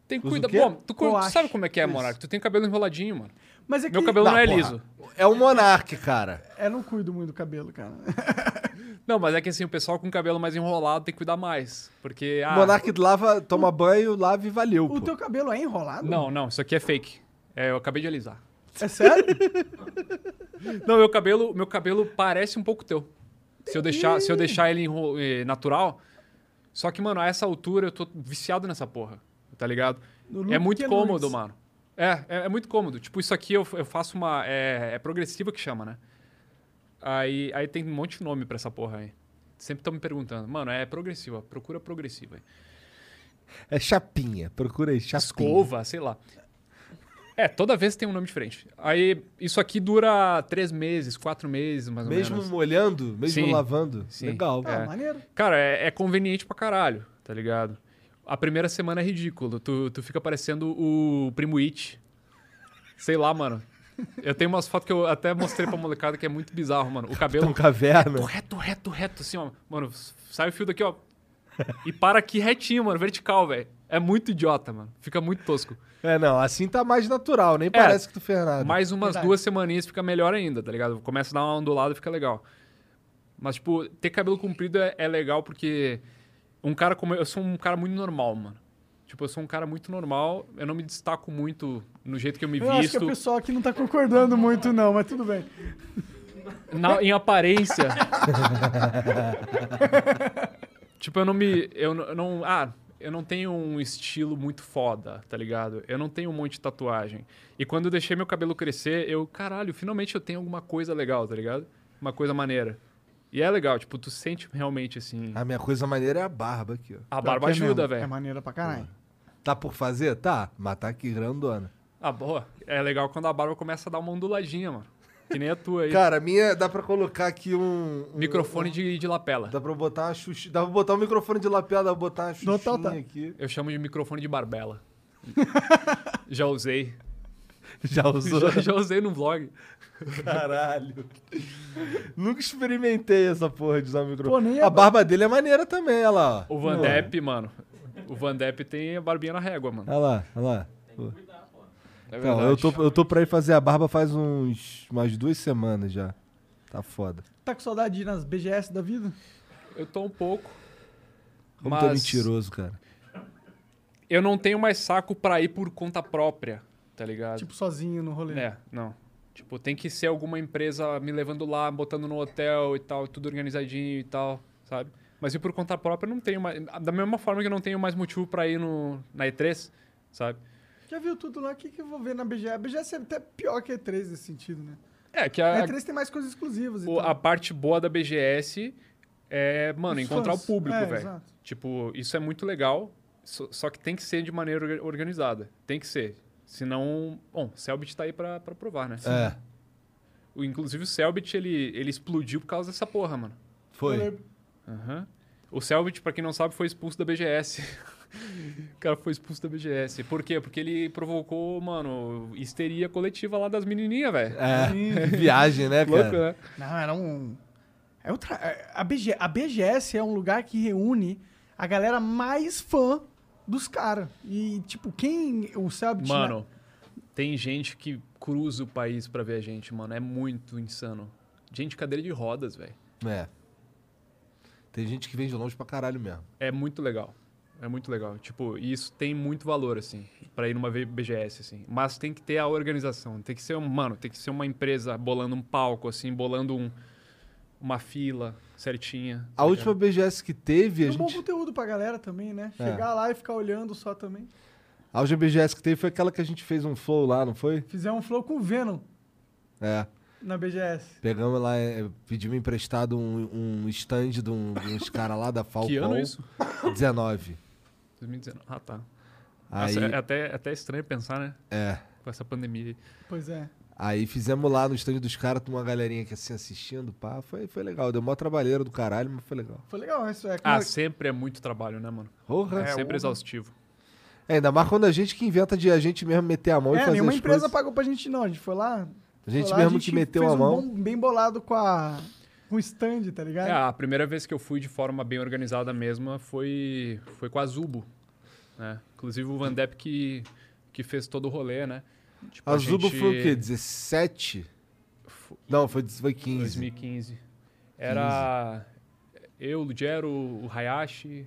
[SPEAKER 3] Tem que
[SPEAKER 2] Usa o
[SPEAKER 3] cuidar.
[SPEAKER 2] quê?
[SPEAKER 3] Bom, tu, cu- tu
[SPEAKER 2] Coache.
[SPEAKER 3] sabe como é que é,
[SPEAKER 2] Isso.
[SPEAKER 3] Monark. Tu tem cabelo enroladinho, mano.
[SPEAKER 2] Mas é
[SPEAKER 3] Meu
[SPEAKER 2] que-
[SPEAKER 3] cabelo não,
[SPEAKER 2] Não,
[SPEAKER 3] é
[SPEAKER 2] porra.
[SPEAKER 3] liso.
[SPEAKER 1] É um monarque, cara.
[SPEAKER 2] Eu não cuido muito do cabelo, cara.
[SPEAKER 3] [laughs] Não, mas é que assim, o pessoal com o cabelo mais enrolado tem que cuidar mais. Porque. Ah,
[SPEAKER 1] Monarque lava, toma banho, lava e valeu,
[SPEAKER 2] O
[SPEAKER 1] pô.
[SPEAKER 2] teu cabelo é enrolado?
[SPEAKER 3] Não, não, isso aqui é fake. É, eu acabei de alisar.
[SPEAKER 2] É sério?
[SPEAKER 3] [laughs] Não, meu cabelo, meu cabelo parece um pouco teu. Se eu deixar, se eu deixar ele enro- eh, natural. Só que, mano, a essa altura eu tô viciado nessa porra. Tá ligado?
[SPEAKER 2] No look
[SPEAKER 3] É muito
[SPEAKER 2] Keanu
[SPEAKER 3] cômodo,
[SPEAKER 2] Reeves.
[SPEAKER 3] mano. É, é, é muito cômodo. Tipo, isso aqui eu, eu faço uma. É, é progressiva que chama, né? Aí, aí tem um monte de nome pra essa porra aí. Sempre estão me perguntando. Mano, é progressiva. Procura progressiva aí.
[SPEAKER 1] É chapinha. Procura aí, chapinha.
[SPEAKER 3] escova, sei lá. É, toda vez tem um nome diferente. Aí, isso aqui dura três meses, quatro meses, mais ou
[SPEAKER 1] Mesmo
[SPEAKER 3] menos.
[SPEAKER 1] molhando, mesmo
[SPEAKER 3] Sim,
[SPEAKER 1] lavando.
[SPEAKER 3] sim.
[SPEAKER 1] Legal.
[SPEAKER 3] É.
[SPEAKER 2] Tá maneiro.
[SPEAKER 3] Cara, é, é conveniente pra caralho, tá ligado? A primeira semana é ridículo. Tu, tu fica parecendo o Primo It. Sei lá, mano. Eu tenho umas fotos que eu até mostrei pra molecada que é muito bizarro, mano. O cabelo...
[SPEAKER 1] Tão um caverna.
[SPEAKER 3] Reto, reto, reto, assim, ó. Mano, sai o fio daqui, ó. E para aqui retinho, mano. Vertical, velho. É muito idiota, mano. Fica muito tosco.
[SPEAKER 1] É, não, assim tá mais natural, nem parece que tu fez nada.
[SPEAKER 3] Mais umas
[SPEAKER 1] Verdade.
[SPEAKER 3] duas semaninhas fica melhor ainda, tá ligado? Começa a dar uma ondulada fica legal. Mas, tipo, ter cabelo comprido é, é legal porque um cara como eu, eu sou um cara muito normal, mano. Tipo, eu sou um cara muito normal, eu não me destaco muito no jeito que eu me
[SPEAKER 2] Eu acho que o
[SPEAKER 3] visto,
[SPEAKER 2] pessoal aqui não tá concordando muito, não, mas tudo bem.
[SPEAKER 3] na-
[SPEAKER 2] [laughs]
[SPEAKER 3] em aparência. tipo, eu não me. Eu n- eu não. Ah, eu não tenho um estilo muito foda, tá ligado? Eu não tenho um monte de tatuagem. E quando eu deixei meu cabelo crescer, eu, caralho, finalmente eu tenho alguma coisa legal, tá ligado? Uma coisa maneira. E é legal, tipo, tu sente realmente assim.
[SPEAKER 1] A minha coisa maneira é a barba aqui, ó.
[SPEAKER 3] A barba ajuda,
[SPEAKER 2] Ah, É
[SPEAKER 3] velho.
[SPEAKER 2] maneira pra caralho.
[SPEAKER 1] Tá por fazer? Tá. Mas tá aqui grandona.
[SPEAKER 3] Ah, boa. É legal quando a barba começa a dar uma onduladinha, mano. Que nem a tua aí.
[SPEAKER 1] Cara, a minha dá pra colocar aqui um. um-
[SPEAKER 3] Microfone
[SPEAKER 1] um-
[SPEAKER 3] de, de lapela.
[SPEAKER 1] Dá pra botar uma xuxi. Dá pra botar um microfone de lapela, dá pra botar uma xuxinha aqui.
[SPEAKER 3] Eu chamo de microfone
[SPEAKER 2] [laughs]
[SPEAKER 3] de barbela. já usei.
[SPEAKER 1] Já usou? [laughs]
[SPEAKER 3] Já, já usei no vlog.
[SPEAKER 1] Caralho. Nunca experimentei essa porra de usar um microfone.
[SPEAKER 3] nem
[SPEAKER 1] a
[SPEAKER 3] a
[SPEAKER 1] barba dele é maneira também, olha lá. ó.
[SPEAKER 3] O Van
[SPEAKER 1] Não.
[SPEAKER 3] Depp, mano. O Van Depp tem a barbinha na régua, mano.
[SPEAKER 1] Olha lá, olha lá.
[SPEAKER 3] É
[SPEAKER 1] Então, eu tô, eu tô pra ir fazer a barba faz uns umas duas semanas já. Tá foda.
[SPEAKER 2] Tá com saudade de ir nas BGS da vida?
[SPEAKER 3] Eu tô um pouco.
[SPEAKER 1] Como tu é
[SPEAKER 3] Mas-
[SPEAKER 1] mentiroso, cara.
[SPEAKER 3] Eu não tenho mais saco pra ir por conta própria, tá ligado?
[SPEAKER 2] Tipo, sozinho no rolê.
[SPEAKER 3] É, não. Tipo, tem que ser alguma empresa me levando lá, botando no hotel e tal, tudo organizadinho e tal, sabe? Mas ir por conta própria eu não tenho mais. Da mesma forma que eu não tenho mais motivo pra ir no, na E3, sabe?
[SPEAKER 2] Já viu tudo lá? O que, que eu vou ver na BGS? A BGS é até pior que a E3 nesse sentido, né?
[SPEAKER 3] É, que
[SPEAKER 2] A
[SPEAKER 3] a,
[SPEAKER 2] E3 tem mais coisas exclusivas e
[SPEAKER 3] o-
[SPEAKER 2] tal.
[SPEAKER 3] a parte boa da BGS é, mano,
[SPEAKER 2] Então. Os
[SPEAKER 3] encontrar
[SPEAKER 2] fãs.
[SPEAKER 3] o público,
[SPEAKER 2] É,
[SPEAKER 3] velho.
[SPEAKER 2] exato.
[SPEAKER 3] Tipo, isso é muito legal, só, só que tem que ser de maneira orga- organizada. Tem que ser. Senão, bom, Selbit tá aí pra, pra provar, né?
[SPEAKER 1] É.
[SPEAKER 3] O, inclusive o Selbit, ele, ele explodiu por causa dessa porra, mano.
[SPEAKER 1] Foi.
[SPEAKER 3] Aham. O Selbit, pra quem não sabe, foi expulso da BGS. [laughs] o cara foi expulso da BGS. Por quê? Porque ele provocou, mano, histeria coletiva lá das menininhas, velho.
[SPEAKER 1] É, [laughs] que viagem, né, cara?
[SPEAKER 3] Louco, né?
[SPEAKER 2] Não, era um. É outra. é- A, BG, a BGS é um lugar que reúne a galera mais fã dos caras. E, tipo, quem. O Selbit. né?
[SPEAKER 3] Mano, tem gente que cruza o país pra ver a gente, mano. É muito insano. Gente, de cadeira de rodas, velho.
[SPEAKER 1] É. Tem gente que vem de longe pra caralho mesmo.
[SPEAKER 3] É muito legal. É muito legal. Tipo, e isso tem muito valor, assim, pra ir numa V- BGS, assim. Mas tem que ter a organização. Tem que ser, um, mano, tem que ser uma empresa bolando um palco, assim, bolando um, uma fila certinha. Tá
[SPEAKER 1] A última BGS que teve,
[SPEAKER 2] É
[SPEAKER 1] a
[SPEAKER 2] um bom
[SPEAKER 1] gente.
[SPEAKER 2] conteúdo pra galera também, né?
[SPEAKER 1] É.
[SPEAKER 2] Chegar lá e ficar olhando só também.
[SPEAKER 1] A última BGS que teve foi aquela que a gente fez um flow lá, não foi?
[SPEAKER 2] Fizemos um flow com o Venom
[SPEAKER 1] É.
[SPEAKER 2] na BGS.
[SPEAKER 1] Pegamos lá, é, pedimos emprestado um, um stand de, um- de uns caras
[SPEAKER 3] [laughs]
[SPEAKER 1] lá da Falcon.
[SPEAKER 3] ano isso?
[SPEAKER 1] 19.
[SPEAKER 3] 2019. Ah, tá.
[SPEAKER 1] Aí-
[SPEAKER 3] Nossa, é até, é até estranho pensar, né?
[SPEAKER 1] É.
[SPEAKER 3] Com essa pandemia aí.
[SPEAKER 2] Pois é.
[SPEAKER 1] Aí fizemos lá no stand dos caras, com uma galerinha que assim assistindo, pá. Foi, foi legal. Deu mó trabalheira do caralho, mas foi legal.
[SPEAKER 2] Foi legal, isso é.
[SPEAKER 3] Ah,
[SPEAKER 2] Como é-
[SPEAKER 3] sempre é muito trabalho, né, mano?
[SPEAKER 1] Porra.
[SPEAKER 3] É
[SPEAKER 1] É,
[SPEAKER 3] sempre
[SPEAKER 1] porra.
[SPEAKER 3] exaustivo.
[SPEAKER 1] É, ainda mais quando a gente que inventa de a gente mesmo meter a mão e
[SPEAKER 2] É,
[SPEAKER 1] fazer
[SPEAKER 2] nenhuma
[SPEAKER 1] as
[SPEAKER 2] empresa
[SPEAKER 1] coisas.
[SPEAKER 2] pagou pra gente, não. A gente foi lá.
[SPEAKER 1] A gente
[SPEAKER 2] foi lá,
[SPEAKER 1] mesmo que meteu
[SPEAKER 2] fez
[SPEAKER 1] a
[SPEAKER 2] um
[SPEAKER 1] mão.
[SPEAKER 2] bom- bem bolado com a. Com o stand, tá ligado?
[SPEAKER 3] É, a primeira vez que eu fui de forma bem organizada mesmo foi, foi com a Zubo. Né? Inclusive o Van Depp que, que fez todo o rolê, né? Tipo,
[SPEAKER 1] A Zubo
[SPEAKER 3] gente-
[SPEAKER 1] foi o quê? 17? Não, foi, foi 15.
[SPEAKER 3] 2015. Era eu, o Jero, o Hayashi.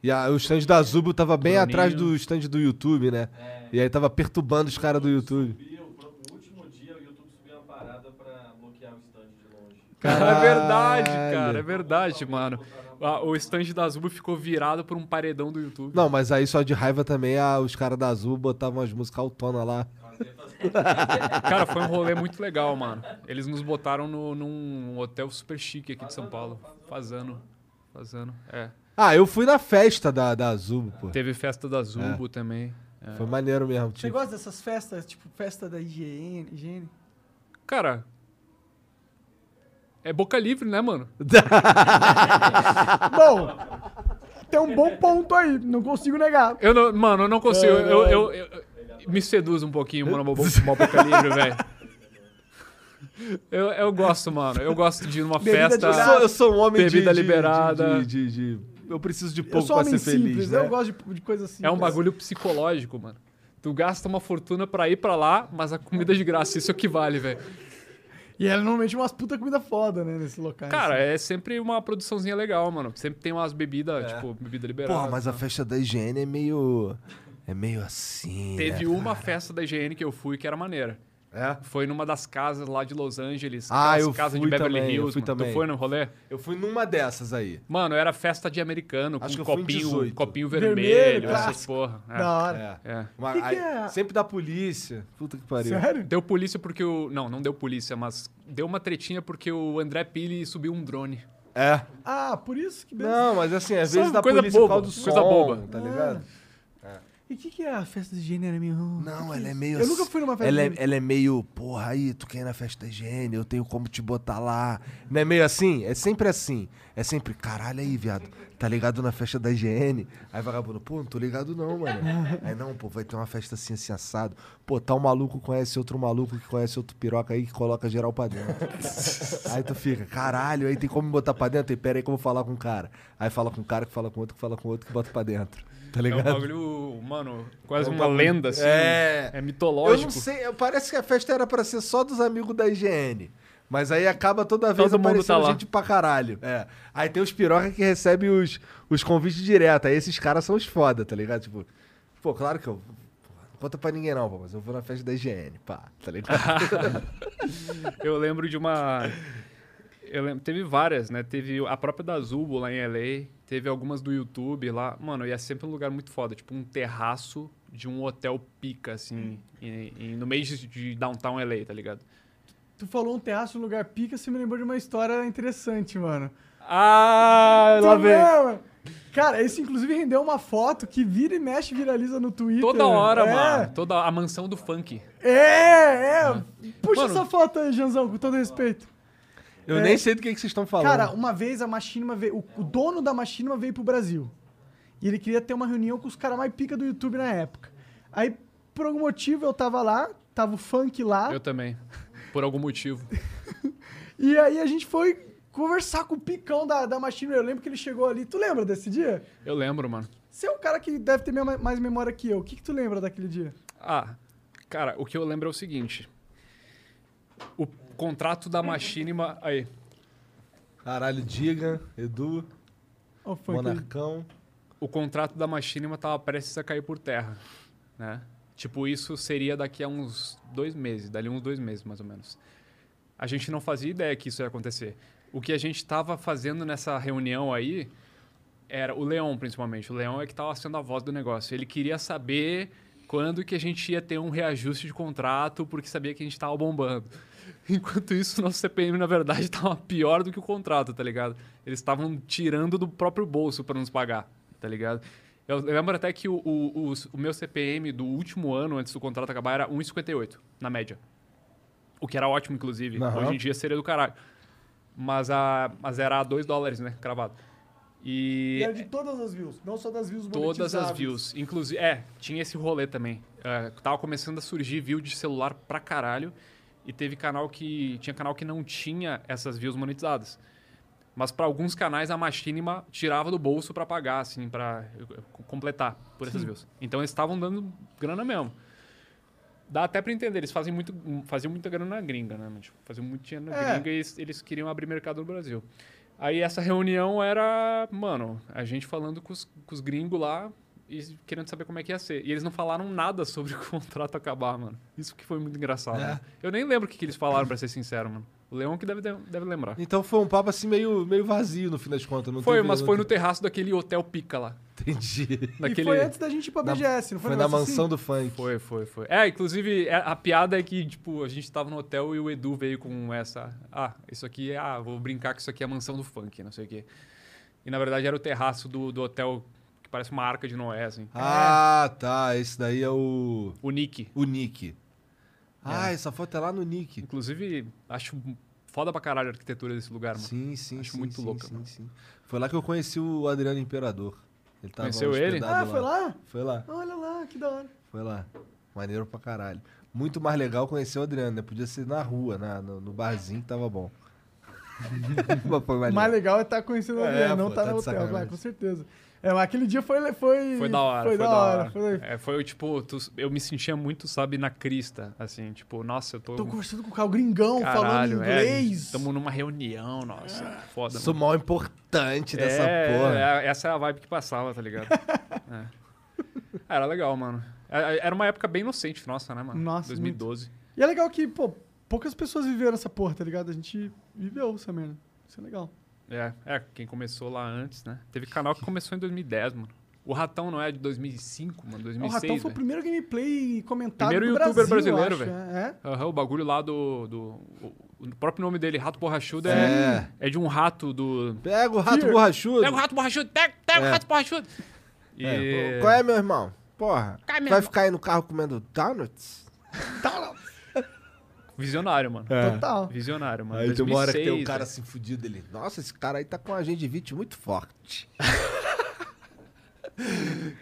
[SPEAKER 1] E a- o stand da Zubo tava bem
[SPEAKER 3] Bruninho.
[SPEAKER 1] atrás do stand do YouTube, né?
[SPEAKER 3] É.
[SPEAKER 1] E aí tava perturbando os caras do YouTube.
[SPEAKER 3] Cara, é verdade, cara, é verdade, mano. Ah, O stand da Zubo ficou virado por um paredão do YouTube.
[SPEAKER 1] Não, mas aí só de raiva também a- os caras da Azul botavam as músicas autona lá.
[SPEAKER 3] Cara, foi um rolê muito legal, mano. Eles nos botaram no, num hotel super chique aqui de São Paulo. Fazano. Fazano, é.
[SPEAKER 1] Ah, eu fui na festa da, da Azul, pô.
[SPEAKER 3] Teve festa da Zubo também. É.
[SPEAKER 1] Foi maneiro mesmo.
[SPEAKER 2] Você
[SPEAKER 1] Tipo.
[SPEAKER 2] gosta dessas festas, tipo festa da higiene? higiene?
[SPEAKER 3] Cara. É boca livre, né, mano?
[SPEAKER 2] Bom, tem um bom ponto aí, não consigo negar.
[SPEAKER 3] Eu não, mano, eu não consigo. Eu, eu, eu- eu- me seduz um pouquinho, mano, uma bo-
[SPEAKER 1] [laughs]
[SPEAKER 3] uma boca livre, velho. Eu, eu gosto, mano. Eu gosto de ir numa
[SPEAKER 1] Bebida
[SPEAKER 3] festa.
[SPEAKER 1] de- eu sou- eu sou um homem de-
[SPEAKER 3] bebida
[SPEAKER 1] de-
[SPEAKER 3] liberada. um
[SPEAKER 1] de- eu preciso de
[SPEAKER 2] eu sou homem simples,
[SPEAKER 1] né?
[SPEAKER 2] né? eu gosto de, de coisa assim.
[SPEAKER 3] né? É um bagulho psicológico, mano. Tu gasta uma fortuna pra ir pra lá, mas a comida é de graça. Isso é o que vale, velho.
[SPEAKER 2] E ela normalmente umas puta comida foda, né, nesse local.
[SPEAKER 3] Cara, é sempre uma produçãozinha legal, mano. Sempre tem umas bebidas, tipo, bebida liberada.
[SPEAKER 1] É. Porra, mas a festa da higiene é meio. É meio assim.
[SPEAKER 3] Teve um-
[SPEAKER 1] né?
[SPEAKER 3] uma festa da IGN que eu fui que era maneira.
[SPEAKER 1] É?
[SPEAKER 3] Foi numa das casas lá de Los Angeles.
[SPEAKER 1] Ah,
[SPEAKER 3] aquelas
[SPEAKER 1] eu
[SPEAKER 3] casas
[SPEAKER 1] fui
[SPEAKER 3] de Beverly
[SPEAKER 1] também, eu
[SPEAKER 3] Hills.
[SPEAKER 1] fui
[SPEAKER 3] mano.
[SPEAKER 1] também.
[SPEAKER 3] Tu foi no rolê?
[SPEAKER 1] Eu fui numa dessas aí.
[SPEAKER 3] Mano, era festa de americano,
[SPEAKER 1] Acho
[SPEAKER 3] com
[SPEAKER 1] que eu fui em
[SPEAKER 3] copinho,
[SPEAKER 1] 18.
[SPEAKER 3] copinho vermelho,
[SPEAKER 1] Vermelho,
[SPEAKER 3] essas
[SPEAKER 1] clássico.
[SPEAKER 3] porra. É.
[SPEAKER 1] Da hora.
[SPEAKER 3] É.
[SPEAKER 1] Uma-
[SPEAKER 3] Que que
[SPEAKER 1] aí-
[SPEAKER 3] é?
[SPEAKER 1] Sempre da polícia. Puta que pariu.
[SPEAKER 3] Deu polícia porque o. Não, não deu polícia, mas deu uma tretinha porque o André Pili subiu um drone.
[SPEAKER 1] É.
[SPEAKER 2] Ah, por isso que beleza.
[SPEAKER 1] Não, mas assim, às
[SPEAKER 3] Só
[SPEAKER 1] vezes da
[SPEAKER 3] coisa
[SPEAKER 1] polícia por
[SPEAKER 3] boba,
[SPEAKER 1] causa do
[SPEAKER 3] coisa
[SPEAKER 1] som,
[SPEAKER 3] boba.
[SPEAKER 1] tá ligado?
[SPEAKER 2] E o que, que é a festa de higiene? Era meio...
[SPEAKER 1] Não, ela é meio.
[SPEAKER 2] Eu nunca fui numa festa
[SPEAKER 1] ela é,
[SPEAKER 2] de higiene.
[SPEAKER 1] ela é meio, porra, aí, tu quer ir na festa da higiene, eu tenho como te botar lá. Não é meio assim? É sempre assim. É sempre, caralho aí, viado, tá ligado na festa da higiene? Aí vagabundo, pô, não tô ligado não,
[SPEAKER 2] [laughs]
[SPEAKER 1] mano. Aí não, pô, vai ter uma festa assim, assim, assado. Pô, tal maluco conhece outro maluco que conhece outro piroca aí que coloca geral pra dentro.
[SPEAKER 2] [laughs]
[SPEAKER 1] aí tu fica, caralho, aí tem como me botar pra dentro? Aí pera aí que eu vou falar com o cara. Aí fala com o cara, que fala com outro, que fala com outro, que bota pra dentro. Tá ligado?
[SPEAKER 3] É um bagulho, mano, quase
[SPEAKER 1] É um
[SPEAKER 3] uma
[SPEAKER 1] bagulho-
[SPEAKER 3] lenda, assim.
[SPEAKER 1] É.
[SPEAKER 3] É
[SPEAKER 1] Eu
[SPEAKER 3] mitológico.
[SPEAKER 1] não sei, eu- parece que a festa era pra ser só dos amigos da IGN. Mas aí acaba toda vez
[SPEAKER 3] Todo mundo
[SPEAKER 1] aparecendo
[SPEAKER 3] tá lá.
[SPEAKER 1] gente pra caralho. É. Aí tem os piroca que recebem os, os convites direto. Aí esses caras são os foda, tá ligado? Tipo, pô, claro que eu. pô, Não conta pra ninguém não, pô, mas eu vou na festa da IGN, pá, tá ligado?
[SPEAKER 3] [laughs] Eu lembro de uma. Eu lembro, teve várias, né? Teve a própria da Zubo lá em LA, teve algumas do YouTube lá. Mano, e é sempre um lugar muito foda, tipo um terraço de um hotel pica, assim, em- em- no meio de, de downtown LA, tá ligado?
[SPEAKER 2] Tu falou um terraço, um lugar pica, você me lembrou de uma história interessante, mano.
[SPEAKER 3] Ah,
[SPEAKER 2] Tu
[SPEAKER 3] lá vem.
[SPEAKER 2] lembra? Cara, isso inclusive rendeu uma foto que vira e mexe viraliza no Twitter.
[SPEAKER 3] Toda hora,
[SPEAKER 2] é.
[SPEAKER 3] mano. Toda a mansão do funk.
[SPEAKER 2] É, é. Puxa
[SPEAKER 3] Mano.
[SPEAKER 2] essa foto aí, Janzão, com todo respeito.
[SPEAKER 1] Eu
[SPEAKER 2] É.
[SPEAKER 1] nem sei do que, que vocês estão falando.
[SPEAKER 2] Cara, uma vez a Machinima veio. O, o dono da Machinima veio pro Brasil. E ele queria ter uma reunião com os caras mais pica do YouTube na época. Aí, por algum motivo, eu tava lá, tava o funk lá.
[SPEAKER 3] Eu também. Por algum motivo.
[SPEAKER 2] E aí a gente foi conversar com o picão da, da Machinima. Eu lembro que ele chegou ali. Tu lembra desse dia?
[SPEAKER 3] Eu lembro, mano.
[SPEAKER 2] Você é um cara que deve ter me- mais memória que eu. O que, que tu lembra daquele dia?
[SPEAKER 3] Ah, cara, o que eu lembro é o seguinte. O contrato da Machinima. Aí.
[SPEAKER 1] Caralho, diga, Edu.
[SPEAKER 2] Oh,
[SPEAKER 1] foi que- Monarcão.
[SPEAKER 3] O contrato da Machinima tava prestes a cair por terra. Né? Tipo, isso seria daqui a uns dois meses, dali uns dois meses mais ou menos. A gente não fazia ideia que isso ia acontecer. O que a gente estava fazendo nessa reunião aí era o Leon, principalmente. O Leon é que estava sendo a voz do negócio. Ele queria saber quando que a gente ia ter um reajuste de contrato, porque sabia que a gente estava bombando. [laughs] Enquanto isso, nosso CPM, na verdade, [laughs] estava pior do que o contrato, tá ligado? Eles estavam tirando do próprio bolso para nos pagar, tá ligado? Eu eu lembro até que o, o, o, o meu CPM do último ano, antes do contrato acabar, era 1,58, na média. O que era ótimo, inclusive.
[SPEAKER 1] Aham.
[SPEAKER 3] Hoje em dia seria do caralho. Mas, a, mas era a 2 dólares, né? Cravado. E
[SPEAKER 2] E era de todas as views, não só das views
[SPEAKER 3] todas as
[SPEAKER 2] monetizáveis.
[SPEAKER 3] views. Inclusive, é, tinha esse rolê também. É, tava começando a surgir view de celular pra caralho. E teve canal que. Tinha canal que não tinha essas views monetizadas. Mas pra alguns canais a Machinima tirava do bolso pra pagar, assim, pra eh, completar por essas
[SPEAKER 10] Sim.
[SPEAKER 3] views. Então eles estavam dando grana mesmo. Dá até pra entender, eles fazem muito, faziam muita grana na gringa, né? Tipo, faziam muito dinheiro na
[SPEAKER 10] É.
[SPEAKER 3] gringa e eles, eles queriam abrir mercado no Brasil. Aí essa reunião era, mano, a gente falando com os, com os gringos lá e querendo saber como é que ia ser. E eles não falaram nada sobre o [laughs] contrato acabar, mano. Isso que foi muito engraçado. né? Eu nem lembro o que, que eles falaram, pra ser sincero, mano. O Leon que deve, deve lembrar.
[SPEAKER 1] Então foi um papo assim meio, meio vazio no fim das contas. Não
[SPEAKER 3] Foi,
[SPEAKER 1] teve-
[SPEAKER 3] mas
[SPEAKER 1] não
[SPEAKER 3] foi no terraço daquele hotel Pica lá.
[SPEAKER 1] [laughs] Entendi.
[SPEAKER 3] Daquele- Na-
[SPEAKER 2] um
[SPEAKER 1] Foi na mansão
[SPEAKER 2] assim?
[SPEAKER 1] do funk.
[SPEAKER 3] Foi, foi, foi. É, inclusive, é- a piada é que, tipo, a gente tava no hotel e o Edu veio com essa. Ah, isso aqui é. Ah, vou brincar que isso aqui é a mansão do funk, não sei o quê. E na verdade era o terraço do, do hotel que parece uma arca de Noé, assim.
[SPEAKER 1] Ah, tá. Esse daí é o.
[SPEAKER 3] O Nick.
[SPEAKER 1] O Nick. Ah,
[SPEAKER 3] É.
[SPEAKER 1] essa foto é lá no Nick.
[SPEAKER 3] Inclusive, acho foda pra caralho a arquitetura desse lugar, mano.
[SPEAKER 1] Sim, sim.
[SPEAKER 3] Acho
[SPEAKER 1] sim,
[SPEAKER 3] muito
[SPEAKER 1] sim,
[SPEAKER 3] louca,
[SPEAKER 1] Sim, sim. Foi lá que eu conheci o Adriano Imperador. Ele tava
[SPEAKER 3] Conheceu ele?
[SPEAKER 1] hospedado
[SPEAKER 2] Ah, foi lá?
[SPEAKER 1] Foi lá.
[SPEAKER 2] Olha lá, que da hora.
[SPEAKER 1] Foi lá. Maneiro pra caralho. Muito mais legal conhecer o Adriano, né? Podia ser na rua, na, no, no barzinho que tava
[SPEAKER 3] [laughs]
[SPEAKER 1] bom. Mas foi
[SPEAKER 2] O
[SPEAKER 1] maneiro.
[SPEAKER 2] mais legal é estar conhecendo a
[SPEAKER 1] É,
[SPEAKER 2] Adriana, não
[SPEAKER 1] pô,
[SPEAKER 2] tá,
[SPEAKER 1] tá
[SPEAKER 2] no
[SPEAKER 1] de
[SPEAKER 2] hotel,
[SPEAKER 1] sacanagem.
[SPEAKER 2] vai, com certeza. É, mas aquele dia foi. Foi,
[SPEAKER 3] Foi da hora,
[SPEAKER 2] Foi, da hora. foi-
[SPEAKER 3] É, foi, tipo, tu- eu me sentia muito, sabe, na crista, assim, tipo, nossa, eu tô... um
[SPEAKER 2] Tô conversando com o cara, o gringão, falando
[SPEAKER 3] Caralho,
[SPEAKER 2] inglês. É.
[SPEAKER 3] É, tamo numa reunião, nossa, foda,
[SPEAKER 1] Sou
[SPEAKER 3] né, mano.
[SPEAKER 1] mal importante dessa
[SPEAKER 3] É,
[SPEAKER 1] porra.
[SPEAKER 3] é, essa é a vibe que passava,
[SPEAKER 1] [laughs]
[SPEAKER 3] tá ligado? É. Ah, Era legal, mano. É, Era uma época bem inocente nossa, né, mano?
[SPEAKER 2] Nossa,
[SPEAKER 3] 2012.
[SPEAKER 2] E é legal que, pô, poucas pessoas viveram essa porra, tá ligado? A gente viveu essa merda. Isso é legal.
[SPEAKER 3] É, é, quem começou lá antes, né? Teve canal que começou em 2010, mano. O Ratão não é de 2005, mano,
[SPEAKER 2] o
[SPEAKER 3] 2006,
[SPEAKER 2] Ratão foi o
[SPEAKER 3] velho.
[SPEAKER 2] primeiro gameplay comentado
[SPEAKER 3] Primeiro
[SPEAKER 2] do
[SPEAKER 3] youtuber
[SPEAKER 2] Brasil, eu
[SPEAKER 3] brasileiro,
[SPEAKER 2] acho,
[SPEAKER 3] velho.
[SPEAKER 2] É.
[SPEAKER 3] Aham, o bagulho lá do. do o, o próprio nome dele, Rato Borrachudo,
[SPEAKER 1] É.
[SPEAKER 3] é, é de um rato do.
[SPEAKER 1] Pega o rato borrachudo.
[SPEAKER 3] Pega o rato borrachudo, pega, pega
[SPEAKER 1] É.
[SPEAKER 3] o rato borrachudo. E...
[SPEAKER 1] É, pô, Qual é, meu irmão? Porra.
[SPEAKER 3] Cai, meu
[SPEAKER 1] vai
[SPEAKER 3] irmão.
[SPEAKER 1] ficar aí no carro comendo donuts?
[SPEAKER 3] Visionário, mano.
[SPEAKER 1] É. Total.
[SPEAKER 3] Visionário, mano.
[SPEAKER 1] Aí tem uma hora que tem um
[SPEAKER 3] 2006,
[SPEAKER 1] cara
[SPEAKER 3] velho.
[SPEAKER 1] assim fudido ele. Nossa, esse cara aí tá com uma gengivite muito forte. [laughs]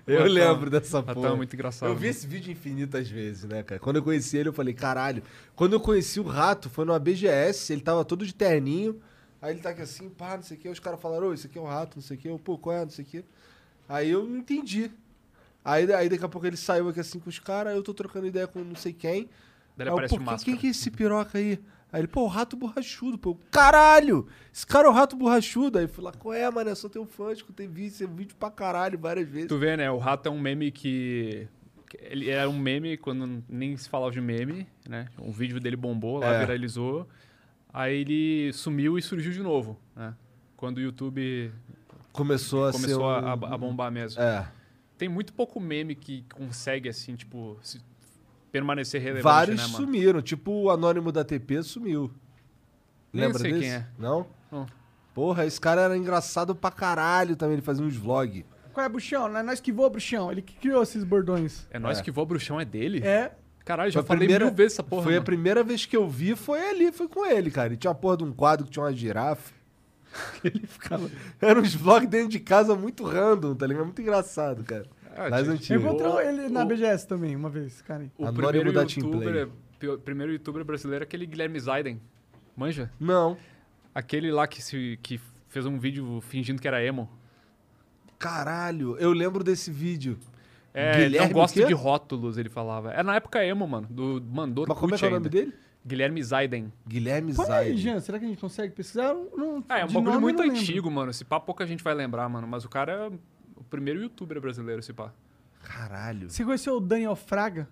[SPEAKER 1] eu
[SPEAKER 3] Ratão.
[SPEAKER 1] lembro dessa
[SPEAKER 3] Ratão
[SPEAKER 1] porra.
[SPEAKER 3] é muito engraçado,
[SPEAKER 1] Eu vi
[SPEAKER 3] né?
[SPEAKER 1] esse vídeo infinitas vezes, né, cara? Quando eu conheci ele, eu falei, caralho. Quando eu conheci o rato, foi numa BGS, ele tava todo de terninho. Aí ele tá aqui assim, pá, não sei o que. Os caras falaram, ô, isso aqui é um rato, não sei o que. Eu, pô, qual é, não sei o que. Aí eu não entendi. Aí, aí daqui a pouco ele saiu aqui assim com os caras, eu tô trocando ideia com não sei quem.
[SPEAKER 3] Daí
[SPEAKER 1] Aí eu,
[SPEAKER 3] aparece
[SPEAKER 1] pô,
[SPEAKER 3] o
[SPEAKER 1] quem-
[SPEAKER 3] Máscara.
[SPEAKER 1] Quem que é esse piroca aí? Aí ele, pô, o rato borrachudo, pô. Eu, Caralho! Esse cara é o rato borrachudo. Aí eu fui lá, qual é, mano? Eu sou teu fã, escutei vídeo, esse vídeo pra caralho várias vezes.
[SPEAKER 3] Tu vê, né? O rato é um meme que. que Ele era um meme quando nem se falava de meme, né? Um vídeo dele bombou lá,
[SPEAKER 1] É.
[SPEAKER 3] viralizou. Aí ele sumiu e surgiu de novo, né? Quando o YouTube
[SPEAKER 1] Começou a ser
[SPEAKER 3] começou a,
[SPEAKER 1] um-
[SPEAKER 3] a bombar mesmo.
[SPEAKER 1] É.
[SPEAKER 3] Tem muito pouco meme que consegue, assim, tipo, se- permanecer relevante,
[SPEAKER 1] Vários
[SPEAKER 3] né, mano?
[SPEAKER 1] sumiram, tipo o anônimo da TP sumiu.
[SPEAKER 3] Nem
[SPEAKER 1] Lembra
[SPEAKER 3] sei
[SPEAKER 1] desse?
[SPEAKER 3] quem é.
[SPEAKER 1] Não?
[SPEAKER 3] Não.
[SPEAKER 1] Porra, esse cara era engraçado pra caralho também, ele fazia uns vlogs.
[SPEAKER 2] Qual é, bruxão? Não é nós que voa, bruxão. Ele que criou esses bordões.
[SPEAKER 3] É nós
[SPEAKER 1] É.
[SPEAKER 3] que voa bruxão é dele?
[SPEAKER 2] É.
[SPEAKER 3] Caralho,
[SPEAKER 1] Foi
[SPEAKER 3] já
[SPEAKER 1] a
[SPEAKER 3] falei
[SPEAKER 1] primeira-
[SPEAKER 3] mil vezes essa porra.
[SPEAKER 1] Foi a
[SPEAKER 3] mano.
[SPEAKER 1] primeira vez que eu vi, foi ali, foi com ele, cara. E tinha uma porra de um quadro que tinha uma girafa. [laughs] Ele ficava. Era uns vlogs dentro de casa muito random, tá ligado? Muito engraçado, cara.
[SPEAKER 3] Ah,
[SPEAKER 1] das
[SPEAKER 3] gente,
[SPEAKER 2] Eu
[SPEAKER 1] antigas.
[SPEAKER 2] encontrei
[SPEAKER 3] O-
[SPEAKER 2] ele na
[SPEAKER 3] o-
[SPEAKER 2] BGS também, uma vez, cara. aí.
[SPEAKER 3] O
[SPEAKER 1] Anônimo
[SPEAKER 3] primeiro
[SPEAKER 1] da Team
[SPEAKER 3] youtuber, pio- primeiro youtuber brasileiro é aquele Guilherme Zaiden. Manja?
[SPEAKER 1] Não.
[SPEAKER 3] Aquele lá que, se, que fez um vídeo fingindo que era emo.
[SPEAKER 1] Caralho, eu lembro desse vídeo.
[SPEAKER 3] É, ele não
[SPEAKER 1] Guilherme o
[SPEAKER 3] gosta
[SPEAKER 1] quê?
[SPEAKER 3] de rótulos, ele falava. É na época emo, mano. Do Mandor
[SPEAKER 1] Mas como é que é o nome dele?
[SPEAKER 3] Guilherme Zaiden.
[SPEAKER 1] Guilherme
[SPEAKER 2] Põe aí, Jean, será que a gente consegue pesquisar? Eu Não,
[SPEAKER 3] Ah, é um
[SPEAKER 2] de
[SPEAKER 3] bagulho
[SPEAKER 2] nome eu
[SPEAKER 3] muito
[SPEAKER 2] não lembro.
[SPEAKER 3] antigo, mano. Esse pá pouca gente vai lembrar, mano. Mas o cara é o primeiro youtuber brasileiro, esse pá.
[SPEAKER 1] Caralho.
[SPEAKER 2] Você conheceu o Daniel Fraga?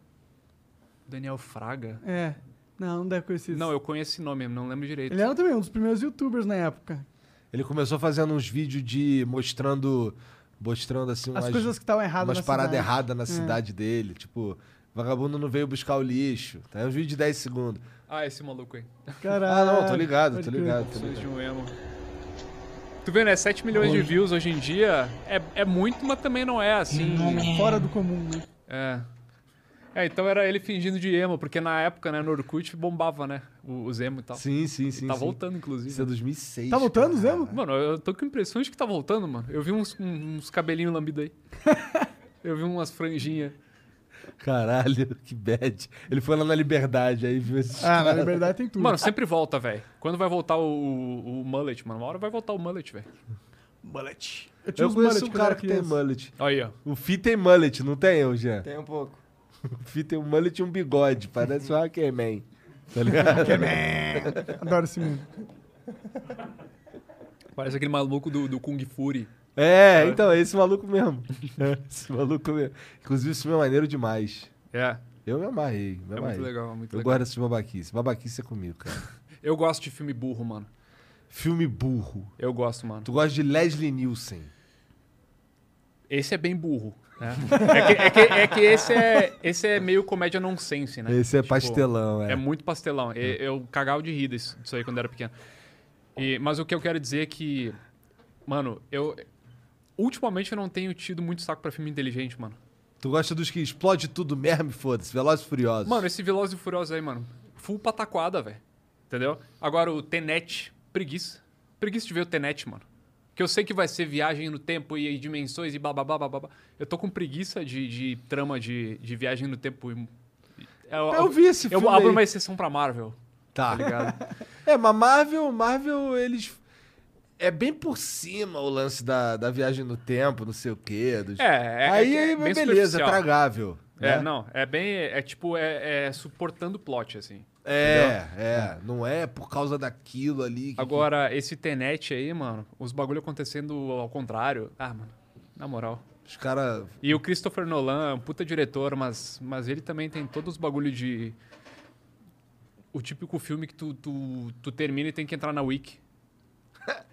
[SPEAKER 3] Daniel Fraga?
[SPEAKER 2] É. Não, não deve conhecer isso.
[SPEAKER 3] Não, eu conheço esse nome, não lembro direito.
[SPEAKER 2] Ele era também um dos primeiros youtubers na época.
[SPEAKER 1] Ele começou fazendo uns vídeos de mostrando mostrando assim
[SPEAKER 2] As coisas que estavam erradas
[SPEAKER 1] umas
[SPEAKER 2] na
[SPEAKER 1] paradas
[SPEAKER 2] cidade.
[SPEAKER 1] erradas na
[SPEAKER 2] É.
[SPEAKER 1] cidade dele, tipo, vagabundo não veio buscar o lixo. Tá, é um vídeo de 10 segundos.
[SPEAKER 3] Ah, esse maluco aí.
[SPEAKER 1] Ah, não, tô ligado, tô ligado, tô
[SPEAKER 3] Sou de
[SPEAKER 1] ligado.
[SPEAKER 3] um emo. Tu vê, né? 7 milhões de views hoje em dia é, é muito, mas também não é assim.
[SPEAKER 2] Fora do comum, né?
[SPEAKER 3] É. É, então era ele fingindo de emo, porque na época, né, no Orkut bombava, né? o- Os emo e tal.
[SPEAKER 1] Sim, sim, sim.
[SPEAKER 3] tá
[SPEAKER 1] sim.
[SPEAKER 3] voltando, inclusive.
[SPEAKER 1] Isso é 2006.
[SPEAKER 3] Tá
[SPEAKER 2] voltando o Zemo?
[SPEAKER 3] Mano, eu tô com a impressão de que tá voltando, mano. Eu vi uns, um, uns cabelinhos lambidos
[SPEAKER 1] [laughs]
[SPEAKER 3] aí. eu vi umas franjinhas.
[SPEAKER 1] Caralho, [laughs] que bad. Ele foi lá na Liberdade aí viu esses
[SPEAKER 2] Ah, na
[SPEAKER 1] caras.
[SPEAKER 2] Liberdade tem tudo.
[SPEAKER 3] Mano, sempre volta, velho. Quando vai voltar o, o, o mullet, mano? Uma hora vai voltar o mullet, velho.
[SPEAKER 2] Mullet.
[SPEAKER 1] Eu, conheço um cara que tem mullet.
[SPEAKER 3] Aí, ó.
[SPEAKER 1] O Fi tem mullet, não tem, ô Jean?
[SPEAKER 4] Tem um pouco.
[SPEAKER 1] O Fi tem um mullet e um bigode.
[SPEAKER 3] [laughs]
[SPEAKER 1] Parece o Hackerman. Tá ligado?
[SPEAKER 2] Hackerman. Adoro esse meme.
[SPEAKER 3] Parece aquele maluco do, do Kung Fury.
[SPEAKER 1] É, então, é esse maluco mesmo. [laughs] É, esse maluco mesmo. Inclusive, isso é maneiro demais.
[SPEAKER 3] É.
[SPEAKER 1] Eu me amarrei. Me
[SPEAKER 3] muito
[SPEAKER 1] amarrei.
[SPEAKER 3] legal, é muito
[SPEAKER 1] Eu
[SPEAKER 3] legal.
[SPEAKER 1] gosto dessas babaquice. Babaquice é comigo, cara.
[SPEAKER 3] Eu gosto de filme burro, mano.
[SPEAKER 1] Filme burro.
[SPEAKER 3] Eu gosto, mano.
[SPEAKER 1] Tu gosta de Leslie Nielsen.
[SPEAKER 3] Esse é bem burro. Né? É, que, é que- é que esse, é, esse é meio comédia nonsense, né?
[SPEAKER 1] Esse é pastelão, é.
[SPEAKER 3] É muito pastelão. E- Eu cagava de rir disso, disso aí quando era pequeno. E- mas o que eu quero dizer é que, mano, eu. Ultimamente eu não tenho tido muito saco pra filme inteligente, mano.
[SPEAKER 1] Tu gosta dos que explode tudo mesmo, e foda-se. Velozes e Furiosos.
[SPEAKER 3] Mano, esse Veloz e Furioso aí, mano. Full pataquada, velho. Entendeu? Agora o Tenet, preguiça. Preguiça de ver o Tenet, mano. Que eu sei que vai ser viagem no tempo e dimensões e bababá, bababá. Eu tô com preguiça de, de trama de, de viagem no tempo. e- Eu,
[SPEAKER 1] vi esse
[SPEAKER 3] eu
[SPEAKER 1] filme
[SPEAKER 3] abro
[SPEAKER 1] aí.
[SPEAKER 3] uma exceção pra Marvel.
[SPEAKER 1] Tá.
[SPEAKER 3] ligado?
[SPEAKER 1] [laughs] É, mas Marvel, Marvel, eles. É bem por cima o lance da, da viagem no tempo, não sei o quê. dos-
[SPEAKER 3] É, é
[SPEAKER 1] Aí,
[SPEAKER 3] é,
[SPEAKER 1] aí,
[SPEAKER 3] é bem
[SPEAKER 1] beleza, é
[SPEAKER 3] superficial.
[SPEAKER 1] tragável.
[SPEAKER 3] É,
[SPEAKER 1] né?
[SPEAKER 3] não. É bem. É tipo, é, é suportando o plot, assim.
[SPEAKER 1] É,
[SPEAKER 3] Entendeu?
[SPEAKER 1] é. Não é por causa daquilo ali. que-
[SPEAKER 3] Agora, esse Tenet aí, mano, os bagulho acontecendo ao contrário. Ah, mano, na moral.
[SPEAKER 1] Os cara.
[SPEAKER 3] E o Christopher Nolan é um puta diretor, mas, mas ele também tem todos os bagulho de. O típico filme que tu, tu, tu termina e tem que entrar na wiki.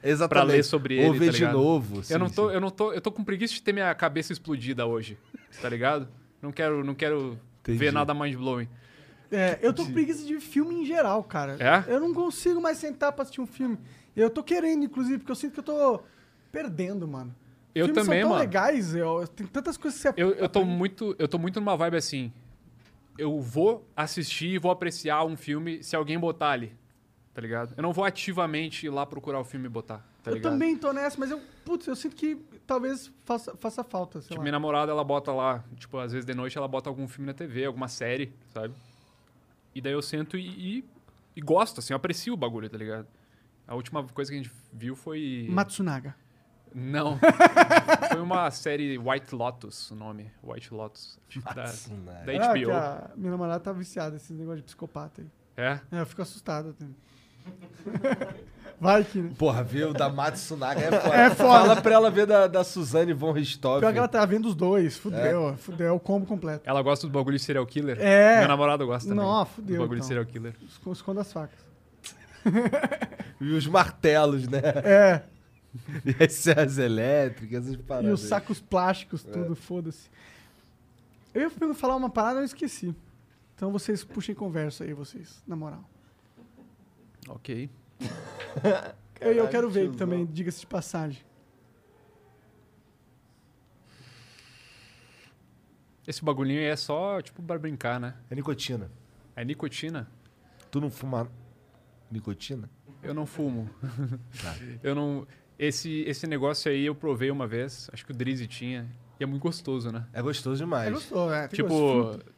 [SPEAKER 1] Exatamente.
[SPEAKER 3] Pra ler sobre ele.
[SPEAKER 1] Ou ver
[SPEAKER 3] tá
[SPEAKER 1] de
[SPEAKER 3] ligado?
[SPEAKER 1] novo, sim,
[SPEAKER 3] eu não tô, eu não tô, eu tô com preguiça de ter minha cabeça explodida hoje, tá ligado? Não quero, não quero
[SPEAKER 1] Entendi.
[SPEAKER 3] ver nada mind blowing.
[SPEAKER 2] É, eu tô com preguiça de filme em geral, cara.
[SPEAKER 3] É?
[SPEAKER 2] Eu não consigo mais sentar pra assistir um filme. Eu tô querendo, inclusive, porque eu sinto que eu tô perdendo, mano.
[SPEAKER 3] Eu
[SPEAKER 2] Filmes
[SPEAKER 3] também,
[SPEAKER 2] são tão
[SPEAKER 3] mano.
[SPEAKER 2] legais, eu, tem tantas coisas que você
[SPEAKER 3] Eu, eu tô muito, eu tô muito numa vibe assim. Eu vou assistir e vou apreciar um filme se alguém botar ali, tá ligado? Eu não vou ativamente ir lá procurar o filme e botar, tá
[SPEAKER 2] eu
[SPEAKER 3] ligado?
[SPEAKER 2] também tô nessa, mas eu, putz, eu sinto que talvez faça, faça falta, sei
[SPEAKER 3] Tipo,
[SPEAKER 2] lá.
[SPEAKER 3] minha namorada, ela bota lá, tipo, às vezes de noite ela bota algum filme na TV, alguma série, sabe? E daí eu sento e, e, e gosto, assim, eu aprecio o bagulho, tá ligado? A última coisa que a gente viu foi.
[SPEAKER 2] Matsunaga. [laughs]
[SPEAKER 3] Não. foi uma série White Lotus, o nome. White Lotus. tipo, Da,
[SPEAKER 1] Matsunaga.
[SPEAKER 3] da
[SPEAKER 2] Ah, que
[SPEAKER 3] HBO.
[SPEAKER 2] a minha namorada tá viciada nesse negócio de psicopata aí.
[SPEAKER 3] É?
[SPEAKER 2] É, eu fico assustado. também. [laughs] Vai que, né?
[SPEAKER 1] Porra, ver o da Matsunaga
[SPEAKER 3] [laughs]
[SPEAKER 1] é foda.
[SPEAKER 2] É foda.
[SPEAKER 1] Fala pra ela ver da, da Suzane von
[SPEAKER 2] Pior
[SPEAKER 1] Richthofen.
[SPEAKER 2] que ela tá vendo os dois, fudeu,
[SPEAKER 3] É.
[SPEAKER 2] fudeu, o combo completo.
[SPEAKER 3] Ela gosta do bagulho de serial killer?
[SPEAKER 2] É.
[SPEAKER 3] Meu namorado gosta também.
[SPEAKER 2] Não,
[SPEAKER 3] Do
[SPEAKER 2] fudeu,
[SPEAKER 3] bagulho
[SPEAKER 2] então.
[SPEAKER 3] de serial killer.
[SPEAKER 2] Esco- Esconda as facas.
[SPEAKER 1] E os martelos, né?
[SPEAKER 2] É.
[SPEAKER 1] [laughs] E as serras elétricas, essas paradas.
[SPEAKER 2] E os sacos
[SPEAKER 3] É.
[SPEAKER 2] plásticos, tudo, foda-se. Eu ia pergun- falar uma parada, eu esqueci. Então vocês puxem conversa aí, vocês, na moral.
[SPEAKER 3] Ok.
[SPEAKER 2] Eu, eu
[SPEAKER 3] Caralho,
[SPEAKER 2] quero ver
[SPEAKER 3] tiozão.
[SPEAKER 2] também, diga-se de passagem.
[SPEAKER 3] Esse bagulhinho aí é só, tipo, pra brincar, né?
[SPEAKER 1] É nicotina.
[SPEAKER 3] É nicotina?
[SPEAKER 1] Tu não fuma nicotina?
[SPEAKER 3] Eu não fumo. [laughs]
[SPEAKER 1] Tá.
[SPEAKER 3] Eu não. Esse, esse negócio aí eu provei uma vez, acho que o Drizzy tinha. E é muito gostoso, né?
[SPEAKER 1] É gostoso demais.
[SPEAKER 2] É gostoso, é, tem gosto de
[SPEAKER 3] Tipo.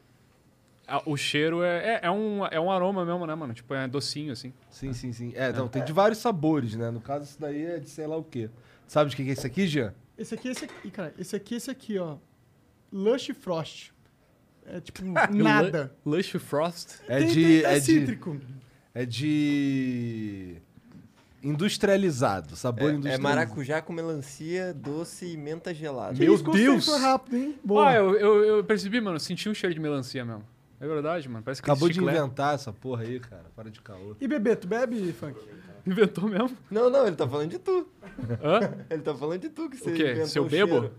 [SPEAKER 3] a- o cheiro é, é, é um, é um aroma mesmo, né, mano? Tipo, é docinho, assim.
[SPEAKER 1] Sim, sim, sim. É, não, tem de vários sabores, né? No caso, isso daí é de sei lá o quê. Sabe de que que é isso aqui, Jean?
[SPEAKER 2] Esse aqui, esse aqui, cara, esse aqui, esse aqui, ó. Lush Frost. É
[SPEAKER 3] [laughs]
[SPEAKER 2] tipo nada.
[SPEAKER 3] Luxo Frost.
[SPEAKER 1] É
[SPEAKER 2] Tem-
[SPEAKER 1] de.
[SPEAKER 2] tem-
[SPEAKER 1] é
[SPEAKER 2] é
[SPEAKER 1] de-
[SPEAKER 2] cítrico.
[SPEAKER 1] É de. Industrializado. Sabor
[SPEAKER 4] É, é
[SPEAKER 1] industrializado.
[SPEAKER 4] maracujá com melancia, doce e menta gelada.
[SPEAKER 1] Meu Isso, Deus! conceito
[SPEAKER 2] é rápido, hein?
[SPEAKER 3] Boa. Ah, eu, eu, eu percebi, mano. eu Senti um cheiro de melancia mesmo. É verdade, mano. Parece que
[SPEAKER 1] Acabou de
[SPEAKER 3] chiclete.
[SPEAKER 1] inventar essa porra aí, cara. Para de
[SPEAKER 2] [laughs]
[SPEAKER 1] caô.
[SPEAKER 2] E bebê, tu bebe, Funk?
[SPEAKER 3] Inventou mesmo?
[SPEAKER 4] [laughs] Não, não, ele tá falando de tu.
[SPEAKER 3] Hã?
[SPEAKER 4] Ele tá falando de tu que você
[SPEAKER 3] quê?
[SPEAKER 4] inventou
[SPEAKER 3] Se eu
[SPEAKER 4] o
[SPEAKER 3] bebo?
[SPEAKER 4] cheiro.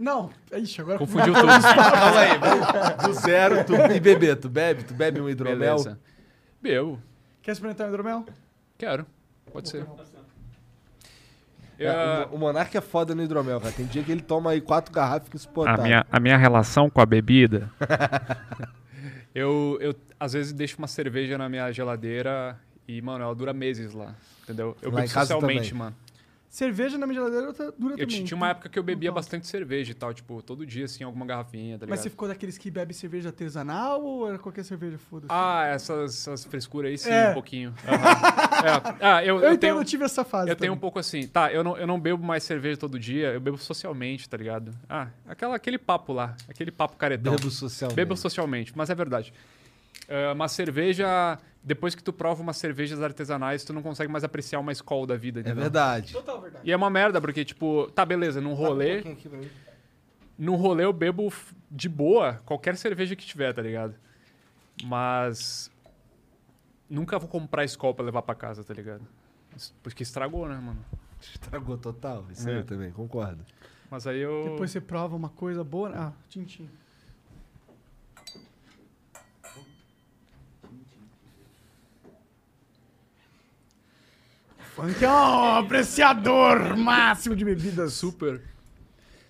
[SPEAKER 2] Não, é ixi, agora...
[SPEAKER 4] [laughs]
[SPEAKER 3] Confundiu
[SPEAKER 1] tudo.
[SPEAKER 4] Calma aí,
[SPEAKER 1] do, do zero, tu, e bebê, tu bebe? Tu bebe um hidromel?
[SPEAKER 3] Beleza. Bebo.
[SPEAKER 2] Quer experimentar um hidromel?
[SPEAKER 3] Quero. Pode ser.
[SPEAKER 1] É, o Mo- o Monark é foda no hidromel, cara. Tem dia que ele toma aí quatro garrafas que
[SPEAKER 3] A
[SPEAKER 1] insuportável.
[SPEAKER 3] minha, a minha relação com a bebida. eu, eu, às vezes, deixo uma cerveja na minha geladeira e, mano, ela dura meses lá. Entendeu? Eu
[SPEAKER 1] Lá
[SPEAKER 3] bebo
[SPEAKER 1] em casa
[SPEAKER 3] socialmente,
[SPEAKER 1] também.
[SPEAKER 3] mano.
[SPEAKER 2] Cerveja na minha geladeira tá- dura
[SPEAKER 3] Eu
[SPEAKER 2] também.
[SPEAKER 3] tinha uma época que eu bebia bastante cerveja e tal, tipo, todo dia, assim, alguma garrafinha, tá ligado?
[SPEAKER 2] Mas você ficou daqueles que bebe cerveja artesanal ou era qualquer cerveja? Foda-se.
[SPEAKER 3] Ah, essas, essas frescuras aí sim,
[SPEAKER 2] É.
[SPEAKER 3] um pouquinho. Aham. É. Ah,
[SPEAKER 2] Eu
[SPEAKER 3] eu, eu,
[SPEAKER 2] entendo,
[SPEAKER 3] tenho,
[SPEAKER 2] eu tive essa fase
[SPEAKER 3] Eu tenho um
[SPEAKER 2] também.
[SPEAKER 3] pouco assim, tá, eu não, eu não bebo mais cerveja todo dia, eu bebo socialmente, tá ligado? Ah, aquela, aquele papo lá, aquele papo caretão.
[SPEAKER 1] Bebo socialmente.
[SPEAKER 3] Bebo socialmente, mas é verdade. Ah, uma cerveja, depois que tu prova umas cervejas artesanais, tu não consegue mais apreciar uma escola da vida. entendeu?
[SPEAKER 1] É verdade. um
[SPEAKER 2] Total verdade.
[SPEAKER 3] E é uma merda, porque, tipo, tá, beleza, num rolê, num rolê eu bebo f- de boa qualquer cerveja que tiver, tá ligado? Mas nunca vou comprar Skol pra levar pra casa, tá ligado? Isso- Porque estragou, né, mano?
[SPEAKER 1] [laughs] Estragou total, isso
[SPEAKER 3] É.
[SPEAKER 1] aí eu também, concordo.
[SPEAKER 3] Mas aí eu
[SPEAKER 2] Depois você prova uma coisa boa... Ah, tintim. Funk é um apreciador máximo de bebidas.
[SPEAKER 3] Super.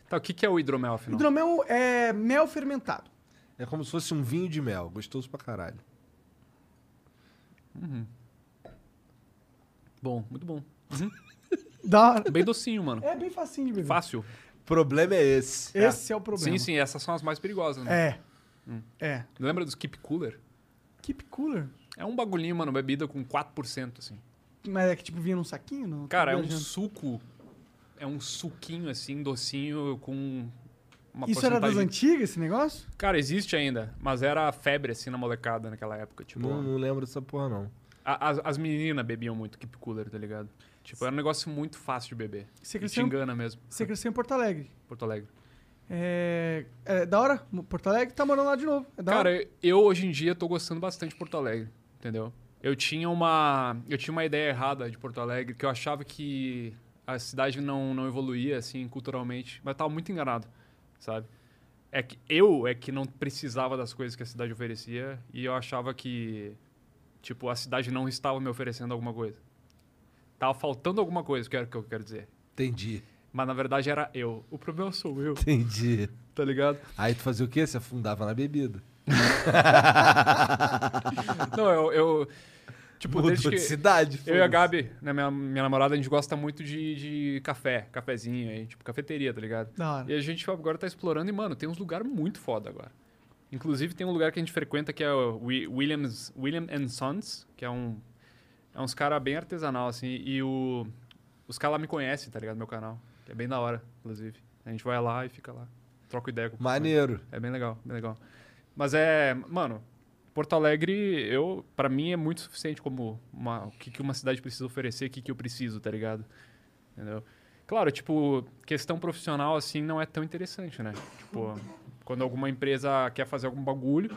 [SPEAKER 3] Tá, o que que é o hidromel afinal?
[SPEAKER 2] Hidromel é mel fermentado.
[SPEAKER 1] É como se fosse um vinho de mel, gostoso pra caralho.
[SPEAKER 3] Uhum. Bom, muito bom.
[SPEAKER 2] Dá.
[SPEAKER 3] Bem docinho, mano.
[SPEAKER 2] É bem facinho de beber.
[SPEAKER 3] Fácil.
[SPEAKER 1] O problema é esse.
[SPEAKER 2] Esse é o problema.
[SPEAKER 3] Sim, sim, essas são as mais perigosas,
[SPEAKER 2] É.
[SPEAKER 3] né? Hum.
[SPEAKER 2] É.
[SPEAKER 3] Lembra dos Keep Cooler?
[SPEAKER 2] Keep Cooler?
[SPEAKER 3] É um bagulhinho, mano, bebida com 4%, assim.
[SPEAKER 2] Mas é que tipo vinha num saquinho? Não?
[SPEAKER 3] Cara, é
[SPEAKER 2] Tô
[SPEAKER 3] um
[SPEAKER 2] viajando.
[SPEAKER 3] suco. É um suquinho, assim, docinho com uma
[SPEAKER 2] Isso era das
[SPEAKER 3] porcentagem-
[SPEAKER 2] antigas, esse negócio?
[SPEAKER 3] Cara, existe ainda, mas era febre, assim, na molecada naquela época. Tipo,
[SPEAKER 1] Não,
[SPEAKER 2] Uhum.
[SPEAKER 1] não lembro dessa porra, não.
[SPEAKER 3] a- as, as meninas bebiam muito Keep Cooler, tá ligado? Tipo, era um negócio muito fácil de beber.
[SPEAKER 2] Você
[SPEAKER 3] e te
[SPEAKER 2] cresceu-
[SPEAKER 3] engana mesmo.
[SPEAKER 2] Você cresceu em Porto Alegre.
[SPEAKER 3] Porto Alegre.
[SPEAKER 2] É... é da hora? Porto Alegre tá morando lá de novo. É da hora.
[SPEAKER 3] Cara, eu hoje em dia tô gostando bastante de Porto Alegre, entendeu? Eu tinha uma, eu tinha uma ideia errada de Porto Alegre, que eu achava que a cidade não, não evoluía, assim, culturalmente, mas tava muito enganado, sabe? É que eu é que não precisava das coisas que a cidade oferecia e eu achava que, tipo, a cidade não estava me oferecendo alguma coisa. Tava faltando alguma coisa, que é o que eu quero dizer.
[SPEAKER 1] Entendi.
[SPEAKER 3] Mas na verdade era eu. O problema sou eu.
[SPEAKER 1] [laughs] Entendi.
[SPEAKER 3] Tá ligado?
[SPEAKER 1] Aí tu fazia o quê? Você afundava na bebida.
[SPEAKER 3] Não, eu. eu tipo,
[SPEAKER 1] Mudou
[SPEAKER 3] desde
[SPEAKER 1] de
[SPEAKER 3] que
[SPEAKER 1] cidade,
[SPEAKER 3] Eu e a
[SPEAKER 1] foda-se.
[SPEAKER 3] Gabi, né, minha, minha namorada, a gente gosta muito de, de café, cafezinho aí, tipo cafeteria, tá ligado?
[SPEAKER 2] Da hora.
[SPEAKER 3] E a gente agora tá explorando e, mano, tem uns lugares muito foda agora. Inclusive tem um lugar que a gente frequenta que é o Wi- Williams, William and Sons, que é um. É uns caras bem artesanal, assim, e o. Os caras lá me conhecem, tá ligado? Meu canal. que É bem da hora, inclusive. A gente vai lá e fica lá. Troca ideia com o pessoal.
[SPEAKER 1] Maneiro.
[SPEAKER 3] É bem legal, bem legal. Mas é, mano, Porto Alegre, eu, para mim é muito suficiente como uma, o que, que uma cidade precisa oferecer, o que, que eu preciso, tá ligado? Entendeu? Claro, tipo, questão profissional assim não é tão interessante, né? Tipo, quando alguma empresa quer fazer algum bagulho,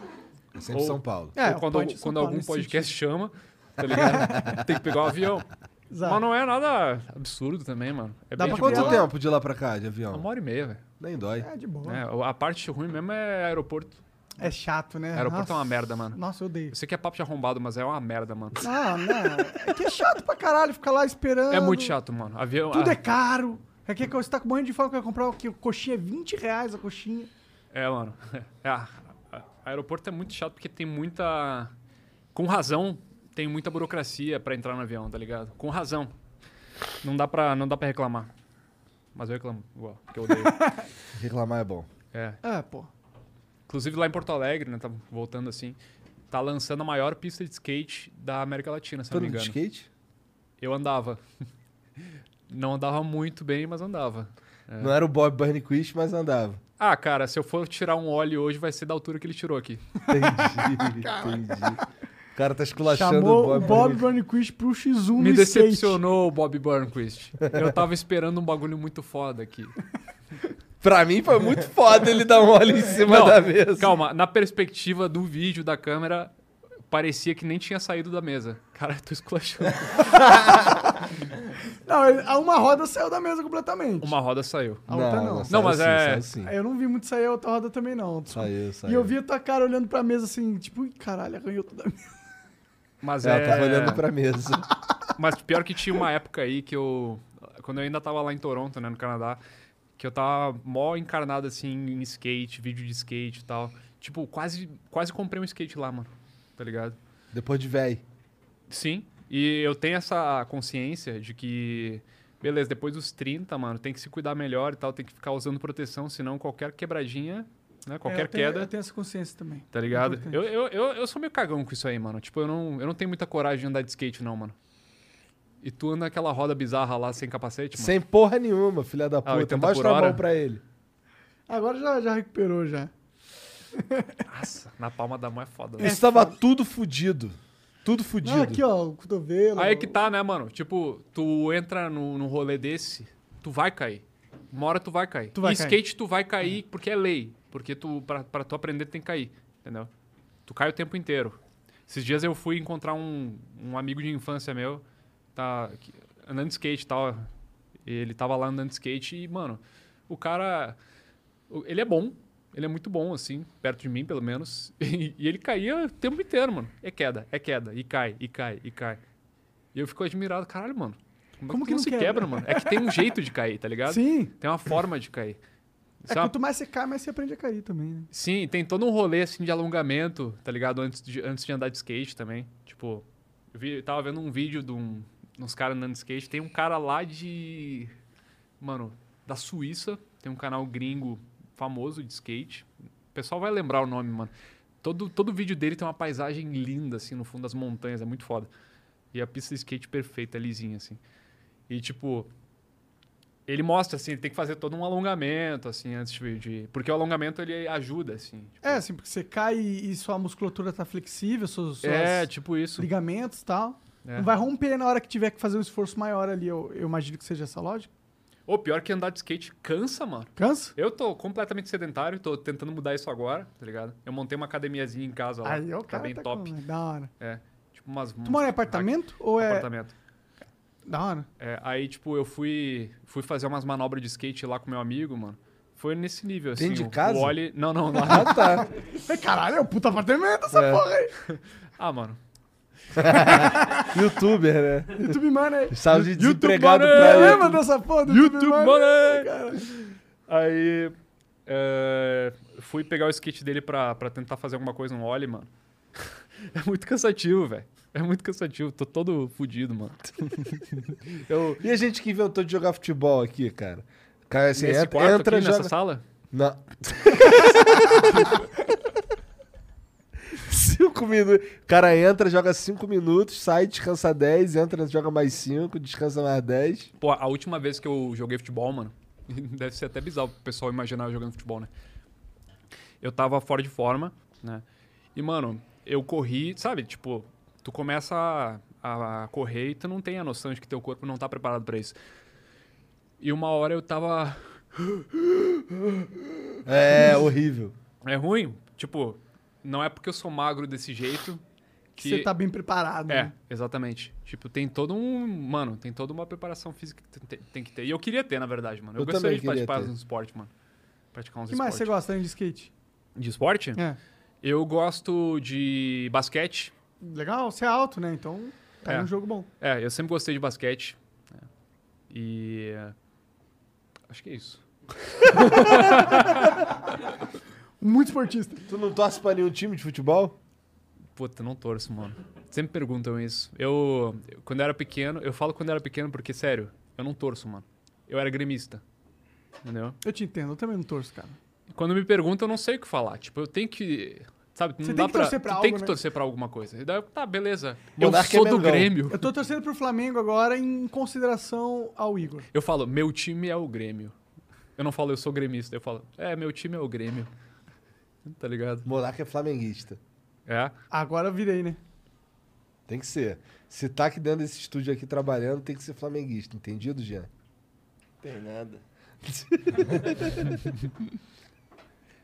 [SPEAKER 1] É sempre São
[SPEAKER 3] [laughs]
[SPEAKER 1] Paulo.
[SPEAKER 3] ou
[SPEAKER 1] É, o
[SPEAKER 3] quando,
[SPEAKER 1] point de São
[SPEAKER 3] quando
[SPEAKER 1] Paulo
[SPEAKER 3] algum
[SPEAKER 1] nesse
[SPEAKER 3] podcast chama,
[SPEAKER 1] [laughs]
[SPEAKER 3] tá ligado? Tem que pegar o avião.
[SPEAKER 1] Exato.
[SPEAKER 3] Mas não é nada absurdo também, mano. É
[SPEAKER 1] Tá. Dá pra
[SPEAKER 3] bem de
[SPEAKER 1] quanto
[SPEAKER 3] boa.
[SPEAKER 1] tempo de lá pra cá, de avião?
[SPEAKER 3] Uma hora e meia, velho.
[SPEAKER 1] Nem dói.
[SPEAKER 2] É, de boa.
[SPEAKER 3] É, a parte ruim mesmo é aeroporto.
[SPEAKER 2] É chato, né?
[SPEAKER 3] Aeroporto é uma
[SPEAKER 2] Nossa.
[SPEAKER 3] merda, mano.
[SPEAKER 2] Nossa, eu odeio.
[SPEAKER 3] Eu sei que é papo de arrombado, mas é uma merda, mano.
[SPEAKER 2] Não, não. É que é chato pra caralho ficar lá esperando.
[SPEAKER 3] É muito chato, mano. Avião.
[SPEAKER 2] Tudo
[SPEAKER 3] ah,
[SPEAKER 2] é caro. É que você tá com morrendo de fome que vai comprar o quê? Coxinha é 20 reais a coxinha.
[SPEAKER 3] É, mano. É, a- a- aeroporto é muito chato porque tem muita. Com razão, tem muita burocracia pra entrar no avião, tá ligado? Com razão. Não dá pra, não dá pra reclamar. Mas eu reclamo, igual, porque eu odeio.
[SPEAKER 1] Reclamar é bom.
[SPEAKER 3] É.
[SPEAKER 2] É, pô.
[SPEAKER 3] Inclusive lá em Porto Alegre, né? Tá voltando assim. Tá lançando a maior pista de skate da América Latina, se eu
[SPEAKER 1] Tu
[SPEAKER 3] não me
[SPEAKER 1] anda
[SPEAKER 3] engano.
[SPEAKER 1] de skate?
[SPEAKER 3] Eu andava. [laughs] Não andava muito bem, mas andava. É. [laughs]
[SPEAKER 1] Não era o Bob Burnquist, mas andava.
[SPEAKER 3] Ah, cara, se eu for tirar um óleo hoje, vai ser da altura que ele tirou aqui.
[SPEAKER 1] Entendi, entendi. O cara tá esculachando
[SPEAKER 2] Chamou o
[SPEAKER 1] o Bob.
[SPEAKER 2] Bob Burnquist pro X1
[SPEAKER 3] Me
[SPEAKER 2] no skate.
[SPEAKER 3] decepcionou o Bob Burnquist. Eu tava esperando um bagulho muito
[SPEAKER 1] [laughs]
[SPEAKER 3] foda aqui.
[SPEAKER 1] Pra mim foi muito foda ele
[SPEAKER 3] [laughs]
[SPEAKER 1] dar um olho em cima
[SPEAKER 3] Não,
[SPEAKER 1] da mesa.
[SPEAKER 3] Calma, na perspectiva do vídeo da câmera, parecia que nem tinha saído da mesa. Cara, eu
[SPEAKER 1] [laughs]
[SPEAKER 3] tô esculachando.
[SPEAKER 2] Não, ele- a uma roda saiu da mesa completamente.
[SPEAKER 3] Uma roda saiu.
[SPEAKER 2] A outra não.
[SPEAKER 3] Não, mas é.
[SPEAKER 2] Eu não vi muito sair a outra roda também, não. Desculpa.
[SPEAKER 1] Saiu, saiu.
[SPEAKER 2] E eu vi a tua cara olhando pra mesa assim, tipo, "Ih, caralho, arranhou toda a mesa.
[SPEAKER 3] Mas
[SPEAKER 1] Ela
[SPEAKER 3] é...
[SPEAKER 1] tava olhando pra mesa.
[SPEAKER 3] Mas pior que tinha uma época aí que eu. Quando eu ainda tava lá em Toronto, né, no Canadá, que eu tava mó encarnado assim em skate, vídeo de skate e tal. Tipo, quase, quase comprei um skate lá, mano. Tá ligado?
[SPEAKER 1] [laughs] Depois de véi.
[SPEAKER 3] Sim. E eu tenho essa consciência de que, beleza, depois dos 30, mano, tem que se cuidar melhor e tal, tem que ficar usando proteção, senão qualquer quebradinha, né?
[SPEAKER 2] É,
[SPEAKER 3] Qualquer
[SPEAKER 2] eu tenho-
[SPEAKER 3] queda.
[SPEAKER 2] Eu tenho essa consciência também.
[SPEAKER 3] Tá ligado?
[SPEAKER 2] Importante.
[SPEAKER 3] Eu, eu, eu, eu sou meio cagão com isso aí, mano. Tipo, eu não, eu não tenho muita coragem de andar de skate, não, mano. E tu anda naquela roda bizarra lá sem capacete, mano?
[SPEAKER 1] Sem porra nenhuma, filha da puta.
[SPEAKER 3] 80 Ah, por
[SPEAKER 1] Mostra a
[SPEAKER 3] hora.
[SPEAKER 1] mão pra ele.
[SPEAKER 2] Agora já, já recuperou, já.
[SPEAKER 3] Nossa, na palma da mão é foda. né?
[SPEAKER 1] Isso tava tudo fudido. Tudo fudido.
[SPEAKER 2] Ah, aqui, ó, o cotovelo.
[SPEAKER 3] Aí que tá, né, mano? Tipo, tu entra num, num rolê desse, tu vai cair. Uma hora tu vai cair.
[SPEAKER 2] Tu vai
[SPEAKER 3] e
[SPEAKER 2] cair.
[SPEAKER 3] skate tu vai cair porque é lei. Porque tu, pra, pra tu aprender, tu tem que cair. Entendeu? Tu cai o tempo inteiro. Esses dias eu fui encontrar um, um amigo de infância meu, tá que- andando de skate e tal. E ele tava lá andando de skate e, mano, o cara. o- Ele é bom. Ele é muito bom, assim, perto de mim, pelo menos. [laughs] E, e ele caía o tempo inteiro, mano. É queda, é queda. E cai, e cai, e cai. E eu fico admirado, caralho, mano. Como, é que, não se quebra? mano? É que tem um jeito de cair, tá [laughs] ligado?
[SPEAKER 2] Sim.
[SPEAKER 3] Tem uma forma de cair.
[SPEAKER 2] É,
[SPEAKER 3] Isso é uma-
[SPEAKER 2] quanto mais você cai, mais você aprende a cair também, né?
[SPEAKER 3] Sim, tem todo um rolê assim de alongamento, tá ligado? Antes de, antes de andar de skate também. Tipo, eu, vi, eu tava vendo um vídeo de um, uns caras andando de skate. Tem um cara lá de. Mano, da Suíça. Tem um canal gringo famoso de skate. O pessoal vai lembrar o nome, mano. Todo, todo vídeo dele tem uma paisagem linda, assim, no fundo das montanhas. É muito foda. E a pista de skate perfeita, lisinha, assim. E, tipo, ele mostra, assim, ele tem que fazer todo um alongamento, assim, antes de... de- porque o alongamento, ele ajuda, assim.
[SPEAKER 2] É, assim, porque você cai e e sua musculatura tá flexível, seus, seus
[SPEAKER 3] É, tipo isso.
[SPEAKER 2] ligamentos e tal.
[SPEAKER 3] É.
[SPEAKER 2] Não vai romper na hora que tiver que fazer um esforço maior ali, eu, eu imagino que seja essa lógica.
[SPEAKER 3] Ou pior que andar de skate cansa, mano.
[SPEAKER 2] Cansa?
[SPEAKER 3] Eu tô completamente sedentário, tô tentando mudar isso agora, tá ligado? Eu montei uma academiazinha em casa lá,
[SPEAKER 2] Aí, ó, o
[SPEAKER 3] tá
[SPEAKER 2] cara
[SPEAKER 3] bem
[SPEAKER 2] tá
[SPEAKER 3] top.
[SPEAKER 2] com- Da hora.
[SPEAKER 3] É, tipo umas...
[SPEAKER 2] Tu mora em apartamento ou é...
[SPEAKER 3] Apartamento.
[SPEAKER 2] Da hora.
[SPEAKER 3] É, aí, tipo, eu fui, fui fazer umas manobras de skate lá com meu amigo, mano. Foi nesse nível, assim.
[SPEAKER 1] Dentro de
[SPEAKER 3] o-
[SPEAKER 1] casa?
[SPEAKER 3] O Oli... Não, não, lá.
[SPEAKER 1] Ah, tá.
[SPEAKER 2] Caralho, é um puta apartamento essa
[SPEAKER 1] É.
[SPEAKER 2] porra
[SPEAKER 3] [laughs]
[SPEAKER 2] aí.
[SPEAKER 3] Ah, mano.
[SPEAKER 1] Youtuber, né? [laughs]
[SPEAKER 2] YouTube Money.
[SPEAKER 1] Estava de desempregado
[SPEAKER 3] é
[SPEAKER 2] Money.
[SPEAKER 1] pra
[SPEAKER 2] Lembra
[SPEAKER 1] YouTube.
[SPEAKER 2] dessa porra do
[SPEAKER 3] YouTube Money!
[SPEAKER 2] Cara.
[SPEAKER 3] Aí. é, fui pegar o skate dele pra, pra tentar fazer alguma coisa no Oli, mano. [laughs] É muito cansativo, velho. É muito cansativo. Tô todo fudido, mano. Eu...
[SPEAKER 1] E a gente que inventou de jogar futebol aqui, cara? Cara, assim,
[SPEAKER 3] Nesse
[SPEAKER 1] entra,
[SPEAKER 3] quarto
[SPEAKER 1] entra
[SPEAKER 3] aqui,
[SPEAKER 1] joga...
[SPEAKER 3] nessa sala? [laughs]
[SPEAKER 1] Não. cinco minutos. O cara entra, joga cinco minutos, sai, descansa 10, entra, joga mais cinco, descansa mais 10.
[SPEAKER 3] Pô, a última vez que eu joguei futebol, mano, [laughs] deve ser até bizarro pro pessoal imaginar eu jogando futebol, né? Eu tava fora de forma, né? E, mano, eu corri, sabe? Tipo, tu começa a, a correr e tu não tem a noção de que teu corpo não tá preparado pra isso. E uma hora eu tava.
[SPEAKER 1] É, horrível.
[SPEAKER 3] É ruim? Tipo, não é porque eu sou magro desse jeito
[SPEAKER 2] Que
[SPEAKER 3] que.
[SPEAKER 2] você tá bem preparado.
[SPEAKER 3] É,
[SPEAKER 2] né?
[SPEAKER 3] exatamente. Tipo, tem todo um. Mano, tem toda uma preparação física que tem- tem que ter. E eu queria ter, na verdade, mano. Eu,
[SPEAKER 1] Eu
[SPEAKER 3] gostaria
[SPEAKER 1] também
[SPEAKER 3] de
[SPEAKER 1] queria
[SPEAKER 3] participar
[SPEAKER 1] ter.
[SPEAKER 3] de um esporte, mano. Praticar
[SPEAKER 2] O
[SPEAKER 3] uns
[SPEAKER 2] que mais você
[SPEAKER 3] esportes.
[SPEAKER 2] gosta além de skate?
[SPEAKER 3] De esporte?
[SPEAKER 2] É.
[SPEAKER 3] Eu gosto de basquete.
[SPEAKER 2] Legal, você é alto, né? Então tá
[SPEAKER 3] É.
[SPEAKER 2] num jogo bom.
[SPEAKER 3] É, eu sempre gostei de basquete. né? E. é, Acho que é isso.
[SPEAKER 2] Muito esportista.
[SPEAKER 1] Tu não torce pra nenhum time de futebol?
[SPEAKER 3] Puta, não torço, mano. Sempre perguntam isso. Eu, eu- quando eu era pequeno, eu falo quando eu era pequeno porque, sério, eu não torço, mano. Eu era gremista. Entendeu?
[SPEAKER 2] Eu te entendo, eu também não torço, cara.
[SPEAKER 3] Quando me perguntam, eu não sei o que falar. Tipo, eu tenho que. Sabe, não
[SPEAKER 2] Você
[SPEAKER 3] dá
[SPEAKER 2] tem que torcer pra
[SPEAKER 3] tu tem
[SPEAKER 2] algo,
[SPEAKER 3] que
[SPEAKER 2] né?
[SPEAKER 3] torcer pra alguma coisa. E daí, eu, tá, beleza.
[SPEAKER 1] Monarca é
[SPEAKER 3] eu sou do
[SPEAKER 1] Mengão.
[SPEAKER 3] Grêmio.
[SPEAKER 2] Eu tô torcendo pro Flamengo agora em consideração ao Igor.
[SPEAKER 3] Eu falo, meu time é o Grêmio. Eu não falo, eu sou gremista. Eu falo, é, meu time é o Grêmio. Tá ligado?
[SPEAKER 1] Monarca é flamenguista.
[SPEAKER 3] É?
[SPEAKER 2] Agora eu virei, né?
[SPEAKER 1] Tem que ser. Se tá aqui dentro desse estúdio aqui trabalhando, tem que ser flamenguista. Entendido, Jean?
[SPEAKER 4] Tem nada.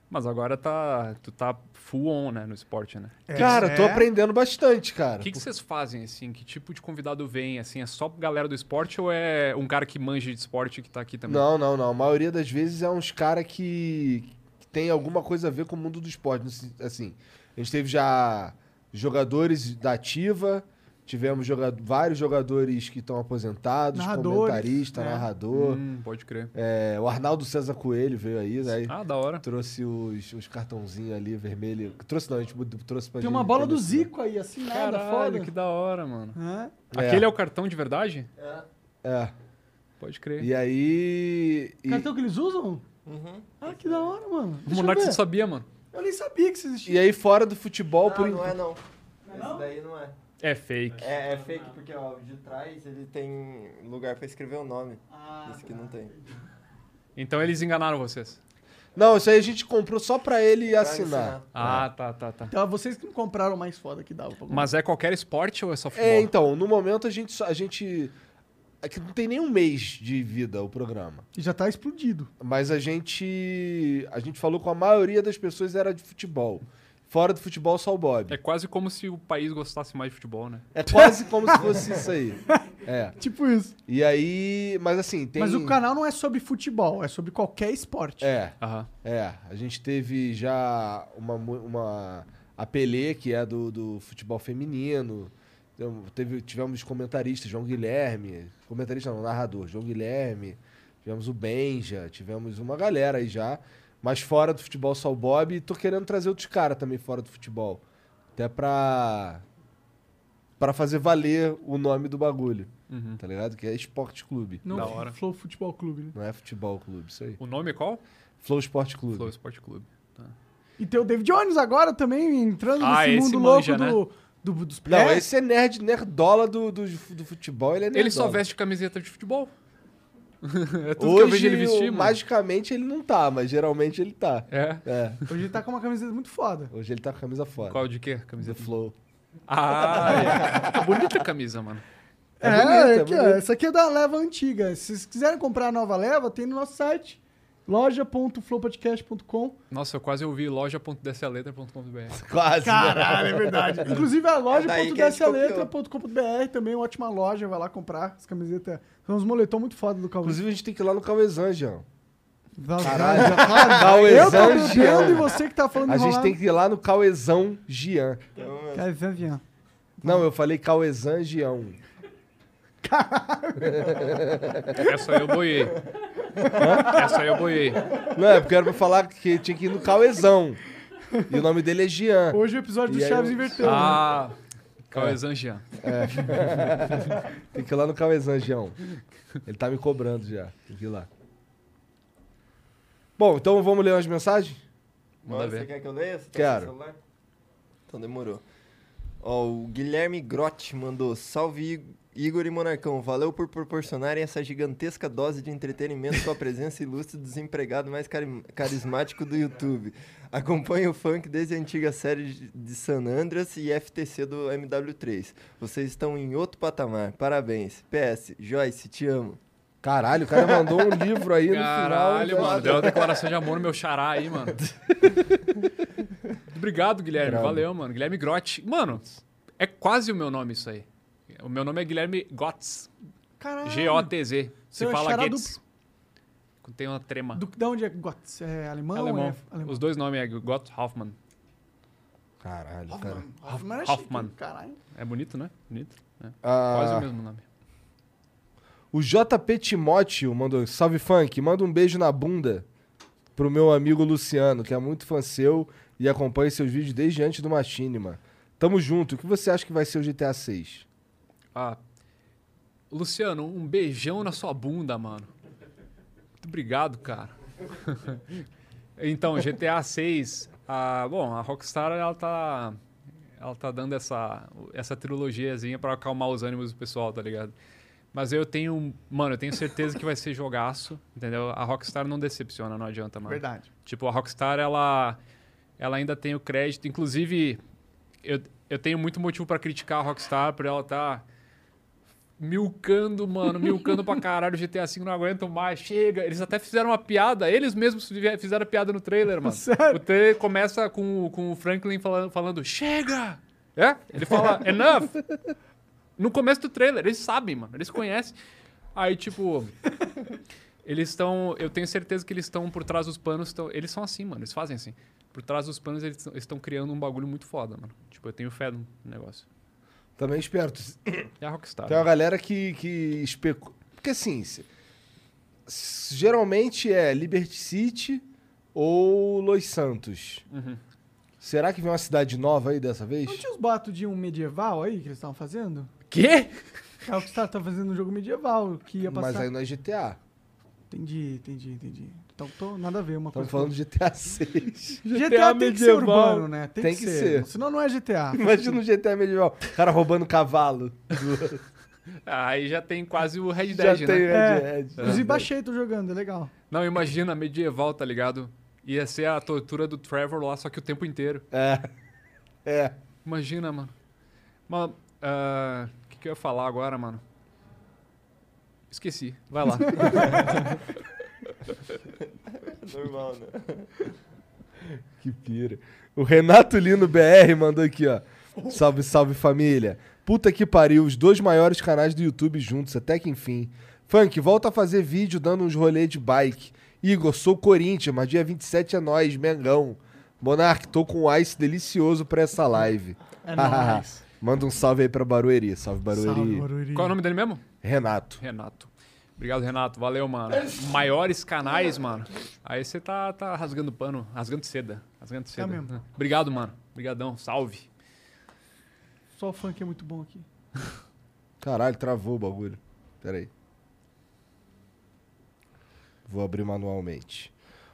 [SPEAKER 3] Mas agora tá, tu tá full on, né, no esporte, né?
[SPEAKER 1] Cara, tô aprendendo bastante,
[SPEAKER 3] O
[SPEAKER 1] cara.
[SPEAKER 3] que, que vocês fazem, assim? Que tipo de convidado vem, assim? É só galera do esporte ou é um cara que manja de esporte que tá aqui também?
[SPEAKER 1] Não, não, não. A maioria das vezes é uns cara que, que tem alguma coisa a ver com o mundo do esporte. no sen- Assim, a gente teve já jogadores da ativa, tivemos joga- vários jogadores que estão aposentados,
[SPEAKER 3] Narradores,
[SPEAKER 1] comentarista,
[SPEAKER 3] né?
[SPEAKER 1] narrador.
[SPEAKER 3] Hum, pode crer.
[SPEAKER 1] É, o Arnaldo César Coelho veio aí, né?
[SPEAKER 3] Ah, da hora.
[SPEAKER 1] Trouxe os, os cartãozinhos ali, vermelho. Trouxe não, a gente mudou- trouxe pra
[SPEAKER 2] Tem
[SPEAKER 1] gente
[SPEAKER 2] uma bola do
[SPEAKER 1] entender.
[SPEAKER 2] Zico aí, assinada,
[SPEAKER 3] Caralho,
[SPEAKER 2] foda.
[SPEAKER 3] que da hora, mano.
[SPEAKER 2] Hã?
[SPEAKER 3] Aquele é o cartão de verdade?
[SPEAKER 4] É.
[SPEAKER 1] É.
[SPEAKER 3] Pode crer.
[SPEAKER 1] E aí. e- Uhum.
[SPEAKER 2] Cartão que eles usam? Ah, que da hora, mano.
[SPEAKER 3] O
[SPEAKER 2] Deixa eu
[SPEAKER 3] Monarca
[SPEAKER 2] ver.
[SPEAKER 3] não sabia, mano.
[SPEAKER 2] Eu nem sabia que isso existia.
[SPEAKER 1] E aí, fora do futebol,
[SPEAKER 4] não,
[SPEAKER 1] por
[SPEAKER 4] não
[SPEAKER 1] en-
[SPEAKER 4] é não. Esse daí não é.
[SPEAKER 3] É fake.
[SPEAKER 4] É, é fake porque ó, o de trás ele tem lugar pra escrever o nome. Esse aqui não tem.
[SPEAKER 3] Então eles enganaram vocês.
[SPEAKER 1] Não, isso aí a gente comprou só pra ele
[SPEAKER 3] assinar.
[SPEAKER 1] assinar.
[SPEAKER 3] Ah, tá, tá, tá.
[SPEAKER 2] Então, vocês que não compraram mais foda que dava pra comprar.
[SPEAKER 3] Mas é qualquer esporte ou é só futebol?
[SPEAKER 1] É, então, no momento a gente. só- A gente é que não tem nem um mês de vida o programa.
[SPEAKER 2] E já tá explodido.
[SPEAKER 1] Mas a gente. A gente falou com a maioria das pessoas era de futebol. Fora do futebol, só o Bob.
[SPEAKER 3] É quase como se o país gostasse mais de futebol, né?
[SPEAKER 1] É quase como se fosse isso aí. É.
[SPEAKER 2] Tipo isso.
[SPEAKER 1] E aí. Mas assim, tem.
[SPEAKER 2] Mas o canal não é sobre futebol, é sobre qualquer esporte.
[SPEAKER 1] É. É. A gente teve já uma. mu- uma a Pelé, que é do, do futebol feminino. Então, Teve, tivemos comentaristas, João Guilherme. Comentarista não, narrador, João Guilherme. Tivemos o Benja, tivemos uma galera aí já. Mas fora do futebol, só o Bob. E tô querendo trazer outros caras também fora do futebol. Até pra. pra fazer valer o nome do bagulho. Tá ligado? Que é Esporte Clube.
[SPEAKER 2] Não Flow Futebol Clube, né?
[SPEAKER 1] Não é futebol clube, isso aí.
[SPEAKER 3] O nome é qual?
[SPEAKER 1] Flow Sport Clube.
[SPEAKER 3] Flow Sport Clube. Tá.
[SPEAKER 2] E tem o David Jones agora também, entrando
[SPEAKER 3] Ah,
[SPEAKER 2] nesse
[SPEAKER 3] esse
[SPEAKER 2] mundo
[SPEAKER 3] manja,
[SPEAKER 2] louco
[SPEAKER 3] né?
[SPEAKER 2] do, do, dos
[SPEAKER 1] Não,
[SPEAKER 2] players.
[SPEAKER 1] esse é nerd, nerdola do, do, do futebol, ele é nerdola.
[SPEAKER 3] Ele só veste camiseta de futebol. [laughs] é tudo
[SPEAKER 1] Hoje,
[SPEAKER 3] que eu vejo ele vestir,
[SPEAKER 1] o-
[SPEAKER 3] mano.
[SPEAKER 1] magicamente ele não tá, mas geralmente ele tá.
[SPEAKER 3] É?
[SPEAKER 2] Hoje ele tá com uma camiseta muito foda.
[SPEAKER 1] Hoje ele tá com a camisa fora.
[SPEAKER 3] Qual de quê? Camisa
[SPEAKER 1] Flow. [laughs]
[SPEAKER 3] Ah, é. bonita a camisa, mano.
[SPEAKER 2] É,
[SPEAKER 3] bonita,
[SPEAKER 2] aqui, ó,
[SPEAKER 3] bonita.
[SPEAKER 2] essa aqui é da leva antiga. Se vocês quiserem comprar a nova leva, tem no nosso site loja.flowpodcast.com.
[SPEAKER 3] Nossa, eu quase ouvi loja.desaletra.com.br.
[SPEAKER 1] Quase. né?
[SPEAKER 2] Caralho, é verdade. Inclusive a
[SPEAKER 3] daí que a gente
[SPEAKER 2] loja.desaletra.com.br também é uma ótima loja. Vai lá comprar as camisetas. São uns moletom muito foda do Calvin.
[SPEAKER 1] Inclusive a gente tem que ir lá no Cauezan, Jean.
[SPEAKER 2] Caralho,
[SPEAKER 3] Ah,
[SPEAKER 2] caralho. Eu tô
[SPEAKER 1] Cauezan
[SPEAKER 2] bebendo
[SPEAKER 1] Jean.
[SPEAKER 2] e você que tá falando
[SPEAKER 1] A gente
[SPEAKER 2] enrolado.
[SPEAKER 1] tem que ir lá no Cauezão Jean.
[SPEAKER 2] Cauezan Jean.
[SPEAKER 1] Não, eu falei Cauezan Jean.
[SPEAKER 3] Essa aí eu boiei. Essa aí eu boiei.
[SPEAKER 1] Não, é porque era pra falar que tinha que ir no Cauezão. E o nome dele é Jean.
[SPEAKER 2] Hoje o episódio do
[SPEAKER 1] E aí
[SPEAKER 2] Chaves
[SPEAKER 1] eu-
[SPEAKER 2] inverteu.
[SPEAKER 3] Ah, Cauezan Jean.
[SPEAKER 1] É. Tem que ir lá no Cauezan, Jean. Ele tá me cobrando já. Tem que ir lá. Bom, então vamos ler umas mensagens?
[SPEAKER 4] Manda Você quer que eu leia? Você tá
[SPEAKER 1] Quero.
[SPEAKER 4] com o celular? Então demorou. Ó, o Guilherme Grotti mandou salve I- Igor e Monarcão. Valeu por proporcionarem essa gigantesca dose de entretenimento com a presença ilustre do desempregado mais cari- carismático do YouTube. Acompanho o funk desde a antiga série de- de San Andreas e FTC do MW3. Vocês estão em outro patamar. Parabéns. PS, Joyce, te amo.
[SPEAKER 1] Caralho, o cara mandou um livro aí no final.
[SPEAKER 3] Caralho,
[SPEAKER 1] né?
[SPEAKER 3] mano.
[SPEAKER 1] [laughs]
[SPEAKER 3] Deu uma declaração de amor no meu xará aí, mano. Obrigado, Guilherme.
[SPEAKER 1] Bravo.
[SPEAKER 3] Valeu, mano. Guilherme Grotti. Mano, é quase o meu nome isso aí. O meu nome é Guilherme Gotz.
[SPEAKER 2] Caralho.
[SPEAKER 3] G-O-T-Z. Se
[SPEAKER 2] Ah. Seu
[SPEAKER 3] fala
[SPEAKER 2] xará
[SPEAKER 3] Getz. Tem uma trema.
[SPEAKER 2] Do, da onde é Gotts? É alemão?
[SPEAKER 3] alemão.
[SPEAKER 2] É alemão.
[SPEAKER 3] Os dois nomes é Gott Hoffmann.
[SPEAKER 1] Caralho,
[SPEAKER 2] cara. Hoffmann era chique,
[SPEAKER 3] Hoffman.
[SPEAKER 2] caralho.
[SPEAKER 3] É bonito, né? Bonito. né?
[SPEAKER 1] Ah.
[SPEAKER 3] Quase o mesmo nome.
[SPEAKER 1] O JP Timóteo mandou, salve funk, manda um beijo na bunda pro meu amigo Luciano, que é muito fã seu e acompanha seus vídeos desde antes do Machinima. Tamo junto, o que você acha que vai ser o GTA 6?
[SPEAKER 3] Ah. Luciano, um beijão na sua bunda, mano. Muito obrigado, cara. [laughs] então, GTA 6. ah, bom, a Rockstar ela tá ela tá dando essa essa trilogiazinha pra acalmar os ânimos do pessoal, tá ligado? Mas eu tenho. Mano, eu tenho certeza que vai ser jogaço, entendeu? A Rockstar não decepciona, não
[SPEAKER 2] É.
[SPEAKER 3] adianta, mano.
[SPEAKER 2] Verdade.
[SPEAKER 3] Tipo, a Rockstar, ela, ela ainda tem o crédito. Inclusive, eu, eu tenho muito motivo pra criticar a Rockstar por ela tá milcando, mano, milcando pra caralho. O GTA V não aguentam mais, chega. Eles até fizeram uma piada, eles mesmos fizeram a piada no trailer, mano. O trailer começa com, o- com o Franklin falando, falando, chega! É? Ele fala, enough! No começo do trailer, eles sabem, mano, eles conhecem. Aí, tipo, eles estão. Eu tenho certeza que eles estão por trás dos panos. tão- eles são assim, mano. Eles fazem assim. Por trás dos panos, eles estão criando um bagulho muito foda, mano. Tipo, eu tenho fé no negócio.
[SPEAKER 1] Também espero.
[SPEAKER 3] É a Rockstar.
[SPEAKER 1] Tem uma
[SPEAKER 3] né?
[SPEAKER 1] galera que, que especula. Porque assim, se- se- geralmente é Liberty City ou Los Santos.
[SPEAKER 3] Uhum.
[SPEAKER 1] Será que vem uma cidade nova aí dessa vez?
[SPEAKER 2] Não tinha os boatos de um medieval aí que eles estavam fazendo?
[SPEAKER 1] Quê?
[SPEAKER 2] A Rockstar tá fazendo um jogo medieval que ia
[SPEAKER 1] Mas
[SPEAKER 2] passar.
[SPEAKER 1] aí não é GTA.
[SPEAKER 2] Entendi, entendi, entendi. Então tô, nada a ver uma
[SPEAKER 1] Estamos
[SPEAKER 2] coisa.
[SPEAKER 1] falando de GTA 6.
[SPEAKER 2] GTA, tem que ser urbano, né? Tem, que, ser.
[SPEAKER 1] Senão
[SPEAKER 2] Senão não é GTA.
[SPEAKER 1] [laughs] Imagina um GTA medieval. O cara roubando cavalo.
[SPEAKER 3] Aí já tem quase o Red
[SPEAKER 1] Já
[SPEAKER 3] Dead,
[SPEAKER 1] tem
[SPEAKER 3] né?
[SPEAKER 1] o Red É. Dead.
[SPEAKER 2] [laughs] Inclusive baixei, tô jogando, é legal.
[SPEAKER 3] Não, imagina, medieval, tá ligado? Ia ser a tortura do Trevor lá, só que o tempo inteiro.
[SPEAKER 1] É. É.
[SPEAKER 3] Imagina, mano. Mano, o que, que eu ia falar agora, mano? Esqueci.
[SPEAKER 1] [laughs]
[SPEAKER 3] Vai lá.
[SPEAKER 4] Normal, né?
[SPEAKER 1] Que pira. O Renato Lino BR mandou aqui, ó. Salve, salve família. Puta que pariu, os dois maiores canais do YouTube juntos, até que enfim. Funk, volta a fazer vídeo dando uns rolê de bike. Igor, sou Corinthians, mas dia 27 é nós, Mengão. Monark, tô com um ice delicioso pra essa live.
[SPEAKER 3] É nóis.
[SPEAKER 1] Manda um salve aí pra Barueri. Salve, Barueri.
[SPEAKER 3] Qual é o nome dele mesmo?
[SPEAKER 1] Renato.
[SPEAKER 3] Renato. Obrigado, Renato. Valeu, mano. Maiores canais, mano. Aí você tá, tá rasgando pano, rasgando seda. Rasgando seda.
[SPEAKER 2] É mesmo.
[SPEAKER 3] Obrigado, mano. Obrigadão. Salve.
[SPEAKER 2] Só o funk é muito bom aqui.
[SPEAKER 1] Caralho, travou o bagulho. Pera aí. Vou abrir manualmente.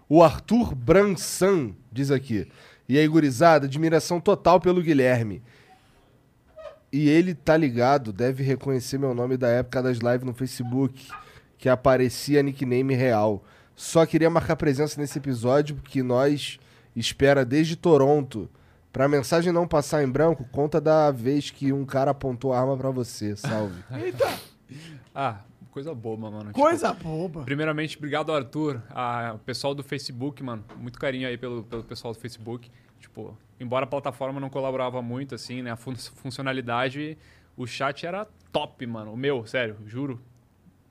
[SPEAKER 1] O Arthur Bransan diz aqui. E aí, gurizada, admiração total pelo Guilherme. E ele tá ligado, deve reconhecer meu nome da época das lives no Facebook, que aparecia nickname real. Só queria marcar presença nesse episódio, porque nós espera desde Toronto. Pra mensagem não passar em branco, conta da vez que um cara apontou a arma pra você. Salve.
[SPEAKER 2] Eita!
[SPEAKER 3] Ah, coisa boba, mano. Tipo
[SPEAKER 2] Coisa boba.
[SPEAKER 3] Primeiramente, obrigado, Arthur. Ah, o pessoal do Facebook, mano. Muito carinho aí pelo, pelo pessoal do Facebook. Tipo, embora a plataforma não colaborava muito, assim, né? A fun- [laughs] funcionalidade, o chat era top, mano. O meu, sério, juro.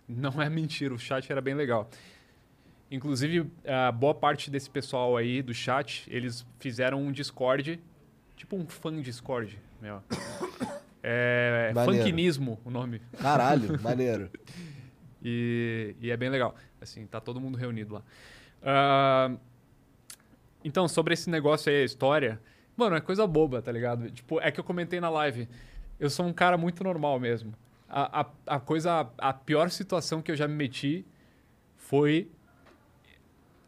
[SPEAKER 3] Não é mentira, o chat era bem legal. Inclusive, a boa parte desse pessoal aí do chat, eles fizeram um Discord, tipo um fã Discord, meu. [coughs] É,
[SPEAKER 1] Maneiro.
[SPEAKER 3] funkinismo o nome.
[SPEAKER 1] Caralho, maneiro.
[SPEAKER 3] E, e é bem legal. Assim, tá todo mundo reunido lá. Ah, então, sobre esse negócio aí, a história. Mano, é coisa boba, tá ligado? Tipo, é que eu comentei na live. Eu sou um cara muito normal mesmo. A, a, a coisa, a pior situação que eu já me meti foi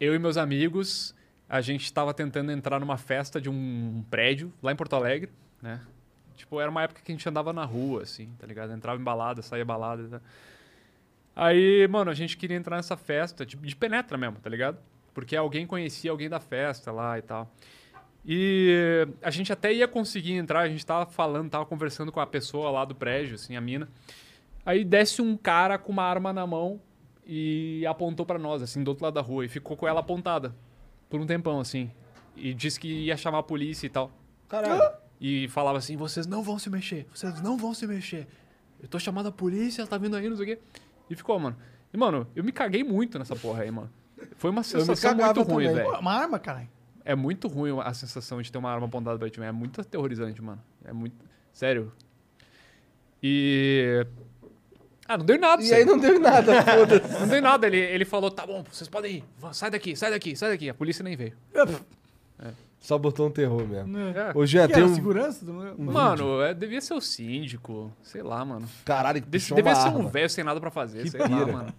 [SPEAKER 3] eu e meus amigos, a gente estava tentando entrar numa festa de um prédio lá em Porto Alegre, né? Tipo, era uma época que a gente andava na rua, assim, tá ligado? Entrava em balada, saía balada. Tá? Aí, mano, a gente queria entrar nessa festa, tipo, de penetra mesmo, tá ligado? Porque alguém conhecia alguém da festa lá e tal. E a gente até ia conseguir entrar, a gente tava falando, tava conversando com a pessoa lá do prédio, assim, a mina. Aí desce um cara com uma arma na mão e apontou pra nós, assim, do outro lado da rua. E ficou com ela apontada por um tempão, assim. E disse que ia chamar a polícia e tal.
[SPEAKER 1] Caralho.
[SPEAKER 3] E falava assim, vocês não vão se mexer, vocês não vão se mexer. Eu tô chamando a polícia, ela tá vindo aí, não sei o quê. E ficou, mano. E, mano, eu me caguei muito nessa porra aí, mano. Foi uma sensação muito ruim, velho.
[SPEAKER 2] Pô, Uma arma, caralho.
[SPEAKER 3] É muito ruim a sensação de ter uma arma apontada pra ti. mano. É muito aterrorizante, mano. É muito. Sério. E. Ah, não deu em nada.
[SPEAKER 1] E
[SPEAKER 3] sério.
[SPEAKER 1] aí não deu em nada, foda-se.
[SPEAKER 3] Não deu em nada. Ele, ele falou: tá bom, vocês podem ir. Vá, Sai daqui, sai daqui, sai daqui. A polícia nem veio.
[SPEAKER 1] Só botou um terror mesmo.
[SPEAKER 3] É.
[SPEAKER 1] Ô, Jean,
[SPEAKER 3] Que
[SPEAKER 1] tem
[SPEAKER 3] era
[SPEAKER 1] um...
[SPEAKER 3] segurança
[SPEAKER 2] do-
[SPEAKER 3] Mano, é, devia ser o síndico. Sei lá, mano.
[SPEAKER 1] Caralho, que
[SPEAKER 3] Deve,
[SPEAKER 1] puxou
[SPEAKER 3] devia
[SPEAKER 1] uma
[SPEAKER 3] ser um
[SPEAKER 1] arma.
[SPEAKER 3] velho sem nada pra fazer,
[SPEAKER 1] Que
[SPEAKER 3] sei lá,
[SPEAKER 1] pira.
[SPEAKER 3] mano.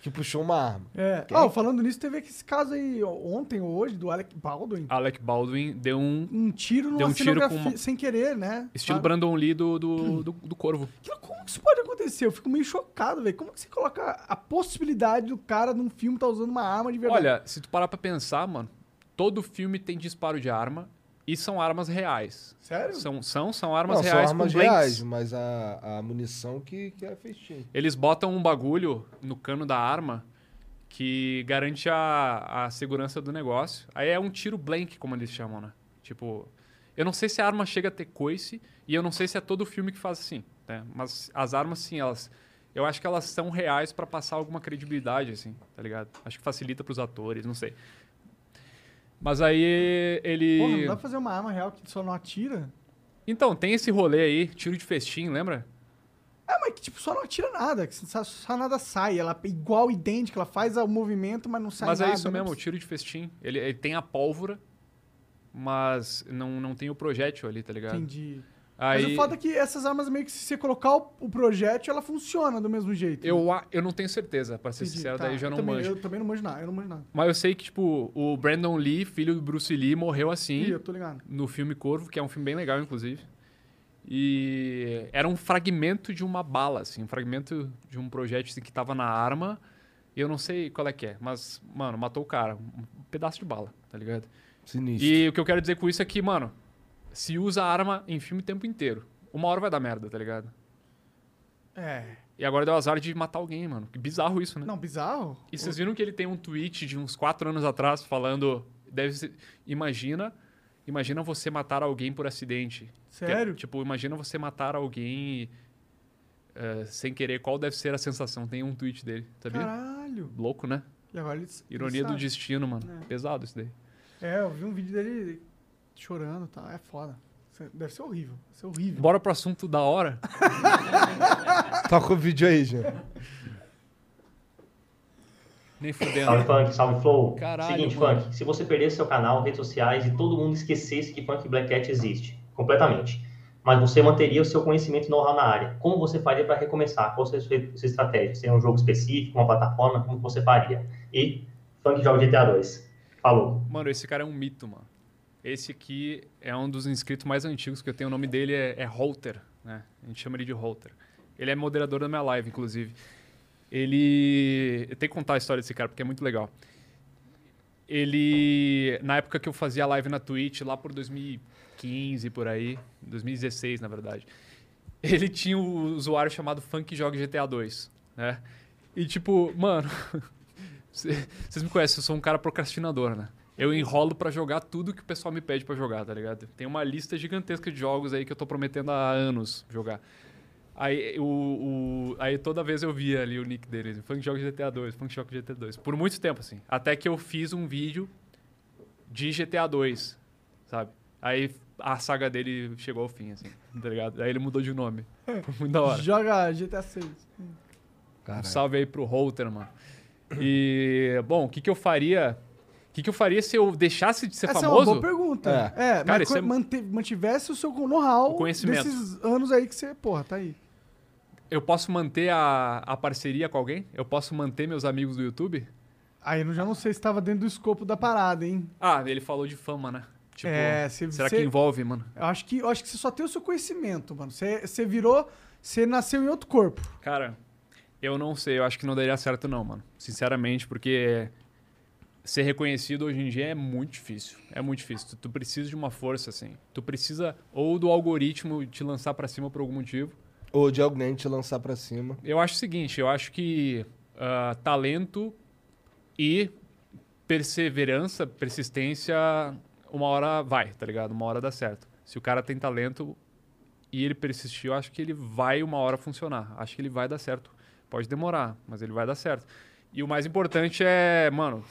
[SPEAKER 1] que puxou uma arma.
[SPEAKER 2] É.
[SPEAKER 1] Quem?
[SPEAKER 2] Ah, falando nisso, teve esse caso aí ontem ou hoje do Alec Baldwin.
[SPEAKER 3] Alec Baldwin deu um.
[SPEAKER 2] Um tiro
[SPEAKER 3] Deu
[SPEAKER 2] numa
[SPEAKER 3] um tiro com
[SPEAKER 2] cenografia
[SPEAKER 3] uma,
[SPEAKER 2] sem querer, né?
[SPEAKER 3] Estilo
[SPEAKER 2] Sabe?
[SPEAKER 3] Brandon Lee
[SPEAKER 1] [clears throat]
[SPEAKER 3] do, do, do, do Corvo.
[SPEAKER 2] Como que isso pode acontecer? Eu fico meio chocado, velho. Como que você coloca a possibilidade do cara num filme tá usando uma arma de verdade?
[SPEAKER 3] Olha, se tu parar pra pensar, mano, todo filme tem disparo de arma e são armas reais.
[SPEAKER 2] Sério?
[SPEAKER 3] São, são, são armas
[SPEAKER 1] Não,
[SPEAKER 3] reais
[SPEAKER 1] são armas
[SPEAKER 3] com blanks.
[SPEAKER 1] reais, mas a, a munição que, que é feitinha.
[SPEAKER 3] Eles botam um bagulho no cano da arma que garante a, a segurança do negócio. Aí é um tiro blank, como eles chamam, né? Tipo, eu não sei se a arma chega a ter coice e eu não sei se é todo filme que faz assim, né? Mas as armas, sim, elas... Eu acho que elas são reais pra passar alguma credibilidade, assim, tá ligado? Acho que facilita pros atores, não sei. Mas aí ele...
[SPEAKER 2] Porra, não dá pra fazer uma arma real que só não atira?
[SPEAKER 3] Então, tem esse rolê aí, tiro de festim, lembra?
[SPEAKER 2] É, mas que tipo, só não atira nada, que só, só nada sai. Ela é igual, idêntica, ela faz o movimento, mas não sai
[SPEAKER 3] mas
[SPEAKER 2] nada.
[SPEAKER 3] é isso
[SPEAKER 2] não
[SPEAKER 3] mesmo, o
[SPEAKER 2] precisa-
[SPEAKER 3] tiro de festim. Ele, ele tem a pólvora, mas não, não tem o projétil ali, tá ligado?
[SPEAKER 2] Entendi.
[SPEAKER 3] Aí,
[SPEAKER 2] Mas o foda é que essas armas meio que se você colocar o, o projétil, ela funciona do mesmo jeito.
[SPEAKER 3] eu, a- eu não tenho certeza, pra ser
[SPEAKER 2] Entendi,
[SPEAKER 3] sincero,
[SPEAKER 2] tá.
[SPEAKER 3] daí eu já não
[SPEAKER 2] também,
[SPEAKER 3] manjo.
[SPEAKER 2] Eu também não manjo nada, eu não manjo nada.
[SPEAKER 3] Mas eu sei que, tipo, o Brandon Lee, filho do Bruce Lee, morreu assim.
[SPEAKER 2] Ih, eu tô ligado.
[SPEAKER 3] No filme Corvo, que é um filme bem legal, inclusive. E era um fragmento de uma bala, assim, um fragmento de um projétil assim, que tava na arma. Eu não sei qual é que é, mas, mano, matou o cara. Um pedaço de bala, tá ligado?
[SPEAKER 1] Sinistro.
[SPEAKER 3] E o que eu quero dizer com isso é que, mano, se usa arma em filme o tempo inteiro. Uma hora vai dar merda, tá ligado?
[SPEAKER 2] É.
[SPEAKER 3] E agora deu azar de matar alguém, mano. Que bizarro isso, né?
[SPEAKER 2] Não, bizarro.
[SPEAKER 3] E vocês viram que ele tem um tweet de uns 4 anos atrás falando. Deve ser- imagina. Imagina você matar alguém por acidente. Que é,
[SPEAKER 2] Sério?
[SPEAKER 3] tipo, imagina você matar alguém eh, sem querer. Qual deve ser a sensação? Tem um tweet dele, sabia?
[SPEAKER 2] Caralho.
[SPEAKER 3] Louco, né?
[SPEAKER 2] E agora ele s- ele
[SPEAKER 3] Ironia do
[SPEAKER 2] sabe.
[SPEAKER 3] destino, mano.
[SPEAKER 2] É.
[SPEAKER 3] Pesado isso daí.
[SPEAKER 2] É, eu vi um vídeo dele chorando e tal. É foda. Isso Deve ser horrível. Deve ser horrível.
[SPEAKER 3] Bora pro assunto da hora.
[SPEAKER 1] Toca Tá o vídeo aí, Jean.
[SPEAKER 3] Nem fudendo.
[SPEAKER 10] Salve Funk, salve Flow.
[SPEAKER 3] Caralho,
[SPEAKER 10] Seguinte,
[SPEAKER 3] mano.
[SPEAKER 10] Funk, se você perdesse seu canal, redes sociais e todo mundo esquecesse que Funk Black Cat existe, completamente, mas você manteria o seu conhecimento e know-how na área, como você faria para recomeçar? Qual seria a sua, sua estratégia? Seria um jogo específico, uma plataforma? Como você faria? E Funk joga GTA 2. Falou.
[SPEAKER 3] Mano, esse cara é um mito, mano. Esse aqui é um dos inscritos mais antigos que eu tenho. O nome dele é, é Holter, né? A gente chama ele de Holter. Ele é moderador da minha live, inclusive. Ele. Eu tenho que contar a história desse cara porque é muito legal. Ele. Na época que eu fazia live na Twitch, lá por 2015 por aí, 2016 na verdade, ele tinha um usuário chamado Funk Joga GTA 2, né? E tipo, mano. [laughs] cê- Vocês me conhecem, eu sou um cara procrastinador, né? Eu enrolo pra jogar tudo que o pessoal me pede pra jogar, tá ligado? Tem uma lista gigantesca de jogos aí que eu tô prometendo há anos jogar. Aí, o, o- aí toda vez eu via ali o nick dele, Funk Joga GTA 2, Funk Joga GTA 2. Por muito tempo, assim. Até que eu fiz um vídeo de GTA 2, sabe? Aí a saga dele chegou ao fim, assim, tá ligado? Aí ele mudou de nome. Foi muito da hora.
[SPEAKER 2] Joga GTA 6.
[SPEAKER 3] Um salve aí pro Holter, mano. E, [clears throat] bom, o que, que eu faria? O que, que eu faria se eu deixasse de ser
[SPEAKER 2] Essa é
[SPEAKER 3] famoso?
[SPEAKER 2] uma boa pergunta. É,
[SPEAKER 3] Cara,
[SPEAKER 2] mas
[SPEAKER 3] isso
[SPEAKER 2] co-
[SPEAKER 3] é-
[SPEAKER 2] mante- mantivesse o seu know-how
[SPEAKER 3] O conhecimento.
[SPEAKER 2] desses anos aí que você, porra, tá aí.
[SPEAKER 3] eu posso manter a, a parceria com alguém? Eu posso manter meus amigos do YouTube?
[SPEAKER 2] Aí eu já não sei se tava dentro do escopo da parada, hein?
[SPEAKER 3] Ah, ele falou de fama, né? Tipo,
[SPEAKER 2] É, se-
[SPEAKER 3] será
[SPEAKER 2] se-
[SPEAKER 3] que envolve, mano?
[SPEAKER 2] Eu acho que, eu acho que você só tem o seu conhecimento, mano. Você, você virou, você nasceu em outro corpo.
[SPEAKER 3] Cara, eu não sei, eu acho que não daria certo não, mano. Sinceramente, porque ser reconhecido hoje em dia é muito difícil. É muito difícil. Tu, tu precisa de uma força, assim. Tu precisa ou do algoritmo te lançar pra cima por algum motivo.
[SPEAKER 1] Ou de alguém te lançar pra cima.
[SPEAKER 3] Eu acho o seguinte, eu acho que ah, talento e perseverança, persistência, uma hora vai, tá ligado? Uma hora dá certo. Se o cara tem talento e ele persistir, eu acho que ele vai uma hora funcionar. Acho que ele vai dar certo. Pode demorar, mas ele vai dar certo. E o mais importante é, mano,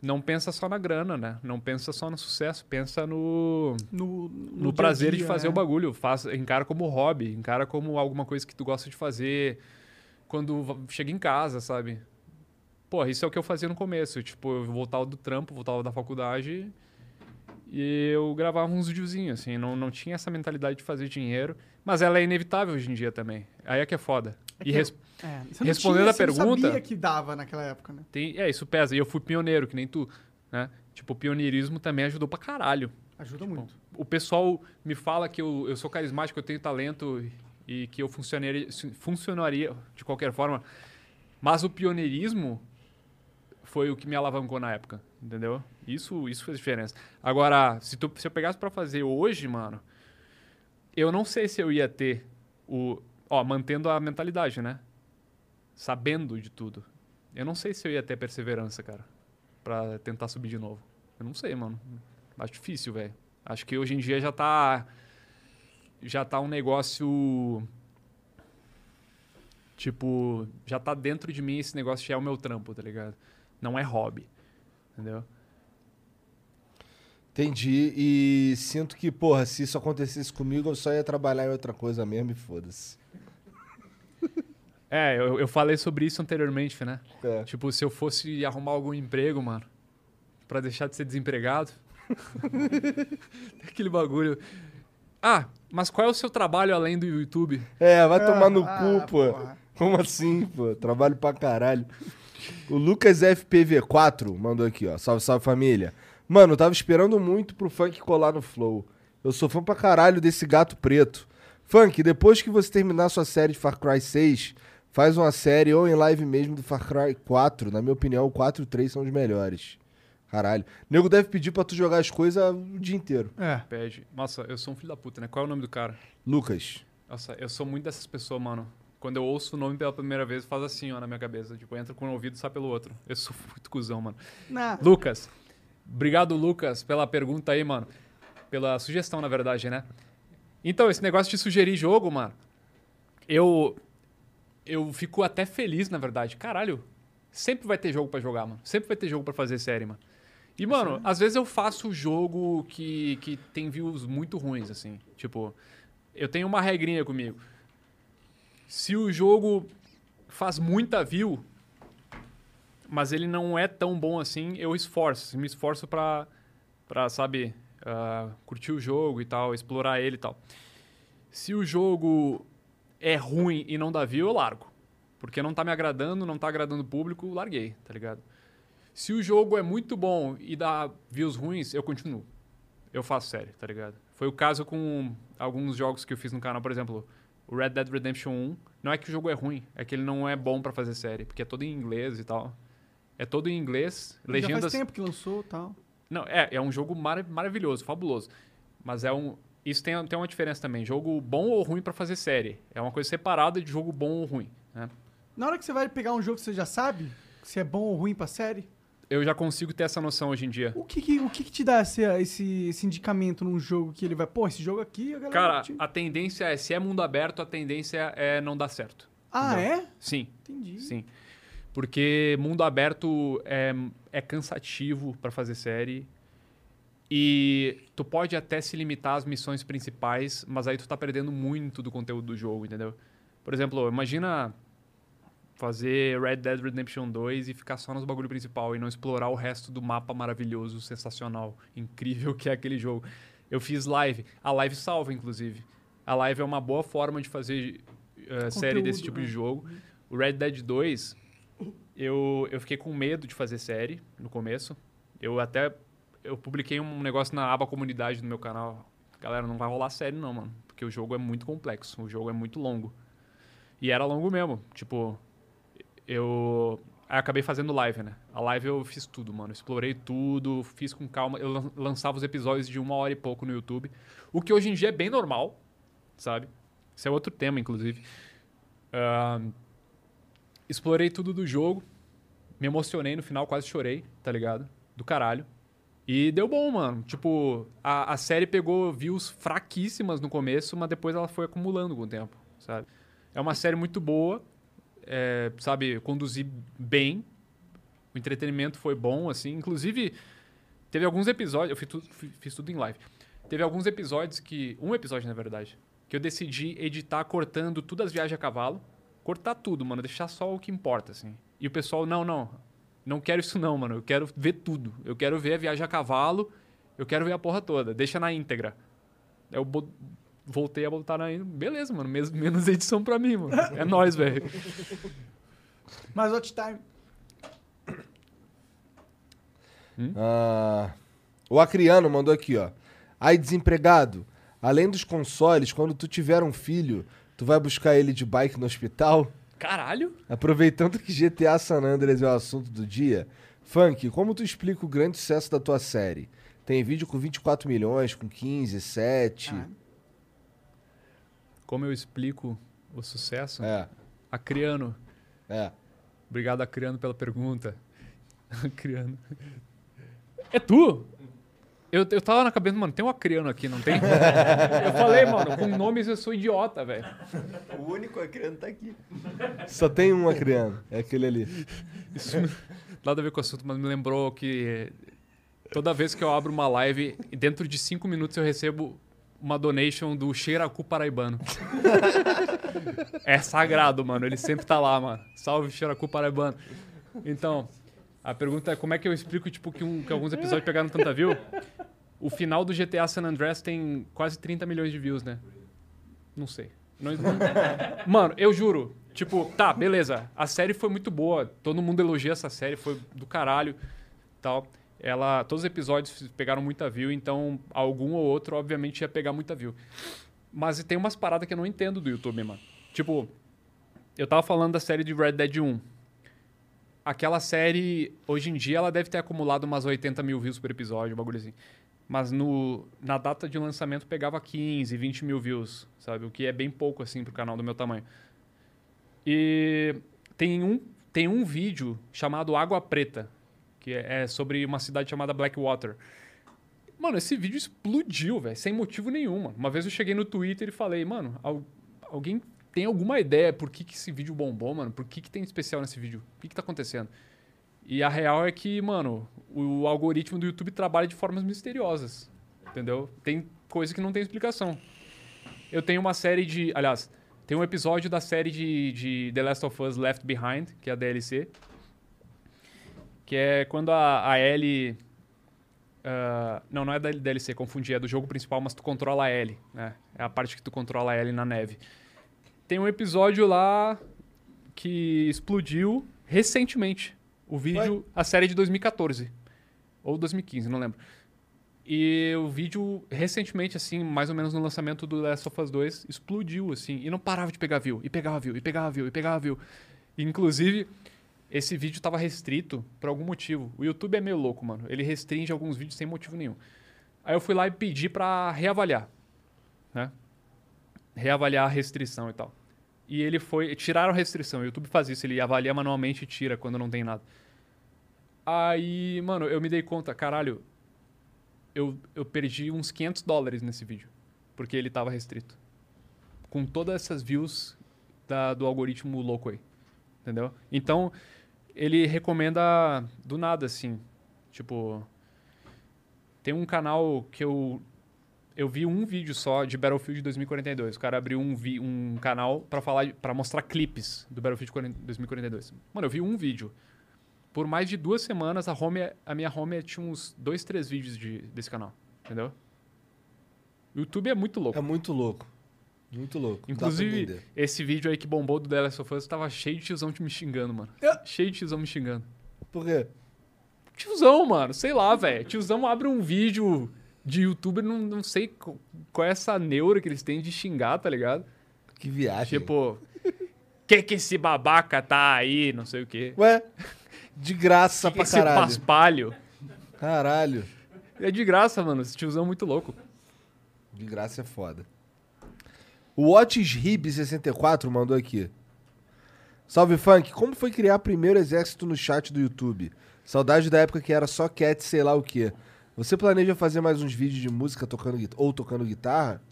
[SPEAKER 3] não pensa só na grana, né? Não pensa só no sucesso, pensa no
[SPEAKER 2] no, dia a
[SPEAKER 3] prazer de
[SPEAKER 2] dia,
[SPEAKER 3] fazer
[SPEAKER 2] né?
[SPEAKER 3] o bagulho. Faz, encara como hobby, encara como alguma coisa que tu gosta de fazer quando va- chega em casa, sabe? Pô, isso é o que eu fazia no começo. Tipo, eu voltava do trampo, voltava da faculdade e eu gravava uns videozinhos, assim. Não, não tinha essa mentalidade de fazer dinheiro. Mas ela é inevitável hoje em dia também. Aí é que é foda. E
[SPEAKER 2] que
[SPEAKER 3] res-
[SPEAKER 2] eu- é, você não
[SPEAKER 3] respondendo
[SPEAKER 2] tinha-
[SPEAKER 3] a
[SPEAKER 2] você não
[SPEAKER 3] pergunta.
[SPEAKER 2] sabia que dava naquela época, né?
[SPEAKER 3] Tem- é, isso pesa. E eu fui pioneiro, que nem tu, né? Tipo, o pioneirismo também ajudou pra caralho.
[SPEAKER 2] Ajuda
[SPEAKER 3] Tipo,
[SPEAKER 2] muito.
[SPEAKER 3] O pessoal me fala que eu, eu sou carismático, eu tenho talento e que eu funcionaria, funcionaria de qualquer forma. Mas o pioneirismo foi o que me alavancou na época, entendeu? Isso, isso fez diferença. Agora, se, tu, se eu pegasse pra fazer hoje, mano, eu não sei se eu ia ter o. Ó, mantendo a mentalidade, né? Sabendo de tudo. Eu não sei se eu ia ter perseverança, cara. Pra tentar subir de novo. Eu não sei, mano. Acho difícil, velho. Acho que hoje em dia já tá. Já tá um negócio. Tipo, já tá dentro de mim esse negócio já é o meu trampo, tá ligado? Não é hobby. Entendeu?
[SPEAKER 1] Entendi. E sinto que, porra, se isso acontecesse comigo, eu só ia trabalhar em outra coisa mesmo e foda-se.
[SPEAKER 3] É, eu, eu falei sobre isso anteriormente, né? Tipo, se eu fosse arrumar algum emprego, mano, pra deixar de ser desempregado. [laughs] aquele bagulho. Ah, mas qual é o seu trabalho além do YouTube?
[SPEAKER 1] É, vai tomar no
[SPEAKER 3] Ah,
[SPEAKER 1] cu, pô. Como assim, pô? Trabalho pra caralho. O Lucas FPV4 mandou aqui, ó. Salve, salve família. Mano, eu tava esperando muito pro funk colar no Flow. Eu sou fã pra caralho desse gato preto. Funk, depois que você terminar sua série de Far Cry 6, faz uma série ou em live mesmo do Far Cry 4. Na minha opinião, o 4 e o 3 são os melhores. Caralho. Nego deve pedir pra tu jogar as coisas o dia inteiro.
[SPEAKER 2] É.
[SPEAKER 3] Pede. Nossa, eu sou um filho da puta, né? Qual é o nome do cara?
[SPEAKER 1] Lucas.
[SPEAKER 3] Nossa, eu sou muito dessas pessoas, mano. Quando eu ouço o nome pela primeira vez, faz assim, ó, na minha cabeça. Tipo, entra com um ouvido e sai pelo outro. Eu sou [laughs] muito cuzão, mano.
[SPEAKER 2] Não.
[SPEAKER 3] Lucas. Obrigado, Lucas, pela pergunta aí, mano. Pela sugestão, na verdade, né? Então, esse negócio de sugerir jogo, mano. Eu. Eu fico até feliz, na verdade. Caralho. Sempre vai ter jogo pra jogar, mano. Sempre vai ter jogo pra fazer série, mano. E, mano, às vezes eu faço jogo que, que tem views muito ruins, assim. Tipo, eu tenho uma regrinha comigo. Se o jogo faz muita view, mas ele não é tão bom assim, eu esforço, me esforço pra, pra sabe, ah, curtir o jogo e tal, explorar ele e tal. Se o jogo é ruim e não dá view, eu largo. Porque não tá me agradando, não tá agradando o público, larguei, tá ligado? Se o jogo é muito bom e dá views ruins, eu continuo. Eu faço série, tá ligado? Foi o caso com alguns jogos que eu fiz no canal, por exemplo, o Red Dead Redemption 1. Não é que o jogo é ruim, é que ele não é bom pra fazer série, porque é todo em inglês e tal. É todo em inglês,
[SPEAKER 2] Já
[SPEAKER 3] legendas.
[SPEAKER 2] faz tempo que lançou e tal.
[SPEAKER 3] Não, é, é um jogo mara- maravilhoso, fabuloso. Mas é um. Isso tem, tem uma diferença também. Jogo bom ou ruim pra fazer série. É uma coisa separada de jogo bom ou ruim. Né?
[SPEAKER 2] Na hora que você vai pegar um jogo que você já sabe se é bom ou ruim pra série,
[SPEAKER 3] Eu já consigo ter essa noção hoje em dia.
[SPEAKER 2] o que, que- o que, que te dá esse, esse, esse indicamento num jogo que ele vai, pô, esse jogo aqui, a galera.
[SPEAKER 3] Cara,
[SPEAKER 2] te-
[SPEAKER 3] a tendência é, se é mundo aberto, a tendência é não dar certo.
[SPEAKER 2] Ah, é?
[SPEAKER 3] Sim. Entendi. Sim. Porque mundo aberto é, é cansativo pra fazer série. E tu pode até se limitar às missões principais, mas aí tu tá perdendo muito do conteúdo do jogo, entendeu? Por exemplo, imagina fazer Red Dead Redemption 2 e ficar só nos bagulho principal e não explorar o resto do mapa maravilhoso, sensacional, incrível que é aquele jogo. Eu fiz live, a live salva inclusive. A live é uma boa forma de fazer eh, série desse tipo
[SPEAKER 6] né?
[SPEAKER 3] de jogo. O Red Dead 2, eu, eu fiquei com medo de fazer série no começo. Eu até eu publiquei um negócio na aba comunidade do meu canal. Galera, não vai rolar série não, mano, porque o jogo é muito complexo, o jogo é muito longo. E era longo mesmo. Tipo, eu aí acabei fazendo live, né? A live eu fiz tudo, mano. Explorei tudo, fiz com calma. Eu lan- lançava os episódios de uma hora e pouco no YouTube. O que hoje em dia é bem normal, sabe? Isso é outro tema, inclusive. Ahn, explorei tudo do jogo. Me emocionei no final, quase chorei, tá ligado? Do caralho. E deu bom, mano. Tipo, a, a série pegou views fraquíssimas no começo, mas depois ela foi acumulando com o tempo, sabe? É uma série muito boa, é, sabe? Conduzir bem. O entretenimento foi bom, assim. Inclusive, teve alguns episódios. Eu fiz tudo, fi- fiz tudo em live. Teve alguns episódios que. Um episódio, na verdade. Que eu decidi editar cortando tudo as viagens a cavalo. Cortar tudo, mano. Deixar só o que importa, assim. E o pessoal, não, não. Não quero isso, não, mano. Eu quero ver tudo. Eu quero ver a viagem a cavalo. Eu quero ver a porra toda. Deixa na íntegra. Eu bo- voltei a botar ainda. Beleza, mano. mes- menos [laughs] edição pra mim, mano. É nóis, velho.
[SPEAKER 2] Mas Hot Time.
[SPEAKER 1] Ah, o Acriano mandou aqui, ó. Ai, desempregado, além dos consoles, quando tu tiver um filho, tu vai buscar ele de bike no hospital?
[SPEAKER 3] Caralho?
[SPEAKER 1] Aproveitando que GTA San Andreas é o assunto do dia, Funk, como tu explica o grande sucesso da tua série? Tem vídeo com 24 milhões, com 15, 7.
[SPEAKER 3] Ah, Como eu explico o sucesso?
[SPEAKER 1] É.
[SPEAKER 3] Acriano.
[SPEAKER 1] É.
[SPEAKER 3] Obrigado, Acriano, pela pergunta. [laughs] Acriano. É tu? Eu, eu tava na cabeça, mano, tem um Acriano aqui, não tem? [laughs] eu falei, mano, com nomes eu sou idiota, velho.
[SPEAKER 4] O único acriano tá aqui.
[SPEAKER 1] Só tem um Acriano, é aquele ali.
[SPEAKER 3] Isso não- nada a ver com o assunto, mas me lembrou que eh, toda vez que eu abro uma live, dentro de cinco minutos eu recebo uma donation do Xeracu Paraibano. [laughs] é sagrado, mano. Ele sempre tá lá, mano. Salve, Xeracu Paraibano. Então, a pergunta é como é que eu explico tipo, que, um- que alguns episódios pegaram tanta view? O final do GTA San Andreas tem quase 30 milhões de views, né? Não sei. Não- não- Mano, eu juro. Tipo, tá, beleza. A série foi muito boa. Todo mundo elogia essa série, foi do caralho. Tal. Ela, todos os episódios pegaram muita view, então algum ou outro, obviamente, ia pegar muita view. Mas tem umas paradas que eu não entendo do YouTube, mano. Tipo, eu tava falando da série de Red Dead 1. Aquela série, hoje em dia, ela deve ter acumulado umas 80 mil views por episódio, um bagulho assim. Mas no, na data de lançamento pegava 15, 20 mil views, sabe? O que é bem pouco, assim, pro canal do meu tamanho. E tem um, tem um vídeo chamado Água Preta, que é é sobre uma cidade chamada Blackwater. Mano, esse vídeo explodiu, velho, sem motivo nenhum, mano. Uma vez eu cheguei no Twitter e falei, mano, al- alguém tem alguma ideia por que, que esse vídeo bombou, mano? Por que, que tem de especial nesse vídeo? O que, que tá acontecendo? E a real é que, mano, o algoritmo do YouTube trabalha de formas misteriosas, entendeu? Tem coisa que não tem explicação. Eu tenho uma série de. Aliás, tem um episódio da série de, de The Last of Us Left Behind, que é a DLC. Que é quando a, a Ellie. ah, não, não é da DLC, confundi, é do jogo principal, mas tu controla a Ellie, né? É a parte que tu controla a Ellie na neve. Tem um episódio lá que explodiu recentemente. O vídeo, a série de 2014. Ou 2015, não lembro. E o vídeo, recentemente, assim, mais ou menos no lançamento do Last of Us 2, explodiu, assim, e não parava de pegar view, e pegava view, e pegava view, e pegava view. Inclusive, esse vídeo estava restrito por algum motivo. O YouTube é meio louco, mano. Ele restringe alguns vídeos sem motivo nenhum. Aí eu fui lá e pedi pra reavaliar, né? Reavaliar a restrição e tal. E ele foi. Tiraram a restrição. O YouTube faz isso, ele avalia manualmente e tira quando não tem nada. Aí, mano, eu me dei conta, caralho, eu, eu perdi uns 500 dólares nesse vídeo. Porque ele tava restrito. Com todas essas views da- do algoritmo louco aí. Entendeu? Então, ele recomenda do nada, assim. Tipo. Tem um canal que eu. Eu vi um vídeo só de Battlefield 2042. O cara abriu um, vi, um canal pra falar para mostrar clipes do Battlefield 40 2042. Mano, eu vi um vídeo. Por mais de duas semanas, a, home, a minha home tinha uns dois, três vídeos de- desse canal. Entendeu? O YouTube é muito louco.
[SPEAKER 1] É muito louco. Muito louco. Dá pra
[SPEAKER 3] Inclusive,
[SPEAKER 1] entender.
[SPEAKER 3] esse vídeo aí que bombou do The Last of Us tava cheio de tiozão te me xingando, mano. Cheio de tiozão me xingando.
[SPEAKER 1] Por quê?
[SPEAKER 3] Tiozão, mano, sei lá, velho. Tiozão abre um vídeo de youtuber, não, não sei co- qual é essa neura que eles têm de xingar, tá ligado?
[SPEAKER 1] Que viagem.
[SPEAKER 3] Tipo, que que esse babaca tá aí, não sei o quê.
[SPEAKER 1] Ué, de graça
[SPEAKER 3] que
[SPEAKER 1] pra
[SPEAKER 3] esse
[SPEAKER 1] caralho.
[SPEAKER 3] paspalho.
[SPEAKER 1] Caralho.
[SPEAKER 3] É de graça, mano. Esse tiozão é muito louco.
[SPEAKER 1] De graça é foda. O Otis Rib 64 mandou aqui. Salve Funk, como foi criar primeiro exército no chat do YouTube? Saudade da época que era só cat, sei lá o quê. Você planeja fazer mais uns vídeos de música tocando guitarra ou tocando guitarra?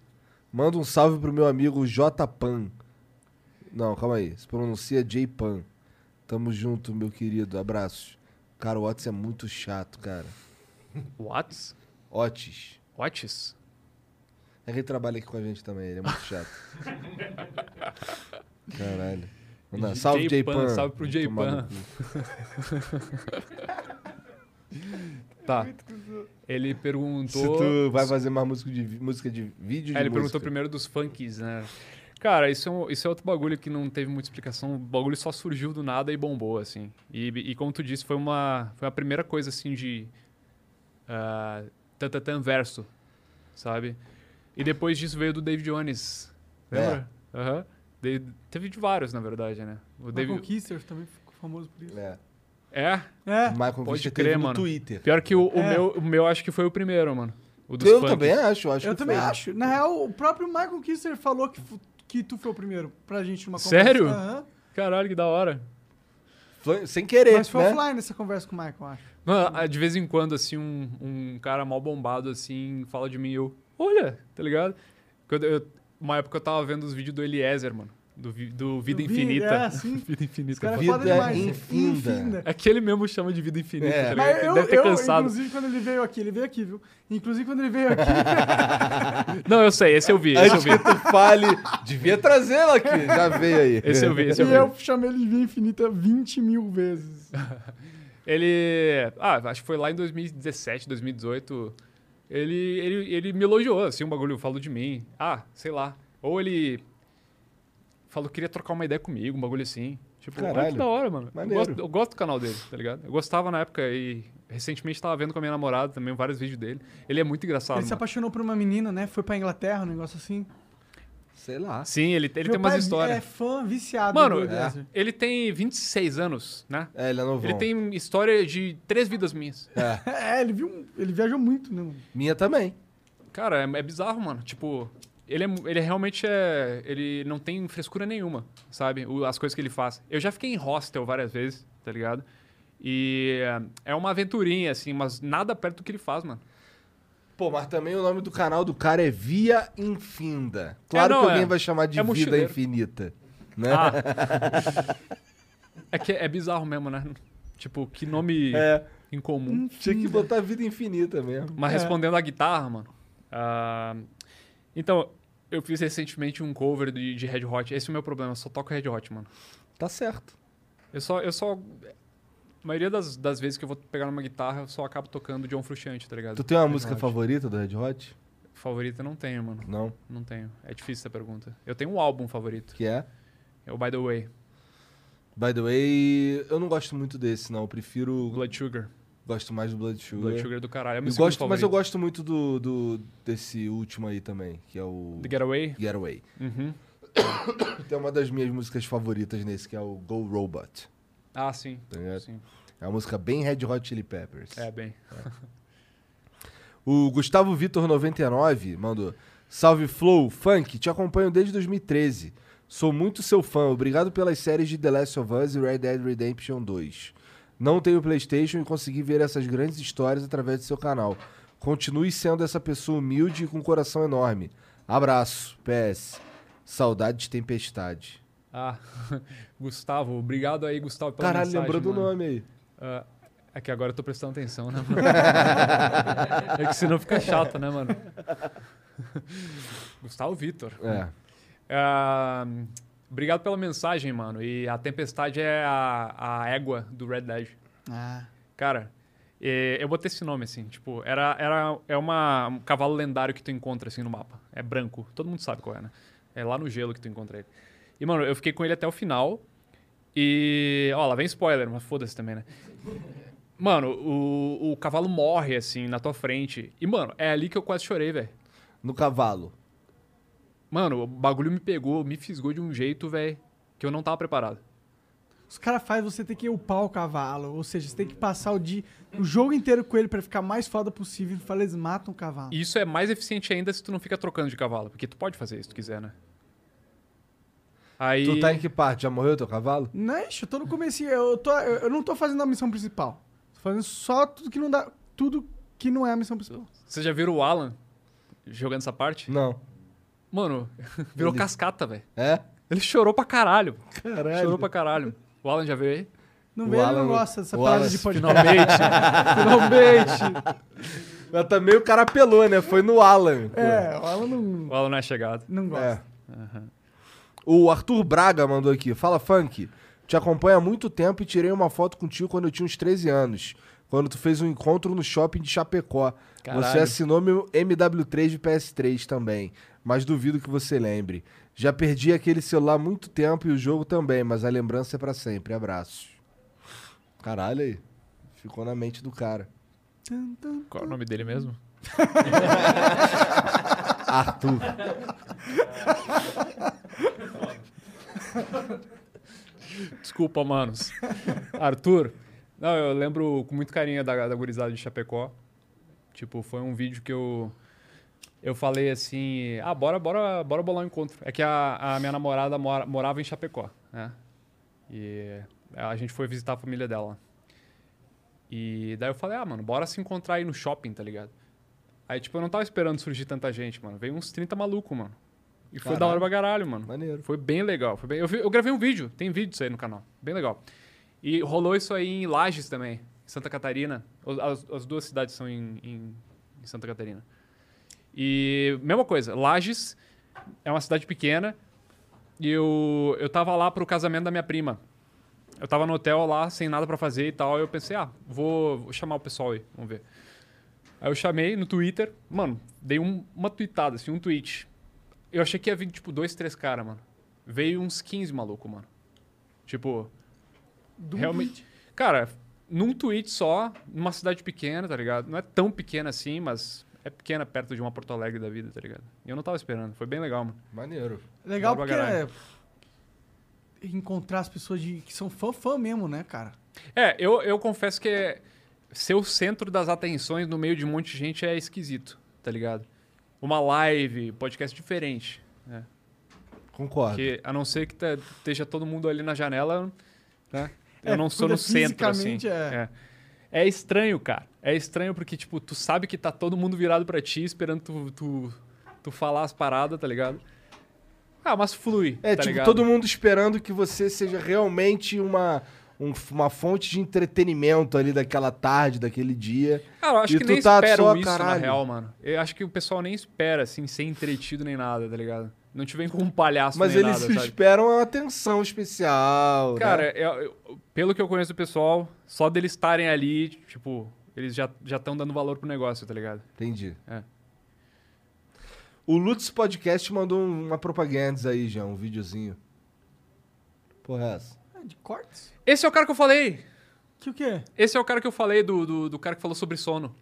[SPEAKER 1] Manda um salve pro meu amigo J Pan. Não, calma aí. Se pronuncia J Pan. Tamo junto, meu querido. Abraços. Cara, o Otis é muito chato, cara.
[SPEAKER 3] Whats?
[SPEAKER 1] Otis.
[SPEAKER 3] Otis?
[SPEAKER 1] É que ele trabalha aqui com a gente também, ele é muito
[SPEAKER 3] [laughs]
[SPEAKER 1] chato. Caralho. Vamos lá, Salve,
[SPEAKER 3] J
[SPEAKER 1] J
[SPEAKER 3] Pan,
[SPEAKER 1] Pan.
[SPEAKER 3] salve pro J
[SPEAKER 1] Tomar no
[SPEAKER 3] Pan.
[SPEAKER 1] cu.
[SPEAKER 3] Tá. Ele perguntou.
[SPEAKER 1] Se tu vai fazer mais música de, vi- música de vídeo de
[SPEAKER 3] É, ele
[SPEAKER 1] música.
[SPEAKER 3] perguntou primeiro dos funks, né? Cara, isso é, um- isso é outro bagulho que não teve muita explicação. O bagulho só surgiu do nada e bombou, assim. E, e como tu disse, foi uma, foi a primeira coisa, assim, de... ah, Tantantan verso, sabe? E depois disso veio do David Jones. Lembra?
[SPEAKER 1] É.
[SPEAKER 3] Aham. De- Teve de vários, na verdade, né? O
[SPEAKER 2] Michael
[SPEAKER 3] David...
[SPEAKER 2] Kisser também ficou famoso por isso.
[SPEAKER 1] É.
[SPEAKER 3] É?
[SPEAKER 2] É.
[SPEAKER 1] Michael
[SPEAKER 3] Pode
[SPEAKER 1] Vischer
[SPEAKER 3] crer,
[SPEAKER 1] teve no
[SPEAKER 3] mano.
[SPEAKER 1] Twitter.
[SPEAKER 3] Pior que o, o
[SPEAKER 2] É.
[SPEAKER 3] meu, o meu acho que foi o primeiro, mano. O dos
[SPEAKER 1] Eu
[SPEAKER 3] funks.
[SPEAKER 1] também acho, acho
[SPEAKER 2] Eu também acho. Na real, o próprio Michael Kisser falou que, fu- que tu foi o primeiro pra gente numa conversa.
[SPEAKER 3] Sério?
[SPEAKER 2] Aham.
[SPEAKER 3] Caralho, que da hora.
[SPEAKER 1] sem né?
[SPEAKER 2] Mas foi offline essa conversa com o Michael, acho.
[SPEAKER 3] Mano, ah, de vez em quando, assim, um, um cara mal bombado, assim, fala de mim e eu, olha, tá ligado? Quando eu- uma época eu tava vendo os vídeos do Eliezer, mano. Do, vi- do Vida
[SPEAKER 2] Vi-
[SPEAKER 3] Infinita.
[SPEAKER 2] É, assim.
[SPEAKER 3] [laughs] Vida Infinita.
[SPEAKER 2] cara é foda Vida demais, né? infinda. Infinda.
[SPEAKER 3] É que ele mesmo chama de Vida Infinita, tá ligado?
[SPEAKER 2] É. Mas
[SPEAKER 3] Ele
[SPEAKER 2] eu,
[SPEAKER 3] deve ter
[SPEAKER 2] eu,
[SPEAKER 3] cansado.
[SPEAKER 2] inclusive, quando ele veio aqui, ele veio aqui, viu? Inclusive, quando ele veio aqui.
[SPEAKER 3] [laughs] Não, eu sei, esse eu vi, esse eu
[SPEAKER 1] Antes
[SPEAKER 3] vi.
[SPEAKER 1] que tu fale, devia trazê-la aqui. Já veio aí.
[SPEAKER 3] Esse eu vi, esse eu
[SPEAKER 2] e
[SPEAKER 3] vi.
[SPEAKER 2] eu chamei ele de Via Infinita 20 mil vezes.
[SPEAKER 3] [laughs] Ele. Ah, acho que foi lá em 2017, 2018. Ele, ele, ele me elogiou, assim, um bagulho falou de mim. Ah, sei lá. Ou ele falou que queria trocar uma ideia comigo, um bagulho assim. Tipo, olha
[SPEAKER 1] Caralho.
[SPEAKER 3] que da hora, mano. Eu
[SPEAKER 1] Maneiro.
[SPEAKER 3] gosto, eu gosto do canal dele, tá ligado? Eu gostava na época e recentemente tava vendo com a minha namorada também vários vídeos dele. Ele é muito engraçado.
[SPEAKER 2] ele se
[SPEAKER 3] mano.
[SPEAKER 2] apaixonou por uma menina, né? Foi pra Inglaterra, um negócio assim.
[SPEAKER 1] Sei lá.
[SPEAKER 3] Sim, ele, ele
[SPEAKER 2] Meu
[SPEAKER 3] tem umas
[SPEAKER 2] pai
[SPEAKER 3] histórias.
[SPEAKER 2] é fã viciado
[SPEAKER 3] Mano,
[SPEAKER 2] do Eliezer.
[SPEAKER 3] é. ele tem 26 anos, né?
[SPEAKER 1] É, ele é novão.
[SPEAKER 3] Ele tem história de três vidas minhas.
[SPEAKER 2] É, ele, viu, ele viajou muito, né? mano?
[SPEAKER 1] Minha também.
[SPEAKER 3] Cara, é, é bizarro, mano. Tipo, ele, é, mu- ele realmente é. Ele não tem frescura nenhuma, sabe? O- as coisas que ele faz. Eu já fiquei em hostel várias vezes, tá ligado? E é é uma aventurinha, assim, mas nada perto do que ele faz, mano.
[SPEAKER 1] Pô, mas também o nome do canal do cara é Via Infinda. Claro
[SPEAKER 3] É, não,
[SPEAKER 1] que alguém
[SPEAKER 3] é.
[SPEAKER 1] vai chamar de
[SPEAKER 3] É
[SPEAKER 1] Vida
[SPEAKER 3] mochileiro.
[SPEAKER 1] Infinita. Né?
[SPEAKER 3] Ah. é que é bizarro mesmo, né? Tipo, que nome
[SPEAKER 1] É.
[SPEAKER 3] incomum.
[SPEAKER 1] Tinha que botar Vida Infinita mesmo.
[SPEAKER 3] Mas respondendo à guitarra, mano. ah, então, eu fiz recentemente um cover de, de Red Hot. Esse é o meu problema, eu só toco Red Hot, mano.
[SPEAKER 1] Tá certo.
[SPEAKER 3] Eu só. Eu só a maioria das, das vezes que eu vou pegar numa guitarra, eu só acabo tocando John Frusciante, tá ligado?
[SPEAKER 1] Tu tem uma
[SPEAKER 3] Red
[SPEAKER 1] música
[SPEAKER 3] Hot.
[SPEAKER 1] favorita do Red Hot?
[SPEAKER 3] Favorita eu não tenho, mano.
[SPEAKER 1] Não?
[SPEAKER 3] Não tenho. É difícil essa pergunta. Eu tenho um álbum favorito.
[SPEAKER 1] Que é?
[SPEAKER 3] É o By The Way.
[SPEAKER 1] By the way, eu não gosto muito desse, não. Eu prefiro.
[SPEAKER 3] Blood Sugar.
[SPEAKER 1] Gosto mais do Blood Sugar.
[SPEAKER 3] Blood Sugar do caralho, é
[SPEAKER 1] Uhum.
[SPEAKER 3] meu
[SPEAKER 1] eu
[SPEAKER 3] segundo
[SPEAKER 1] gosto, Mas eu
[SPEAKER 3] favorito.
[SPEAKER 1] gosto muito do, do- desse último aí também, que é o.
[SPEAKER 3] The Getaway?
[SPEAKER 1] Getaway.
[SPEAKER 3] Uhum.
[SPEAKER 1] Tem uma das minhas músicas favoritas nesse, que é o Go Robot.
[SPEAKER 3] Ah, sim.
[SPEAKER 1] Tá ligado?
[SPEAKER 3] Sim.
[SPEAKER 1] É uma música bem Red Hot Chili Peppers.
[SPEAKER 3] É, bem.
[SPEAKER 1] O Gustavo Vitor 99 mandou: Salve Flow, Funk, te acompanho desde 2013. Sou muito seu fã. Obrigado pelas séries de The Last of Us e Red Dead Redemption 2. Não tenho PlayStation e consegui ver essas grandes histórias através do seu canal. Continue sendo essa pessoa humilde e com um coração enorme. Abraço. PS. Saudade de tempestade.
[SPEAKER 3] Ah, [laughs] Gustavo, obrigado aí, Gustavo, pela
[SPEAKER 1] Caralho,
[SPEAKER 3] mensagem,
[SPEAKER 1] lembrou do
[SPEAKER 3] mano.
[SPEAKER 1] nome aí.
[SPEAKER 3] Ah, é que agora eu tô prestando atenção, né, mano? [laughs] é que senão fica chato, né, mano? [laughs] Gustavo Vitor.
[SPEAKER 1] É.
[SPEAKER 3] Ah, obrigado pela mensagem, mano. E a tempestade é a, a égua do Red
[SPEAKER 1] É.
[SPEAKER 3] Dead.
[SPEAKER 2] Ah.
[SPEAKER 3] Cara, eh, eu botei esse nome, assim. Tipo, era, era, é uma, um cavalo lendário que tu encontra, assim, no mapa. É branco. Todo mundo sabe qual é, né? É lá no gelo que tu encontra ele. E, mano, eu fiquei com ele até o final. E... Ó, lá vem spoiler, mas foda-se também, né? Mano, o, o cavalo morre, assim, na tua frente. E, mano, é ali que eu quase chorei, velho.
[SPEAKER 1] No cavalo.
[SPEAKER 3] Mano, o bagulho me pegou, me fisgou de um jeito, velho, que eu não tava preparado.
[SPEAKER 2] Os caras fazem você ter que upar o cavalo. Ou seja, você tem que passar o dia, o jogo inteiro com ele pra ficar mais foda possível. E fala, eles matam o cavalo.
[SPEAKER 3] E isso é mais eficiente ainda se tu não fica trocando de cavalo, porque tu pode fazer isso se tu quiser, né? Aí...
[SPEAKER 1] Tu tá em que parte? Já morreu teu cavalo?
[SPEAKER 2] Não, Né, eu tô no comecinho. Eu, tô, eu eu não tô fazendo a missão principal. Tô fazendo só tudo que não dá. Tudo que não é a missão principal.
[SPEAKER 3] Você já viram o Alan jogando essa parte?
[SPEAKER 1] Não.
[SPEAKER 3] Mano, [laughs] virou cascata, velho.
[SPEAKER 1] É?
[SPEAKER 3] Ele chorou pra caralho.
[SPEAKER 1] Caralho.
[SPEAKER 3] Chorou pra caralho. O Alan já veio aí?
[SPEAKER 2] Não veio, ele não gosta dessa
[SPEAKER 1] o
[SPEAKER 2] parada
[SPEAKER 1] Alan-
[SPEAKER 2] de podcast.
[SPEAKER 3] Finalmente! Finalmente!
[SPEAKER 1] Mas também o cara apelou, né? Foi no Alan. pô.
[SPEAKER 2] É, o Alan não.
[SPEAKER 3] O Alan não é chegado.
[SPEAKER 2] Não gosta.
[SPEAKER 1] O Arthur Braga mandou aqui. Fala, Funk. Te acompanho há muito tempo e tirei uma foto contigo quando eu tinha uns 13 anos. quando tu fez um encontro no shopping de Chapecó.
[SPEAKER 11] Caralho.
[SPEAKER 1] Você assinou meu MW3 de PS3 também, mas duvido que você lembre. Já perdi aquele celular há muito tempo e o jogo também, mas a lembrança é pra sempre. Abraço. Caralho aí. Ficou na mente do cara.
[SPEAKER 3] Qual é o nome dele mesmo?
[SPEAKER 1] Arthur.
[SPEAKER 3] Desculpa, manos. Arthur, não, eu lembro com muito carinho da, da gurizada de Chapecó. Tipo, foi um vídeo que eu. Eu falei assim: ah, bora, bora, bora bolar um encontro. É que a, a minha namorada mora- morava em Chapecó, né? E a gente foi visitar a família dela. E daí eu falei: ah, mano, bora se encontrar aí no shopping, tá ligado? Aí, tipo, eu não tava esperando surgir tanta gente, mano. Veio uns 30 malucos, mano. E foi da hora pra caralho, mano. Maneiro. Foi bem legal. Foi bem... Eu, vi- eu gravei um vídeo, tem vídeo disso aí no canal. Bem legal. E rolou isso aí em Lages também, em Santa Catarina. O- As, as duas cidades são em, em- em Santa Catarina. E mesma coisa, Lages é uma cidade pequena. E eu, eu tava lá pro casamento da minha prima. Eu tava no hotel lá, sem nada pra fazer e tal. E eu pensei, ah, vou, vou chamar o pessoal aí, vamos ver. Aí eu chamei no Twitter, mano, dei um- uma tweetada, assim, um tweet. Eu achei que ia vir, tipo, dois, três caras, mano. Veio uns 15 maluco, mano. Tipo.
[SPEAKER 2] Do
[SPEAKER 3] realmente. Cara, num tweet só, numa cidade pequena, tá ligado? Não é tão pequena assim, mas é pequena perto de uma Porto Alegre da vida, tá ligado? E eu não tava esperando. Foi bem legal, mano.
[SPEAKER 1] Maneiro.
[SPEAKER 2] Legal porque é encontrar as pessoas de- que são fã, fã mesmo, né, cara?
[SPEAKER 3] É, eu, eu confesso que é- ser o centro das atenções no meio de um monte de gente é esquisito, tá ligado? Uma live, podcast diferente. Né?
[SPEAKER 1] Concordo.
[SPEAKER 3] Porque a não ser que te- esteja todo mundo ali na janela,
[SPEAKER 1] [laughs]
[SPEAKER 3] né? Eu
[SPEAKER 2] É,
[SPEAKER 3] não sou
[SPEAKER 2] tudo
[SPEAKER 3] no centro, assim.
[SPEAKER 2] fisicamente, é.
[SPEAKER 3] É. É estranho, cara. É estranho porque, tipo, tu sabe que tá todo mundo virado pra ti, esperando tu, tu, tu falar as paradas, tá ligado? Ah, mas flui.
[SPEAKER 1] É,
[SPEAKER 3] tá
[SPEAKER 1] tipo,
[SPEAKER 3] ligado?
[SPEAKER 1] todo mundo esperando que você seja realmente uma, um- uma fonte de entretenimento ali daquela tarde, daquele dia.
[SPEAKER 3] Cara, eu acho
[SPEAKER 1] E
[SPEAKER 3] que
[SPEAKER 1] tu
[SPEAKER 3] nem
[SPEAKER 1] tá
[SPEAKER 3] esperam
[SPEAKER 1] só,
[SPEAKER 3] isso, na
[SPEAKER 1] caralho.
[SPEAKER 3] real, mano. Eu acho que o pessoal nem espera, assim, ser entretido nem nada, tá ligado? Não te vem com um palhaço
[SPEAKER 1] Mas
[SPEAKER 3] nem
[SPEAKER 1] eles
[SPEAKER 3] nada, sabe?
[SPEAKER 1] esperam uma atenção especial. né?
[SPEAKER 3] Cara, eu- eu- pelo que eu conheço do pessoal, só deles estarem ali, tipo, eles já já estão dando valor pro negócio, tá ligado?
[SPEAKER 1] Entendi.
[SPEAKER 3] É.
[SPEAKER 1] O Lutz Podcast mandou um- uma propaganda aí, já, um videozinho. Porra, é essa?
[SPEAKER 2] De cortes?
[SPEAKER 3] Esse é o cara que eu falei!
[SPEAKER 2] Que o quê?
[SPEAKER 3] Esse é o cara que eu falei, do, do, do cara que falou sobre sono.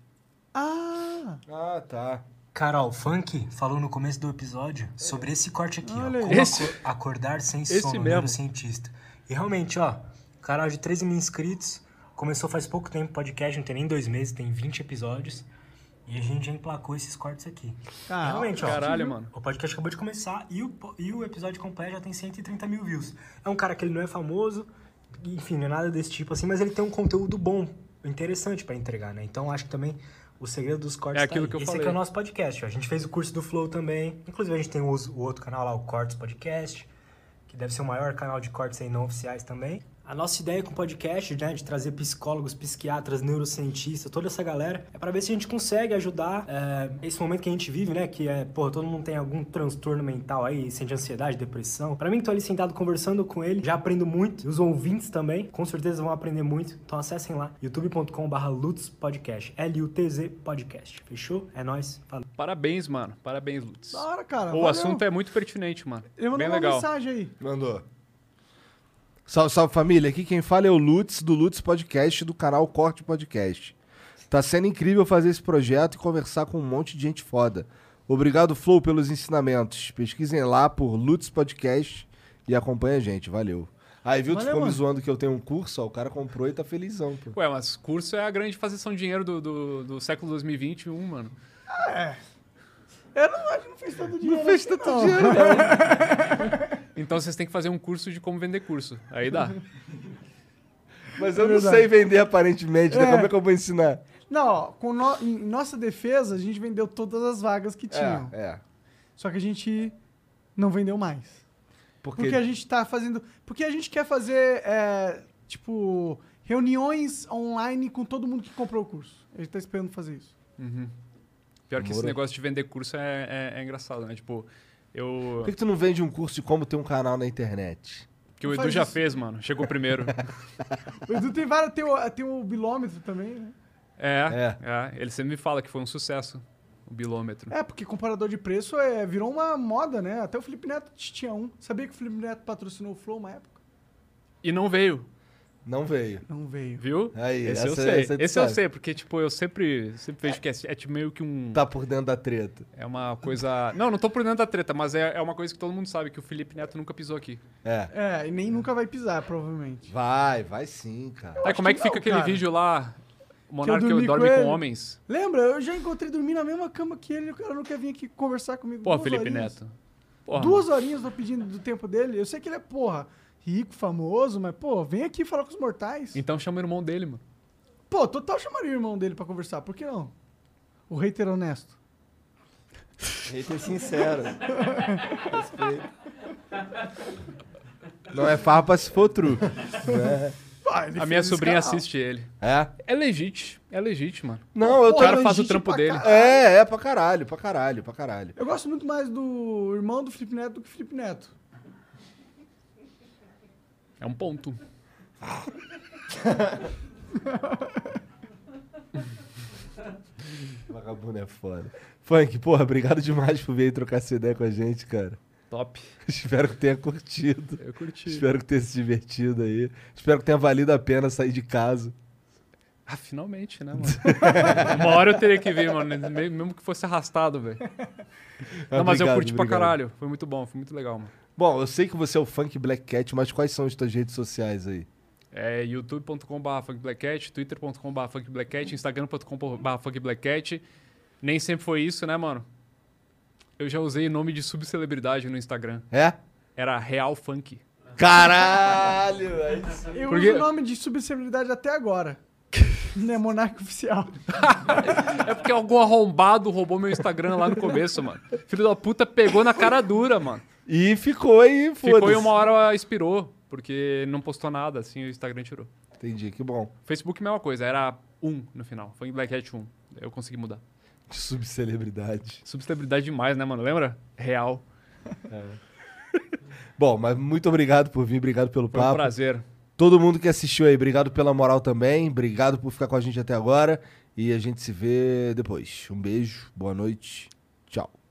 [SPEAKER 2] Ah!
[SPEAKER 1] Ah, tá.
[SPEAKER 7] Carol Funk falou no começo do episódio sobre esse corte aqui, ó.
[SPEAKER 3] Olha aí.
[SPEAKER 7] Como
[SPEAKER 3] Esse-
[SPEAKER 7] aco- acordar sem
[SPEAKER 3] esse
[SPEAKER 7] sono,
[SPEAKER 3] mesmo.
[SPEAKER 7] neurocientista. E realmente, ó, canal de 13 mil inscritos, começou faz pouco tempo o podcast, não tem nem dois meses, tem 20 episódios. E a gente já emplacou esses cortes aqui.
[SPEAKER 3] Caralho,
[SPEAKER 7] realmente, ó.
[SPEAKER 3] Ah,
[SPEAKER 7] Uhum.
[SPEAKER 3] caralho, mano.
[SPEAKER 7] O podcast acabou de começar e o, po- e o episódio completo já tem 130 mil views. É um cara que ele não é famoso, enfim, não é nada desse tipo assim, mas ele tem um conteúdo bom, interessante pra entregar, né? Então acho que também o segredo dos cortes
[SPEAKER 3] É
[SPEAKER 7] tá
[SPEAKER 3] aquilo
[SPEAKER 7] aí.
[SPEAKER 3] que eu
[SPEAKER 7] Esse
[SPEAKER 3] falei.
[SPEAKER 7] aqui é o nosso podcast, ó. A gente fez o curso do Flow também. Inclusive a gente tem o, o outro canal lá, o Cortes Podcast, que deve ser o maior canal de cortes aí não oficiais também. A nossa ideia com o podcast, né, de trazer psicólogos, psiquiatras, neurocientistas, toda essa galera, é pra ver se a gente consegue ajudar é, esse momento que a gente vive, né, que é, pô, todo mundo tem algum transtorno mental aí, sente ansiedade, depressão. Pra mim que tô ali sentado conversando com ele, já aprendo muito, e os ouvintes também, com certeza vão aprender muito. Então acessem lá, youtube.com.br Lutz Podcast, L-U-T-Z Podcast. Fechou? É nóis, valeu.
[SPEAKER 3] Parabéns, mano. Parabéns, Lutz.
[SPEAKER 7] Da hora, cara.
[SPEAKER 3] O
[SPEAKER 7] Valeu.
[SPEAKER 3] assunto é muito pertinente, mano.
[SPEAKER 2] Ele mandou
[SPEAKER 3] Bem
[SPEAKER 2] uma
[SPEAKER 3] legal.
[SPEAKER 2] mensagem aí.
[SPEAKER 1] Mandou. Salve, salve família. Aqui quem fala é o Lutz, do Lutz Podcast, do canal Corte Podcast. Tá sendo incrível fazer esse projeto e conversar com um monte de gente foda. Obrigado, Flow, pelos ensinamentos. Pesquisem lá por Lutz Podcast e acompanhem a gente. Valeu. Aí, viu? Tu
[SPEAKER 3] Valeu,
[SPEAKER 1] ficou me
[SPEAKER 3] mano.
[SPEAKER 1] zoando que eu tenho um curso, ó. O cara comprou e tá felizão, pô.
[SPEAKER 3] Ué, mas curso é a grande fazeção de dinheiro do, do, do século 2021, mano.
[SPEAKER 2] Eu não acho que não fez tanto dinheiro. assim, Não
[SPEAKER 1] fez
[SPEAKER 2] tanto
[SPEAKER 1] dinheiro,
[SPEAKER 3] Então vocês têm que fazer um curso de como vender curso. Aí dá.
[SPEAKER 1] Mas
[SPEAKER 3] É
[SPEAKER 1] eu não sei vender aparentemente, né?
[SPEAKER 2] É.
[SPEAKER 1] Como é que eu vou ensinar?
[SPEAKER 2] [laughs] Não, ó, com no- em nossa defesa, a gente vendeu todas as vagas que tinham.
[SPEAKER 1] é.
[SPEAKER 2] Só que a gente não vendeu mais.
[SPEAKER 1] Porque-
[SPEAKER 2] a gente tá fazendo. Porque a gente quer fazer, é, tipo, reuniões online com todo mundo que comprou o curso. A gente tá esperando fazer isso.
[SPEAKER 3] Uhum. Pior que esse
[SPEAKER 1] Demorou.
[SPEAKER 3] negócio de vender curso é, é- é engraçado, né? Tipo, eu.
[SPEAKER 1] Por que, que tu não vende um curso de como ter um canal na internet?
[SPEAKER 3] Que o
[SPEAKER 2] Não
[SPEAKER 3] Edu
[SPEAKER 2] faz
[SPEAKER 3] já
[SPEAKER 2] isso.
[SPEAKER 3] fez, mano. Chegou primeiro.
[SPEAKER 2] O Edu tem vários. Tem o, tem o bilômetro também, né?
[SPEAKER 3] É, é. Ele sempre me fala que foi um sucesso, o bilômetro.
[SPEAKER 2] É, porque comparador de preço é, virou uma moda, né? Até o Felipe Neto tinha um. Sabia que o Felipe Neto patrocinou o Flow uma época?
[SPEAKER 3] E não veio.
[SPEAKER 1] Não veio.
[SPEAKER 2] Não veio.
[SPEAKER 3] Viu?
[SPEAKER 1] Aí,
[SPEAKER 3] esse eu
[SPEAKER 1] essa-
[SPEAKER 3] sei.
[SPEAKER 1] essa tu
[SPEAKER 3] esse eu
[SPEAKER 1] sabe.
[SPEAKER 3] sei, porque, tipo, eu sempre, sempre vejo que é, é tipo meio que um.
[SPEAKER 1] Tá por dentro da treta.
[SPEAKER 3] É uma coisa. Não, não tô por dentro da treta, mas é, é uma coisa que todo mundo sabe: que o Felipe Neto nunca pisou aqui.
[SPEAKER 1] É.
[SPEAKER 2] É, e nem nunca vai pisar, provavelmente.
[SPEAKER 1] Vai, vai sim, cara.
[SPEAKER 3] Aí, como é que fica aquele vídeo lá? O monarca
[SPEAKER 2] dormi
[SPEAKER 3] dorme
[SPEAKER 2] com
[SPEAKER 3] com,
[SPEAKER 2] ele.
[SPEAKER 3] homens.
[SPEAKER 2] Lembra? Eu já encontrei dormir na mesma cama que ele e o cara não quer vir aqui conversar comigo.
[SPEAKER 3] Pô,
[SPEAKER 2] duas
[SPEAKER 3] Felipe
[SPEAKER 2] horinhas.
[SPEAKER 3] Neto. Porra,
[SPEAKER 2] Duas horinhas tô pedindo do tempo dele. Eu sei que ele é, porra, rico, famoso, mas, pô, vem aqui falar com os mortais.
[SPEAKER 3] Então chama o irmão dele, mano.
[SPEAKER 2] Pô, total chamaria o irmão dele pra conversar, por que não? O hater honesto.
[SPEAKER 4] Hater sincero. Respeito.
[SPEAKER 1] Não é farpa se for true.
[SPEAKER 2] Ah, ele
[SPEAKER 3] A
[SPEAKER 2] fez
[SPEAKER 3] minha
[SPEAKER 2] esse
[SPEAKER 3] sobrinha
[SPEAKER 2] canal.
[SPEAKER 3] assiste ele.
[SPEAKER 1] É?
[SPEAKER 3] É legítimo, é legítimo, mano.
[SPEAKER 1] Não, eu
[SPEAKER 3] O
[SPEAKER 1] tô
[SPEAKER 3] cara
[SPEAKER 1] no
[SPEAKER 3] faz o
[SPEAKER 1] Egito
[SPEAKER 3] trampo
[SPEAKER 1] pra
[SPEAKER 3] dele.
[SPEAKER 1] caralho. É, é pra caralho, pra caralho, pra caralho.
[SPEAKER 2] Eu gosto muito mais do irmão do Felipe Neto do que Felipe Neto.
[SPEAKER 3] É um ponto.
[SPEAKER 1] Vagabundo é foda. Funk, porra, obrigado demais por vir aí trocar essa ideia com a gente, cara. [laughs]
[SPEAKER 3] Top.
[SPEAKER 1] Espero que tenha curtido.
[SPEAKER 3] Eu curti.
[SPEAKER 1] Espero que tenha se divertido aí. Espero que tenha valido a pena sair de casa.
[SPEAKER 3] Ah, finalmente, né, mano? [laughs] Uma hora eu teria que vir, mano. né, me- Mesmo que fosse
[SPEAKER 1] [laughs]
[SPEAKER 3] arrastado, velho. Não, mas eu
[SPEAKER 1] Obrigado,
[SPEAKER 3] curti pra
[SPEAKER 1] obrigado.
[SPEAKER 3] caralho. Foi muito bom, foi muito legal, mano.
[SPEAKER 1] Bom, eu sei que você é o Funk Black Cat, mas quais são as tuas redes sociais aí?
[SPEAKER 3] É youtube.com.br funkblackcat, twitter.com.br funkblackcat, instagram.com.br funkblackcat. Nem sempre foi isso, né, mano? Eu já usei nome de subcelebridade no Instagram.
[SPEAKER 1] É?
[SPEAKER 3] Era Real Funk.
[SPEAKER 1] Caralho, é isso.
[SPEAKER 2] Eu
[SPEAKER 3] Porque-
[SPEAKER 2] uso o nome de subcelebridade até agora. [laughs] né, monarca oficial.
[SPEAKER 3] É porque algum arrombado roubou meu Instagram lá no começo, mano. Filho da puta pegou na cara dura, mano.
[SPEAKER 1] E ficou aí, foda-se.
[SPEAKER 3] Ficou e uma hora expirou, porque não postou nada, assim, o Instagram tirou.
[SPEAKER 1] Entendi, que bom.
[SPEAKER 3] Facebook, mesma coisa, era 1 no final. Foi em Black Hat 1. Eu consegui mudar.
[SPEAKER 1] De subcelebridade.
[SPEAKER 3] Subcelebridade demais, né, mano? Lembra? Real.
[SPEAKER 1] Bom, mas muito obrigado por vir, obrigado pelo
[SPEAKER 3] Foi um
[SPEAKER 1] papo.
[SPEAKER 3] prazer.
[SPEAKER 1] Todo mundo que assistiu aí, obrigado pela moral também, obrigado por ficar com a gente até agora e a gente se vê depois. Um beijo, boa noite, tchau.